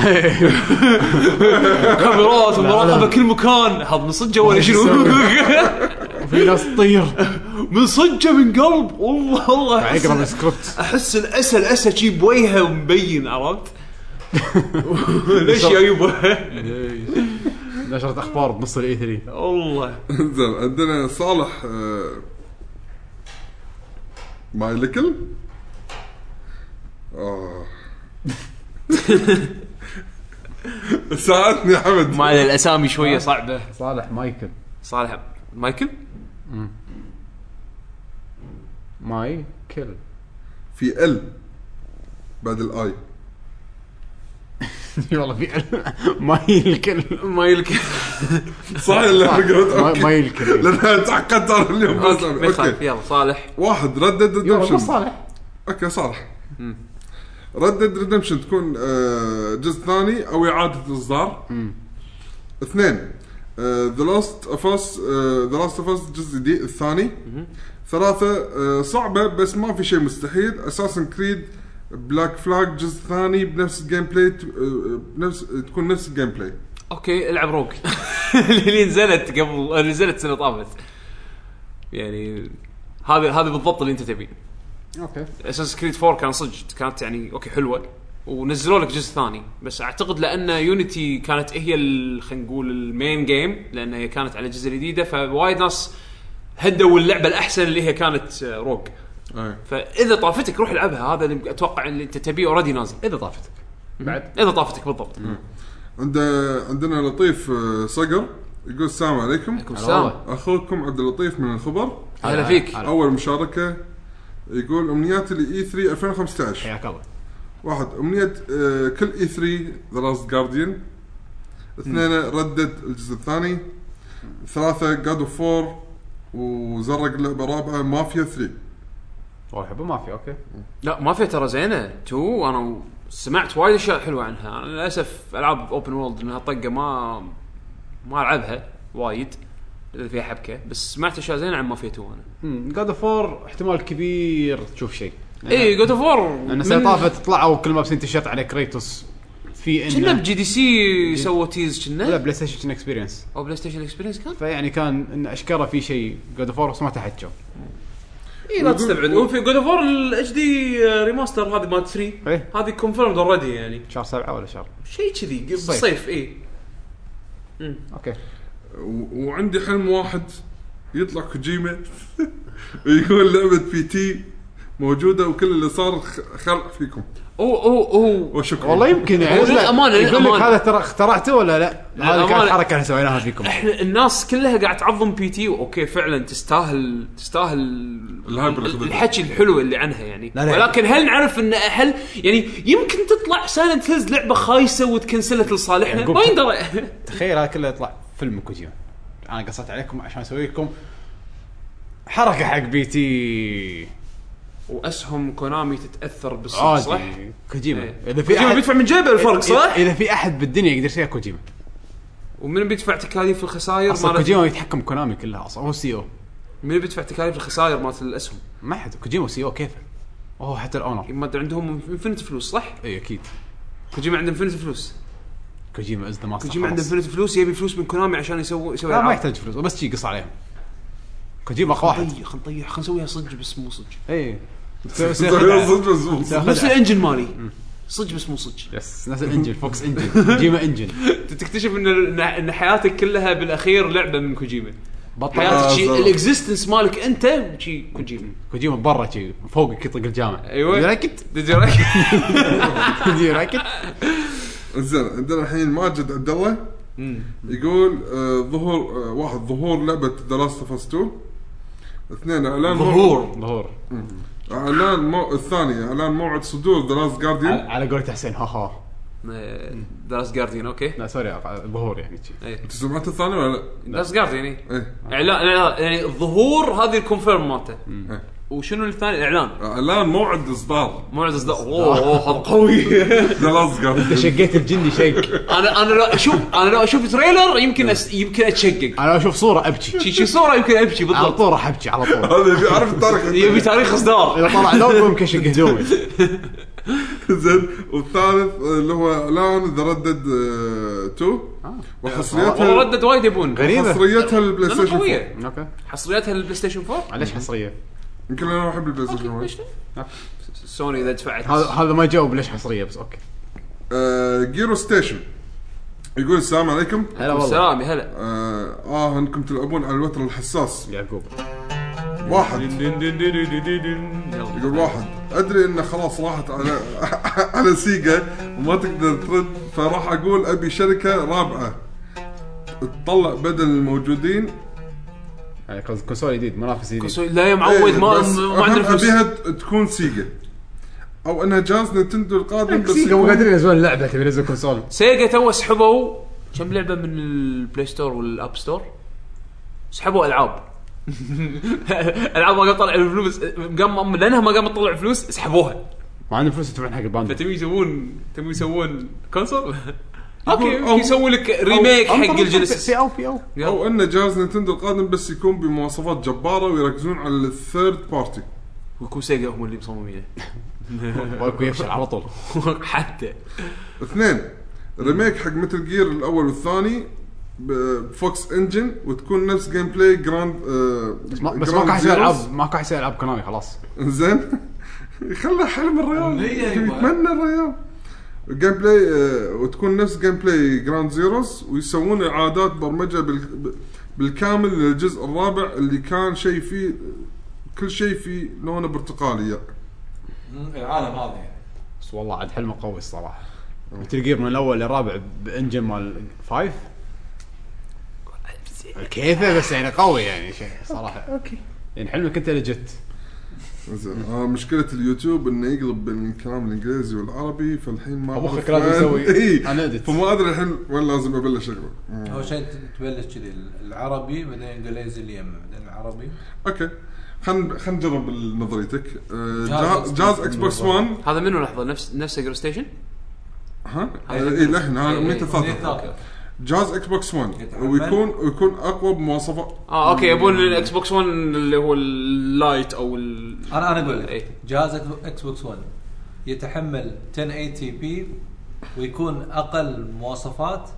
[SPEAKER 5] كاميرات ومراقبه كل مكان هذا من صجه ولا شنو؟
[SPEAKER 1] في ناس تطير
[SPEAKER 5] من صجه من قلب والله والله
[SPEAKER 1] قاعد
[SPEAKER 5] أحس
[SPEAKER 1] يقرا
[SPEAKER 5] إن-
[SPEAKER 1] السكريبت
[SPEAKER 5] احس الاسى الاسى شي بوجهه ومبين (laughs) عرفت؟ ليش يا يبا؟
[SPEAKER 1] نشرت اخبار بنص E الاي 3
[SPEAKER 5] والله
[SPEAKER 3] (laughs) زين عندنا صالح آه، ماي ليكل آه. (laughs) ساعدني يا حمد
[SPEAKER 5] ما الاسامي شويه صعبه
[SPEAKER 1] صالح مايكل
[SPEAKER 5] صالح مايكل
[SPEAKER 1] مايكل
[SPEAKER 3] في ال بعد الاي
[SPEAKER 1] (laughs) والله في مايكل
[SPEAKER 5] مايكل
[SPEAKER 3] صح
[SPEAKER 5] (laughs)
[SPEAKER 3] اللي
[SPEAKER 1] ما- مايكل.
[SPEAKER 3] لان تعقدت انا اليوم بس
[SPEAKER 5] ما يخالف
[SPEAKER 3] اوكي
[SPEAKER 5] يلا صالح
[SPEAKER 3] واحد ريد ديد
[SPEAKER 1] يلا مو
[SPEAKER 3] ريدمشن
[SPEAKER 1] صالح
[SPEAKER 3] اوكي صالح ريد ديد ريدمشن تكون آه، جزء ثاني او اعاده اصدار اثنين آه، ذا لاست اوف اس ذا لاست اوف اس الجزء دي الثاني ثلاثة آه، صعبة بس ما في شيء مستحيل اساسن كريد بلاك فلاج جزء ثاني بنفس الجيم بلاي ت- آه، بنفس تكون نفس الجيم بلاي
[SPEAKER 5] اوكي العب روك (laughs) اللي نزلت قبل اللي نزلت سنه طافت يعني هذا هذا بالضبط اللي انت تبيه
[SPEAKER 1] اوكي
[SPEAKER 5] اساس كريد 4 كان صدق كانت يعني اوكي حلوه ونزلوا لك جزء ثاني بس اعتقد لان يونيتي كانت هي ال- خلينا نقول المين جيم لان هي كانت على الجزء الجديده فوايد ناس هدوا اللعبه الاحسن اللي هي كانت آه، روك
[SPEAKER 3] أي.
[SPEAKER 5] فاذا طافتك روح العبها هذا اللي اتوقع اللي انت تبيه اوريدي نازل
[SPEAKER 1] اذا طافتك
[SPEAKER 5] بعد اذا طافتك بالضبط
[SPEAKER 3] عند عندنا لطيف آه، صقر يقول السلام عليكم
[SPEAKER 5] سلام
[SPEAKER 3] اخوكم عبد اللطيف من الخبر
[SPEAKER 5] هلا فيك
[SPEAKER 1] هلا.
[SPEAKER 3] اول مشاركه يقول E امنياتي لاي 3 2015
[SPEAKER 1] حياك الله
[SPEAKER 3] واحد امنيه آه، كل اي 3 ذا لاست جارديان اثنين ردد الجزء الثاني ثلاثه جاد اوف 4 وزرق لعبه رابعه مافيا 3
[SPEAKER 1] والله حبه ما في اوكي
[SPEAKER 5] لا ما في ترى زينه تو انا سمعت وايد اشياء حلوه عنها انا للاسف العاب اوبن وورلد انها طقه ما ما العبها وايد اذا فيها حبكه بس سمعت اشياء زينه عن ما في تو انا
[SPEAKER 1] جاد اوف 4 احتمال كبير تشوف شيء إيه،
[SPEAKER 5] اي جود اوف وور
[SPEAKER 1] لان السنه طافت طلعوا كل ما بسين تيشيرت على كريتوس في
[SPEAKER 5] كنا
[SPEAKER 1] انه
[SPEAKER 5] بجي دي سي سووا تيز
[SPEAKER 1] لا
[SPEAKER 5] كنا
[SPEAKER 1] بلاي ستيشن كان اكسبيرينس
[SPEAKER 5] او بلاي ستيشن اكسبيرينس كان
[SPEAKER 1] فيعني كان ان اشكره في شيء جود اوف بس ما تحكوا
[SPEAKER 5] اي لا تستبعد وفي جود اوف الاتش دي ريماستر آه، هذه مالت 3
[SPEAKER 1] ايه
[SPEAKER 5] هذه كونفيرمد اوريدي يعني
[SPEAKER 1] شهر سبعه ولا شهر
[SPEAKER 5] شيء كذي
[SPEAKER 1] الصيف.
[SPEAKER 5] بالصيف اي
[SPEAKER 1] اوكي
[SPEAKER 3] و- وعندي حلم واحد يطلع (laughs) كوجيما ويقول لعبه بي تي موجوده وكل اللي صار خ- خلع فيكم
[SPEAKER 5] هو هو هو
[SPEAKER 3] وشكرا
[SPEAKER 1] والله يمكن يعني
[SPEAKER 5] هو
[SPEAKER 1] لا،
[SPEAKER 5] للأمانة-
[SPEAKER 1] يقول لك
[SPEAKER 5] للأمانة.
[SPEAKER 1] هذا ترى اخترعته ولا لا؟ هذه كانت
[SPEAKER 5] للأمانة.
[SPEAKER 1] حركه احنا سويناها فيكم
[SPEAKER 5] احنا الناس كلها قاعد تعظم بي تي اوكي فعلا تستاهل تستاهل
[SPEAKER 3] الهايب اللي خذته.
[SPEAKER 5] الحكي الحلو اللي عنها يعني
[SPEAKER 1] لا، لا.
[SPEAKER 5] ولكن هل نعرف ان هل يعني يمكن تطلع سايلنت هيلز لعبه خايسه وتكنسلت لصالحنا
[SPEAKER 1] يعني
[SPEAKER 5] ما
[SPEAKER 1] قلت-
[SPEAKER 5] يندرى
[SPEAKER 1] (laughs)
[SPEAKER 5] (laughs)
[SPEAKER 1] تخيل هذا كله يطلع فيلم من كوجيما انا قصيت عليكم عشان اسوي لكم حركه حق بي تي
[SPEAKER 5] واسهم كونامي تتاثر بالصوت صح؟
[SPEAKER 1] عادي كوجيما
[SPEAKER 5] إيه.
[SPEAKER 1] اذا في
[SPEAKER 5] كوجيما
[SPEAKER 1] احد
[SPEAKER 5] بيدفع من جيبه الفرق صح؟
[SPEAKER 1] اذا في احد بالدنيا يقدر يسويها كوجيما
[SPEAKER 5] ومن بيدفع تكاليف الخسائر
[SPEAKER 1] اصلا
[SPEAKER 5] مالت
[SPEAKER 1] كوجيما يتحكم كونامي كلها اصلا هو السي او
[SPEAKER 5] من بيدفع تكاليف الخسائر مالت الاسهم؟
[SPEAKER 1] ما حد كوجيما E سي او كيفه وهو حتى إيه، الاونر
[SPEAKER 5] إيه، ما أدري عندهم انفنت فلوس صح؟
[SPEAKER 1] اي اكيد
[SPEAKER 5] كوجيما عنده انفنت فلوس
[SPEAKER 1] كوجيما از ذا ماستر
[SPEAKER 5] كوجيما عنده
[SPEAKER 1] خلاص.
[SPEAKER 5] انفنت فلوس يبي فلوس من كونامي عشان يسوي يسوي
[SPEAKER 1] لا ما
[SPEAKER 5] ألعاب.
[SPEAKER 1] يحتاج فلوس بس شي قص عليهم كوجيما اقوى واحد إيه.
[SPEAKER 5] نطيح خلينا نطيح خلينا نسويها صدق بس مو صدق
[SPEAKER 1] اي
[SPEAKER 3] (laughs) صدق مزبوط.
[SPEAKER 1] سياخذ-
[SPEAKER 5] نفس الانجن مالي صدق بس مو صدق
[SPEAKER 1] يس نفس الانجن فوكس انجن كوجيما انجن
[SPEAKER 5] تكتشف ان ان- ان حياتك كلها بالاخير لعبه من كوجيما حياتك
[SPEAKER 3] آه،
[SPEAKER 5] شي
[SPEAKER 3] بالضبط.
[SPEAKER 5] الاكزيستنس مالك انت شي كوجيما
[SPEAKER 1] كوجيما برا شي فوقك يطلق الجامع (laughs)
[SPEAKER 5] أيوة.
[SPEAKER 1] You like it?
[SPEAKER 5] Did you like it?
[SPEAKER 1] Do you like it?
[SPEAKER 3] زين عندنا الحين ماجد عبد الله يقول آه، ظهور آه، واحد ظهور لعبه ذا لاست اوف اس 2 اثنين اعلان ظهور
[SPEAKER 1] ظهور
[SPEAKER 3] اعلان مو... الثاني اعلان موعد صدور ذا لاست جارديان
[SPEAKER 1] على قولة حسين ها ها
[SPEAKER 5] دراس جارديان اوكي
[SPEAKER 1] لا سوري ظهور يعني شي
[SPEAKER 5] إيه.
[SPEAKER 3] انت سمعت الثاني ولا لا؟
[SPEAKER 5] دراس جارديان
[SPEAKER 3] ايه
[SPEAKER 5] اعلان إيه. لا، يعني الظهور هذه الكونفيرم مالته
[SPEAKER 3] إيه.
[SPEAKER 5] وشنو الثاني الاعلان
[SPEAKER 3] اعلان موعد اصدار
[SPEAKER 5] موعد اصدار اوه أوه، هذا قوي
[SPEAKER 3] ذا لاست
[SPEAKER 5] (laughs)
[SPEAKER 3] جارديان
[SPEAKER 1] شقيت الجندي شيك
[SPEAKER 5] انا انا لو اشوف انا لو اشوف تريلر يمكن أس... يمكن اتشقق
[SPEAKER 1] انا اشوف صورة ابكي
[SPEAKER 5] شي شي صوره يمكن ابكي
[SPEAKER 1] على
[SPEAKER 5] بالضبط
[SPEAKER 1] طول راح ابكي على طول
[SPEAKER 3] هذا يبي- عارف
[SPEAKER 5] يبي
[SPEAKER 3] التاريخ
[SPEAKER 5] تاريخ اصدار
[SPEAKER 1] اذا طلع لوجو يمكن شق هدومي
[SPEAKER 3] زين والثالث آه، اللي هو اعلان ذا ردد 2
[SPEAKER 5] آه. والله
[SPEAKER 3] آه، وحصريتها
[SPEAKER 5] ردد وايد يبون
[SPEAKER 1] غريب.
[SPEAKER 3] حصريتها البلاي
[SPEAKER 5] لانه
[SPEAKER 3] ستيشن 4
[SPEAKER 5] قويه
[SPEAKER 1] اوكي
[SPEAKER 5] حصرياتها للبلاي ستيشن 4
[SPEAKER 1] معليش حصرية
[SPEAKER 3] يمكن انا احب البلاي ستيشن 4
[SPEAKER 5] ليش لا؟ سوني اذا دفعت
[SPEAKER 1] هذا هذا ما جاوب ليش حصرية بس اوكي
[SPEAKER 3] آه، جيرو ستيشن يقول السلام عليكم
[SPEAKER 1] هلا والله يعني-
[SPEAKER 5] سلامي هلا
[SPEAKER 3] آه, اه انكم تلعبون على الوتر الحساس
[SPEAKER 1] يعقوب
[SPEAKER 3] واحد يقول واحد ادري انه خلاص راحت على (laughs) على سيجا وما تقدر ترد فراح اقول ابي شركه رابعه تطلع بدل الموجودين
[SPEAKER 1] يعني كونس- كونسول جديد منافس جديد
[SPEAKER 5] كونسول- لا يا معود
[SPEAKER 1] إيه،
[SPEAKER 5] ما
[SPEAKER 3] إيه، بس
[SPEAKER 5] ما عندنا
[SPEAKER 3] أهم
[SPEAKER 5] فلوس
[SPEAKER 3] ابيها ت- تكون سيجا او انها جهاز نينتندو القادم بس
[SPEAKER 1] مو
[SPEAKER 3] يكون-
[SPEAKER 1] قادرين ينزلون لعبة تبي ينزلون كونسول
[SPEAKER 5] سيجا تو سحبوا كم لعبه من البلاي ستور والاب ستور سحبوا (laughs) العاب العاب ما قامت تطلع الفلوس قام قام- لانها ما قامت تطلع فلوس سحبوها
[SPEAKER 1] ما عندهم فلوس يدفعون حق الباند
[SPEAKER 5] فتبي يسوون تبي يسوون كونسول
[SPEAKER 3] يقول-
[SPEAKER 5] اوكي
[SPEAKER 3] أو-
[SPEAKER 5] يسوي لك ريميك حق الجينيسيس
[SPEAKER 1] في او في (laughs) او
[SPEAKER 3] او ان جهاز نينتندو القادم بس يكون بمواصفات جباره ويركزون على الثيرد بارتي
[SPEAKER 5] ويكون سيجا هم اللي مصممينه (laughs)
[SPEAKER 1] واكو يفشل على طول
[SPEAKER 5] حتى
[SPEAKER 3] اثنين ريميك حق متل جير الاول والثاني ب- بفوكس انجن وتكون نفس جيم بلاي جراند آه،
[SPEAKER 1] بس ما- بس
[SPEAKER 3] جراند
[SPEAKER 1] ماكو احد يسوي
[SPEAKER 3] زيروز.
[SPEAKER 1] العاب ماكو احد يسوي العاب كونامي خلاص
[SPEAKER 3] زين خلى حلم الريال
[SPEAKER 4] ليه يا جماعة؟
[SPEAKER 3] يتمنى الريال جيم بلاي آه، وتكون نفس جيم بلاي جراند زيروس ويسوون اعادات برمجه بال- ب- بالكامل للجزء الرابع اللي كان شيء فيه كل شيء فيه لونه برتقالي يعني.
[SPEAKER 4] مم، العالم هذا يعني
[SPEAKER 1] بس والله عاد حلمه قوي الصراحه مثل جير من الاول للرابع بانجن مال فايف كيفه بس يعني قوي يعني شيء صراحه اوكي يعني حلمك انت لجت
[SPEAKER 3] زين آه مشكلة اليوتيوب انه يقلب بين الكلام الانجليزي والعربي فالحين ما
[SPEAKER 1] أبو
[SPEAKER 3] أعرف
[SPEAKER 1] أخوك لازم
[SPEAKER 3] وين-
[SPEAKER 1] يسوي
[SPEAKER 3] (laughs) إيه.
[SPEAKER 1] unedit.
[SPEAKER 3] فما ادري الحين وين لازم ابلش اقرا
[SPEAKER 4] اول شيء ت- تبلش كذي العربي بعدين الانجليزي اللي يمه بعدين العربي
[SPEAKER 3] اوكي خلينا خلينا نجرب نظريتك آه،
[SPEAKER 4] جهاز
[SPEAKER 3] جهاز- جهاز اكس بوكس 1
[SPEAKER 5] هذا منو لحظه نفس نفس سيجا ستيشن
[SPEAKER 3] ها اي
[SPEAKER 5] هذا
[SPEAKER 3] إيه، لحن هذا
[SPEAKER 5] إيه،
[SPEAKER 3] امنية
[SPEAKER 5] إيه.
[SPEAKER 3] الثالثة جهاز اكس بوكس 1 ويكون ويكون اقوى بمواصفات
[SPEAKER 5] اه اوكي يبون الاكس بوكس 1 اللي هو اللايت او ال
[SPEAKER 4] انا انا اقول لك
[SPEAKER 5] إيه.
[SPEAKER 4] جهاز اكس بوكس 1 يتحمل 1080 بي ويكون اقل مواصفات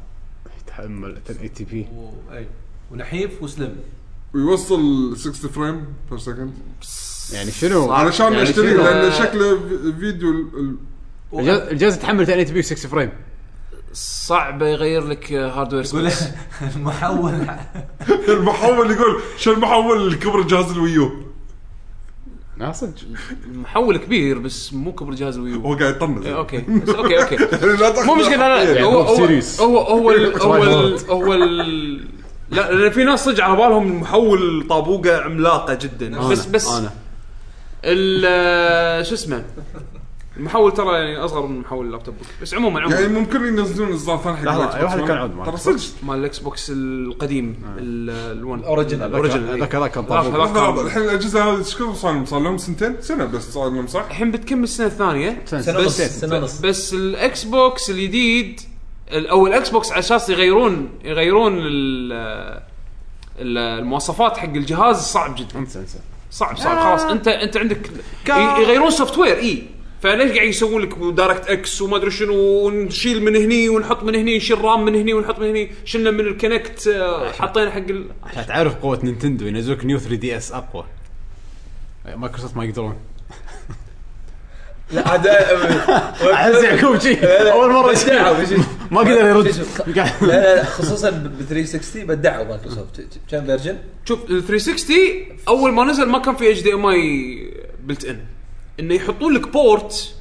[SPEAKER 1] يتحمل 1080 بي
[SPEAKER 4] و... أي. ونحيف وسلم
[SPEAKER 3] ويوصل 60 فريم بير سكند
[SPEAKER 1] يعني شنو؟
[SPEAKER 3] علشان
[SPEAKER 1] يعني
[SPEAKER 3] اشتري
[SPEAKER 1] شنو؟
[SPEAKER 3] لان شكله في- فيديو ال- ال-
[SPEAKER 1] الجهاز الجهاز يتحمل 1080 بي 6 فريم
[SPEAKER 5] صعب يغير لك هاردوير
[SPEAKER 4] يقول (laughs) المحول
[SPEAKER 3] المحول يقول شو المحول لكبر جهاز الويو
[SPEAKER 1] لا صدق
[SPEAKER 5] محول كبير بس مو كبر جهاز الويو
[SPEAKER 3] هو قاعد يطنز (laughs)
[SPEAKER 5] إيه، اوكي بس اوكي اوكي
[SPEAKER 3] لا إيه. تأخذ
[SPEAKER 5] مو مشكله
[SPEAKER 3] (laughs)
[SPEAKER 5] لا لا
[SPEAKER 1] يعني
[SPEAKER 5] هو هو
[SPEAKER 1] serious.
[SPEAKER 5] هو هو ال- هو ال- هو ال- لا لان في ناس صدق على بالهم المحول طابوقه عملاقه جدا بس بس
[SPEAKER 1] انا
[SPEAKER 5] ال- شو اسمه المحول ترى يعني اصغر من محول اللابتوب بس عموما
[SPEAKER 3] يعني
[SPEAKER 5] عموما
[SPEAKER 3] ممكن ينزلون اصدار ثاني حق
[SPEAKER 1] لحظة،
[SPEAKER 3] الإكس
[SPEAKER 1] أي واحد
[SPEAKER 3] بوكس
[SPEAKER 1] كان
[SPEAKER 3] One.
[SPEAKER 1] عود معنا.
[SPEAKER 3] ترى صدق
[SPEAKER 5] مال الاكس بوكس القديم ال- الون
[SPEAKER 4] Original.
[SPEAKER 5] الاوريجنال
[SPEAKER 1] هذاك-
[SPEAKER 5] إيه.
[SPEAKER 1] هذاك كان طابوق.
[SPEAKER 5] هذاك- هذاك
[SPEAKER 3] لحظة، لحظة،
[SPEAKER 5] طابوق.
[SPEAKER 3] الحين الاجهزه هذه ايش كثر صار لهم؟ صار لهم سنتين سنه بس صار لهم صح؟
[SPEAKER 5] الحين بتكمل السنه الثانيه
[SPEAKER 4] سنه ونص سنه ونص
[SPEAKER 5] بس الاكس بوكس الجديد ال- او الاكس بوكس على اساس يغيرون يغيرون ال ال- المواصفات حق الجهاز صعب جدا
[SPEAKER 1] انسى انسى
[SPEAKER 5] صعب صعب خلاص انت انت عندك ي- يغيرون سوفت وير اي فليش قاعد يسوون لك دايركت اكس وما ادري شنو ونشيل من هني ونحط من هني نشيل رام من هني ونحط من هني شلنا من الكونكت آه، حطينا حق ال...
[SPEAKER 1] عشان تعرف قوه نينتندو ينزلوك نيو 3 دي اس اقوى مايكروسوفت ما يقدرون
[SPEAKER 4] لا عاد
[SPEAKER 1] احس يعقوب شي
[SPEAKER 4] لا،
[SPEAKER 1] اول مره شي.
[SPEAKER 4] بدعوا بشي.
[SPEAKER 1] ما قدر يرد
[SPEAKER 4] شوف،
[SPEAKER 1] قاعد-
[SPEAKER 4] لا لا لا، خصوصا ب 360 بدعوا مايكروسوفت كم فيرجن؟
[SPEAKER 5] شوف ال 360 اول ما نزل ما كان في اتش دي ام اي بلت ان انه يحطون لك بورت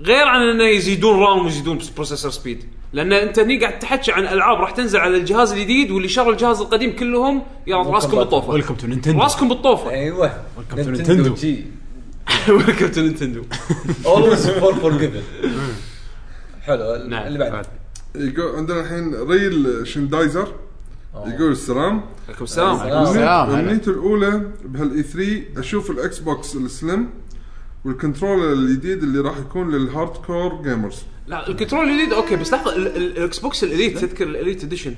[SPEAKER 5] غير عن انه يزيدون رام ويزيدون بروسيسور سبيد لان انت هني قاعد تحكي عن العاب راح تنزل على الجهاز الجديد واللي شروا الجهاز القديم كلهم يا راسكم بالطوفه
[SPEAKER 1] ويلكم تو نينتندو
[SPEAKER 4] (laughs)
[SPEAKER 5] راسكم بالطوفه
[SPEAKER 4] ايوه
[SPEAKER 1] to Nintendo.
[SPEAKER 4] جي
[SPEAKER 5] ويلكم تو نينتندو
[SPEAKER 4] اولويز فور فور جيفن حلو ال-
[SPEAKER 5] نعم.
[SPEAKER 4] اللي بعد
[SPEAKER 3] يقول عندنا الحين ريل شندايزر يقول السلام
[SPEAKER 5] عليكم السلام
[SPEAKER 4] سلام.
[SPEAKER 1] آه.
[SPEAKER 3] نعم.
[SPEAKER 1] سلام.
[SPEAKER 3] امنيته الاولى بهالاي 3 اشوف الاكس بوكس السليم والكنترولر الجديد اللي راح يكون للهارد كور جيمرز
[SPEAKER 5] لا الكنترول الاليت اوكي بس لحظه ال- ال- الاكس بوكس الاليت تذكر الاليت اديشن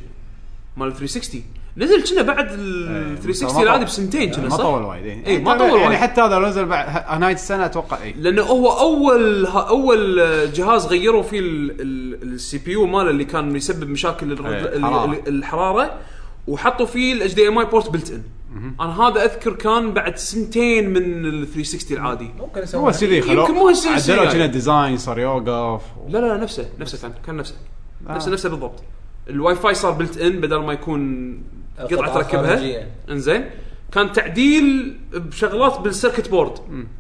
[SPEAKER 5] مال 360 نزل كنا بعد ال 360 العادي بسنتين كنا
[SPEAKER 1] ما
[SPEAKER 5] صح؟
[SPEAKER 1] طول وايد
[SPEAKER 5] إيه، ما طول
[SPEAKER 1] يعني
[SPEAKER 5] وايد.
[SPEAKER 1] حتى هذا لو نزل بعد ه- نهايه السنه اتوقع اي
[SPEAKER 5] لانه هو اول ها اول جهاز غيروا فيه السي بي يو ماله اللي كان يسبب مشاكل الر-
[SPEAKER 1] إيه،
[SPEAKER 5] ال-
[SPEAKER 1] حرارة.
[SPEAKER 5] ال- الحراره وحطوا فيه الاتش دي ام اي بورت بلت ان انا هذا اذكر كان بعد سنتين من ال 360 العادي
[SPEAKER 4] ممكن
[SPEAKER 1] هو
[SPEAKER 4] يسوون
[SPEAKER 1] السي دي خلوه
[SPEAKER 5] يمكن مو هالسي دي
[SPEAKER 1] عدلوا
[SPEAKER 5] يعني.
[SPEAKER 1] كنا الديزاين صار يوقف
[SPEAKER 5] لا لا لا، نفسه نفسه كان كان نفسه
[SPEAKER 1] آه.
[SPEAKER 5] نفسه نفسه بالضبط الواي فاي صار بلت ان بدل ما يكون
[SPEAKER 4] القطعة
[SPEAKER 5] قطعه تركبها
[SPEAKER 4] الخارجية.
[SPEAKER 5] انزين كان تعديل بشغلات بالسيركت بورد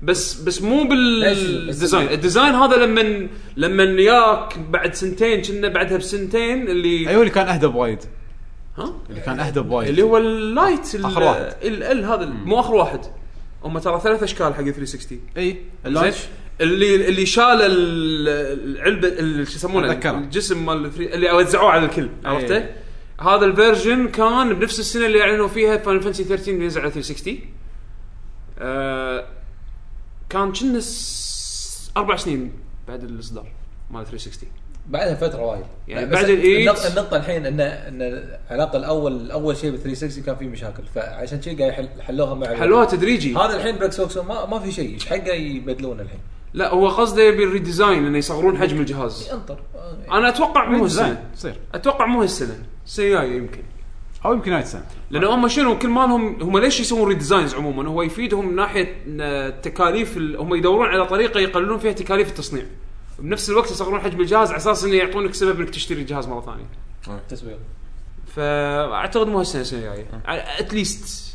[SPEAKER 5] بس بس مو
[SPEAKER 4] ليش؟
[SPEAKER 5] بالديزاين
[SPEAKER 4] بس-
[SPEAKER 5] الديزاين هذا لما لما ياك بعد سنتين كنا بعدها بسنتين اللي
[SPEAKER 1] ايوه اللي كان اهدى بوايد
[SPEAKER 5] ها
[SPEAKER 1] اللي كان اهدى بوايد
[SPEAKER 5] اللي هو اللايت ال-
[SPEAKER 1] آخر واحد.
[SPEAKER 5] ال ال هذا ال- مو اخر واحد هم ترى ثلاث اشكال حق 360
[SPEAKER 1] اي
[SPEAKER 5] زين
[SPEAKER 1] اللانش
[SPEAKER 5] اللي اللي شال ال- العلبه ال- شو يسمونه
[SPEAKER 1] أتذكره.
[SPEAKER 5] الجسم مال الفري- اللي وزعوه على الكل عرفته
[SPEAKER 1] أي.
[SPEAKER 5] هذا الفيرجن كان بنفس السنه اللي اعلنوا فيها فاينل فانسي 13 اللي نزل على 360 آه كان كنا س- اربع سنين بعد الاصدار مال 360
[SPEAKER 4] بعدها فتره وايد
[SPEAKER 5] يعني
[SPEAKER 4] بس
[SPEAKER 5] بعد الإيد-
[SPEAKER 4] النقطة- النقطه الحين ان ان العلاقه الاول اول شيء ب 360 كان في مشاكل فعشان شيء قاعد يحل- حلوها مع الوقت.
[SPEAKER 5] حلوها تدريجي
[SPEAKER 4] هذا الحين بلاك سوكس ما, ما في شيء ايش حقه يبدلونه الحين
[SPEAKER 5] لا هو قصده يبي الريديزاين انه يصغرون حجم الجهاز
[SPEAKER 4] انطر آه،
[SPEAKER 5] انا اتوقع مو هالسنه
[SPEAKER 1] زين تصير
[SPEAKER 5] اتوقع مو هالسنه السنه الجايه يمكن
[SPEAKER 1] او يمكن نهايه السنه
[SPEAKER 5] لان هم شنو كل مالهم هم ليش يسوون ريديزاينز عموما هو يفيدهم من ناحيه إن التكاليف ال- هم يدورون على طريقه يقللون فيها تكاليف التصنيع بنفس الوقت يصغرون حجم الجهاز على اساس انه يعطونك سبب انك تشتري الجهاز مره ثانيه
[SPEAKER 4] يعني تسويق
[SPEAKER 5] فاعتقد مو هالسنه السنه الجايه اتليست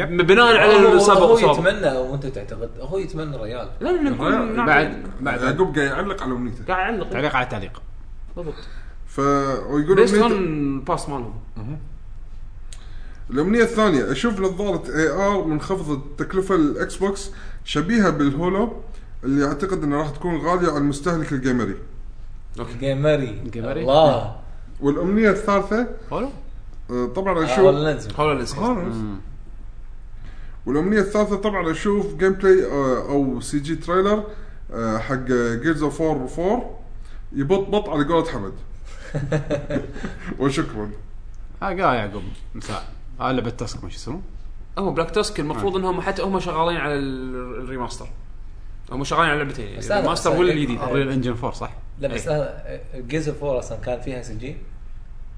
[SPEAKER 5] بناء على
[SPEAKER 4] هو-
[SPEAKER 5] السابق
[SPEAKER 4] هو
[SPEAKER 5] السابق
[SPEAKER 4] يتمنى وانت تعتقد هو يتمنى الريال
[SPEAKER 5] لا لا نكون نعرف-
[SPEAKER 1] بعد بعد
[SPEAKER 3] يعقوب قاعد يعلق على امنيته
[SPEAKER 5] قاعد اعلق
[SPEAKER 1] تعليق على تعليق
[SPEAKER 5] بالضبط
[SPEAKER 3] ف ويقول
[SPEAKER 5] بيست اون
[SPEAKER 3] أمنيته-
[SPEAKER 5] الباست مالهم
[SPEAKER 3] الامنيه الثانيه اشوف نظاره اي ار منخفض التكلفه للاكس بوكس شبيهه بالهولو اللي اعتقد انها راح تكون غاليه على المستهلك الجيمري
[SPEAKER 4] جيمري
[SPEAKER 1] جيمري.
[SPEAKER 4] الله
[SPEAKER 3] والامنيه الثالثه
[SPEAKER 1] حلو
[SPEAKER 3] آه، طبعا
[SPEAKER 4] آه،
[SPEAKER 3] اشوف
[SPEAKER 4] ولا لازم
[SPEAKER 5] هولو لينس
[SPEAKER 3] والامنيه الثالثه طبعا اشوف جيم بلاي آه، او سي جي تريلر آه، حق جيرز اوف 4 4 يبط بط على قولة حمد وشكرا
[SPEAKER 1] ها قال آه، يعقوب مساء ها لعبه تاسك ما شو يسمون
[SPEAKER 5] هم بلاك تاسك المفروض انهم حتى هم شغالين على ال- الريماستر هم شغالين على لعبتين يعني
[SPEAKER 4] بس هذا-
[SPEAKER 5] الريماستر
[SPEAKER 4] بس
[SPEAKER 5] والجديد
[SPEAKER 4] هذا- آه.
[SPEAKER 1] ريل انجن 4 صح؟
[SPEAKER 4] لا بس انا جيز اوف اصلا كان فيها سي جي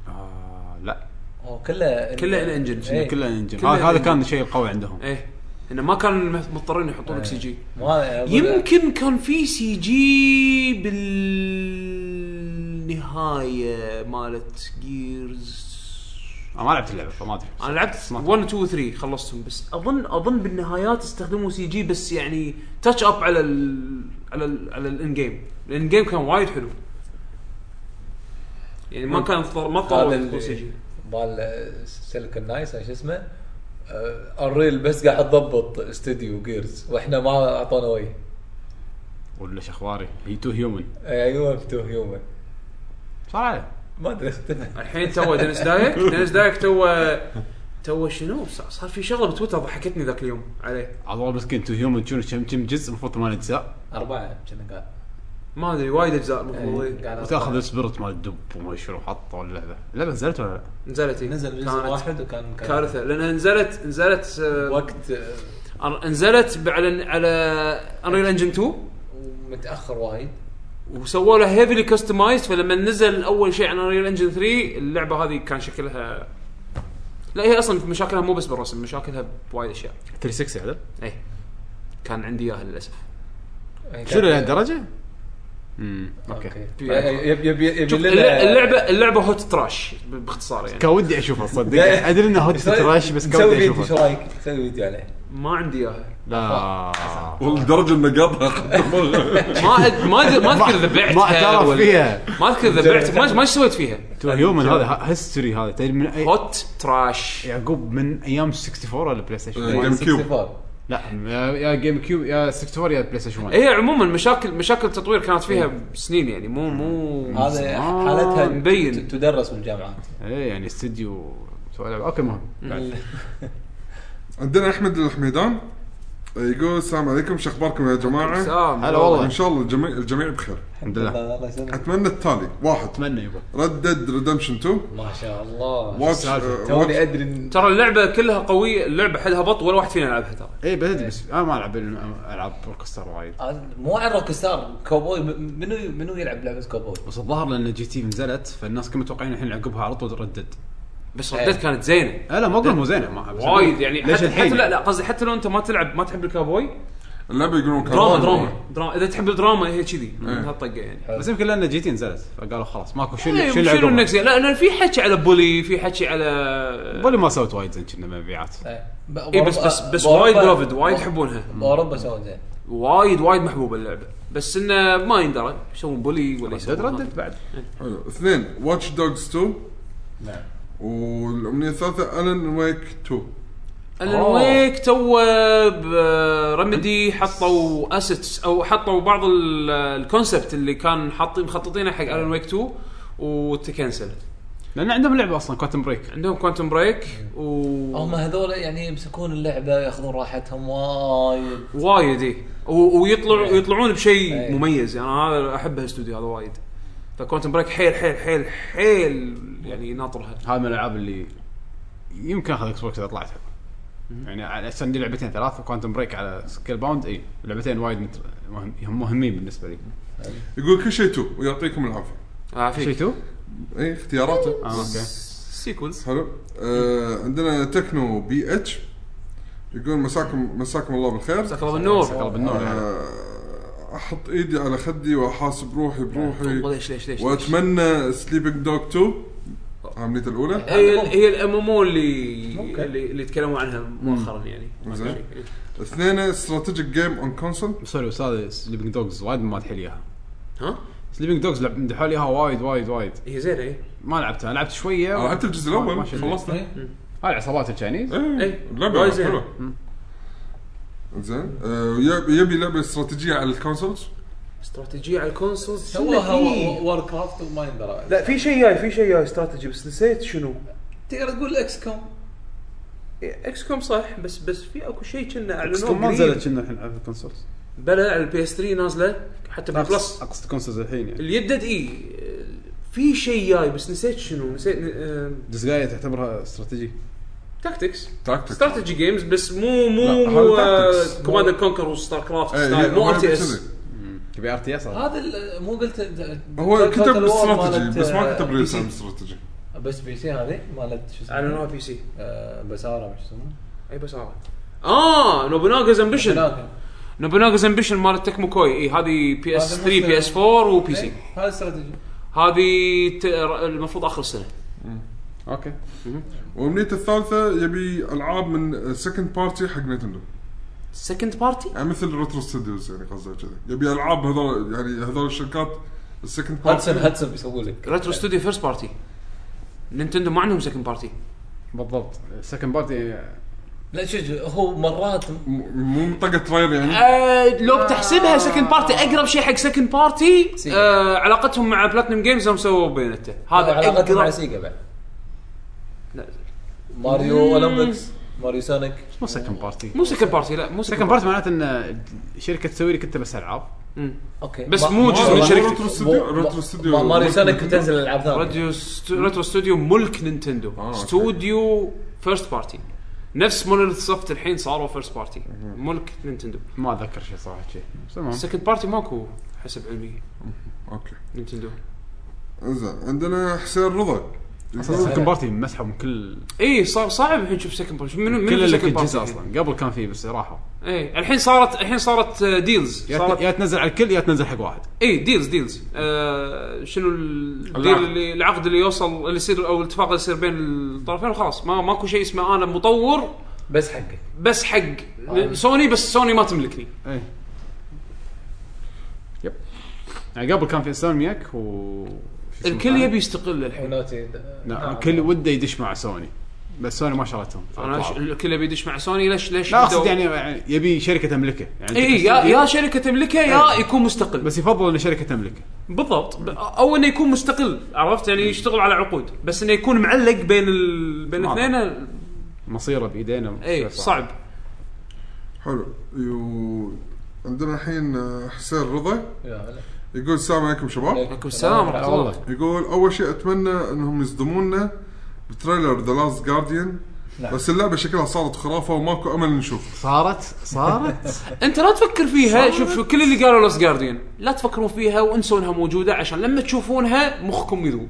[SPEAKER 1] آه لا
[SPEAKER 4] وكله
[SPEAKER 5] كله الانجن شنو
[SPEAKER 4] إيه.
[SPEAKER 1] كله انجن
[SPEAKER 5] كله
[SPEAKER 1] هذا هذا كان
[SPEAKER 5] engine.
[SPEAKER 1] الشيء القوي عندهم
[SPEAKER 5] ايه انه ما كانوا مضطرين يحطون لك سي جي
[SPEAKER 4] مو هذا- أقول-
[SPEAKER 5] يمكن كان في سي جي بالنهايه مالت جيرز
[SPEAKER 1] انا ما لعبت اللعبه فما ادري
[SPEAKER 5] انا لعبت 1 2 3 خلصتهم بس اظن اظن بالنهايات استخدموا سي جي بس يعني تاتش اب على ال على ال على الان جيم الان جيم كان وايد حلو يعني ما كان اضطر- ما
[SPEAKER 4] هذا
[SPEAKER 5] اضطروا
[SPEAKER 4] اللي-
[SPEAKER 5] يحطون سي جي
[SPEAKER 4] مال آه، سيليكون نايس أو شو اسمه آه، الريل بس قاعد تضبط استديو جيرز واحنا ما اعطونا وي
[SPEAKER 1] ولا شخواري هي تو هيومن
[SPEAKER 4] ايوه تو هيومن
[SPEAKER 1] صار عليه
[SPEAKER 4] ما (laughs) ادري اختفى
[SPEAKER 5] الحين تو دنس دايك دنس دايك تو تو شنو صار صار في شغله بتويتر ضحكتني ذاك اليوم عليه
[SPEAKER 1] عاد والله مسكين تو هيومن شنو كم كم جزء المفروض ثمان اجزاء
[SPEAKER 4] اربعه كنا قاعد
[SPEAKER 5] ما ادري وايد اجزاء المفروض
[SPEAKER 4] إيه،
[SPEAKER 5] إيه.
[SPEAKER 4] قاعد
[SPEAKER 1] وتاخذ السبيرت مال الدب وما شنو حطه اللعبه اللعبه نزلت ولا لا؟
[SPEAKER 5] نزلت إيه.
[SPEAKER 4] نزل جزء
[SPEAKER 5] كانت
[SPEAKER 4] واحد وكان كان
[SPEAKER 5] كارثه لانها نزلت نزلت آه،
[SPEAKER 4] وقت آه،
[SPEAKER 5] أر- نزلت ب- على على انريل انجن 2
[SPEAKER 4] متاخر وايد
[SPEAKER 5] وسووا لها هيفلي كستمايزد فلما نزل اول شيء على انريل انجن 3 اللعبه هذه كان شكلها لا هي اصلا مشاكلها مو بس بالرسم مشاكلها بوايد اشياء
[SPEAKER 1] 360 عدل
[SPEAKER 5] اي كان عندي اياها للاسف يعني
[SPEAKER 1] شنو لهالدرجه؟ امم اوكي
[SPEAKER 4] اوكي يبي يبي يبي
[SPEAKER 5] طيب.
[SPEAKER 1] يعني
[SPEAKER 5] شوف اللع- اللعبه اللعبه هوت تراش ب- باختصار يعني
[SPEAKER 1] كان ودي اشوفها تصدق ادري انه هوت تراش بس كان
[SPEAKER 4] سوي
[SPEAKER 1] ودي
[SPEAKER 4] فيديو شو
[SPEAKER 1] اشوفها
[SPEAKER 4] رايك؟ سوي فيديو عليه
[SPEAKER 5] ما عندي
[SPEAKER 1] (laughs)
[SPEAKER 5] اياها
[SPEAKER 1] لا
[SPEAKER 3] والله لدرجه انه قاطع
[SPEAKER 5] ما أد... ما أد... ما اذكر ذبحتها
[SPEAKER 1] ما اعترف
[SPEAKER 5] ولا-
[SPEAKER 1] فيها
[SPEAKER 5] ما اذكر ذبحت ما ما إيش سويت فيها
[SPEAKER 1] تو هيومن هذا هيستوري هذا تدري من اي
[SPEAKER 5] هوت تراش
[SPEAKER 1] يعقوب من ايام 64 ولا بلاي ستيشن
[SPEAKER 3] إيه.
[SPEAKER 1] 1
[SPEAKER 3] جيم كيوب.
[SPEAKER 4] 64.
[SPEAKER 1] لا يا- يا جيم كيوب يا 64 يا بلاي ستيشن 1
[SPEAKER 5] هي عموما مشاكل مشاكل التطوير كانت فيها
[SPEAKER 1] إيه.
[SPEAKER 5] سنين يعني مو مو
[SPEAKER 4] هذا
[SPEAKER 1] زمان.
[SPEAKER 5] آه،
[SPEAKER 4] حالتها
[SPEAKER 5] مبين.
[SPEAKER 4] ت- تدرس بالجامعات
[SPEAKER 1] ايه يعني استديو سوى لعبه اوكي مهم
[SPEAKER 5] إيه.
[SPEAKER 3] عندنا احمد الحميدان يقول السلام عليكم شو اخباركم يا جماعه؟
[SPEAKER 5] سام.
[SPEAKER 1] هلا والله.
[SPEAKER 3] ان شاء الله الجميع الجميع بخير
[SPEAKER 1] الحمد لله
[SPEAKER 4] الله الله يسلمك
[SPEAKER 3] اتمنى التالي واحد
[SPEAKER 1] اتمنى يبا
[SPEAKER 3] ريد ديد ريدمشن 2
[SPEAKER 4] ما شاء الله
[SPEAKER 3] واتش
[SPEAKER 1] السالفة؟
[SPEAKER 3] آه،
[SPEAKER 4] توني
[SPEAKER 3] واتش-
[SPEAKER 4] ادري إن-
[SPEAKER 5] ترى اللعبه كلها قويه اللعبه حلها بط ولا واحد فينا لعبها ترى
[SPEAKER 1] اي إيه، بس بس انا ما العب الم- العاب روك ستار وايد
[SPEAKER 4] آه، مو عن روك ستار كوبوي م- منو منو يلعب لعبه كوبوي؟
[SPEAKER 1] بس الظاهر لان جي تي نزلت فالناس كانوا متوقعين الحين عقبها على طول ردد
[SPEAKER 5] بس
[SPEAKER 4] إيه.
[SPEAKER 5] ردت كانت زينه
[SPEAKER 1] لا لا ما اقول مو زينه ما- بس
[SPEAKER 5] إيه. وايد
[SPEAKER 1] أقول
[SPEAKER 5] يعني
[SPEAKER 1] ليش
[SPEAKER 5] حتى,
[SPEAKER 1] الحين
[SPEAKER 5] حتى لا لا قصدي حتى لو انت ما تلعب ما تحب الكابوي
[SPEAKER 3] اللعبه يقولون
[SPEAKER 5] دراما
[SPEAKER 3] كان-
[SPEAKER 5] دراما دراما اذا تحب الدراما هي كذي هالطقه يعني
[SPEAKER 1] بس يمكن لان جي تي نزلت فقالوا خلاص ماكو شو
[SPEAKER 5] إيه،
[SPEAKER 1] شو
[SPEAKER 5] شنو
[SPEAKER 1] العقبه
[SPEAKER 5] النكست لا لان في حكي على بولي في حكي على
[SPEAKER 1] بولي ما سوت وايد زين كنا مبيعات
[SPEAKER 4] إيه. ب-
[SPEAKER 5] اي بس بس
[SPEAKER 4] بأوروبا-
[SPEAKER 5] بس وايد
[SPEAKER 4] بأوروبا-
[SPEAKER 5] لوفد وايد يحبونها
[SPEAKER 4] باوروبا سووا زين
[SPEAKER 5] وايد وايد محبوبه اللعبه بس انه ما يندرى يسوون بولي ولا
[SPEAKER 1] ردد
[SPEAKER 5] يسوون
[SPEAKER 1] ردد بعد
[SPEAKER 3] حلو اثنين واتش دوجز 2
[SPEAKER 4] نعم
[SPEAKER 3] والامنيه الثالثه الن ويك 2
[SPEAKER 5] الن ويك تو آه، رمدي حطوا اسيتس او حطوا بعض ال- الكونسبت اللي كان حاطين مخططينه حق الن ويك 2 وتكنسل
[SPEAKER 1] لان عندهم لعبه اصلا كوتن بريك
[SPEAKER 5] عندهم كوانتم بريك و
[SPEAKER 4] هم هذول يعني يمسكون اللعبه ياخذون راحتهم وايد
[SPEAKER 5] وايد اي ويطلع
[SPEAKER 4] إيه.
[SPEAKER 5] ويطلعون بشيء
[SPEAKER 4] إيه.
[SPEAKER 5] مميز يعني انا هذا احب هالاستوديو هذا وايد فكوانتم بريك حيل حيل حيل حيل يعني ناطرها
[SPEAKER 1] هذا من الالعاب اللي يمكن اخذ اكس بوكس اذا طلعت يعني على اساس عندي لعبتين ثلاث كوانتم بريك على سكيل باوند اي لعبتين وايد متر... مهم... مهمين بالنسبه لي
[SPEAKER 3] يقول كل شيء 2 ويعطيكم العافيه
[SPEAKER 1] شي
[SPEAKER 5] عافيك
[SPEAKER 1] تو؟
[SPEAKER 3] اي اختياراته
[SPEAKER 5] آه،
[SPEAKER 3] آه.
[SPEAKER 1] اه اوكي
[SPEAKER 5] سيكولز
[SPEAKER 3] حلو آه عندنا تكنو بي اتش يقول مساكم مساكم الله بالخير
[SPEAKER 5] مساك الله بالنور
[SPEAKER 1] سكر بالنور يعني.
[SPEAKER 3] آه احط ايدي على خدي واحاسب روحي
[SPEAKER 5] والله
[SPEAKER 3] بروحي
[SPEAKER 5] ليش ليش ليش ليش؟
[SPEAKER 3] واتمنى سليبنج دوغ 2 عمليته الاولى
[SPEAKER 5] هي هي الام ام او اللي
[SPEAKER 4] ممكن.
[SPEAKER 5] اللي, اللي تكلموا عنها مؤخرا يعني
[SPEAKER 3] زين. اثنين استراتيجيك جيم اون كونسول
[SPEAKER 1] سوري بس هذا سليبنج دوجز وايد ما تحل اياها
[SPEAKER 5] ها
[SPEAKER 1] سليبنج دوجز لعب مدحوا لي اياها وايد وايد وايد
[SPEAKER 5] هي إيه. زينه اي
[SPEAKER 1] ما لعبتها آه، لعبت شويه
[SPEAKER 3] أنا لعبت آه، الجزء
[SPEAKER 1] ما- ما
[SPEAKER 3] الاول
[SPEAKER 1] شدني.
[SPEAKER 3] خلصت
[SPEAKER 4] إيه.
[SPEAKER 1] هاي العصابات التشاينيز
[SPEAKER 5] إيه.
[SPEAKER 3] ايه
[SPEAKER 5] وايد
[SPEAKER 3] لعبه
[SPEAKER 5] زين.
[SPEAKER 3] حلوه زين آه يب- يبي لعبه استراتيجيه على الكونسولز
[SPEAKER 5] استراتيجيه على الكونسول
[SPEAKER 4] سووها وور كرافت وما يندرى
[SPEAKER 5] لا في شيء جاي في شيء جاي استراتيجي بس نسيت شنو
[SPEAKER 4] تقدر تقول اكس كوم
[SPEAKER 5] اكس إيه، كوم صح بس بس في اكو شيء كنا اعلنوه
[SPEAKER 1] ما
[SPEAKER 5] قريب.
[SPEAKER 1] نزلت كنا الحين على الكونسولز
[SPEAKER 5] بلا على البي اس 3 نازله حتى بالبلس
[SPEAKER 1] اقصد الكونسولز الحين يعني
[SPEAKER 5] اللي يدد اي في شيء جاي بس نسيت شنو نسيت آه،
[SPEAKER 1] دزقاية تعتبرها استراتيجي
[SPEAKER 5] تاكتكس
[SPEAKER 3] تاكتكس
[SPEAKER 5] استراتيجي جيمز بس مو مو
[SPEAKER 3] لا،
[SPEAKER 5] مو آه،
[SPEAKER 3] هذا تاكتكس.
[SPEAKER 5] كوماند كونكر وستار كرافت
[SPEAKER 3] إيه،
[SPEAKER 5] ستايل
[SPEAKER 3] هي-
[SPEAKER 5] مو
[SPEAKER 3] هي
[SPEAKER 5] ار تي اس
[SPEAKER 3] كذي.
[SPEAKER 1] تبي تبي ار تي اس
[SPEAKER 4] هذا ال- مو قلت
[SPEAKER 3] هو
[SPEAKER 4] Total
[SPEAKER 3] كتب
[SPEAKER 4] War
[SPEAKER 3] استراتيجي
[SPEAKER 4] مالت-
[SPEAKER 3] بس ما كتب
[SPEAKER 4] آه،
[SPEAKER 3] ريل تايم استراتيجي
[SPEAKER 4] بس بي سي هذه مالت شو اسمه
[SPEAKER 5] اعلنوها بي سي
[SPEAKER 4] آه، بساره شو اسمه
[SPEAKER 5] اي بس هذا اه نوبوناغاز امبيشن
[SPEAKER 4] هناك.
[SPEAKER 5] نوبوناغاز امبيشن مالت تكمو كوي اي هذه بي اس
[SPEAKER 4] هذا
[SPEAKER 5] 3 بي اس
[SPEAKER 4] مصر.
[SPEAKER 5] 4 وبي سي
[SPEAKER 4] إيه، هذا استراتيجي
[SPEAKER 5] هذه ت- المفروض اخر السنه
[SPEAKER 1] اوكي
[SPEAKER 3] وامنيته الثالثه يبي العاب من سكند بارتي حق نينتندو
[SPEAKER 5] سكند بارتي
[SPEAKER 3] يعني مثل ريترو ستوديوز يعني قصده كذا يبي العاب هذول يعني هذول الشركات السكند
[SPEAKER 4] هاتسون
[SPEAKER 3] بارتي
[SPEAKER 4] هاتسون بيسوي لك
[SPEAKER 3] إيه.
[SPEAKER 5] ريترو ستوديو فيرست بارتي نينتندو ما عندهم سكند بارتي
[SPEAKER 1] بالضبط سكند بارتي
[SPEAKER 4] لا شوف هو مرات
[SPEAKER 3] م- مو منطقه ترير يعني
[SPEAKER 5] آه لو بتحسبها سكند بارتي اقرب شيء حق سكند بارتي
[SPEAKER 4] سيجا.
[SPEAKER 5] آه علاقتهم مع بلاتنم جيمز هم سووا بينته
[SPEAKER 4] هذا
[SPEAKER 5] هذا
[SPEAKER 4] علاقته مع
[SPEAKER 5] اقرب
[SPEAKER 4] سيجا بعد
[SPEAKER 5] لا،
[SPEAKER 4] ماريو اولمبيكس ماريو سونيك
[SPEAKER 1] مو سكند بارتي
[SPEAKER 5] مو سكند بارتي لا مو
[SPEAKER 1] سكند
[SPEAKER 5] سكند
[SPEAKER 1] بارتي معناته ان شركه تسوي لك انت بس العاب
[SPEAKER 5] بارتي
[SPEAKER 4] اوكي
[SPEAKER 5] بس
[SPEAKER 4] ما-
[SPEAKER 5] مو
[SPEAKER 4] ما-
[SPEAKER 5] جزء من
[SPEAKER 4] ما-
[SPEAKER 5] شركته.
[SPEAKER 3] ريترو ستوديو-
[SPEAKER 4] ما-
[SPEAKER 3] ريترو
[SPEAKER 4] ما-
[SPEAKER 3] ستوديو.
[SPEAKER 4] ما- ماريو
[SPEAKER 3] ممكن-
[SPEAKER 4] سونيك تنزل العاب ثانيه
[SPEAKER 5] راديو ست... ريترو ستوديو ملك نينتندو
[SPEAKER 3] آه، أوكي.
[SPEAKER 5] استوديو فيرست بارتي نفس مونوليث سوفت الحين صاروا فيرست بارتي ملك نينتندو
[SPEAKER 1] ما اتذكر شيء صراحه شيء بس تمام
[SPEAKER 5] سكند بارتي ماكو حسب علمي
[SPEAKER 3] اوكي
[SPEAKER 5] نينتندو
[SPEAKER 3] انزين عندنا حسين رضا
[SPEAKER 1] سكند بارتي مسحوا من كل
[SPEAKER 5] اي صار صعب الحين تشوف سكند بارتي من من
[SPEAKER 1] كل اللي في
[SPEAKER 5] سكند
[SPEAKER 1] الجزء اصلا قبل كان فيه بس راحوا
[SPEAKER 5] اي الحين صارت الحين صارت آه، ديلز
[SPEAKER 1] يا
[SPEAKER 5] صارت
[SPEAKER 1] تن- يا تنزل على الكل يا تنزل حق واحد
[SPEAKER 5] اي ديلز ديلز إيه، آه شنو ال- الديل
[SPEAKER 3] العقد.
[SPEAKER 5] اللي العقد اللي يوصل اللي يصير او الاتفاق اللي يصير بين الطرفين وخلاص ما ماكو شيء اسمه انا مطور
[SPEAKER 4] بس حقك
[SPEAKER 5] بس حق
[SPEAKER 1] أيوة.
[SPEAKER 5] سوني بس سوني ما تملكني
[SPEAKER 1] ايه يب يعني قبل كان في سوني ياك و شو اسمه
[SPEAKER 5] الكل
[SPEAKER 1] ثاني؟
[SPEAKER 5] يبي يستقل الحين
[SPEAKER 4] ونوتي
[SPEAKER 1] لا
[SPEAKER 3] نعم،
[SPEAKER 1] الكل وده يدش مع سوني بس سوني ما شرتهم
[SPEAKER 5] انا ش... الكل بيدش مع سوني ليش ليش
[SPEAKER 1] لا اقصد
[SPEAKER 5] بدأوا-
[SPEAKER 1] يعني يعني يبي شركه تملكه يعني
[SPEAKER 5] اي إيه، يا يا شركه تملكه يا يكون مستقل
[SPEAKER 1] أيوة. بس يفضل ان شركه تملكه
[SPEAKER 5] بالضبط ب- او انه يكون مستقل عرفت يعني يشتغل على عقود بس انه يكون معلق بين ال... بين
[SPEAKER 1] ما
[SPEAKER 5] الاثنين
[SPEAKER 1] مصيره بايدينا
[SPEAKER 5] اي صعب
[SPEAKER 3] حلو يو... عندنا الحين آه، حسين رضا يقول السلام عليكم شباب
[SPEAKER 5] عليكم السلام ورحمه الله
[SPEAKER 3] يقول اول شيء اتمنى انهم يصدمونا بتريلر ذا لاست جارديان
[SPEAKER 4] نعم.
[SPEAKER 3] بس اللعبه شكلها صارت خرافه وماكو امل نشوف
[SPEAKER 1] صارت
[SPEAKER 5] (laughs)
[SPEAKER 1] صارت
[SPEAKER 5] انت لا تفكر فيها شوف شوف كل اللي قالوا لوس جارديان لا تفكرون فيها وانسوا انها موجوده عشان لما تشوفونها مخكم يذوب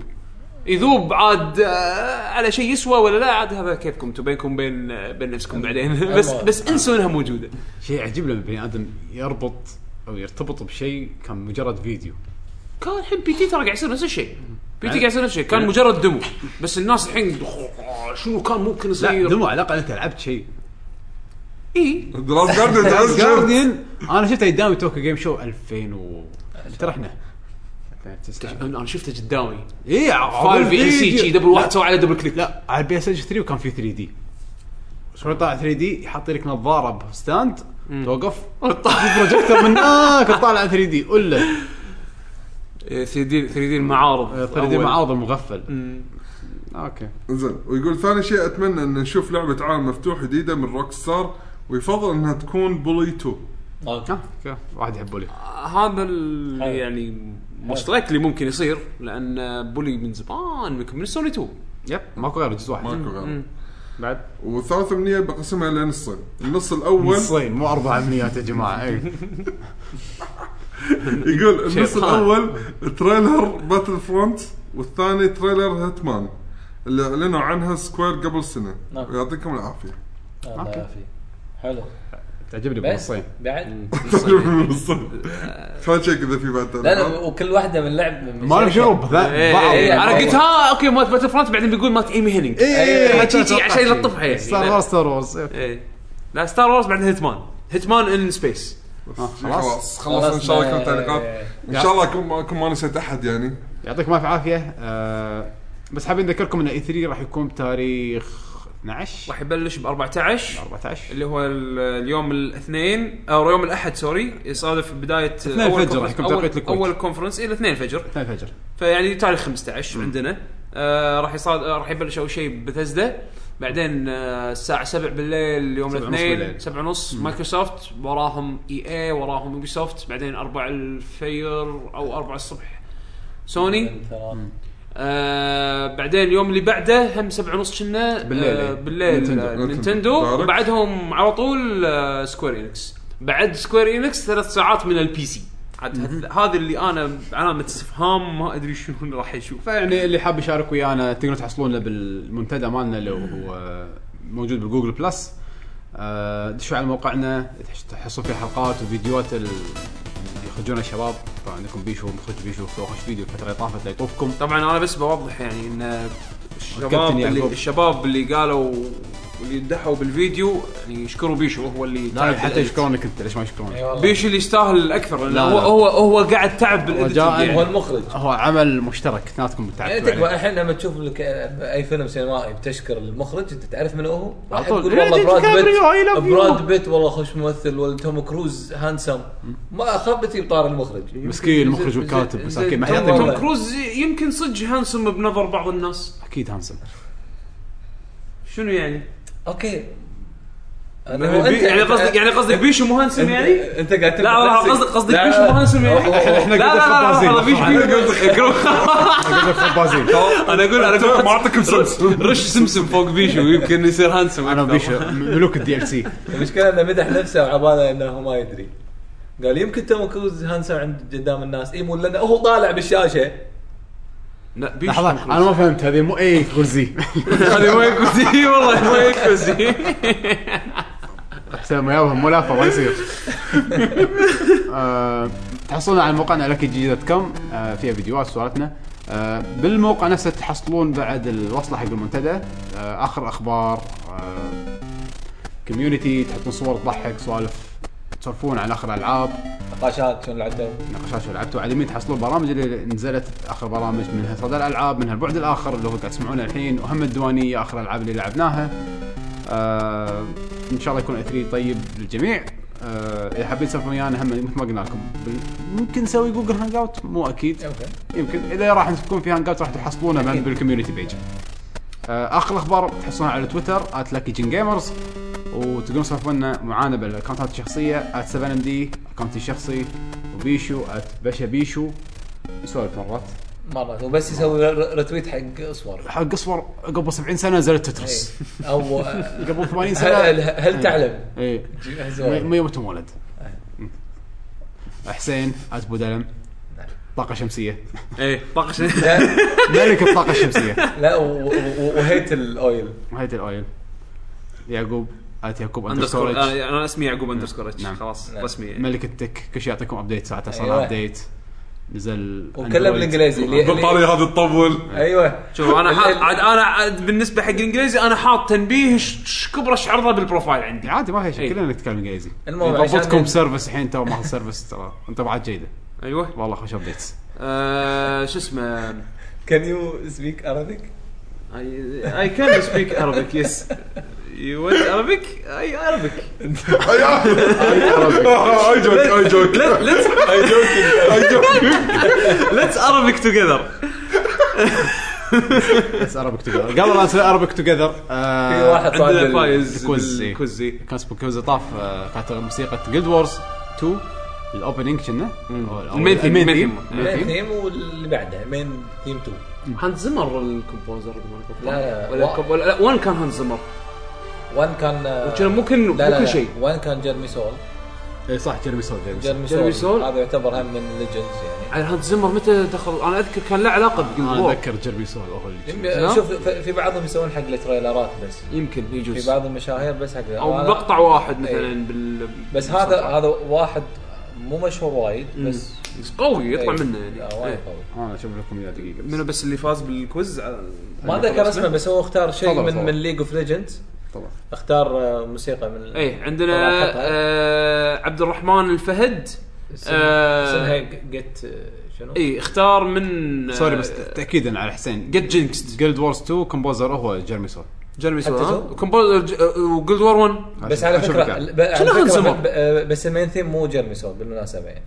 [SPEAKER 5] يذوب عاد آه، على شيء يسوى ولا لا عاد هذا كيفكم تبينكم بين آه، بين نفسكم بعدين بس بس انسوا انها موجوده
[SPEAKER 1] شيء عجيب لما بني ادم يربط او يرتبط بشيء كان مجرد فيديو
[SPEAKER 5] كان الحين بي تي ترى قاعد يصير نفس الشيء بي تي
[SPEAKER 1] أه.
[SPEAKER 5] قاعد يصير نفس الشيء كان مجرد دمو بس الناس الحين شنو كان ممكن
[SPEAKER 1] لا
[SPEAKER 5] يصير إيه،
[SPEAKER 1] دمو على الاقل انت لعبت شيء
[SPEAKER 5] اي
[SPEAKER 3] ذا لاست جارديان
[SPEAKER 5] (laughs)
[SPEAKER 1] Last Guardian، انا شفتها قدامي توكيو جيم شو 2000 و ترى احنا
[SPEAKER 5] انا شفته قدامي
[SPEAKER 1] اي
[SPEAKER 5] فايل في ال سي شي دبل واحد سوى عليه دبل كليك
[SPEAKER 1] إيه، لا على البي اس 3 وكان في 3 دي شلون طالع 3 دي يحط لك نظاره بستاند توقف بروجيكتور من هناك طالع 3 دي ولا
[SPEAKER 5] 3 دي 3 دي المعارض
[SPEAKER 1] 3 دي
[SPEAKER 5] أول.
[SPEAKER 1] معاض مغفل اوكي
[SPEAKER 3] زين ويقول ثاني شيء اتمنى ان نشوف لعبه عالم مفتوح جديده من روك ستار ويفضل انها تكون بولي 2
[SPEAKER 1] آه، أوكي. واحد يحبه لي
[SPEAKER 5] هذا اللي
[SPEAKER 4] حلو.
[SPEAKER 5] يعني موست لايكلي ممكن يصير لان بولي من زمان من- من سوني 2
[SPEAKER 1] يب ماكو غير جزء واحد
[SPEAKER 3] ماكو غير
[SPEAKER 1] بعد
[SPEAKER 3] والثالث امنيه بقسمها الى نصين النص الاول
[SPEAKER 1] نصين مو اربع امنيات يا إيه. جماعه اي
[SPEAKER 3] (laughs) يقول النص
[SPEAKER 5] شيطان.
[SPEAKER 3] الاول تريلر باتل فرونت والثاني تريلر هيتمان اللي اعلنوا عنها سكوير قبل سنه
[SPEAKER 4] نعم.
[SPEAKER 3] ويعطيكم (laughs) العافيه
[SPEAKER 4] الله
[SPEAKER 1] أوكي. طيب.
[SPEAKER 4] يعافيك حلو
[SPEAKER 1] تعجبني
[SPEAKER 4] بس
[SPEAKER 1] بالنصين
[SPEAKER 4] بعد
[SPEAKER 3] خلنا نشيك اذا في بعد
[SPEAKER 4] لا لا وكل واحده من لعب من
[SPEAKER 1] ما له
[SPEAKER 4] شركة.
[SPEAKER 1] شرب ذا-
[SPEAKER 5] إيه،
[SPEAKER 1] بعض.
[SPEAKER 5] إيه، انا
[SPEAKER 4] بعض.
[SPEAKER 5] قلت ها اوكي مالت باتل فرونت بعدين بيقول مالت ايمي هينينج
[SPEAKER 1] إيه. اي
[SPEAKER 5] حكي شي عشان
[SPEAKER 1] إيه.
[SPEAKER 5] يلطفها يعني.
[SPEAKER 1] ستار وورز ستار وورز إيه.
[SPEAKER 5] إيه. لا ستار وورز بعدين هيتمان هيتمان ان سبيس
[SPEAKER 3] خلاص خلاص ان شاء الله يكون تعليقات ان شاء الله اكون ما اكون ما نسيت احد يعني
[SPEAKER 1] يعطيكم الف عافيه آه، بس حابين نذكركم ان اي 3 راح يكون بتاريخ 12
[SPEAKER 5] راح يبلش ب 14
[SPEAKER 1] 14
[SPEAKER 5] اللي هو ال- اليوم الاثنين او يوم الاحد سوري يصادف بدايه
[SPEAKER 1] اثنين
[SPEAKER 5] أول
[SPEAKER 1] الفجر راح يكون
[SPEAKER 5] conference-
[SPEAKER 1] توقيت
[SPEAKER 5] أول-
[SPEAKER 1] الكويت.
[SPEAKER 5] اول كونفرنس الى اثنين الفجر
[SPEAKER 1] 2 الفجر
[SPEAKER 5] فيعني تاريخ 15 عندنا آه راح يصاد آه، راح يبلش اول شيء بثزدا بعدين آه الساعه 7 بالليل يوم
[SPEAKER 1] سبعة ونص
[SPEAKER 5] الاثنين
[SPEAKER 1] بالليل.
[SPEAKER 5] 7 ونص مايكروسوفت وراهم اي اي وراهم يوبي سوفت بعدين 4 الفير او 4 الصبح سوني آه بعدين اليوم اللي بعده هم 7 ونص كنا
[SPEAKER 1] بالليل،
[SPEAKER 5] آه
[SPEAKER 1] إيه.
[SPEAKER 5] بالليل
[SPEAKER 1] نينتندو.
[SPEAKER 5] آه،
[SPEAKER 3] نينتندو.
[SPEAKER 5] نينتندو
[SPEAKER 3] دايركت.
[SPEAKER 5] وبعدهم على طول آه سكوير انكس بعد سكوير انكس ثلاث ساعات من البي سي عاد هذ- هذا اللي انا علامه استفهام ما ادري شنو (laughs) راح اشوف
[SPEAKER 1] فيعني اللي حاب يشارك ويانا تقدرون تحصلونه بالمنتدى مالنا اللي هو موجود بالجوجل بلس آه، دشوا على موقعنا تحصلون فيه حلقات وفيديوهات ال- اللي يخرجونها الشباب طبعا عندكم بيشو مخرج بيشو سوى خوش فيديو الفتره اللي طافت لا يطوفكم
[SPEAKER 5] طبعا انا بس بوضح يعني ان الشباب
[SPEAKER 1] والكابتن
[SPEAKER 5] اللي
[SPEAKER 1] يعقوب.
[SPEAKER 5] الشباب اللي قالوا اللي يدحوا بالفيديو يعني يشكروا بيشو هو اللي تعب
[SPEAKER 1] حتى
[SPEAKER 5] بالإديت.
[SPEAKER 1] يشكرونك انت ليش ما يشكرونك
[SPEAKER 4] اي والله
[SPEAKER 5] بيشو اللي يستاهل اكثر لان
[SPEAKER 1] لا،
[SPEAKER 5] هو
[SPEAKER 1] لا.
[SPEAKER 5] هو هو قاعد تعب بالإديتنج
[SPEAKER 1] رجاء،
[SPEAKER 5] يعني.
[SPEAKER 4] هو المخرج
[SPEAKER 1] هو عمل مشترك اثنيناتكم
[SPEAKER 5] إيه،
[SPEAKER 4] يعني
[SPEAKER 1] تعبتوا
[SPEAKER 4] تكفى
[SPEAKER 1] عليه.
[SPEAKER 4] الحين لما تشوف لك اي فيلم سينمائي بتشكر المخرج انت تعرف من هو؟ راح
[SPEAKER 1] على طول.
[SPEAKER 4] تقول والله
[SPEAKER 1] ليوناردو
[SPEAKER 4] براد بيت
[SPEAKER 1] ديكابريو، I love you.
[SPEAKER 4] براد بيت والله خوش ممثل ولا توم كروز هانسم ما خبتي بطار المخرج
[SPEAKER 1] مسكين المخرج والكاتب
[SPEAKER 4] زين-
[SPEAKER 1] مساكين ما حد
[SPEAKER 4] زين،
[SPEAKER 1] يعطيهم
[SPEAKER 4] والله.
[SPEAKER 5] توم كروز يمكن صدق هانسم بنظر بعض الناس
[SPEAKER 1] اكيد هانسم
[SPEAKER 5] شنو يعني؟
[SPEAKER 4] اوكي
[SPEAKER 5] يعني بي- يعني قصدك يعني قصدك بيشو مو هانسم يعني؟
[SPEAKER 4] انت قاعد تبدأ
[SPEAKER 5] لا لا
[SPEAKER 4] نفسك.
[SPEAKER 5] قصدك قصدك
[SPEAKER 4] لا،
[SPEAKER 5] بيشو مو هانسم يعني؟
[SPEAKER 1] إحنا
[SPEAKER 5] لا لا
[SPEAKER 1] قلنا
[SPEAKER 5] لا
[SPEAKER 1] خبازين.
[SPEAKER 5] لا بيشو بيشو
[SPEAKER 1] اقول لك خبازين
[SPEAKER 5] انا اقول انا اقول
[SPEAKER 2] ما اعطيك مسلسل
[SPEAKER 5] رش سمسم فوق بيشو يمكن يصير هانسم
[SPEAKER 1] انا
[SPEAKER 5] أكثر.
[SPEAKER 1] بيشو ملوك الدي ال سي
[SPEAKER 4] المشكله انه مدح نفسه وعباله انه ما يدري قال يمكن توم كروز هانسم عند قدام الناس اي مو لانه هو طالع بالشاشه
[SPEAKER 5] لا بيشو
[SPEAKER 1] لحظه انا ما فهمت هذه مو إيه، اي تقول زي
[SPEAKER 5] هذه ما يكوزي (laughs) والله ما يكوزي
[SPEAKER 1] حسين ما يابهم ملافه ما يصير آه، تحصلون على موقعنا لكي جي دوت كوم آه، فيها فيديوهات صورتنا آه، بالموقع نفسه تحصلون بعد الوصله حق المنتدى آه، اخر اخبار كوميونتي تحطون صور تضحك سوالف تسولفون عن اخر العاب
[SPEAKER 4] نقاشات شلون لعبتوا
[SPEAKER 1] نقاشات شو لعبتوا على اليمين تحصلون برامج اللي نزلت اخر برامج منها صدى الالعاب منها البعد الاخر اللي هو قاعد تسمعونه الحين وهم الديوانيه اخر الالعاب اللي لعبناها آه ان شاء الله يكون اثري طيب للجميع آه اذا حابين تسولفون ويانا هم مثل ما قلنا لكم بال- ممكن نسوي جوجل هانج اوت مو اكيد
[SPEAKER 4] اوكي
[SPEAKER 1] يمكن اذا راح تكون في هانج اوت راح تحصلونه من بالكوميونتي بيج آه، اخر الاخبار تحصلونها على تويتر @lucky جن جيمرز وتقدرون تسولفونا معانا بالاكونتات الشخصيه @7md اكونتي الشخصي وبيشو @بشا بيشو يسولف مرات
[SPEAKER 4] مرة وبس يسوي ر- رتويت حق اصور
[SPEAKER 1] حق اصور قبل 70 سنه نزلت تترس
[SPEAKER 4] (laughs) إيه. او آه،
[SPEAKER 1] قبل
[SPEAKER 4] (laughs)
[SPEAKER 1] إيه. 80
[SPEAKER 4] هل, هل,
[SPEAKER 1] سنه
[SPEAKER 4] هل تعلم
[SPEAKER 1] اي
[SPEAKER 4] زوال.
[SPEAKER 1] ما يوم تولد حسين @بودلم طاقه شمسيه
[SPEAKER 5] ايه طقش
[SPEAKER 4] لا
[SPEAKER 1] ملك الطاقه الشمسيه
[SPEAKER 4] لا و- و- وهيت الاويل
[SPEAKER 1] هايت الاويل يعقوب ات يعقوب
[SPEAKER 5] اندرسكور
[SPEAKER 4] آه،
[SPEAKER 1] اندرسكور
[SPEAKER 5] انا أنا اسمي يعقوب اندرسكور اتش
[SPEAKER 1] نعم.
[SPEAKER 5] خلاص
[SPEAKER 4] نعم.
[SPEAKER 5] رسمي
[SPEAKER 1] ملك التك كل شيء يعطيكم ابديت ساعته صار
[SPEAKER 4] أيوة.
[SPEAKER 1] ابديت نزل
[SPEAKER 4] وكلم
[SPEAKER 1] Android.
[SPEAKER 4] الانجليزي
[SPEAKER 5] (laughs)
[SPEAKER 4] اللي- اللي-
[SPEAKER 2] بالطاري هذا تطول
[SPEAKER 4] ايوه
[SPEAKER 5] شوف انا
[SPEAKER 4] ال-
[SPEAKER 5] حاط
[SPEAKER 4] ال-
[SPEAKER 5] عاد انا عاد بالنسبه حق الانجليزي انا حاط تنبيه ش- ش- كبر اشعر بالبروفايل عندي
[SPEAKER 1] عادي ما في شيء
[SPEAKER 5] إي.
[SPEAKER 1] كلنا نتكلم انجليزي
[SPEAKER 4] المهم
[SPEAKER 1] يضبطكم
[SPEAKER 4] عشان-
[SPEAKER 1] سيرفس الحين تو ماخذ سيرفس ترى انت بعد جيده
[SPEAKER 5] ايوه
[SPEAKER 1] والله خوش ابديت
[SPEAKER 5] آه، شو اسمه
[SPEAKER 4] كان يو سبيك ارابيك
[SPEAKER 5] اي كان سبيك ارابيك يس يو ارابيك اي ارابيك
[SPEAKER 3] أيوه. (laughs)
[SPEAKER 2] اي جوك اي جوك
[SPEAKER 5] ليتس
[SPEAKER 2] اي جوك اي جوك
[SPEAKER 5] ليتس ارابيك توجذر
[SPEAKER 1] بس ارابيك توجذر قبل لا نسوي ارابيك توجذر آه،
[SPEAKER 4] في واحد
[SPEAKER 5] آه،
[SPEAKER 4] (laughs)
[SPEAKER 5] عندنا
[SPEAKER 4] صاحب ال-
[SPEAKER 5] فايز
[SPEAKER 1] الكوز، إيه.
[SPEAKER 5] كوزي
[SPEAKER 1] كان سبوكوزا طاف آه، قاعد تغني موسيقى جلد وورز 2 الاوبننج كنا أو الأول-
[SPEAKER 5] المين ثيم،
[SPEAKER 1] المين
[SPEAKER 5] المين
[SPEAKER 1] ثيم.
[SPEAKER 5] ثيم.
[SPEAKER 1] المين
[SPEAKER 4] مين
[SPEAKER 1] ثيم.
[SPEAKER 4] ثيم واللي بعده مين ثيم 2
[SPEAKER 5] هانز زمر الكومبوزر إذا ماني غلطان.
[SPEAKER 4] لا، لا،
[SPEAKER 5] ولا
[SPEAKER 4] وا-
[SPEAKER 5] كوب- ولا لا وين كان هانز زمر؟
[SPEAKER 4] 1 كان آه،
[SPEAKER 5] وكان مو كنو،
[SPEAKER 4] لا
[SPEAKER 5] مو
[SPEAKER 4] لا
[SPEAKER 5] كل
[SPEAKER 4] لا
[SPEAKER 5] شيء.
[SPEAKER 4] 1 كان جيرمي سول
[SPEAKER 1] إي إيه، صح جيرمي سول جيرمي سول.
[SPEAKER 4] جيرمي
[SPEAKER 5] جيرمي
[SPEAKER 4] سول,
[SPEAKER 5] سول.
[SPEAKER 4] هذا يعتبر هم من ليجندز يعني
[SPEAKER 5] على هانز زمر متى دخل انا اذكر كان له علاقه بجلد
[SPEAKER 1] انا
[SPEAKER 5] وور
[SPEAKER 1] اتذكر جيرمي سول هو اللي
[SPEAKER 5] لا.
[SPEAKER 4] شوف في- في بعضهم يسوون حق التريلرات بس
[SPEAKER 5] يمكن
[SPEAKER 4] في
[SPEAKER 5] يجوز
[SPEAKER 4] بعض المشاهير بس حق
[SPEAKER 5] او
[SPEAKER 4] هذا-
[SPEAKER 5] مقطع واحد مثلا
[SPEAKER 4] إيه.
[SPEAKER 5] بال
[SPEAKER 4] بس هذا هذا واحد مو مشهور وايد بس
[SPEAKER 5] قوي يطلع
[SPEAKER 4] إيه.
[SPEAKER 5] منه
[SPEAKER 4] آه،
[SPEAKER 5] يعني
[SPEAKER 4] وايد
[SPEAKER 5] إيه.
[SPEAKER 4] قوي
[SPEAKER 1] انا اشوف لكم اياه دقيقه بس.
[SPEAKER 5] منو بس اللي فاز بالكوز
[SPEAKER 4] ما ذكر اسمه بس هو اختار شيء
[SPEAKER 1] تفضل،
[SPEAKER 4] من
[SPEAKER 1] تفضل.
[SPEAKER 4] من ليج اوف ليجندز
[SPEAKER 1] طبعا
[SPEAKER 4] اختار آه، موسيقى من
[SPEAKER 5] ايه عندنا
[SPEAKER 4] طبعاً حطها.
[SPEAKER 5] آه عبد الرحمن الفهد آه، إيه.
[SPEAKER 4] اسمها جت شنو؟
[SPEAKER 5] اي اختار من آه،
[SPEAKER 1] سوري بس تاكيدا على حسين
[SPEAKER 5] جت جينكس
[SPEAKER 1] جلد وورز 2 كومبوزر هو جيرمي سول
[SPEAKER 5] جيرمي سول
[SPEAKER 4] حتى
[SPEAKER 5] ها؟
[SPEAKER 4] سول؟
[SPEAKER 5] وكومبوزر ج- آه، وجلد وور 1
[SPEAKER 4] بس على
[SPEAKER 1] أشوف
[SPEAKER 4] فكره
[SPEAKER 1] الكعب.
[SPEAKER 4] ب- على
[SPEAKER 5] شنو
[SPEAKER 4] فكرة
[SPEAKER 5] هنسمه؟
[SPEAKER 4] ب- آه، بس المين ثيم مو جيرمي سول بالمناسبه يعني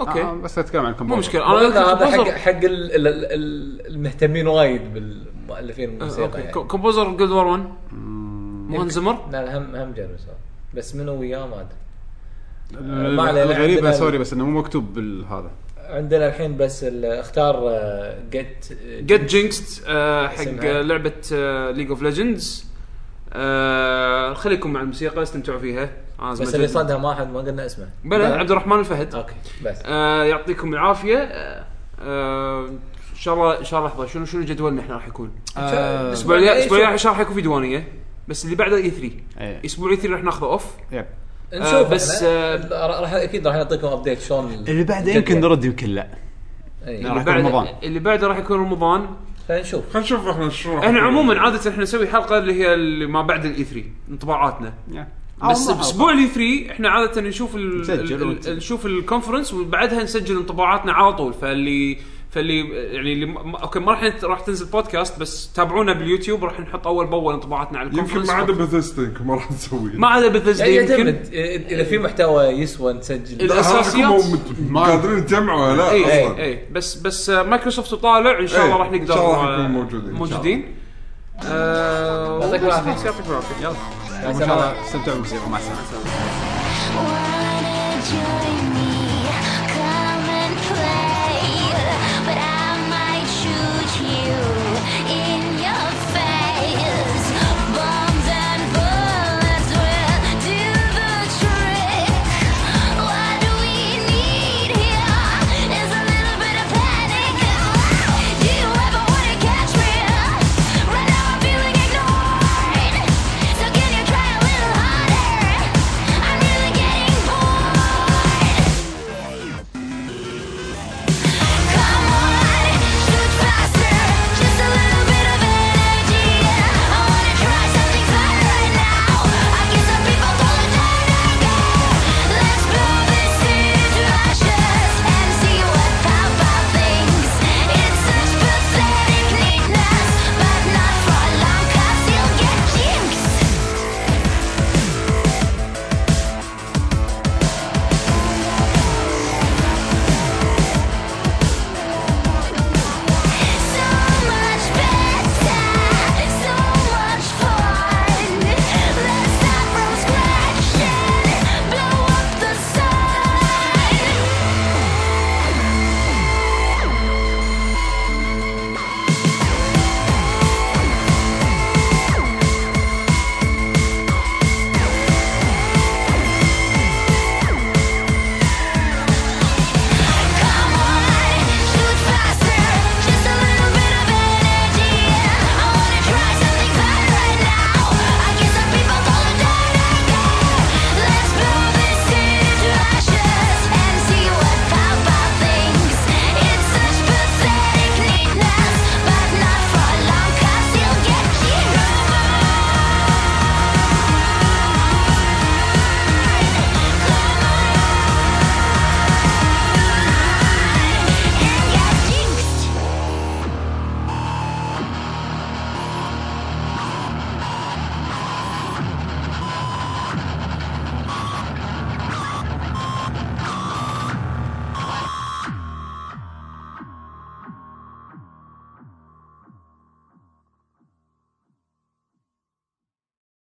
[SPEAKER 5] اوكي
[SPEAKER 1] آه بس اتكلم عن الكومبوزر
[SPEAKER 5] مو مشكله
[SPEAKER 4] أنا
[SPEAKER 5] انا
[SPEAKER 4] هذا
[SPEAKER 5] أذكر
[SPEAKER 4] حق
[SPEAKER 5] كومبوزر
[SPEAKER 4] حق ال- ال- ال- ال- المهتمين وايد بالمؤلفين
[SPEAKER 5] آه،
[SPEAKER 4] الموسيقى
[SPEAKER 5] اوكي
[SPEAKER 4] يعني.
[SPEAKER 5] كو- كومبوزر جلد وور 1 مو هنزمر
[SPEAKER 4] لا لا، هم هم جيرمي سول بس منو وياه ما ادري ما عليه، لا،
[SPEAKER 1] الغريبه
[SPEAKER 4] عندنا-
[SPEAKER 1] سوري بس انه مو مكتوب بالهذا
[SPEAKER 4] عندنا الحين بس ال- اختار آه، جت
[SPEAKER 5] جت جينكس آه، حق آه،
[SPEAKER 4] اسمها.
[SPEAKER 5] لعبه ليج اوف ليجندز آه، خليكم مع الموسيقى استمتعوا فيها انا
[SPEAKER 4] بس اللي صدها ما حد ما قلنا اسمه
[SPEAKER 5] بلى عبد الرحمن الفهد
[SPEAKER 4] اوكي بس
[SPEAKER 5] آه يعطيكم العافيه آه، آه، ان شاء الله ان شاء الله لحظه شنو شنو جدولنا احنا راح يكون؟
[SPEAKER 4] أه،
[SPEAKER 1] آه،
[SPEAKER 5] الاسبوع الجاي الاسبوع الجاي ان شاء الله راح يكون في ديوانيه بس اللي بعده اي 3
[SPEAKER 1] إيه.
[SPEAKER 5] اسبوع اي 3 راح ناخذه اوف
[SPEAKER 1] يب.
[SPEAKER 4] نشوف
[SPEAKER 5] آه، إيه. بس،
[SPEAKER 4] بس راح اكيد راح نعطيكم ابديت شلون إيه. ال-
[SPEAKER 1] اللي بعده
[SPEAKER 4] الجدول.
[SPEAKER 1] يمكن نرد يمكن لا
[SPEAKER 4] إي.
[SPEAKER 1] نعم. راح
[SPEAKER 5] اللي
[SPEAKER 1] يكون
[SPEAKER 5] بعده
[SPEAKER 1] رمضان.
[SPEAKER 5] اللي بعده راح يكون رمضان
[SPEAKER 4] خلينا نشوف
[SPEAKER 3] خلينا نشوف احنا شو راح
[SPEAKER 5] احنا
[SPEAKER 3] نقول.
[SPEAKER 5] عموما عاده احنا نسوي حلقه اللي هي اللي ما بعد الاي 3 انطباعاتنا
[SPEAKER 1] يب.
[SPEAKER 5] بس E
[SPEAKER 1] أو ما
[SPEAKER 5] باسبوع الاي 3 احنا عاده نشوف ال-
[SPEAKER 1] نسجل
[SPEAKER 5] ال-
[SPEAKER 1] ونسجل.
[SPEAKER 5] ال- نشوف الكونفرنس وبعدها نسجل انطباعاتنا على طول فاللي فاللي يعني اللي ما- اوكي ما راح نت- راح تنزل بودكاست بس تابعونا باليوتيوب راح نحط اول باول انطباعاتنا على
[SPEAKER 3] يمكن
[SPEAKER 5] الكونفرنس
[SPEAKER 3] ما عدا بثيستا يمكن ما راح نسويه
[SPEAKER 5] ما عدا بثزدا
[SPEAKER 4] يعني
[SPEAKER 5] يمكن
[SPEAKER 4] يعتمد إي- اذا في محتوى يسوى نسجل
[SPEAKER 5] ال- الأساسيات.
[SPEAKER 3] ما قادرين تجمعوا لا
[SPEAKER 5] اي
[SPEAKER 3] اصلا
[SPEAKER 5] اي اي بس بس آه، مايكروسوفت طالع ان إيه، شاء الله
[SPEAKER 3] إي،
[SPEAKER 5] راح نقدر
[SPEAKER 3] إيه، إن شاء الله راح
[SPEAKER 5] آه،
[SPEAKER 3] نكون موجودين.
[SPEAKER 5] موجودين آه،
[SPEAKER 4] يعطيك
[SPEAKER 5] وبس،
[SPEAKER 4] العافية.
[SPEAKER 5] بس، يعطيك العافيه يلا
[SPEAKER 1] إن شاء الله استمتعوا بالموسيقى مع السلامة
[SPEAKER 9] Why don't you leave me?